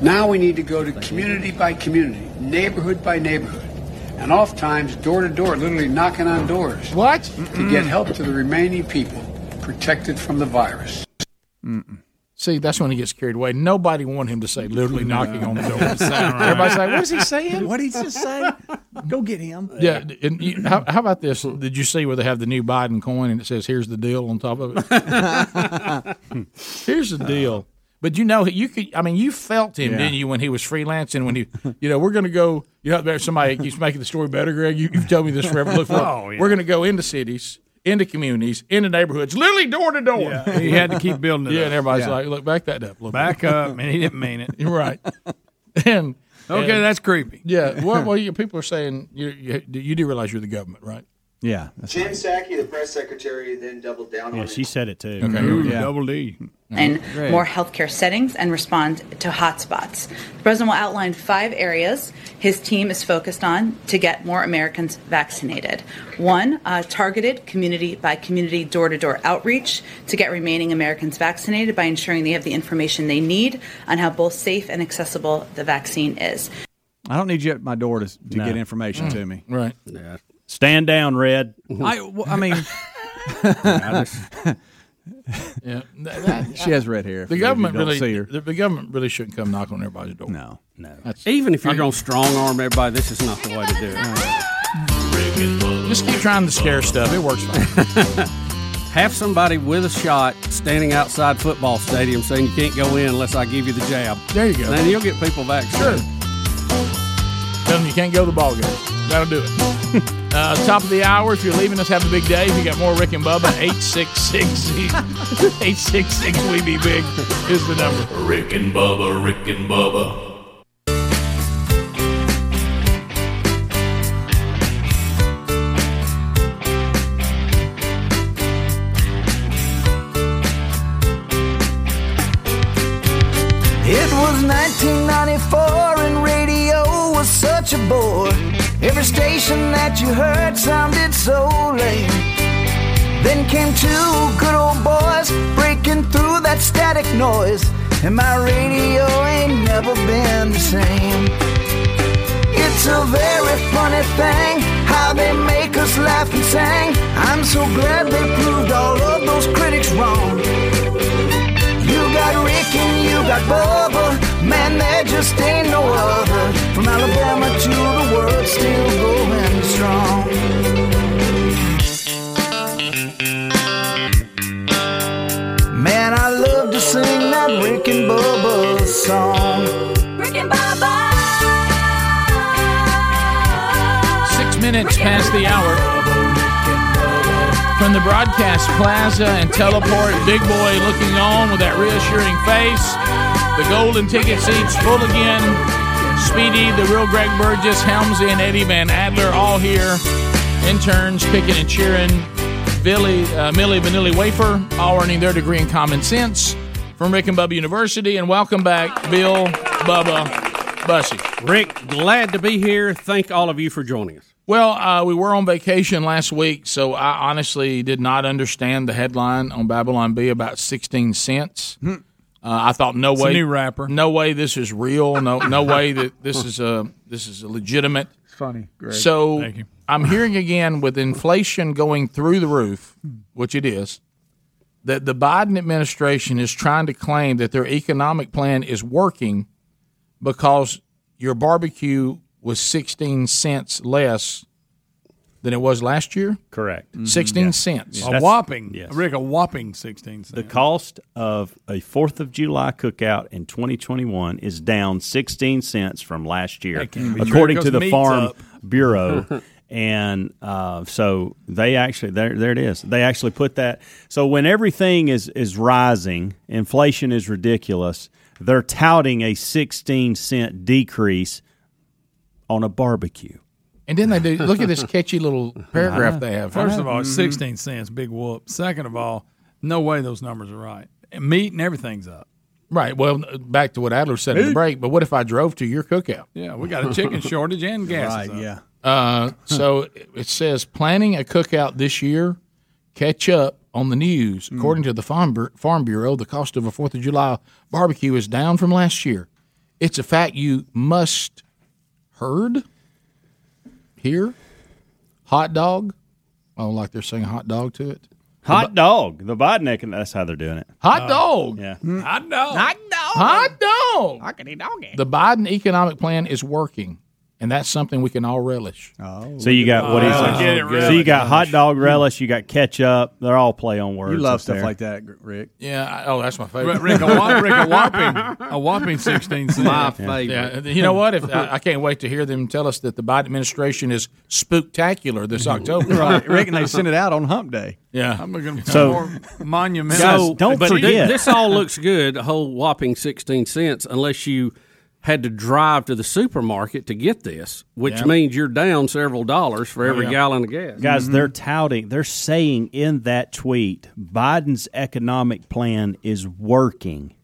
Speaker 30: Now we need to go to community by community, neighborhood by neighborhood, and oftentimes door to door, literally knocking on doors.
Speaker 8: What?
Speaker 30: To get help to the remaining people protected from the virus.
Speaker 8: See, that's when he gets carried away. Nobody want him to say literally knocking on the door. Everybody's like, "What is he saying?
Speaker 3: What did he just say? Go get him.
Speaker 8: Yeah, and you, how, how about this?
Speaker 5: Hmm.
Speaker 8: Did you see where they have the new Biden coin and it says "Here's the deal" on top of it? Here's the deal. But you know, you could. I mean, you felt him,
Speaker 17: Yeah.
Speaker 8: didn't you, when he was freelancing? When he, you know, we're going to go. You know, there's somebody keeps making the story better, Greg. You, you've told me this forever. Look,
Speaker 17: Oh,
Speaker 8: oh,
Speaker 17: yeah.
Speaker 8: we're going to go into cities, into communities, into neighborhoods, literally door to door.
Speaker 5: He had to keep building it
Speaker 8: Yeah,
Speaker 5: up.
Speaker 8: and everybody's
Speaker 5: Yeah.
Speaker 8: like, look, back that up, a little
Speaker 5: Back
Speaker 8: bit.
Speaker 5: up, and he didn't mean it.
Speaker 8: You're right. And
Speaker 5: Okay,
Speaker 8: and-
Speaker 5: that's creepy.
Speaker 8: Yeah. Well, well you, people are saying you, you you do realize you're the government, right?
Speaker 3: Yeah.
Speaker 20: Jen Psaki, the press secretary, then doubled down
Speaker 4: Yeah,
Speaker 20: on it.
Speaker 4: she said it too.
Speaker 8: Okay. Ooh, Yeah.
Speaker 5: Double D.
Speaker 21: and more healthcare settings and respond to hotspots. The president will outline five areas his team is focused on to get more Americans vaccinated. One, uh, targeted community by community door to door outreach to get remaining Americans vaccinated by ensuring they have the information they need on how both safe and accessible the vaccine is.
Speaker 3: I don't need you at my door to, to
Speaker 4: No.
Speaker 3: get information
Speaker 4: Mm.
Speaker 3: to me.
Speaker 8: Right.
Speaker 15: Yeah.
Speaker 4: Stand down, Red.
Speaker 3: I, well, I mean,
Speaker 8: Yeah.
Speaker 3: she has red hair.
Speaker 8: The
Speaker 3: if
Speaker 8: government
Speaker 3: you don't
Speaker 8: really,
Speaker 3: see her.
Speaker 8: the, the government really shouldn't come knock on everybody's door. No,
Speaker 4: no.
Speaker 15: Even if you're going to strong arm everybody, this is not the way to do it.
Speaker 8: Just keep trying the scare stuff; it works fine.
Speaker 15: Have somebody with a shot standing outside football stadium saying you can't go in unless I give you the jab.
Speaker 8: There you go.
Speaker 15: Then you'll get people vaccinated. Sure.
Speaker 8: Tell them you can't go to the ball game. That'll do it. uh, top of the hour. If you're leaving us, have a big day. If you got more Rick and Bubba, 866 866 We Be Big is the number.
Speaker 7: Rick and Bubba, Rick and Bubba.
Speaker 13: It was 1994 and radio was such a bore. Every station that you heard sounded so lame. Then came two good old boys breaking through that static noise, and my radio ain't never been the same. It's a very funny thing how they make us laugh and sing. I'm so glad they proved all of those critics wrong. You got Rick and you got Bubba. Man, there just ain't no other. From Alabama to the world, still going strong. Man, I love to sing that Rick and Bubba song. Rick and Bubba.
Speaker 8: Six minutes past the hour. From the broadcast plaza and teleport, Big Boy looking on with that reassuring face. The golden ticket seats full again. Speedy, the real Greg Burgess, Helmsy, and Eddie Van Adler all here. Interns picking and cheering. Billy, uh, Millie Vanilli Wafer, all earning their degree in common sense from Rick and Bubba University. And welcome back, Bill, Bubba, Bussy.
Speaker 15: Rick, glad to be here. Thank all of you for joining us.
Speaker 8: Well, uh, we were on vacation last week, so I honestly did not understand the headline on Babylon B about 16 cents.
Speaker 5: Hmm.
Speaker 8: Uh, I thought no
Speaker 5: It's a
Speaker 8: way
Speaker 5: new rapper.
Speaker 8: No way this is real. No no way that this is a this is a legitimate.
Speaker 5: Funny, Greg.
Speaker 8: So
Speaker 5: Thank you.
Speaker 8: I'm hearing again with inflation going through the roof,
Speaker 5: Hmm.
Speaker 8: which it is, that the Biden administration is trying to claim that their economic plan is working because your barbecue was 16 cents less than it was last year?
Speaker 4: Correct.
Speaker 8: 16
Speaker 5: Mm-hmm. Yeah.
Speaker 8: cents.
Speaker 5: A whopping,
Speaker 4: yes.
Speaker 5: Rick, a whopping 16 cents.
Speaker 4: The cost of a Fourth of July cookout in 2021 is down 16 cents from last year,
Speaker 5: That can't be true.
Speaker 4: according
Speaker 5: Because
Speaker 4: to the
Speaker 5: meat's
Speaker 4: Farm
Speaker 5: up.
Speaker 4: Bureau. and uh, so they actually there there it is. They actually put that. So when everything is is rising, inflation is ridiculous. They're touting a 16 cent decrease on a barbecue.
Speaker 8: And then they do. Look at this catchy little paragraph they have.
Speaker 5: First of all, it's
Speaker 4: Mm-hmm.
Speaker 8: Mhm.
Speaker 5: 16 cents, big whoop. Second of all, no way those numbers are right. And meat and everything's up.
Speaker 8: Right. Well, back to what Adler said in the
Speaker 5: Dude.
Speaker 8: break. But what if I drove to your cookout?
Speaker 5: Yeah, Uh, we got a chicken shortage and gas. is up.
Speaker 8: Uh, so it says planning a cookout this year. Catch up on the news.
Speaker 5: Hmm.
Speaker 8: According to the Farm, Bu- Farm Bureau, the cost of a Fourth of July barbecue is down from last year. It's a fact you must heard here. Hot dog. Oh, like they're saying hot dog to it.
Speaker 4: Hot dog, the Biden econ- That's how they're doing it.
Speaker 8: Hot dog.
Speaker 4: Yeah.
Speaker 5: Hmm.
Speaker 8: Hot dog. Hot dog. Hot dog. The Biden economic plan is working, and that's something we can all relish.
Speaker 3: Oh,
Speaker 4: So you got what is
Speaker 8: Oh, get it,
Speaker 4: it? So you got hot dog relish. You got ketchup. They're all play on words.
Speaker 3: You love
Speaker 4: up
Speaker 3: stuff
Speaker 4: there.
Speaker 3: like that, Gr- Rick.
Speaker 8: Yeah. I- Oh, that's my favorite.
Speaker 5: Rick, a whop- Rick, a whopping- a whopping 16 cents. My favorite.
Speaker 8: Yeah, you know what? If I, I can't wait to hear them tell us that the Biden administration is spooktacular this October.
Speaker 3: right, Rick, and they sent it out on Hump Day.
Speaker 8: Oh, Yeah.
Speaker 5: I'm looking for
Speaker 8: So-
Speaker 5: more monumental.
Speaker 15: but thi- This all looks good, a whole whopping 16 cents, unless you had to drive to the supermarket to get this, which
Speaker 4: Yeah.
Speaker 15: means you're down several dollars for every
Speaker 4: Yeah.
Speaker 15: gallon of gas.
Speaker 4: Guys,
Speaker 5: Mm-hmm.
Speaker 4: they're touting, they're saying in that tweet, Biden's economic plan is working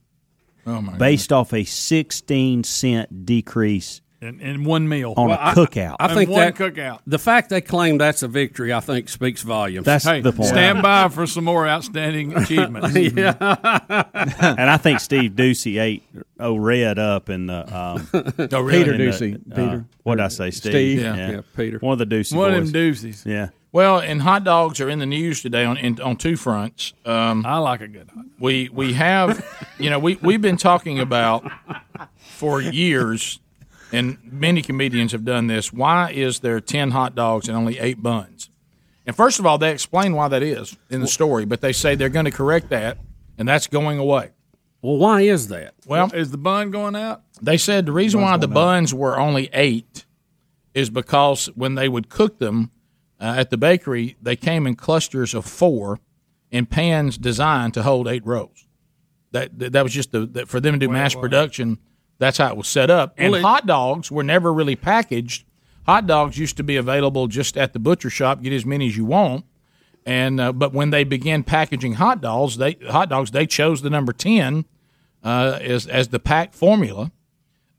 Speaker 5: Oh, my
Speaker 4: based off a 16 cent decrease.
Speaker 5: In, in one meal.
Speaker 4: On a Well, I- cookout.
Speaker 15: I
Speaker 5: In
Speaker 15: think
Speaker 5: one
Speaker 15: that
Speaker 5: cookout.
Speaker 15: The fact they claim that's a victory, I think, speaks volumes.
Speaker 4: That's Hey, the point.
Speaker 5: Stand by for some more outstanding achievements. Mm-hmm. yeah.
Speaker 4: and I think Steve Ducey ate oh red up in the um,
Speaker 5: Oh, really? Peter
Speaker 4: in the,
Speaker 5: Ducey.
Speaker 4: uh,
Speaker 5: Peter.
Speaker 4: what did I say? Steve.
Speaker 5: Steve. Yeah. Yeah,
Speaker 15: Peter.
Speaker 4: One of the Ducey.
Speaker 5: One of them
Speaker 4: boys.
Speaker 5: doozies.
Speaker 4: Yeah.
Speaker 8: Well, and hot dogs are in the news today on in, on two fronts. Um,
Speaker 5: I like a good hot. Dog.
Speaker 8: We we have, you know, we we've been talking about for years, and many comedians have done this. Why is there ten hot dogs and only eight buns? And first of all, they explain why that is in the story, but they say they're going to correct that, and that's going away.
Speaker 15: Well, why is that?
Speaker 8: Well,
Speaker 5: is the bun going out?
Speaker 8: They said the reason why the buns were only eight is because when they would cook them uh, at the bakery, they came in clusters of four in pans designed to hold eight rolls. That that, that was just the, that for them to do mass production. That's how it was set up. And
Speaker 15: Well, it-
Speaker 8: hot dogs were never really packaged. Hot dogs used to be available just at the butcher shop. Get as many as you want. And uh, but when they began packaging hot dogs, they hot dogs they chose the number ten uh, as as the pack formula,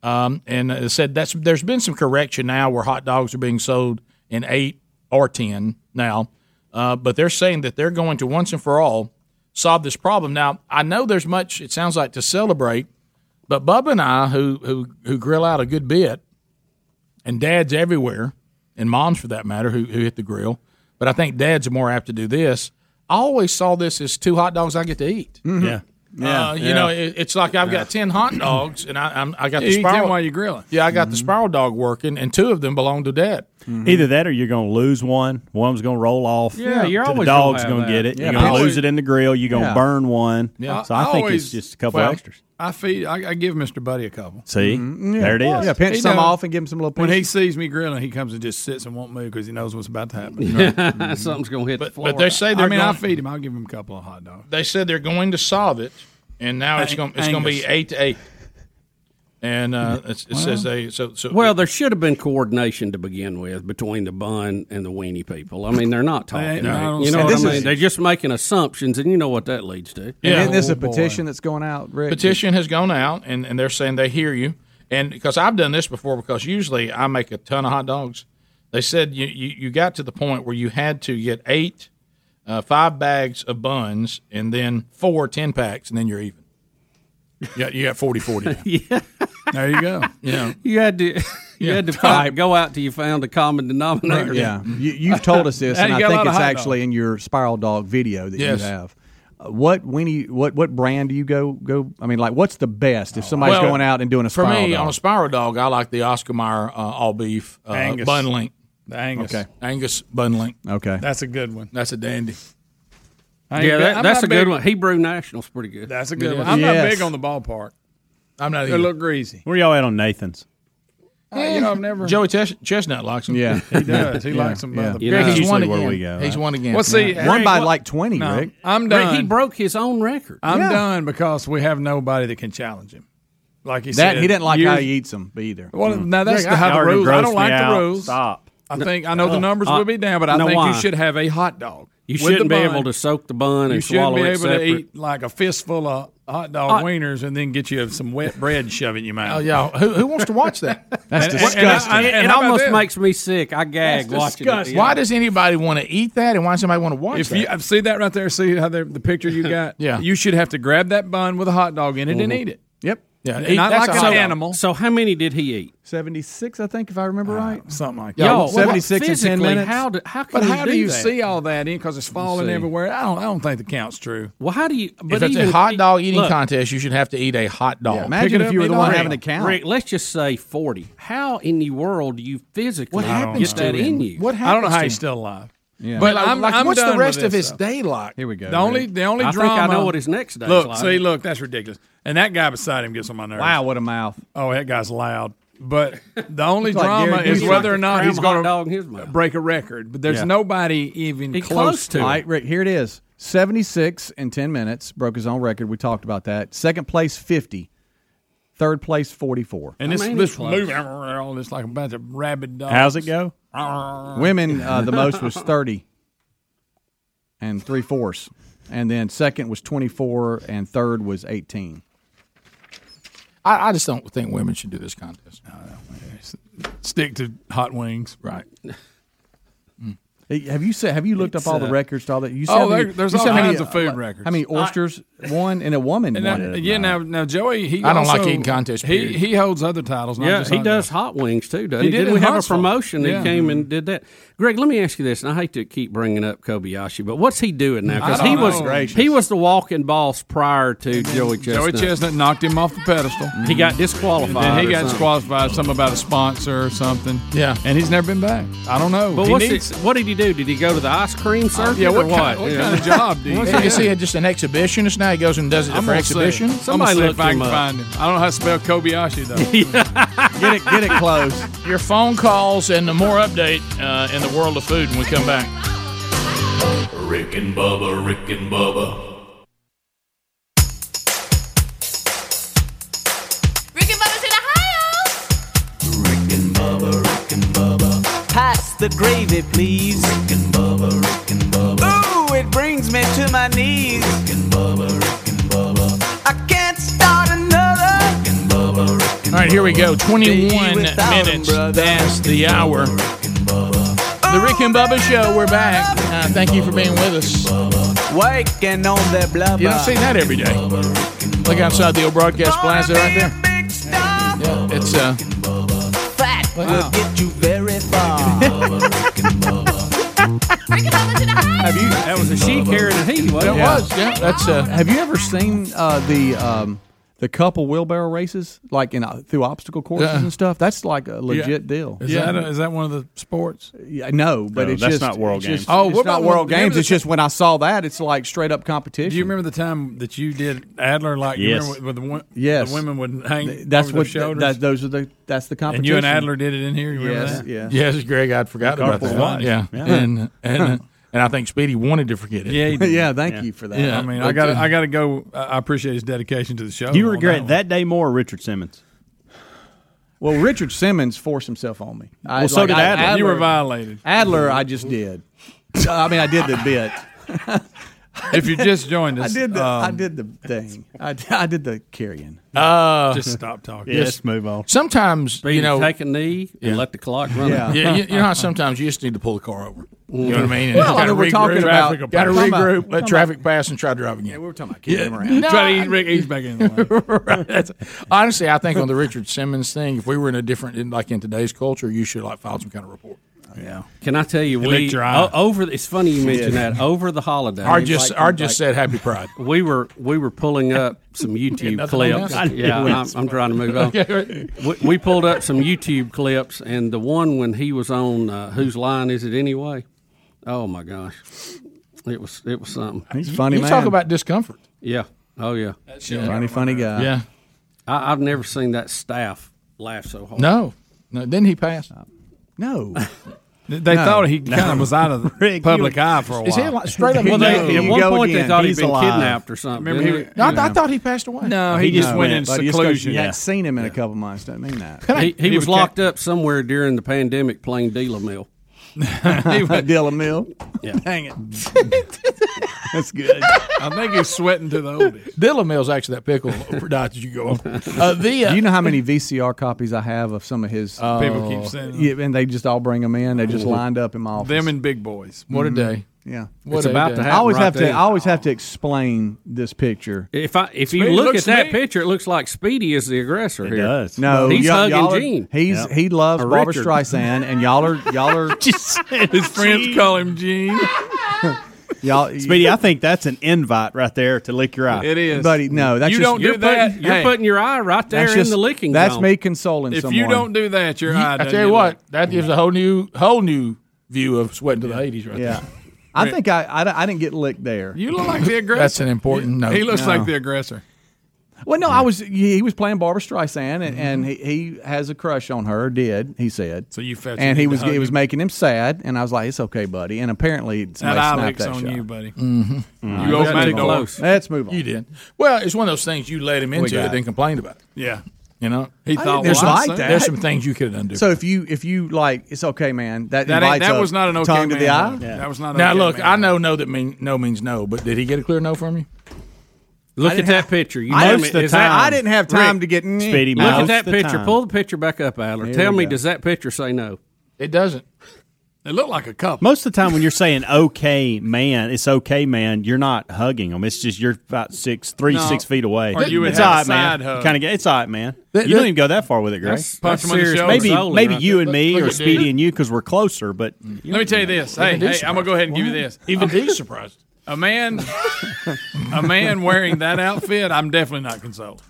Speaker 8: um, and it said that's there's been some correction now where hot dogs are being sold in eight or ten now, uh, but they're saying that they're going to once and for all solve this problem. Now I know there's much it sounds like to celebrate, but Bubba and I who who who grill out a good bit, and dads everywhere, and moms for that matter who who hit the grill, but I think dads are more apt to do this. I always saw this as two hot dogs I get to eat.
Speaker 4: Yeah.
Speaker 8: Uh, you know, it, it's like I've got ten hot dogs, and I I'm, I got
Speaker 5: You
Speaker 8: the
Speaker 5: eat them
Speaker 8: spiral
Speaker 5: while you're grilling.
Speaker 8: Yeah, I got the spiral dog working, and two of them belong to Dad.
Speaker 4: Mm-hmm. Either that or you're going to lose one. One's going to roll off.
Speaker 8: Yeah, you're
Speaker 4: to the
Speaker 8: always gonna
Speaker 4: dog's
Speaker 8: have
Speaker 4: going to
Speaker 8: that.
Speaker 4: get it.
Speaker 8: Yeah,
Speaker 4: you're
Speaker 8: but
Speaker 4: going to
Speaker 8: I
Speaker 4: lose
Speaker 5: always-
Speaker 4: it in the grill. You're going to
Speaker 5: Yeah.
Speaker 4: burn one. So I, think
Speaker 5: always-
Speaker 4: it's just a couple
Speaker 5: well,
Speaker 4: extras.
Speaker 5: I feed. I, I give Mister Buddy a couple.
Speaker 4: See?
Speaker 8: Mm-hmm.
Speaker 4: Mhm, yeah. There it is. Yeah, pinch
Speaker 5: He
Speaker 4: some
Speaker 5: knows-
Speaker 4: off and give him some little
Speaker 5: When he
Speaker 4: pieces.
Speaker 5: sees me grilling, he comes and just sits and won't move because he knows what's about to happen.
Speaker 15: Yeah, something's gonna hit the
Speaker 5: But,
Speaker 15: floor.
Speaker 5: but they say they're. I mean, I
Speaker 8: going-
Speaker 5: feed him. I'll give him a couple of hot dogs.
Speaker 8: They said they're going to solve it, and now it's going it's going to be
Speaker 5: Angus.
Speaker 8: eight to eight. And uh, it's, it says they so so.
Speaker 15: Well, there should have been coordination to begin with between the bun and the weenie people. I mean, they're not talking.
Speaker 8: ain't- no, I don't
Speaker 15: you
Speaker 8: see
Speaker 15: know what I
Speaker 8: this
Speaker 15: mean?
Speaker 8: is-
Speaker 15: they're just making assumptions, and you know what that leads to.
Speaker 8: Yeah.
Speaker 3: Isn't this
Speaker 8: Oh,
Speaker 3: a petition that's going out, Rick?
Speaker 8: petition has gone out and, and they're saying they hear you and because i've done this before because usually i make a ton of hot dogs they said you, you, you got to the point where you had to get eight uh, five bags of buns and then four ten packs and then you're even you got, you got 40 40 yeah there you go you know
Speaker 15: You had to, you
Speaker 8: Yeah.
Speaker 15: had to find, go out till you found a common denominator.
Speaker 3: Yeah, you, you've told us this, and I think it's actually in your spiral dog video that
Speaker 15: Yes.
Speaker 3: you have. Uh, What weenie? What what brand do you go go? I mean, like, what's the best if somebody's
Speaker 8: Well,
Speaker 3: going out and doing a
Speaker 8: for
Speaker 3: spiral
Speaker 8: me
Speaker 3: dog?
Speaker 8: on a spiral dog i like the oscar Mayer uh, all beef uh,
Speaker 5: Angus.
Speaker 8: bun link
Speaker 5: The Angus.
Speaker 8: okay angus bun link
Speaker 3: okay
Speaker 5: That's a good one.
Speaker 8: that's a dandy
Speaker 5: I ain't
Speaker 15: yeah,
Speaker 5: big-
Speaker 15: that,
Speaker 5: I'm
Speaker 15: that's
Speaker 5: not
Speaker 15: a good
Speaker 5: big-
Speaker 15: one. Hebrew National's pretty good.
Speaker 5: That's a good one. I'm not big on the ballpark.
Speaker 8: I'm not
Speaker 5: They
Speaker 8: either.
Speaker 5: look greasy.
Speaker 4: Where y'all at on Nathan's?
Speaker 5: Uh, you know, I've never.
Speaker 8: Joey Ches- Chestnut likes him.
Speaker 4: Yeah.
Speaker 5: He does. He likes them by the
Speaker 8: Greg,
Speaker 5: pound.
Speaker 8: he's won
Speaker 5: Usually
Speaker 8: again.
Speaker 5: where we go,
Speaker 8: he's
Speaker 5: right?
Speaker 8: won again.
Speaker 5: Well, see,
Speaker 8: Yeah.
Speaker 5: One by Harry, what- like 20,
Speaker 8: No.
Speaker 5: Rick. I'm
Speaker 15: Rick, he
Speaker 5: done.
Speaker 15: broke his own record.
Speaker 5: I'm done because we have nobody that can challenge him. Like he
Speaker 3: That-
Speaker 5: said,
Speaker 3: he didn't like how
Speaker 5: years-
Speaker 3: he eats 'em either.
Speaker 5: Well,
Speaker 3: Mm.
Speaker 5: now that's
Speaker 3: Rick,
Speaker 5: the,
Speaker 3: I-
Speaker 5: how the
Speaker 3: y'all
Speaker 5: rules. I
Speaker 3: grossed
Speaker 5: don't
Speaker 3: me
Speaker 5: like
Speaker 3: out.
Speaker 5: the rules.
Speaker 4: Stop.
Speaker 5: I think I know
Speaker 8: Oh.
Speaker 5: the
Speaker 15: Uh,
Speaker 5: numbers
Speaker 15: uh,
Speaker 5: will be down, but I
Speaker 15: know
Speaker 5: think
Speaker 15: why.
Speaker 5: you should have a hot dog.
Speaker 15: You
Speaker 5: with
Speaker 15: shouldn't
Speaker 5: the
Speaker 15: be
Speaker 5: bun.
Speaker 15: able to soak the bun
Speaker 5: You
Speaker 15: and swallow
Speaker 5: shouldn't be
Speaker 15: it
Speaker 5: able to
Speaker 15: separate.
Speaker 5: eat like a fistful of hot dog
Speaker 8: Hot-
Speaker 5: wieners and then get you some wet bread shoved in your mouth.
Speaker 8: Uh, Oh yeah, who, who wants to watch that?
Speaker 5: That's And- and- and I- disgusting. and- and
Speaker 15: it
Speaker 5: how about
Speaker 15: almost
Speaker 5: this?
Speaker 15: makes me sick. I gag watching it. yeah.
Speaker 8: Why does anybody want to eat that, and why does somebody want to watch
Speaker 5: If
Speaker 8: that?
Speaker 5: you I see that right there, see how they're- the picture you got.
Speaker 8: Yeah.
Speaker 5: you should have to grab that bun with a hot dog in it and
Speaker 15: Mhm.
Speaker 5: eat it.
Speaker 3: Yep.
Speaker 5: Yeah, Eat- not that's like a an hot dog. animal.
Speaker 15: So how many did he eat?
Speaker 3: Seventy six, I think, if I remember right,
Speaker 5: Ah, something like
Speaker 15: Y'all, what-
Speaker 3: 76 in 10
Speaker 15: physically,
Speaker 3: minutes.
Speaker 15: How do, how can
Speaker 5: But how
Speaker 15: do,
Speaker 5: do you
Speaker 15: that?
Speaker 5: see all that in? Because it's falling
Speaker 15: see.
Speaker 5: everywhere. I don't. I don't think the count's true.
Speaker 15: Well, how do you? But
Speaker 8: if it's
Speaker 15: even,
Speaker 8: a
Speaker 5: e
Speaker 8: hot dog eating
Speaker 15: look,
Speaker 8: contest, you should have to eat a hot dog.
Speaker 15: Pick it up, eat it. Rick, Rick, let's just say forty. How in the world do you physically
Speaker 8: What happens
Speaker 15: get that
Speaker 8: to him?
Speaker 15: in you?
Speaker 8: What
Speaker 5: I don't know
Speaker 8: happens
Speaker 5: how
Speaker 8: to
Speaker 5: he's
Speaker 8: him?
Speaker 5: still alive.
Speaker 8: Yeah.
Speaker 5: But
Speaker 8: Like,
Speaker 5: I'm,
Speaker 8: like,
Speaker 5: I'm
Speaker 8: what's the
Speaker 5: done
Speaker 8: rest
Speaker 5: with
Speaker 8: of
Speaker 5: this,
Speaker 8: his
Speaker 5: though.
Speaker 8: day like? Here we go,
Speaker 5: The only
Speaker 8: Rick.
Speaker 5: the only
Speaker 15: I think
Speaker 5: drama.
Speaker 15: I know what his next day's
Speaker 5: Look,
Speaker 15: like.
Speaker 5: see, look, that's ridiculous. And that guy beside him gets on my nerves.
Speaker 3: Wow, what a mouth!
Speaker 5: Oh, that guy's loud. But the only
Speaker 15: Like Gary
Speaker 5: drama is
Speaker 15: Busey.
Speaker 5: whether or not
Speaker 15: Cram
Speaker 5: he's
Speaker 15: a
Speaker 5: going
Speaker 15: hot dog in his
Speaker 5: to
Speaker 15: mouth.
Speaker 5: break a record. But there's
Speaker 3: Yeah.
Speaker 5: nobody even close, to.
Speaker 3: All
Speaker 5: it.
Speaker 3: right, Rick, here it is. 76 in 10 minutes. Broke his own record. We talked about that. Second place, 50. Third place, 44.
Speaker 5: And this this moving all this like a bunch of rabid dogs.
Speaker 3: How's it go?
Speaker 5: Arr.
Speaker 3: Women, uh, the most was 30 and three fourths. And then second was 24, and third was 18.
Speaker 8: I, I just don't think women should do this contest.
Speaker 5: Stick to hot wings,
Speaker 8: right?
Speaker 3: Hey, Have you said? Have you looked
Speaker 5: It's,
Speaker 3: up all the
Speaker 5: uh,
Speaker 3: records? To all that you
Speaker 5: oh,
Speaker 3: said.
Speaker 5: there- there's all kinds of food records.
Speaker 3: How many
Speaker 5: I-
Speaker 3: oysters? one and a woman.
Speaker 5: And
Speaker 3: won
Speaker 5: now,
Speaker 3: it.
Speaker 5: yeah, now now Joey, he
Speaker 3: I don't like
Speaker 5: also-
Speaker 3: eating contests,
Speaker 5: He
Speaker 3: period.
Speaker 5: he holds other titles. Not
Speaker 15: Yeah,
Speaker 5: just
Speaker 15: he
Speaker 5: hot dogs.
Speaker 15: does hot wings too, doesn't he?
Speaker 5: He did
Speaker 15: Didn't
Speaker 5: in
Speaker 15: we have a
Speaker 5: Huntsville.
Speaker 15: promotion that
Speaker 5: Yeah.
Speaker 15: came and did that? Greg, let me ask you this, and I hate to keep bringing up Kobayashi, but what's he doing now?
Speaker 5: I
Speaker 15: Because
Speaker 5: don't
Speaker 15: he
Speaker 5: know.
Speaker 15: was
Speaker 5: Gracious.
Speaker 15: he was the walking boss prior to Joey Chestnut.
Speaker 5: Joey Chestnut knocked him off the pedestal.
Speaker 15: He got disqualified.
Speaker 5: Then
Speaker 15: or
Speaker 5: he got
Speaker 15: something.
Speaker 5: disqualified. Something about a sponsor or something.
Speaker 8: Yeah.
Speaker 5: and he's never been back. I don't know.
Speaker 15: But
Speaker 5: he
Speaker 15: what's
Speaker 5: needs-
Speaker 15: it, what did he do? Did he go to the ice cream circuit
Speaker 8: yeah, what
Speaker 15: or what?
Speaker 8: kind- what kind of job do you- Once he gets here, just an exhibitionist now? He goes and does it for exhibition?
Speaker 5: Somebody
Speaker 8: I'ma
Speaker 5: look if I
Speaker 8: him
Speaker 5: can
Speaker 8: up.
Speaker 5: find him. I don't know how to spell Kobayashi though.
Speaker 8: Get it, get it close. Your phone calls and the more update uh, in the world of food when we come back.
Speaker 7: Rick and Bubba, Rick and Bubba,
Speaker 6: Rick and Bubba's in Ohio.
Speaker 11: Pass the gravy, please. Rick and Bubba, Rick and Bubba. Ooh, it brings me to my knees. Rick and Bubba, Rick and Bubba. I can't start another.
Speaker 8: All right, here we go. 21 minutes past the hour. The Rick and Bubba Show, we're back. Uh, thank you for being with us.
Speaker 11: Waking on that blubber.
Speaker 8: You don't see that every day. Look outside the old broadcast plaza right there. Yeah, it's uh,
Speaker 11: Fat will get you very far.
Speaker 15: Have you? That was a she carrying a he. Wasn't
Speaker 8: it was. Yeah, that's uh,
Speaker 3: Have you ever seen uh, the um, the couple wheelbarrow races, like in uh, through obstacle courses
Speaker 5: Yeah.
Speaker 3: and stuff? That's like a legit
Speaker 5: Yeah.
Speaker 3: deal.
Speaker 5: Is that a- is that one of the sports?
Speaker 3: Yeah, no, but
Speaker 5: No,
Speaker 3: it's
Speaker 5: that's
Speaker 3: just
Speaker 5: not World
Speaker 3: it's
Speaker 5: Games.
Speaker 3: Just,
Speaker 5: Oh,
Speaker 3: it's
Speaker 5: what
Speaker 3: not
Speaker 5: about
Speaker 3: world
Speaker 5: when-
Speaker 3: games.
Speaker 5: remember
Speaker 3: It's
Speaker 5: the-
Speaker 3: just when I saw that, it's like straight up competition.
Speaker 5: Do you remember the time that you did Adler? Like, you
Speaker 3: Yes.
Speaker 5: remember with the, one,
Speaker 3: Yes,
Speaker 5: the women would hang
Speaker 3: Th- That's
Speaker 5: over
Speaker 3: what
Speaker 5: their shoulders.
Speaker 3: That, those are the that's the competition.
Speaker 5: and you and Adler did it in here. You remember
Speaker 3: Yes,
Speaker 5: that?
Speaker 3: yeah.
Speaker 8: yes, Greg. I'd forgotten about
Speaker 5: Carpool
Speaker 8: that one.
Speaker 5: Wise.
Speaker 8: Yeah,
Speaker 5: Yeah.
Speaker 8: and and uh, and I think Speedy wanted to forget it.
Speaker 5: Yeah, he did.
Speaker 3: Yeah, thank you for that.
Speaker 5: Yeah, I mean, I
Speaker 8: But,
Speaker 5: got
Speaker 8: uh,
Speaker 5: I got to go. I I appreciate his dedication to the show.
Speaker 10: Do you
Speaker 5: on
Speaker 10: regret that day more, or Richard Simmons?
Speaker 3: Well, Richard Simmons forced himself on me. I,
Speaker 10: Well, so did
Speaker 3: I-
Speaker 10: Adler.
Speaker 5: You were violated.
Speaker 3: Adler, I just did. So, I mean, I did the bit.
Speaker 5: If you just joined
Speaker 3: I
Speaker 5: us,
Speaker 3: did the I
Speaker 5: um,
Speaker 3: did the thing. I, I did the carrying.
Speaker 8: Uh,
Speaker 5: Just stop talking.
Speaker 8: Yes.
Speaker 5: Just move on.
Speaker 8: Sometimes
Speaker 15: Speedy,
Speaker 8: you know,
Speaker 15: take a knee and let the clock run.
Speaker 8: Yeah, yeah you, you know how sometimes you just need to pull the car over. You know what I mean?
Speaker 15: Well, I mean, we're talking about-
Speaker 8: got to
Speaker 15: we're talking about-
Speaker 8: regroup,
Speaker 15: we're
Speaker 8: let
Speaker 15: talking
Speaker 8: traffic pass, and try to drive again. Yeah, we're talking about
Speaker 5: keeping him around. Try to eat Rick- ease back in
Speaker 8: Right. That's- Honestly, I think on the Richard Simmons thing, if we were in a different, in, like in today's culture, you should like file some kind of report.
Speaker 5: Yeah.
Speaker 15: Can I tell you,
Speaker 8: It
Speaker 15: we Oh,
Speaker 8: licked your eye.
Speaker 15: o- over. the- It's funny you mentioned
Speaker 8: Yeah.
Speaker 15: that over the holiday.
Speaker 8: Art just, Art just said happy pride.
Speaker 15: we were we were pulling up some YouTube
Speaker 8: nothing on
Speaker 15: clips.
Speaker 8: that.
Speaker 15: Yeah, I'm, I'm trying to move on.
Speaker 8: Okay, right.
Speaker 15: we, we pulled up some YouTube clips, and the one when he was on uh, "Whose Line Is It Anyway?" Oh my gosh, it was it was something.
Speaker 3: He's a funny
Speaker 8: You talk about discomfort.
Speaker 15: Yeah. Oh yeah.
Speaker 8: shit.
Speaker 3: Funny, funny guy.
Speaker 8: Yeah.
Speaker 15: I, I've never seen that staff laugh so hard.
Speaker 8: No, no. Didn't he pass?
Speaker 3: No.
Speaker 5: They
Speaker 15: No.
Speaker 5: thought he
Speaker 15: No.
Speaker 5: kind of was out of the public eye for a while.
Speaker 8: Is he li- straight up?
Speaker 5: Well, they-
Speaker 15: at one point they thought he'd been kidnapped or something.
Speaker 5: Remember
Speaker 15: didn't they?
Speaker 5: he-
Speaker 8: No, I, th- I thought he passed away.
Speaker 5: No, he just went in
Speaker 3: But you just 'cause
Speaker 5: seclusion.
Speaker 3: You
Speaker 5: Yeah.
Speaker 3: hadn't seen him in a couple months. Don't mean that.
Speaker 15: He, he,
Speaker 5: He
Speaker 15: was
Speaker 5: was
Speaker 15: locked up somewhere during the pandemic playing dealer mill.
Speaker 3: Deal a mill.
Speaker 5: Dang it!
Speaker 3: That's good.
Speaker 5: I think he's sweating to the oldies.
Speaker 8: Dilla Mill's actually that pickle diet that you go on. Uh, the uh,
Speaker 3: Do you know how many VCR copies I have of some of his? uh,
Speaker 5: People keep saying that.
Speaker 3: yeah, and they just all bring them in. They just lined up in my office. Mm-hmm.
Speaker 5: Them and big boys.
Speaker 8: What a day!
Speaker 3: yeah,
Speaker 8: What It's a about day. to
Speaker 3: I always
Speaker 15: happen right
Speaker 3: have to.
Speaker 15: there.
Speaker 3: I always have to explain this picture.
Speaker 15: If I if you
Speaker 5: Speedy
Speaker 15: look at
Speaker 5: looks
Speaker 15: that
Speaker 5: mean.
Speaker 15: picture, it looks like Speedy is the aggressor here.
Speaker 3: No,
Speaker 15: he's
Speaker 3: y'all-
Speaker 15: hugging
Speaker 3: y'all are-
Speaker 15: Gene.
Speaker 3: He's he loves
Speaker 15: Or
Speaker 3: Barbara
Speaker 15: Richard.
Speaker 3: Streisand, and y'all are y'all are
Speaker 5: His friends call him Gene.
Speaker 3: y'all.
Speaker 10: Speedy, I think that's an invite right there to lick your eye.
Speaker 5: It is.
Speaker 3: buddy, no, that's
Speaker 5: You
Speaker 3: just,
Speaker 5: don't
Speaker 15: You're
Speaker 5: do that.
Speaker 15: putting, you're
Speaker 5: Hey.
Speaker 15: putting your eye right there
Speaker 3: that's
Speaker 15: in
Speaker 3: just-
Speaker 15: the licking.
Speaker 3: That's
Speaker 15: zone.
Speaker 3: me consoling
Speaker 5: If
Speaker 3: someone.
Speaker 5: you don't do that, your eye.
Speaker 8: I
Speaker 5: doesn't
Speaker 8: tell you
Speaker 5: get
Speaker 8: what, that gives a whole new, whole new view of sweating to the eighties right
Speaker 3: yeah,
Speaker 8: there.
Speaker 3: I think I, I I didn't get licked there.
Speaker 5: You look like the aggressor.
Speaker 8: That's an important note.
Speaker 5: He looks
Speaker 3: No.
Speaker 5: like the aggressor.
Speaker 3: Well, no, I was he he was playing Barbara Streisand, and, and he, he has a crush on her. Did he said?
Speaker 5: Mm-hmm. So you felt you
Speaker 3: and
Speaker 5: need
Speaker 3: he
Speaker 5: to
Speaker 3: was
Speaker 5: hug
Speaker 3: it was
Speaker 5: him.
Speaker 3: making him sad, and I was like, "It's okay, buddy." And apparently,
Speaker 5: That
Speaker 3: somebody
Speaker 5: eye
Speaker 3: snapped
Speaker 5: licks
Speaker 3: that
Speaker 5: on
Speaker 3: shot. Mm-hmm.
Speaker 5: you, buddy.
Speaker 3: All
Speaker 5: You
Speaker 3: right,
Speaker 5: old
Speaker 3: let's
Speaker 5: man
Speaker 3: move on.
Speaker 5: close.
Speaker 3: Let's move on.
Speaker 8: You did. Well, it's one of those things you led him into
Speaker 3: got
Speaker 8: it and complained about. It.
Speaker 5: Yeah.
Speaker 8: You know,
Speaker 5: He thought well,
Speaker 8: there's,
Speaker 5: I
Speaker 3: like
Speaker 5: said-
Speaker 3: that.
Speaker 8: there's some things you could have done different.
Speaker 3: So if you if you like, it's okay, man. That
Speaker 5: That, ain't,
Speaker 3: invites
Speaker 5: that
Speaker 3: a
Speaker 5: was not an okay
Speaker 3: tongue
Speaker 5: man.
Speaker 3: to the eye.
Speaker 5: though. That was not.
Speaker 8: now
Speaker 5: okay
Speaker 8: look,
Speaker 5: man.
Speaker 8: I know no that mean no means no, but did he get a clear no from you?
Speaker 15: Look at that picture. You
Speaker 3: I
Speaker 15: know
Speaker 3: didn't-
Speaker 15: it. Is
Speaker 3: I-
Speaker 15: that-
Speaker 3: I didn't have time to get mm.
Speaker 10: Speedy,
Speaker 15: Look
Speaker 10: most
Speaker 15: at that
Speaker 10: the
Speaker 15: picture.
Speaker 10: time.
Speaker 15: Pull the picture back up, Adler.
Speaker 3: Here
Speaker 15: Tell
Speaker 3: we
Speaker 15: me,
Speaker 3: go.
Speaker 15: does that picture say no?
Speaker 8: It doesn't.
Speaker 5: They look like a couple.
Speaker 10: Most of the time, when you're saying "okay, man," it's "okay, man." You're not hugging them. It's just you're about six, three,
Speaker 5: No.
Speaker 10: six feet away.
Speaker 5: Or you would
Speaker 10: it's
Speaker 5: have
Speaker 10: all
Speaker 5: a
Speaker 10: right, man.
Speaker 5: side hug.
Speaker 10: Kind of, it's all right, man.
Speaker 8: Th-
Speaker 10: you don't
Speaker 8: th-
Speaker 10: even go that far with it, Greg.
Speaker 15: That's-
Speaker 5: Punch
Speaker 15: that's
Speaker 5: him on the
Speaker 15: serious
Speaker 5: shoulder.
Speaker 10: Maybe,
Speaker 15: bowling
Speaker 10: maybe
Speaker 15: right
Speaker 10: you
Speaker 15: there.
Speaker 10: and me,
Speaker 8: look
Speaker 10: or
Speaker 8: at
Speaker 10: Speedy
Speaker 8: this.
Speaker 10: and you, because we're closer. But
Speaker 5: Let me tell you this. Hey,
Speaker 8: Even
Speaker 5: hey,
Speaker 8: D's
Speaker 5: I'm gonna go ahead and give you
Speaker 8: surprised.
Speaker 5: this.
Speaker 8: Even D's surprised.
Speaker 5: A man, a man wearing that outfit, I'm definitely not consoled.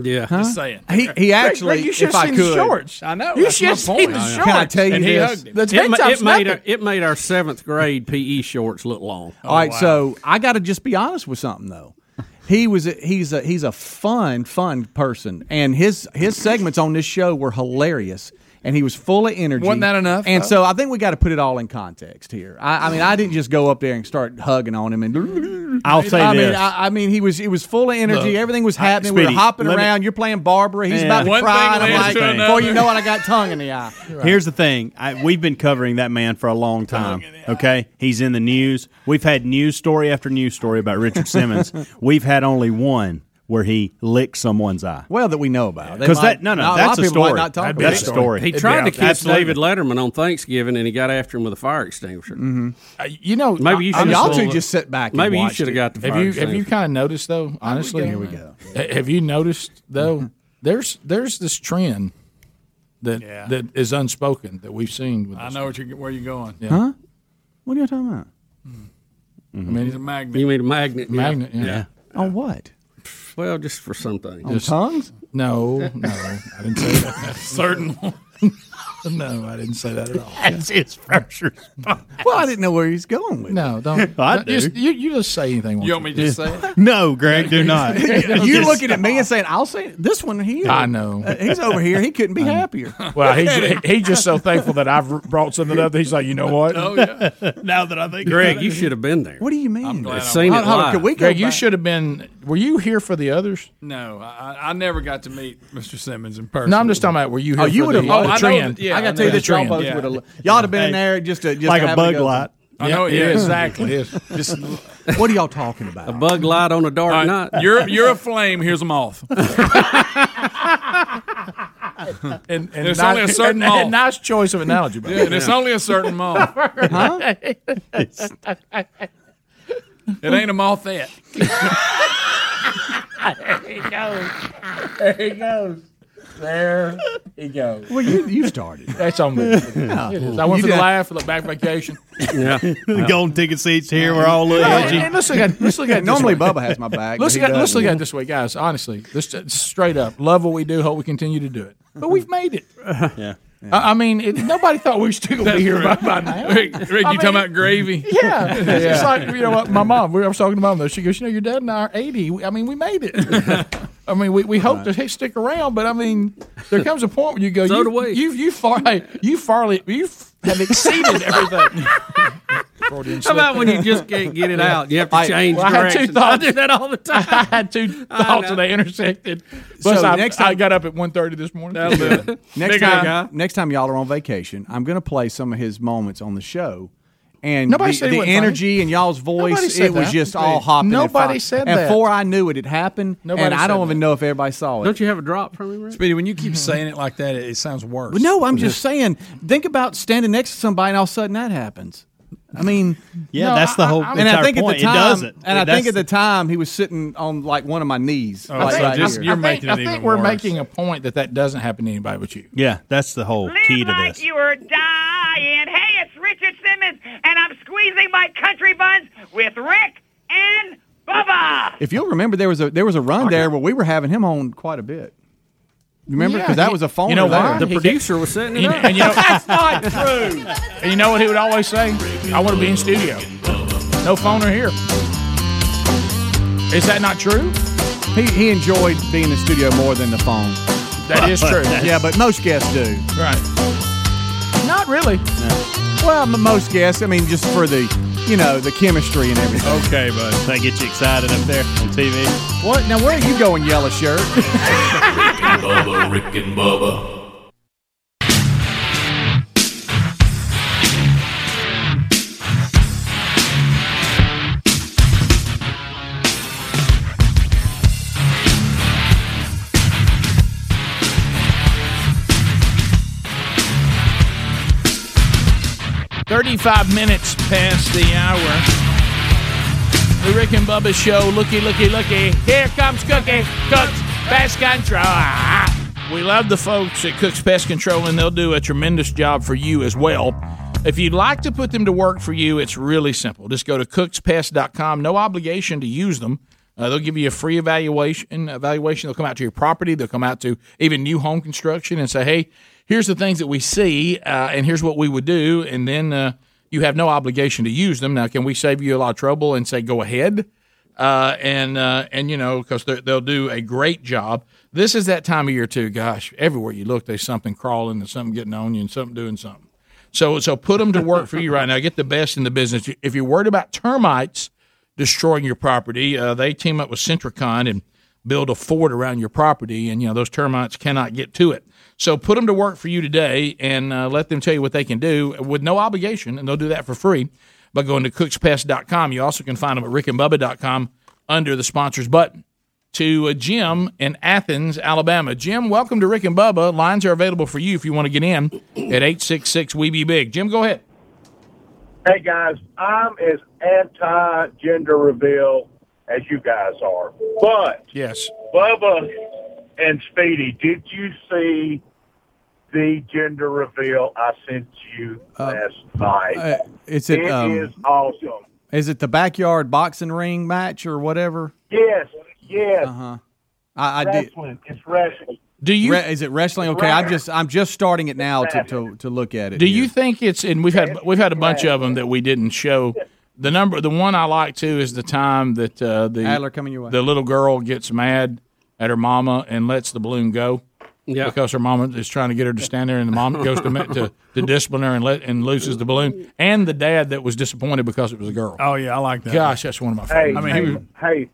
Speaker 15: Yeah,
Speaker 5: Just saying.
Speaker 3: He, he actually,
Speaker 5: Rick, you should've
Speaker 3: if I
Speaker 5: seen
Speaker 3: could, Oh,
Speaker 5: the shorts. I know.
Speaker 8: You
Speaker 5: That's my
Speaker 8: should see
Speaker 5: point.
Speaker 8: the shorts.
Speaker 3: Can I tell you
Speaker 15: And he
Speaker 3: this?
Speaker 15: hugged him.
Speaker 3: That's
Speaker 15: it, ma-
Speaker 3: bedtime
Speaker 15: it made
Speaker 3: snapping.
Speaker 15: our, it made our seventh grade
Speaker 3: E
Speaker 15: PE shorts look long.
Speaker 5: Oh,
Speaker 3: All right, so I got to just be honest with something though. He was a, he's a he's a fun fun person, and his his segments on this show were hilarious, and he was full of energy.
Speaker 8: Wasn't that enough,
Speaker 3: And
Speaker 8: though?
Speaker 3: so I think we got to put it all in context here. I, I mean, I didn't just go up there and start hugging on him and.
Speaker 4: I'll say
Speaker 3: I
Speaker 4: this.
Speaker 3: Mean, I, I mean, he was he was full of energy.
Speaker 4: Look,
Speaker 3: Everything was
Speaker 4: I-
Speaker 3: happening. we
Speaker 4: Speedy,
Speaker 3: were hopping
Speaker 4: let me-
Speaker 3: around. You're playing Barbara. He's
Speaker 4: Yeah.
Speaker 3: about to
Speaker 4: One thing
Speaker 3: cry. And I'm
Speaker 4: leads
Speaker 3: like,
Speaker 4: to another.
Speaker 3: before you know it, I got tongue in the eye.
Speaker 4: Here's the thing. I, we've been covering that man for a long time. Okay. He's in the news. We've had news story after news story about Richard Simmons. we've had only one where he licked someone's eye.
Speaker 3: Well, that we know about. They
Speaker 4: Because
Speaker 3: might-
Speaker 4: that, no,
Speaker 3: a
Speaker 4: no,
Speaker 3: lot
Speaker 4: that's
Speaker 3: of
Speaker 4: a
Speaker 3: people might
Speaker 4: story.
Speaker 3: not talk about
Speaker 4: That's a
Speaker 3: that.
Speaker 4: story.
Speaker 15: He tried to kiss
Speaker 4: Absolutely.
Speaker 15: David Letterman on Thanksgiving, and he got after him with a fire extinguisher. Mm-hmm.
Speaker 8: Uh, you know,
Speaker 15: maybe you
Speaker 8: I-
Speaker 15: should.
Speaker 8: y'all two just sit
Speaker 3: back
Speaker 8: and
Speaker 15: Maybe you
Speaker 8: watched
Speaker 15: should have
Speaker 8: it.
Speaker 15: got the fire
Speaker 8: Have you have
Speaker 15: extinguisher.
Speaker 8: you kind of noticed though? Honestly,
Speaker 15: go. Here we
Speaker 8: go. Have you noticed though? There's there's this trend that
Speaker 5: Yeah.
Speaker 8: that is unspoken that we've seen. With
Speaker 5: I
Speaker 8: this.
Speaker 5: know what you're, where you're going.
Speaker 8: Yeah. Mm-hmm.
Speaker 4: Huh? What are you talking about?
Speaker 5: I mean, he's a magnet.
Speaker 15: You mean a magnet? yeah.
Speaker 5: Magnet, yeah.
Speaker 3: On what?
Speaker 15: Well, just for something.
Speaker 5: On Just- Oh,
Speaker 3: tongues?
Speaker 5: No, no, I didn't say that. Certain one. no, I didn't say that at all.
Speaker 8: That's his first response.
Speaker 3: Well, I didn't know where he's going with.
Speaker 8: No, don't.
Speaker 4: I
Speaker 8: don't- just-
Speaker 4: do.
Speaker 8: you, you just say anything.
Speaker 5: You want me to just say it?
Speaker 4: No, Greg, do not.
Speaker 3: You're looking at me and saying, "I'll say it." this one here."
Speaker 8: I know.
Speaker 3: Uh, he's over here. He couldn't be happier.
Speaker 17: Well,
Speaker 3: Look at
Speaker 17: he's
Speaker 3: him.
Speaker 17: he just so thankful that I've brought something up. that He's like, you know what?
Speaker 5: Oh, yeah. now that I think
Speaker 15: Greg, you should have been there.
Speaker 3: What do you mean?
Speaker 5: glad
Speaker 15: I've
Speaker 5: I'm-
Speaker 15: seen it
Speaker 5: Hold- hold on,
Speaker 15: live.
Speaker 5: could we
Speaker 8: Greg,
Speaker 5: go
Speaker 8: you
Speaker 5: back?
Speaker 8: should have been. Were you here for the others?
Speaker 5: No, I, I- I never got to meet Mr. Simmons in person.
Speaker 8: No, I'm just talking about. Were you here?
Speaker 5: Oh,
Speaker 8: for
Speaker 5: you would
Speaker 8: the,
Speaker 5: have
Speaker 8: the
Speaker 5: loved it. I know
Speaker 8: trend?
Speaker 5: that- yeah,
Speaker 3: I
Speaker 5: I
Speaker 3: got
Speaker 5: know
Speaker 3: to tell you,
Speaker 5: the
Speaker 3: this y'all
Speaker 5: trend.
Speaker 3: both
Speaker 5: Yeah.
Speaker 3: would have. Y'all would have been in there just to just
Speaker 5: Like
Speaker 3: to
Speaker 5: a
Speaker 3: have it
Speaker 5: bug
Speaker 3: go.
Speaker 5: light. I know, yeah, exactly. It is. Just-
Speaker 3: what are y'all talking about?
Speaker 15: A bug light on a dark
Speaker 5: All right,
Speaker 15: night.
Speaker 5: You're you're a flame. Here's a moth.
Speaker 8: And, and
Speaker 5: There's
Speaker 8: ni-
Speaker 5: only a certain
Speaker 8: and- and
Speaker 5: moth.
Speaker 8: nice choice of analogy. by the
Speaker 5: Yeah, and it's
Speaker 8: way.
Speaker 5: only a certain moth.
Speaker 8: Huh?
Speaker 5: It ain't a moth that.
Speaker 6: there he goes. There he goes.
Speaker 8: There he goes.
Speaker 3: Well, you you started.
Speaker 8: That's on me.
Speaker 3: Yeah.
Speaker 8: It is. I went
Speaker 3: You
Speaker 8: for the
Speaker 3: did.
Speaker 8: laugh, the back vacation.
Speaker 15: Yeah.
Speaker 4: the golden ticket seats here. We're all a little
Speaker 8: No,
Speaker 4: edgy.
Speaker 8: and- and let's look at let's look at it this
Speaker 3: Normally
Speaker 8: way.
Speaker 3: Bubba has my back, but
Speaker 8: Let's
Speaker 3: he
Speaker 8: look at let's
Speaker 3: doesn't.
Speaker 8: look at it this way, guys. Honestly, let's just straight up love what we do. Hope we continue to do it. But we've made it.
Speaker 4: Yeah.
Speaker 8: I, I mean, it, nobody thought we were still gonna be here by, by now.
Speaker 5: Rick, Rick you
Speaker 8: I
Speaker 5: talking
Speaker 8: mean-
Speaker 5: about gravy?
Speaker 8: Yeah, it's just like you know what my mom. We, I was talking to mom though. She goes, you know, your dad and I are eighty. We- I mean, we made it. I mean, we, we hope to hey, stick around, but I mean, there comes a point where you go,
Speaker 15: So
Speaker 8: you,
Speaker 15: do we.
Speaker 8: you you far hey, you farly you f- have exceeded everything. Freudian
Speaker 15: How
Speaker 8: slip
Speaker 15: about when
Speaker 8: there.
Speaker 15: you just can't get it
Speaker 8: Yeah.
Speaker 15: out? You have to
Speaker 8: I-
Speaker 15: change
Speaker 8: well, I had two
Speaker 15: directions.
Speaker 8: thoughts.
Speaker 15: I do that all the time.
Speaker 8: I had two
Speaker 15: I
Speaker 8: thoughts
Speaker 15: know.
Speaker 8: and they intersected.
Speaker 3: So
Speaker 8: Plus, I,
Speaker 3: next
Speaker 8: I got up at 1.30 this morning.
Speaker 3: Next
Speaker 8: Big
Speaker 3: time,
Speaker 8: guy.
Speaker 3: next time y'all are on vacation, I'm going to play some of his moments on the show. And
Speaker 8: Nobody
Speaker 3: the,
Speaker 8: said he
Speaker 3: the
Speaker 8: wasn't funny.
Speaker 3: energy in y'all's
Speaker 8: Nobody
Speaker 3: voice,
Speaker 8: said
Speaker 3: it was
Speaker 8: that.
Speaker 3: just all
Speaker 8: Agreed.
Speaker 3: hopping. and
Speaker 8: Nobody
Speaker 3: fun.
Speaker 8: said
Speaker 3: And
Speaker 8: that.
Speaker 3: before I knew it, it happened.
Speaker 8: Nobody
Speaker 3: and I
Speaker 8: said
Speaker 3: don't even know if everybody saw it.
Speaker 15: Don't you have a drop from him, Rick?
Speaker 5: Speedy, when you keep saying it like that, it, it sounds worse.
Speaker 3: Well, no, I'm just saying. Think about standing next to somebody, and all of a sudden that happens. I mean,
Speaker 4: Yeah, that's the whole
Speaker 3: and I
Speaker 4: entire
Speaker 3: think
Speaker 4: point.
Speaker 3: at
Speaker 4: It
Speaker 3: the time,
Speaker 4: doesn't.
Speaker 3: and I
Speaker 4: That's-
Speaker 3: think at the time he was sitting on like one of my knees.
Speaker 5: Oh,
Speaker 3: like,
Speaker 5: so
Speaker 3: right
Speaker 5: just-
Speaker 3: here.
Speaker 5: you're
Speaker 8: I think,
Speaker 5: making it
Speaker 8: I think
Speaker 5: even
Speaker 8: we're
Speaker 5: worse.
Speaker 8: making a point that that doesn't happen to anybody but you.
Speaker 4: Yeah, that's the whole key to this.
Speaker 6: you are dying. Hey, it's Richard Simmons, and I'm squeezing my country buns with Rick and Bubba.
Speaker 3: If you'll remember, there was a there was a run there where we were having him on quite a bit. You remember? Because that was a phone.
Speaker 8: You know why?
Speaker 15: The
Speaker 8: He
Speaker 15: producer was setting it
Speaker 8: You know-
Speaker 15: up.
Speaker 8: and you know,
Speaker 6: That's not true.
Speaker 8: and you know what he would always say? I want to be in studio. No phone or here. Is that not true?
Speaker 3: He, he enjoyed being in the studio more than the phone.
Speaker 8: That is true.
Speaker 3: yeah, but most guests do.
Speaker 8: Right. Not really.
Speaker 3: Well, m- most guests. I mean, just for the you know the chemistry and everything.
Speaker 4: Okay, bud. That gets you excited up there on TV.
Speaker 3: What? Now where are you going, yellow shirt?
Speaker 7: Bubba, Rick and Bubba.
Speaker 8: Thirty-five minutes past the hour. The Rick and Bubba Show. Looky, looky, looky. Here comes Cookie Cooks Pest Control. We love the folks at Cooks Pest Control, and they'll do a tremendous job for you as well. If you'd like to put them to work for you, it's really simple. Just go to cookspest.com. No obligation to use them. Uh, they'll give you a free evaluation. Evaluation. They'll come out to your property. They'll come out to even new home construction and say, "Hey, here's the things that we see, uh, and here's what we would do." And then uh, you have no obligation to use them. Now, can we save you a lot of trouble and say, "Go ahead"? Uh, and uh, and you know because they'll do a great job. This is that time of year too. Gosh, everywhere you look, there's something crawling and something getting on you and something doing something. So so put them to work for you right now. Get the best in the business. If you're worried about termites destroying your property, uh, they team up with Centricon and build a fort around your property, and you know those termites cannot get to it. So put them to work for you today, and uh, let them tell you what they can do with no obligation, and they'll do that for free by going to cookspest.com. You also can find them at rickandbubba.com under the sponsors button. To uh, Jim in Athens, Alabama. Jim, welcome to Rick and Bubba. Lines are available for you if you want to get in at 866 We Be Big. Jim, go ahead.
Speaker 23: Hey guys, I'm as anti gender reveal as you guys are. But
Speaker 8: Yes.
Speaker 23: Bubba and Speedy, did you see the gender reveal I sent you last night?
Speaker 3: uh, it's at,
Speaker 23: It
Speaker 3: um,
Speaker 23: is awesome.
Speaker 3: Is it the backyard boxing ring match or whatever?
Speaker 23: Yes, yes.
Speaker 3: Uh-huh. I, I did.
Speaker 23: wrestling. It's wrestling.
Speaker 8: Do you?
Speaker 3: is it wrestling? Okay, I'm just I'm just starting it now to, to, to look at it.
Speaker 8: Do you think it's and we've had we've had a bunch of them that we didn't show. The number the one I like too is the time that uh, the
Speaker 3: Adler, coming your way.
Speaker 8: the little girl gets mad at her mama and lets the balloon go.
Speaker 15: Yeah.
Speaker 8: Because her mama is trying to get her to stand there, and the mom goes to, ma- to to discipline her and let and loses the balloon, and the dad that was disappointed because it was a girl.
Speaker 5: Oh yeah, I like that.
Speaker 8: Gosh, that's one of my
Speaker 23: Hey,
Speaker 8: favorites. I
Speaker 23: hey,
Speaker 8: mean, he was,
Speaker 23: hey,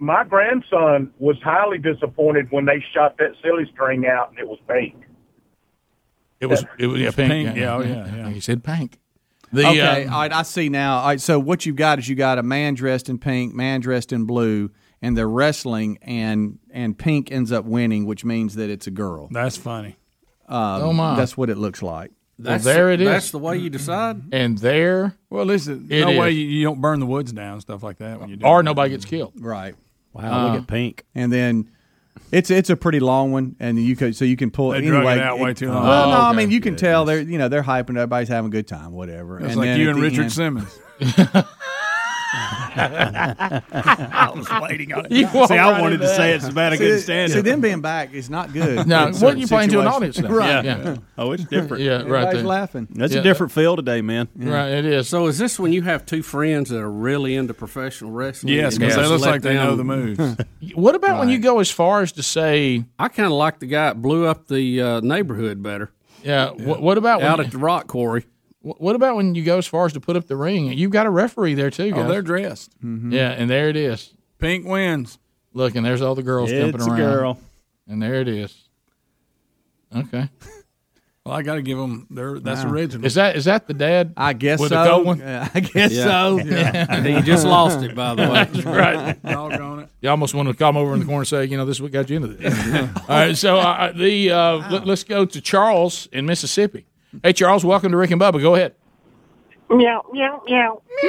Speaker 23: my grandson was highly disappointed when they shot that silly string out and it was pink.
Speaker 8: it was it was yeah, pink.
Speaker 23: pink, yeah, oh, yeah,
Speaker 8: I think he said pink. The,
Speaker 3: okay,
Speaker 8: uh,
Speaker 3: all right, I see now. All right, so what you've got is you got a man dressed in pink, man dressed in blue, and they're wrestling, and and pink ends up winning, which means that it's a girl.
Speaker 5: That's funny.
Speaker 3: Um,
Speaker 5: Oh, my.
Speaker 3: That's what it looks like.
Speaker 5: That's- there it is.
Speaker 15: That's the way you decide.
Speaker 8: And there,
Speaker 5: Well, listen,
Speaker 8: It
Speaker 5: no way
Speaker 8: is.
Speaker 5: you, you don't burn the woods down, stuff like that. When you do
Speaker 8: or
Speaker 5: that. Uh,
Speaker 8: nobody gets killed.
Speaker 3: Right.
Speaker 5: Wow, look at
Speaker 3: pink. Uh, And then it's it's a pretty long one, and you can so you can pull
Speaker 5: They
Speaker 3: it
Speaker 5: drug
Speaker 3: anyway.
Speaker 5: it out way too long.
Speaker 3: Well, no,
Speaker 5: Oh,
Speaker 3: I
Speaker 5: okay.
Speaker 3: mean you can tell they're you know they're hyping. it, Everybody's having a good time, whatever.
Speaker 5: It's like
Speaker 3: then
Speaker 5: you
Speaker 3: at
Speaker 5: and
Speaker 3: the
Speaker 5: Richard
Speaker 3: end-
Speaker 5: Simmons.
Speaker 6: I was waiting on it.
Speaker 3: You
Speaker 6: See,
Speaker 3: walked
Speaker 6: I
Speaker 3: right
Speaker 6: wanted
Speaker 3: into
Speaker 6: to
Speaker 3: that.
Speaker 6: say it's about a
Speaker 3: See,
Speaker 6: good stand.
Speaker 3: See, them being back is not good.
Speaker 6: No,
Speaker 3: in
Speaker 6: what
Speaker 3: certain
Speaker 6: you playing to an
Speaker 3: situations.
Speaker 6: audience now?
Speaker 3: right?
Speaker 6: Yeah. Yeah.
Speaker 4: Oh, it's different.
Speaker 8: Yeah,
Speaker 3: right there. laughing.
Speaker 4: That's
Speaker 3: Yeah,
Speaker 4: a different feel today, man.
Speaker 8: Right, it is.
Speaker 15: So is this when you have two friends that are really into professional wrestling?
Speaker 5: Yes,
Speaker 15: and
Speaker 5: 'cause
Speaker 15: you
Speaker 5: they
Speaker 15: just
Speaker 5: look
Speaker 15: let
Speaker 5: like they know the moves.
Speaker 8: What about when you go as far as to say?
Speaker 15: I kind of like the guy that blew up the uh, neighborhood better.
Speaker 8: Yeah. wh- What, about
Speaker 15: out
Speaker 8: when,
Speaker 15: at the rock quarry?
Speaker 8: wh- What about when you go as far as to put up the ring? You've got a referee there too.
Speaker 5: Oh,
Speaker 8: Guys.
Speaker 5: they're dressed.
Speaker 8: Yeah, and there it is.
Speaker 5: Pink wins.
Speaker 8: Look, and there's all the girls jumping
Speaker 5: It's a
Speaker 8: around.
Speaker 5: girl.
Speaker 8: And there it is. Okay.
Speaker 5: Well, I got to give them their. That's
Speaker 8: Wow.
Speaker 5: original.
Speaker 8: Is that is that the dad?
Speaker 3: I guess
Speaker 5: With
Speaker 3: so.
Speaker 5: the gold one?
Speaker 3: Yeah, I guess
Speaker 5: Yeah.
Speaker 3: so.
Speaker 5: Yeah. You just lost it, by the way.
Speaker 8: That's right.
Speaker 5: Doggone it.
Speaker 8: You almost want to come over in the corner and say, you know, this is what got you into this. all right. So uh, the uh, let, us go to Charles in Mississippi. Hey, Charles, welcome to Rick and Bubba. Go ahead.
Speaker 13: Meow, meow, meow.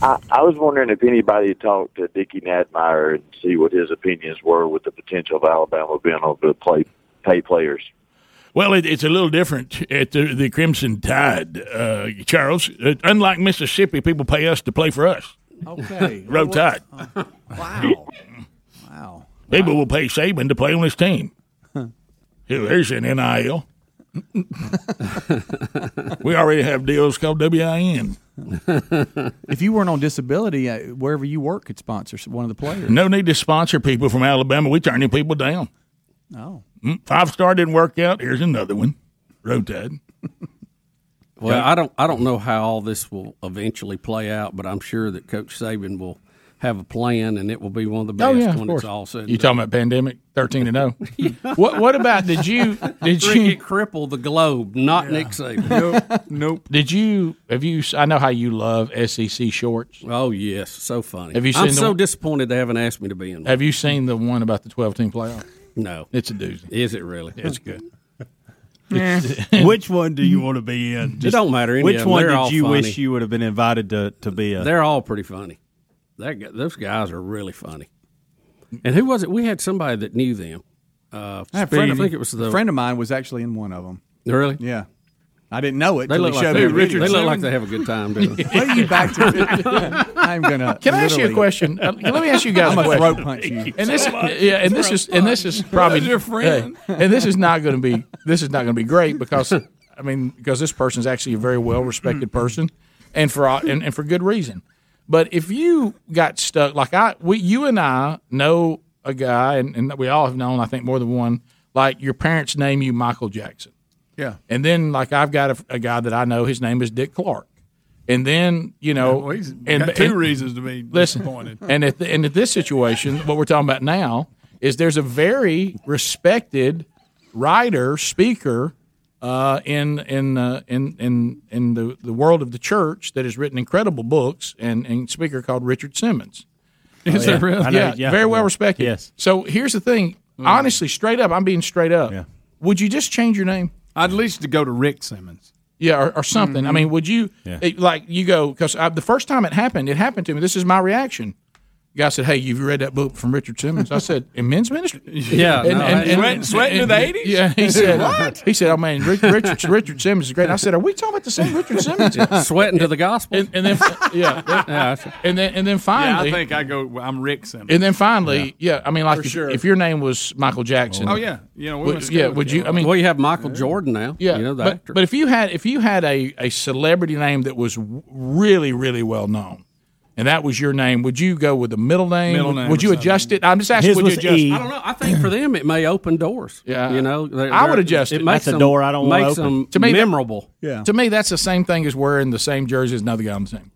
Speaker 19: I, I was wondering if anybody talked to Dickie Nadmeyer and see what his opinions were with the potential of Alabama being able to play pay players.
Speaker 24: Well, it, it's a little different at the, the Crimson Tide, uh, Charles. Uh, unlike Mississippi, people pay us to play for us.
Speaker 3: Okay.
Speaker 24: Row Tide.
Speaker 3: Wow.
Speaker 24: Wow. People will pay Saban to play on his team. Here- Here's an NIL. we already have deals called WIN.
Speaker 3: if you weren't on disability, uh, wherever you work could sponsor s- one of the players.
Speaker 24: No need to sponsor people from Alabama. We turning people down. Mm,
Speaker 3: Oh.
Speaker 24: Five star didn't work out. Here's another one. Row Tide.
Speaker 15: Well, I don't. I don't know how all this will eventually play out, but I'm sure that Coach Saban will have a plan, and it will be one of the best
Speaker 8: Oh yeah, of
Speaker 15: when
Speaker 8: course.
Speaker 15: it's all said. and
Speaker 8: you
Speaker 15: done.
Speaker 8: talking about pandemic thirteen to zero? What What about did you did
Speaker 15: Rick,
Speaker 8: you
Speaker 15: it cripple the globe? Not Nick Saban.
Speaker 8: nope. Did you have you? I know how you love SEC shorts.
Speaker 15: Oh yes, so funny.
Speaker 8: Have you seen
Speaker 15: I'm
Speaker 8: the
Speaker 15: so
Speaker 8: one-
Speaker 15: disappointed they haven't asked me to be in. One.
Speaker 8: Have you seen the one about the twelve team playoff?
Speaker 15: No,
Speaker 8: it's a doozy.
Speaker 15: Is it really?
Speaker 8: It's good.
Speaker 10: which one do
Speaker 8: Mm.
Speaker 10: you want to be in?
Speaker 15: It don't matter, any
Speaker 10: which
Speaker 15: of 'em.
Speaker 10: one
Speaker 15: They're
Speaker 10: did
Speaker 15: all
Speaker 10: you
Speaker 15: funny.
Speaker 10: wish you would have been invited to, to be a?
Speaker 15: They're all pretty funny. That guy, those guys are really funny. And who was it? We had somebody that knew them. Uh,
Speaker 3: I had a friend
Speaker 15: I
Speaker 3: of-
Speaker 15: think it was the
Speaker 3: a friend of mine was actually in one of them.
Speaker 15: Really?
Speaker 3: Yeah. I didn't know it.
Speaker 15: They
Speaker 3: till
Speaker 15: look
Speaker 3: he
Speaker 15: like
Speaker 3: showed
Speaker 15: they-
Speaker 3: me the
Speaker 15: Richard,
Speaker 3: video.
Speaker 15: they look like they have a good time, don't they?
Speaker 3: What are you back to? I'm gonna.
Speaker 8: Can I ask you a
Speaker 3: literally-
Speaker 8: question? Uh, let me ask you guys
Speaker 3: I'm
Speaker 8: a
Speaker 3: gonna
Speaker 8: question.
Speaker 3: throat punch you.
Speaker 8: And this, yeah, and this is, and this is probably
Speaker 3: Your friend.
Speaker 8: Hey, and this is not going to be, this is not going to be great because I mean, because this person's actually a very well respected
Speaker 3: Mm-hmm.
Speaker 8: person, and for all- and, and for good reason. But if you got stuck, like I, we, you and I know a guy, and, and we all have known, I think, more than one. Like your parents name you Michael Jackson.
Speaker 5: Yeah.
Speaker 8: And then, like, I've got a, a guy that I know. His name is Dick Clark. And then, you know,
Speaker 5: Well, he's
Speaker 8: and,
Speaker 5: got two
Speaker 8: and-
Speaker 5: reasons to be
Speaker 8: listen,
Speaker 5: disappointed.
Speaker 8: And at the, and at this situation, what we're talking about now is there's a very respected writer, speaker uh, in in uh, in in in the, the world of the church that has written incredible books and and speaker called Richard Simmons. Oh,
Speaker 5: Is
Speaker 8: yeah.
Speaker 5: there really? I know,
Speaker 8: Yeah, Mm.
Speaker 5: yeah.
Speaker 8: very well respected.
Speaker 5: Yes.
Speaker 8: So here's the thing. Honestly, straight up, I'm being straight up. Would you just change your name?
Speaker 5: I'd at least to go to Rick Simmons.
Speaker 8: Yeah, or, or something. I
Speaker 5: Mhm.
Speaker 8: mean, would you
Speaker 5: Yeah.
Speaker 8: it- like you go because the first time it happened, it happened to me. This is my reaction. The guy said, "Hey, you've read that book from Richard Simmons?" I said, "In men's ministry."
Speaker 5: Yeah, no, I- Sweat- sweating to the 80s?
Speaker 8: Yeah, he said.
Speaker 5: What?
Speaker 8: He said, "Oh man, Rick, Richard Richard Simmons is great." And I said, "Are we talking about the same Richard Simmons?"
Speaker 15: Sweating to the gospel.
Speaker 8: And, then, yeah, and then and then finally,
Speaker 5: yeah, I think I go. well, I'm Rick Simmons.
Speaker 8: and then finally, yeah. I mean, like
Speaker 5: For
Speaker 8: if,
Speaker 5: sure.
Speaker 8: if your name was Michael Jackson,
Speaker 5: Oh, yeah. You know, we
Speaker 8: would,
Speaker 5: must
Speaker 8: yeah,
Speaker 5: go
Speaker 8: would
Speaker 5: with
Speaker 8: you?
Speaker 5: that.
Speaker 8: I mean,
Speaker 15: well, you have Michael Jordan now.
Speaker 8: yeah,
Speaker 15: you know the
Speaker 8: but,
Speaker 15: actor.
Speaker 8: but if you had if you had a, a celebrity name that was w- really really well known, and that was your name, would you go with the middle name?
Speaker 15: Middle
Speaker 8: would,
Speaker 15: name
Speaker 8: would
Speaker 15: or
Speaker 8: you
Speaker 15: something.
Speaker 8: adjust it? I'm just asking. would you adjust?
Speaker 15: I don't know. I think E. for them it may open doors.
Speaker 5: Uh,
Speaker 8: Yeah,
Speaker 15: you know,
Speaker 8: I would adjust it.
Speaker 15: It makes them, makes them memorable.
Speaker 8: That, To me, that's the same thing as wearing the same jersey as another guy on the team.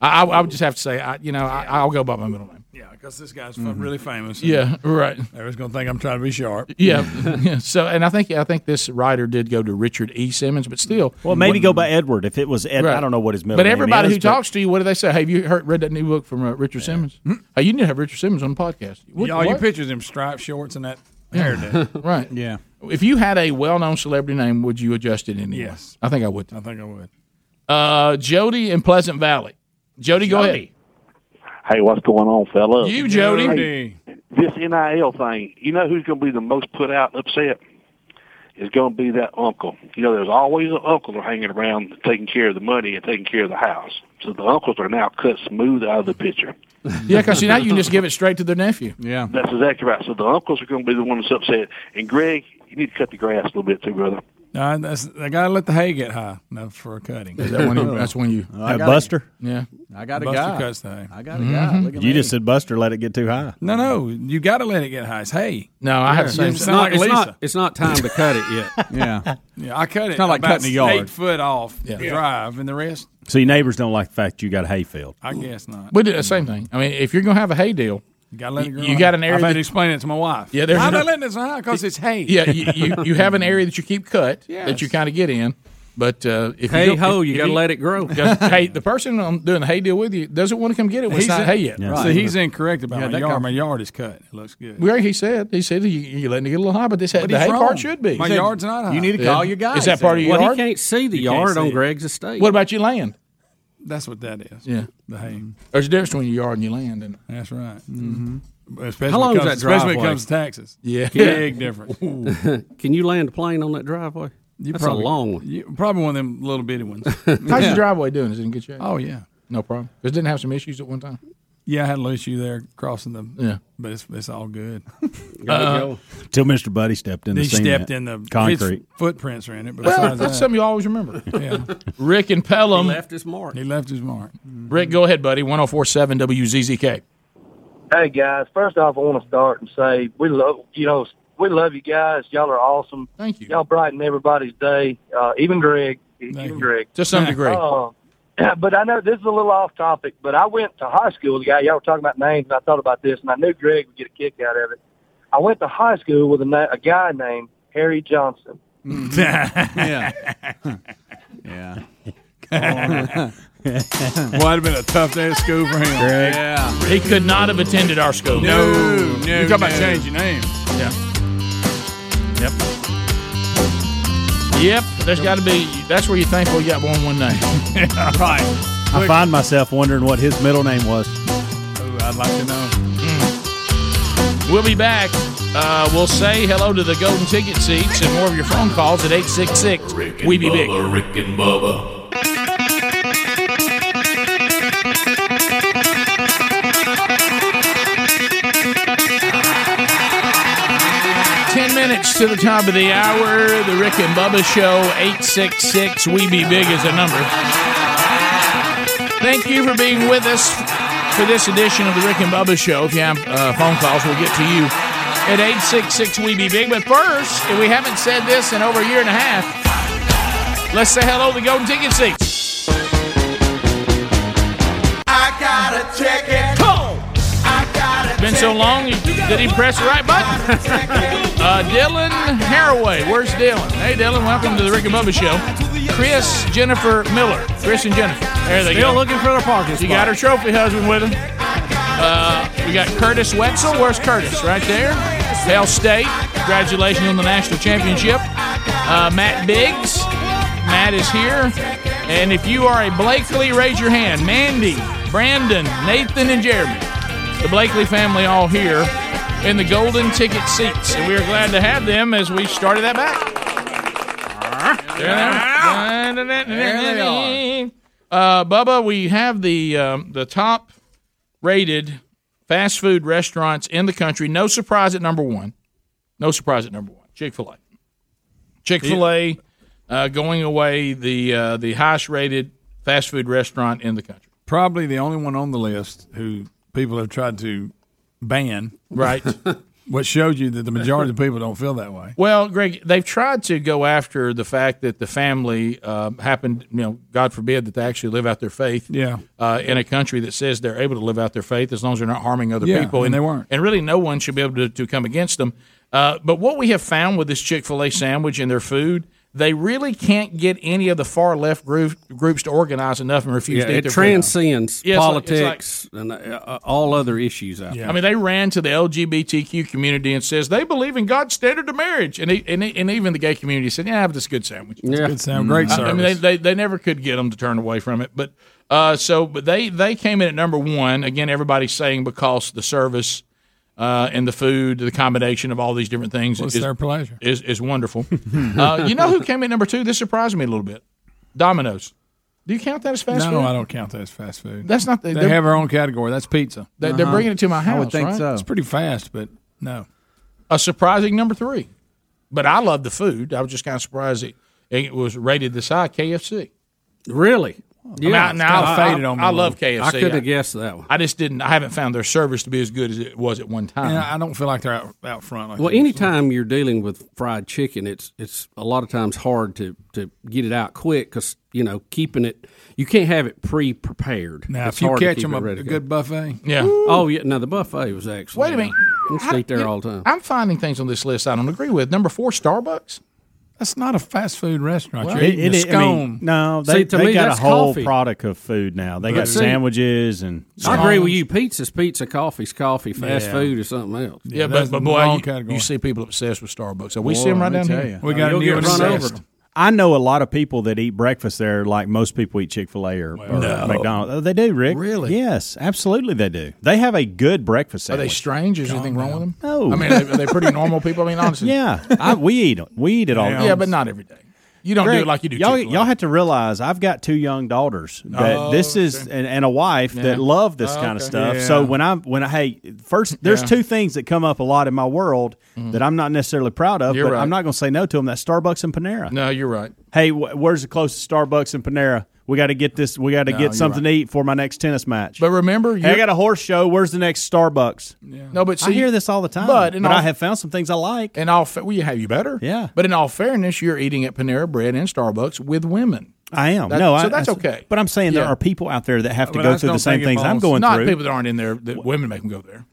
Speaker 8: I, I, I would just have to say, I, you know, I, I'll go by my middle name.
Speaker 5: Yeah, because this guy's fu- really famous.
Speaker 8: Mm-hmm. Yeah, right.
Speaker 5: Everyone's gonna think I'm trying to be sharp.
Speaker 8: Yeah. yeah. So, and I think I think this writer did go to Richard E. Simmons, but still,
Speaker 10: Well, maybe
Speaker 8: What-
Speaker 10: go by Edward if it was Ed.
Speaker 8: Right.
Speaker 10: I don't know what his middle
Speaker 8: But
Speaker 10: name
Speaker 8: everybody
Speaker 10: is,
Speaker 8: who
Speaker 10: but-
Speaker 8: talks to you, what do they say? Hey, have you heard read that new book from uh, Richard Simmons? Hey, you need to have Richard Simmons on the podcast. What-
Speaker 5: all you
Speaker 8: what?
Speaker 5: pictures him striped shorts and that
Speaker 8: Yeah.
Speaker 5: hairdo.
Speaker 8: right.
Speaker 5: Yeah.
Speaker 8: If you had a well-known celebrity name, would you adjust it anyway?
Speaker 5: Yes.
Speaker 8: I think I would.
Speaker 5: I think I would.
Speaker 8: Uh, Jody in Pleasant Valley. Jody, go ahead.
Speaker 2: Hey, what's going on, fella?
Speaker 8: You, Jody.
Speaker 2: Hey, this NIL thing, you know who's going to be the most put out and upset? Is going to be that uncle. You know, there's always an uncle hanging around taking care of the money and taking care of the house. So the uncles are now cut smooth out of the picture.
Speaker 8: Yeah, because now you can just give it straight to their nephew.
Speaker 5: Yeah.
Speaker 2: That's exactly right. So the uncles are going to be the ones that's upset. And Greg, you need to cut the grass a little bit too, brother.
Speaker 5: No, that's, I gotta let the hay get high enough for a cutting.
Speaker 8: Is that when you- that's when you-
Speaker 10: Uh, Buster?
Speaker 8: Yeah,
Speaker 5: I
Speaker 10: got a
Speaker 5: Buster
Speaker 10: guy.
Speaker 5: Cuts the hay.
Speaker 10: I
Speaker 5: got
Speaker 10: a
Speaker 3: Mm-hmm.
Speaker 8: Mm-hmm.
Speaker 10: guy. Mhm. Look at You me. just said Buster let it get too high.
Speaker 5: No, no, you got to let it get high. It's hay.
Speaker 8: No, I have the same-
Speaker 5: It's not, like
Speaker 15: it's
Speaker 5: Lisa.
Speaker 15: not. It's not time to cut it yet.
Speaker 5: yeah. Yeah, I cut it.
Speaker 15: It's not like
Speaker 5: about
Speaker 15: cutting a yard.
Speaker 5: Eight foot off
Speaker 8: Yeah.
Speaker 5: the drive, and the rest,
Speaker 10: So your neighbors don't like the fact you got a hayfield.
Speaker 5: I guess not.
Speaker 8: We did the same thing. I mean, if you're gonna have a hay deal,
Speaker 5: You got to let it grow.
Speaker 8: you got an area
Speaker 5: I've had
Speaker 8: that-
Speaker 5: to explain it to my wife.
Speaker 8: Yeah, there's
Speaker 5: Why
Speaker 8: no-
Speaker 5: am I letting this high? Because it's hay.
Speaker 8: yeah, you, you, you have an area that you keep cut that
Speaker 5: Yes.
Speaker 8: you kind of get in. But uh, if
Speaker 5: Hey
Speaker 8: you don't-
Speaker 5: ho,
Speaker 8: if-
Speaker 5: you
Speaker 8: if
Speaker 5: gotta let it grow.
Speaker 8: Because, hey, the person on doing the hay deal with you doesn't want to come get it when it's
Speaker 5: He's
Speaker 8: not
Speaker 5: in-
Speaker 8: hay yet.
Speaker 5: Yeah. So he's incorrect about
Speaker 8: Yeah,
Speaker 5: my
Speaker 8: that
Speaker 5: yard.
Speaker 8: guy-
Speaker 5: my yard is cut. It looks good.
Speaker 8: Well, he said he said you, you're letting it get a little high, but this
Speaker 5: But
Speaker 8: the
Speaker 5: he's
Speaker 8: hay
Speaker 5: wrong.
Speaker 8: part should be.
Speaker 5: My
Speaker 8: He said,
Speaker 5: yard's not high.
Speaker 8: Yeah. Is that part of your
Speaker 15: well,
Speaker 8: yard?
Speaker 15: he can't see the
Speaker 8: You can't
Speaker 15: yard
Speaker 8: see
Speaker 15: on
Speaker 8: it.
Speaker 15: Greg's estate.
Speaker 8: What about your land?
Speaker 5: That's what that is.
Speaker 8: Yeah,
Speaker 5: the hay.
Speaker 8: There's a difference between your yard and your land, and
Speaker 5: That's right. Mm-hmm.
Speaker 8: Mhm.
Speaker 5: Especially
Speaker 15: How long
Speaker 5: when it
Speaker 15: is
Speaker 5: comes-
Speaker 15: that driveway?
Speaker 5: Especially when it comes to taxes.
Speaker 8: Yeah.
Speaker 5: Big difference.
Speaker 15: Can you land a plane on that driveway?
Speaker 5: You
Speaker 15: That's
Speaker 5: probably-
Speaker 15: a long one.
Speaker 5: You, probably one of them little bitty ones.
Speaker 8: How's your driveway doing? Is it in good shape?
Speaker 5: Oh, yeah.
Speaker 8: no problem. 'Cause It didn't have some issues at one time.
Speaker 5: Yeah, I had a little issue there crossing the.
Speaker 8: Yeah.
Speaker 5: but it's, it's all good.
Speaker 8: Uh,
Speaker 10: Till Mr. Buddy stepped in.
Speaker 5: he
Speaker 10: the scene
Speaker 5: stepped
Speaker 10: that-
Speaker 5: in the
Speaker 10: concrete.
Speaker 5: his footprints are in it. But
Speaker 8: Well,
Speaker 5: besides
Speaker 8: that's
Speaker 5: that-
Speaker 8: something you always remember.
Speaker 5: Yeah,
Speaker 8: Rick and Pelham.
Speaker 15: He left his mark.
Speaker 5: He left his mark.
Speaker 8: Rick, go ahead, buddy. 1047 WZZK.
Speaker 25: Hey guys, first off, I want to start and say we love you know we love you guys. Y'all are awesome.
Speaker 8: Thank you.
Speaker 25: Y'all brighten everybody's day, uh, even Greg. even Greg
Speaker 8: To some degree.
Speaker 25: Uh, but I know this is a little off topic. But I went to high school with a guy. Y'all were talking about names, and I thought about this, and I knew Greg would get a kick out of it. I went to high school with a, na- a guy named Harry Johnson.
Speaker 5: yeah.
Speaker 3: yeah.
Speaker 4: Oh.
Speaker 5: Well, it'd have been a tough day at school for him.
Speaker 8: Greg.
Speaker 5: Yeah.
Speaker 8: He could not have attended our school.
Speaker 5: No, no,
Speaker 8: You're talking about eh?
Speaker 5: no.
Speaker 8: change your name. Yeah. Yep. Yep. There's got to be. That's where you're thankful you got one one name. right.
Speaker 10: I find myself wondering what his middle name was.
Speaker 5: I'd like to know.
Speaker 8: Hmm. We'll be back. Uh, we'll say hello to the golden ticket seats and more of your phone calls at 866 We Be Big.
Speaker 31: Bubba, Rick and Bubba.
Speaker 8: Ten minutes to the top of the hour. The Rick and Bubba Show, 866 We Be Big is a number. Thank you for being with us for this edition of the Rick and Bubba Show. If you have uh, phone calls, we'll get to you at 866 We Be Big. But first, if we haven't said this in over a year and a half, let's say hello to the Golden Ticket Seats.
Speaker 13: I got a ticket. Come. I got
Speaker 8: It's been so long, you didn't press the right button. uh, Dylan Haraway, where's Dylan? Hey, Dylan, welcome to the Rick and Bubba Show. Chris Jennifer Miller, Chris and Jennifer. There they
Speaker 4: Still
Speaker 8: go.
Speaker 4: looking for the parking
Speaker 8: She got her trophy husband with him. Uh, we got Curtis Wetzel. Where's Curtis? Right there. Bell State. Congratulations on the national championship. Uh, Matt Biggs. Matt is here. And if you are a Blakely, raise your hand. Mandy, Brandon, Nathan, and Jeremy. The Blakely family all here in the golden ticket seats. And we are glad to have them as we started that back. There they
Speaker 13: 아, 네,
Speaker 8: are.
Speaker 13: There
Speaker 8: 네,
Speaker 13: they
Speaker 8: Uh, Bubba, we have the um, the top rated fast food restaurants in the country. No surprise at number one. No surprise at number one. Chick fil A. Chick fil A uh, going away the uh, the highest rated fast food restaurant in the country.
Speaker 5: Probably the only one on the list who people have tried to ban.
Speaker 8: Right.
Speaker 5: what showed you that the majority of people don't feel that way.
Speaker 8: Well, Greg, they've tried to go after the fact that the family uh, happened. You know, God forbid that they actually live out their faith.
Speaker 5: Yeah.
Speaker 8: uh, in a country that says they're able to live out their faith as long as they're not harming other
Speaker 5: Yeah,
Speaker 8: people.
Speaker 5: and they weren't.
Speaker 8: And really, no one should be able to, to come against them. Uh, but what we have found with this Chick fil A sandwich and their food, they really can't get any of the far left group, groups to organize enough and refuse
Speaker 15: Yeah,
Speaker 8: to eat
Speaker 15: it
Speaker 8: their
Speaker 15: transcends
Speaker 8: food. Yeah, it's like- it's like-
Speaker 15: politics and uh, all other issues out there.
Speaker 8: I mean, they ran to the LGBTQ community and says they believe in God's standard of marriage, and he, and, he- and even the gay community said, "Yeah, but it's a good sandwich.
Speaker 15: It's a
Speaker 5: good sandwich. Great
Speaker 8: I, I mean, they,
Speaker 5: service.
Speaker 8: they, they never could get them to turn away from it, but uh, so but they they came in at number one again. Everybody's saying because the service uh, and the food, the combination of all these different things
Speaker 5: Well, it's
Speaker 8: is,
Speaker 5: their pleasure.
Speaker 8: is is wonderful. uh, you know who came in number two? This surprised me a little bit. Domino's. Do you count that as fast
Speaker 5: no,
Speaker 8: food?
Speaker 5: I don't count that as fast food.
Speaker 8: That's not the-
Speaker 5: They
Speaker 8: they're-
Speaker 5: have our own category. That's pizza.
Speaker 8: They, They're
Speaker 4: Uh-huh.
Speaker 8: bringing it to my house. right?
Speaker 5: It's pretty fast, but no.
Speaker 8: a surprising number three. But I love the food. I was just kind of surprised it, it was rated this high. KFC.
Speaker 15: Really?
Speaker 8: Yeah. I, now, I, I, I love KFC.
Speaker 15: I couldn't have guessed that one.
Speaker 8: I just didn't. I haven't found their service to be as good as it was at one time.
Speaker 5: Yeah, I don't feel like they're out, out front. Like
Speaker 15: Well,
Speaker 5: that.
Speaker 15: anytime you're dealing with fried chicken, it's it's a lot of times hard to, to get it out quick because you know keeping it you can't have it pre prepared.
Speaker 5: now if you catch them a, a good buffet,
Speaker 15: Oh yeah. Now the buffet was excellent.
Speaker 8: Wait a minute.
Speaker 15: I used to eat there all the time.
Speaker 8: I'm finding things on this list I don't agree with. Number four, Starbucks.
Speaker 5: That's not a fast food restaurant.
Speaker 8: Well,
Speaker 5: you're
Speaker 8: it-
Speaker 5: eating a
Speaker 8: it- I
Speaker 5: scone.
Speaker 8: mean,
Speaker 4: No, they,
Speaker 15: See, to
Speaker 4: they
Speaker 15: me,
Speaker 4: got a
Speaker 15: that's
Speaker 4: whole
Speaker 15: coffee.
Speaker 4: product of food now. They
Speaker 15: But
Speaker 4: got
Speaker 15: see-
Speaker 4: sandwiches and
Speaker 15: I agree with you. Pizza's pizza, coffee's coffee, fast
Speaker 4: Yeah.
Speaker 15: food is something else.
Speaker 8: Yeah, but, but boy, you, you see people obsessed with Starbucks. So we see them right down here.
Speaker 15: You'll get run over.
Speaker 4: I know a lot of people that eat breakfast there, like most people eat Chick Fil A or, or
Speaker 8: No.
Speaker 4: McDonald's. Oh, They do, Rick. Really? Yes, absolutely, they do. They have a good breakfast
Speaker 8: Are they
Speaker 4: sandwich.
Speaker 8: strange? Is anything wrong with them?
Speaker 4: No.
Speaker 8: I mean, are they, are they pretty normal people? I mean, honestly.
Speaker 4: yeah, I, we eat it. We eat it all. the
Speaker 8: Yeah,
Speaker 4: time.
Speaker 8: but not every day. You don't do
Speaker 4: Greg,
Speaker 8: it like you do.
Speaker 4: Y'all,
Speaker 8: Chick-fil-A.
Speaker 4: y'all have to realize I've got two young daughters that
Speaker 8: Oh,
Speaker 4: this is and, and a wife
Speaker 8: Yeah.
Speaker 4: that love this
Speaker 8: Oh,
Speaker 4: kind of
Speaker 8: okay.
Speaker 4: stuff.
Speaker 8: Yeah.
Speaker 4: So when I when I hey first there's
Speaker 8: Yeah. Mm-hmm.
Speaker 4: two things that come up a lot in my world that I'm not necessarily proud of,
Speaker 8: You're
Speaker 4: but
Speaker 8: right.
Speaker 4: I'm not going to say no to them. That's Starbucks and Panera.
Speaker 8: No, you're right.
Speaker 4: Hey, wh- where's the closest Starbucks and Panera? We got to get this. We got to
Speaker 8: No, you're
Speaker 4: get something to eat for my next tennis match.
Speaker 8: But remember,
Speaker 4: hey, I got a horse show. Where's the next Starbucks?
Speaker 8: No, Oh, but see,
Speaker 4: I hear this all the time.
Speaker 8: But, in all,
Speaker 4: I have found some things I like.
Speaker 8: And all fa- well, you have you better. Yeah. But in all fairness, you're eating at Panera Bread and Starbucks with women.
Speaker 4: I am.
Speaker 8: That-
Speaker 4: no,
Speaker 8: so
Speaker 4: I,
Speaker 8: that's
Speaker 4: I-
Speaker 8: okay.
Speaker 4: But I'm saying
Speaker 8: Yeah.
Speaker 4: there are people out there that have to
Speaker 8: But I
Speaker 4: go
Speaker 8: just
Speaker 4: through the
Speaker 8: don't
Speaker 4: same
Speaker 8: think it
Speaker 4: things I'm
Speaker 8: belongs-
Speaker 4: going
Speaker 8: Not
Speaker 4: through.
Speaker 8: people that aren't in there. That women make them go there.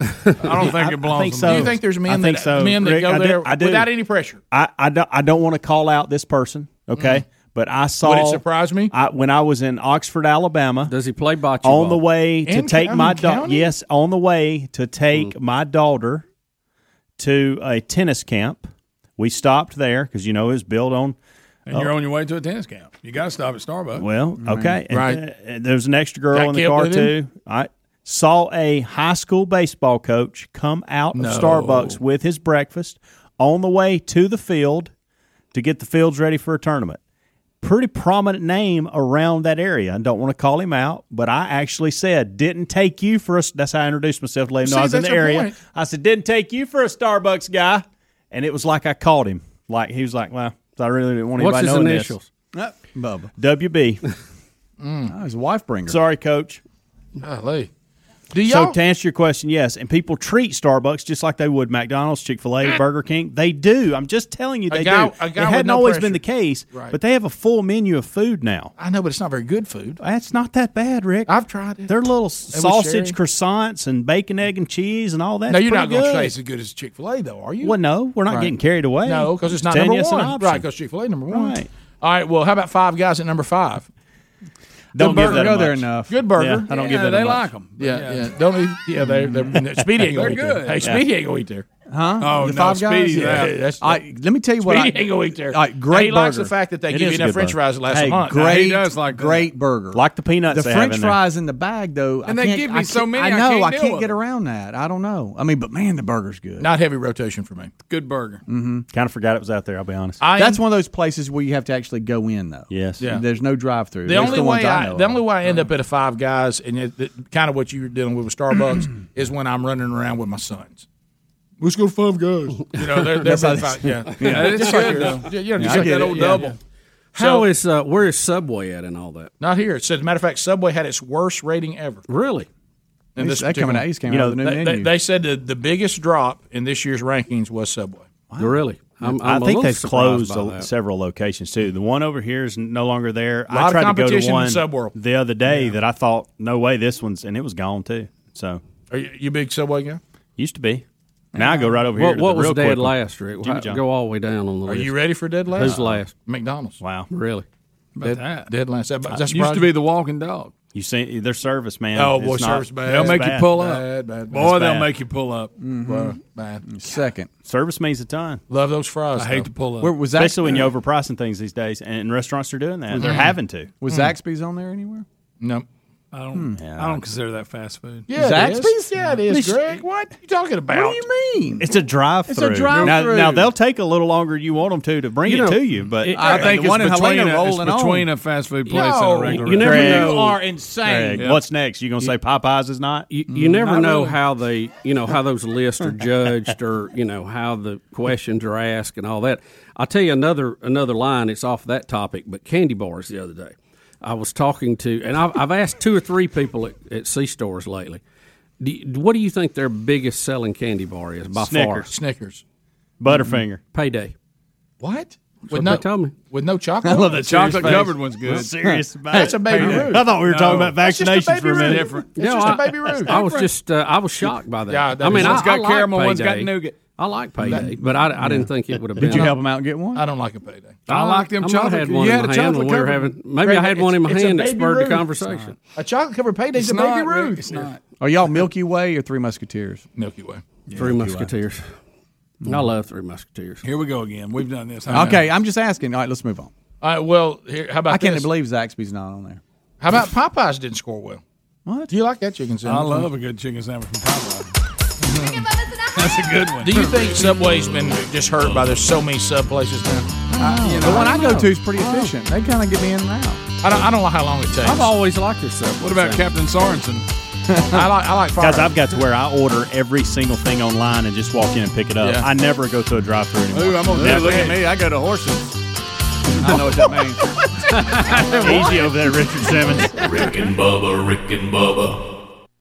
Speaker 8: I don't think it
Speaker 4: I think
Speaker 8: belongs. to
Speaker 4: so.
Speaker 8: men. Do you think there's men
Speaker 4: I think
Speaker 8: that
Speaker 4: so.
Speaker 8: men that
Speaker 4: Rick,
Speaker 8: go
Speaker 4: I do-
Speaker 8: there
Speaker 4: I do.
Speaker 8: without any pressure?
Speaker 4: I, I don't I don't want to call out this person, okay?
Speaker 8: Mhm.
Speaker 4: But I saw
Speaker 8: Would it surprise me?
Speaker 4: I, when I was in Oxford, Alabama.
Speaker 15: Does he play bocce
Speaker 4: on the
Speaker 15: ball?
Speaker 4: way to
Speaker 15: In
Speaker 4: take
Speaker 15: Calhoun
Speaker 4: my daughter?
Speaker 15: County?
Speaker 4: Yes, on the way to take
Speaker 15: Mm.
Speaker 4: my daughter to a tennis camp. We stopped there because you know it was built on.
Speaker 5: and
Speaker 4: uh,
Speaker 8: oh.
Speaker 5: you're on your way to a tennis camp. You got to stop at Starbucks.
Speaker 4: well, okay,
Speaker 5: Right.
Speaker 4: And, uh, and there was an extra girl
Speaker 5: Got
Speaker 4: in the
Speaker 5: killed
Speaker 4: car
Speaker 5: with him?
Speaker 4: too. I saw a high school baseball coach come out
Speaker 32: No.
Speaker 4: of Starbucks with his breakfast on the way to the field to get the fields ready for a tournament. Pretty prominent name around that area. I don't want to call him out, but I actually said, didn't take you for us. That's how I introduced myself, letting him know I
Speaker 32: See,
Speaker 4: was in
Speaker 32: that's
Speaker 4: the
Speaker 32: your
Speaker 4: area.
Speaker 32: point.
Speaker 4: I said, didn't take you for a Starbucks guy. And it was like I called him. Like he was like, well, I really didn't want
Speaker 15: What's
Speaker 4: anybody
Speaker 15: his
Speaker 4: knowing
Speaker 15: initials?
Speaker 3: This. Bubba.
Speaker 4: WB.
Speaker 3: Mm. His wife bringer.
Speaker 4: Sorry, coach.
Speaker 8: Golly.
Speaker 4: so to answer your question, yes, and people treat Starbucks just like they would McDonald's, Chick Fil A, Burger King. They do. I'm just telling you,
Speaker 8: Ah. A
Speaker 4: they
Speaker 8: guy-
Speaker 4: do.
Speaker 8: a guy
Speaker 4: it
Speaker 8: with
Speaker 4: hadn't
Speaker 8: no
Speaker 4: always
Speaker 8: pressure.
Speaker 4: been the case,
Speaker 8: Right.
Speaker 4: but they have a full menu of food now.
Speaker 8: I know, but it's not very good food.
Speaker 4: That's not that bad, Rick. I've
Speaker 8: tried it.
Speaker 4: They're little
Speaker 8: with
Speaker 4: sausage
Speaker 8: sherry.
Speaker 4: croissants and bacon, egg, and cheese, and all that.
Speaker 8: now you're not
Speaker 4: going
Speaker 8: to say it's as good as Chick Fil A, though, are you?
Speaker 4: Well, no, we're not
Speaker 8: Right.
Speaker 4: getting carried away.
Speaker 8: No, because it's not
Speaker 4: Telling
Speaker 8: number
Speaker 4: you it's an
Speaker 8: one.
Speaker 4: option.
Speaker 8: Right, because Chick Fil A number one. All right. Well, how about five guys at number five?
Speaker 4: Don't
Speaker 8: Good
Speaker 4: give
Speaker 8: burger.
Speaker 4: that Go there much. enough.
Speaker 8: Good burger.
Speaker 4: Yeah, I don't give that
Speaker 8: They
Speaker 4: much.
Speaker 8: like them. Yeah, yeah. Don't eat. Yeah, they're, they're Speedy ain't gonna
Speaker 4: They're
Speaker 8: eat there.
Speaker 4: good.
Speaker 8: Hey, Speedy ain't gonna eat there.
Speaker 3: Huh?
Speaker 8: Oh,
Speaker 3: the
Speaker 8: no,
Speaker 3: five guys.
Speaker 8: Speedy's out. That's-
Speaker 3: I, let me tell you what.
Speaker 8: Speedy
Speaker 3: I,
Speaker 8: ain't gonna eat there.
Speaker 3: All right, great
Speaker 8: And he likes the
Speaker 3: burger.
Speaker 8: fact that they It give is you a enough good french burger. fries that last a
Speaker 3: hey,
Speaker 8: month. Now,
Speaker 3: Great,
Speaker 8: he does like that.
Speaker 3: great burger.
Speaker 4: Like the peanuts
Speaker 3: The
Speaker 4: they have
Speaker 3: French
Speaker 4: in there.
Speaker 3: fries in the bag though,
Speaker 4: And
Speaker 3: I
Speaker 4: they
Speaker 3: can't-
Speaker 4: give
Speaker 3: I
Speaker 4: me so
Speaker 3: can't-
Speaker 4: many,
Speaker 3: I
Speaker 4: I
Speaker 3: know
Speaker 4: can't
Speaker 3: I
Speaker 4: deal
Speaker 3: can't
Speaker 4: with
Speaker 3: get
Speaker 4: them.
Speaker 3: around that. I don't know. I mean, but man, the burger's good.
Speaker 8: Not heavy rotation for me. Good burger.
Speaker 3: Mm-hmm.
Speaker 4: Kind of forgot it was out there. I'll be honest.
Speaker 3: That's one of those places where you have to actually go in though.
Speaker 4: Yes.
Speaker 8: Yeah.
Speaker 3: There's no drive-through.
Speaker 8: The
Speaker 3: At least
Speaker 8: only
Speaker 3: the ones
Speaker 8: way
Speaker 3: I
Speaker 8: I,
Speaker 3: know
Speaker 8: the
Speaker 3: of.
Speaker 8: only way I end up at a Five Guys and it, it- kind of what you were dealing with with Starbucks is when I'm running around with my sons. Let's go to Five Guys. You know, they're, they're
Speaker 15: That's how
Speaker 8: about
Speaker 15: they-
Speaker 8: five, yeah.
Speaker 15: Yeah.
Speaker 8: yeah, it's
Speaker 15: Just
Speaker 8: good
Speaker 15: like your-
Speaker 8: though. Yeah, you know,
Speaker 15: Yeah,
Speaker 8: just
Speaker 15: I
Speaker 8: like
Speaker 15: get
Speaker 8: that
Speaker 15: it,
Speaker 8: old
Speaker 15: yeah.
Speaker 8: double.
Speaker 15: How
Speaker 8: So-
Speaker 15: is uh, where is Subway at and all that?
Speaker 8: Not here. It said, as a matter of fact, Subway had its worst rating ever.
Speaker 15: Really?
Speaker 8: In
Speaker 15: They-
Speaker 8: this
Speaker 15: they coming
Speaker 8: particular-
Speaker 15: out- they just came You out with know, a new
Speaker 8: they,
Speaker 15: menu.
Speaker 8: They, they said the, the biggest drop in this year's rankings was Subway.
Speaker 15: Really?
Speaker 4: I think they've closed a- several locations too. The one over here is no longer there.
Speaker 8: Lot
Speaker 4: I
Speaker 8: of
Speaker 4: tried to go
Speaker 8: competition
Speaker 4: to
Speaker 8: in
Speaker 4: one
Speaker 8: Subworld.
Speaker 4: the other day that I thought, no way, this one's and it was gone too. So
Speaker 8: Are you, you big Subway guy?
Speaker 4: used to be. Now I go right over
Speaker 15: What-
Speaker 4: here. to
Speaker 15: what
Speaker 4: the
Speaker 15: was
Speaker 4: real
Speaker 15: dead
Speaker 4: quick one.
Speaker 15: last, Rick?
Speaker 4: Jimmy
Speaker 15: How-
Speaker 4: John.
Speaker 15: go all the way down on the
Speaker 8: Are
Speaker 15: list.
Speaker 8: you ready for dead last?
Speaker 15: Who's last?
Speaker 8: McDonald's. Wow.
Speaker 15: Really?
Speaker 8: Dead, Dead last. That, that
Speaker 4: Uh, Used
Speaker 8: surprised
Speaker 4: to
Speaker 8: you?
Speaker 4: be
Speaker 5: the Walking Dog.
Speaker 4: You see their service, man.
Speaker 8: Oh,
Speaker 4: is
Speaker 8: boy,
Speaker 4: not-
Speaker 8: service bad.
Speaker 5: They'll
Speaker 4: it's
Speaker 5: make
Speaker 4: bad.
Speaker 5: you pull up.
Speaker 8: Bad, bad, bad.
Speaker 5: Boy,
Speaker 4: It's
Speaker 5: they'll
Speaker 4: bad.
Speaker 5: make you pull up. Mm.
Speaker 8: Mhm. Bad.
Speaker 3: Second.
Speaker 4: Service means a ton.
Speaker 8: Love those fries.
Speaker 5: I hate though. to pull up.
Speaker 4: Where was
Speaker 5: Was that- Uh,
Speaker 4: Especially when you're overpricing things these days, and restaurants are doing that. They're
Speaker 5: Mhm.
Speaker 4: having to.
Speaker 3: Was Zaxby's on there anywhere?
Speaker 8: No.
Speaker 5: I don't.
Speaker 4: Hmm.
Speaker 5: I don't consider that fast food.
Speaker 8: Yeah, it is.
Speaker 3: Zaxby's?
Speaker 8: Yeah, it is, Greg. What are you talking about?
Speaker 3: What do you mean?
Speaker 4: It's a drive-through.
Speaker 3: It's a drive-through.
Speaker 4: Now, now they'll take a little longer you want them to to bring it
Speaker 5: You know,
Speaker 4: to you, but
Speaker 5: it- I I think think the it's one in between Helena a- it's rolling on. between a fast food place and a No, regular you never
Speaker 4: Greg,
Speaker 5: know. You
Speaker 15: are insane.
Speaker 4: Greg,
Speaker 15: Yeah.
Speaker 4: What's next? You gonna say Popeyes is not?
Speaker 15: You, you never know how they you know how those lists are judged or you know how the questions are asked and all that i'll tell you another another line it's off that topic but candy bars the other day i was talking to and i've, I've asked two or three people at, at c-stores lately do you- what do you think their biggest selling candy bar is by far
Speaker 8: Snickers. Snickers.
Speaker 4: Butterfinger.
Speaker 15: payday
Speaker 8: What?
Speaker 15: That's
Speaker 8: With
Speaker 15: what
Speaker 8: no,
Speaker 15: they told me.
Speaker 8: With no chocolate?
Speaker 15: I love that serious
Speaker 5: Chocolate face. covered one's good.
Speaker 4: Serious about
Speaker 8: That's
Speaker 4: it.
Speaker 8: a baby
Speaker 4: Hey,
Speaker 8: Ruth.
Speaker 4: I thought we were talking about
Speaker 8: That's just a
Speaker 4: vaccinations
Speaker 8: baby
Speaker 4: for a minute.
Speaker 8: Ruth.
Speaker 4: Different.
Speaker 8: It's
Speaker 15: No,
Speaker 8: just a
Speaker 15: I-
Speaker 8: baby Ruth.
Speaker 15: I was just uh, I was shocked by that.
Speaker 8: Yeah, that
Speaker 15: I mean,
Speaker 8: is-
Speaker 15: one's
Speaker 8: One's got caramel,
Speaker 15: one
Speaker 8: one's got
Speaker 5: nougat.
Speaker 15: I like payday, but I, I didn't think it would have been.
Speaker 3: Did you help him out and get one?
Speaker 8: I don't like a payday.
Speaker 5: I like them
Speaker 15: I might have
Speaker 5: chocolate.
Speaker 15: had one
Speaker 5: you
Speaker 15: in
Speaker 5: had
Speaker 15: my
Speaker 5: a
Speaker 15: hand
Speaker 5: chocolate
Speaker 15: when we were
Speaker 5: covered-
Speaker 15: having- maybe I had one in my
Speaker 8: It's a
Speaker 15: hand that
Speaker 8: baby
Speaker 15: spurred the
Speaker 8: Ruth.
Speaker 15: conversation.
Speaker 8: It's not. A chocolate covered payday is
Speaker 5: It's
Speaker 8: a baby
Speaker 5: not, Rick,
Speaker 8: Ruth.
Speaker 5: it's not.
Speaker 3: Are y'all Milky Way or Three Musketeers? Mm.
Speaker 8: Milky Way.
Speaker 15: Three Musketeers. I love Three Musketeers.
Speaker 5: Here we go again. We've done this.
Speaker 3: Okay, I'm just asking. All right, let's move on.
Speaker 8: All right, well, here, how about
Speaker 3: I can't
Speaker 8: this?
Speaker 3: believe Zaxby's not on there.
Speaker 8: How about Popeyes didn't score well?
Speaker 3: What?
Speaker 8: Do you like that chicken sandwich?
Speaker 5: I love a good chicken sandwich from Popeye.
Speaker 8: That's a good one. Do you think Subway's been just hurt by there's so many sub places now?
Speaker 3: I-
Speaker 8: you
Speaker 3: the
Speaker 8: know,
Speaker 3: one
Speaker 8: I
Speaker 3: I,
Speaker 8: don't
Speaker 3: go
Speaker 8: know.
Speaker 3: to is pretty efficient. They kind of get me in and out.
Speaker 8: I don't, I don't know how long it takes.
Speaker 15: I've always liked this stuff.
Speaker 5: What about Captain Sorensen?
Speaker 8: I like I like fire.
Speaker 4: Guys, I've got to where I order every single thing online and just walk in and pick it up.
Speaker 5: Yeah.
Speaker 4: I never go to a drive-through anymore.
Speaker 5: Ooh, I'm gonna
Speaker 4: Never.
Speaker 5: look at me. I go to horses. I know what that means.
Speaker 4: Easy over there, Richard Simmons.
Speaker 7: Rick and Bubba, Rick and Bubba.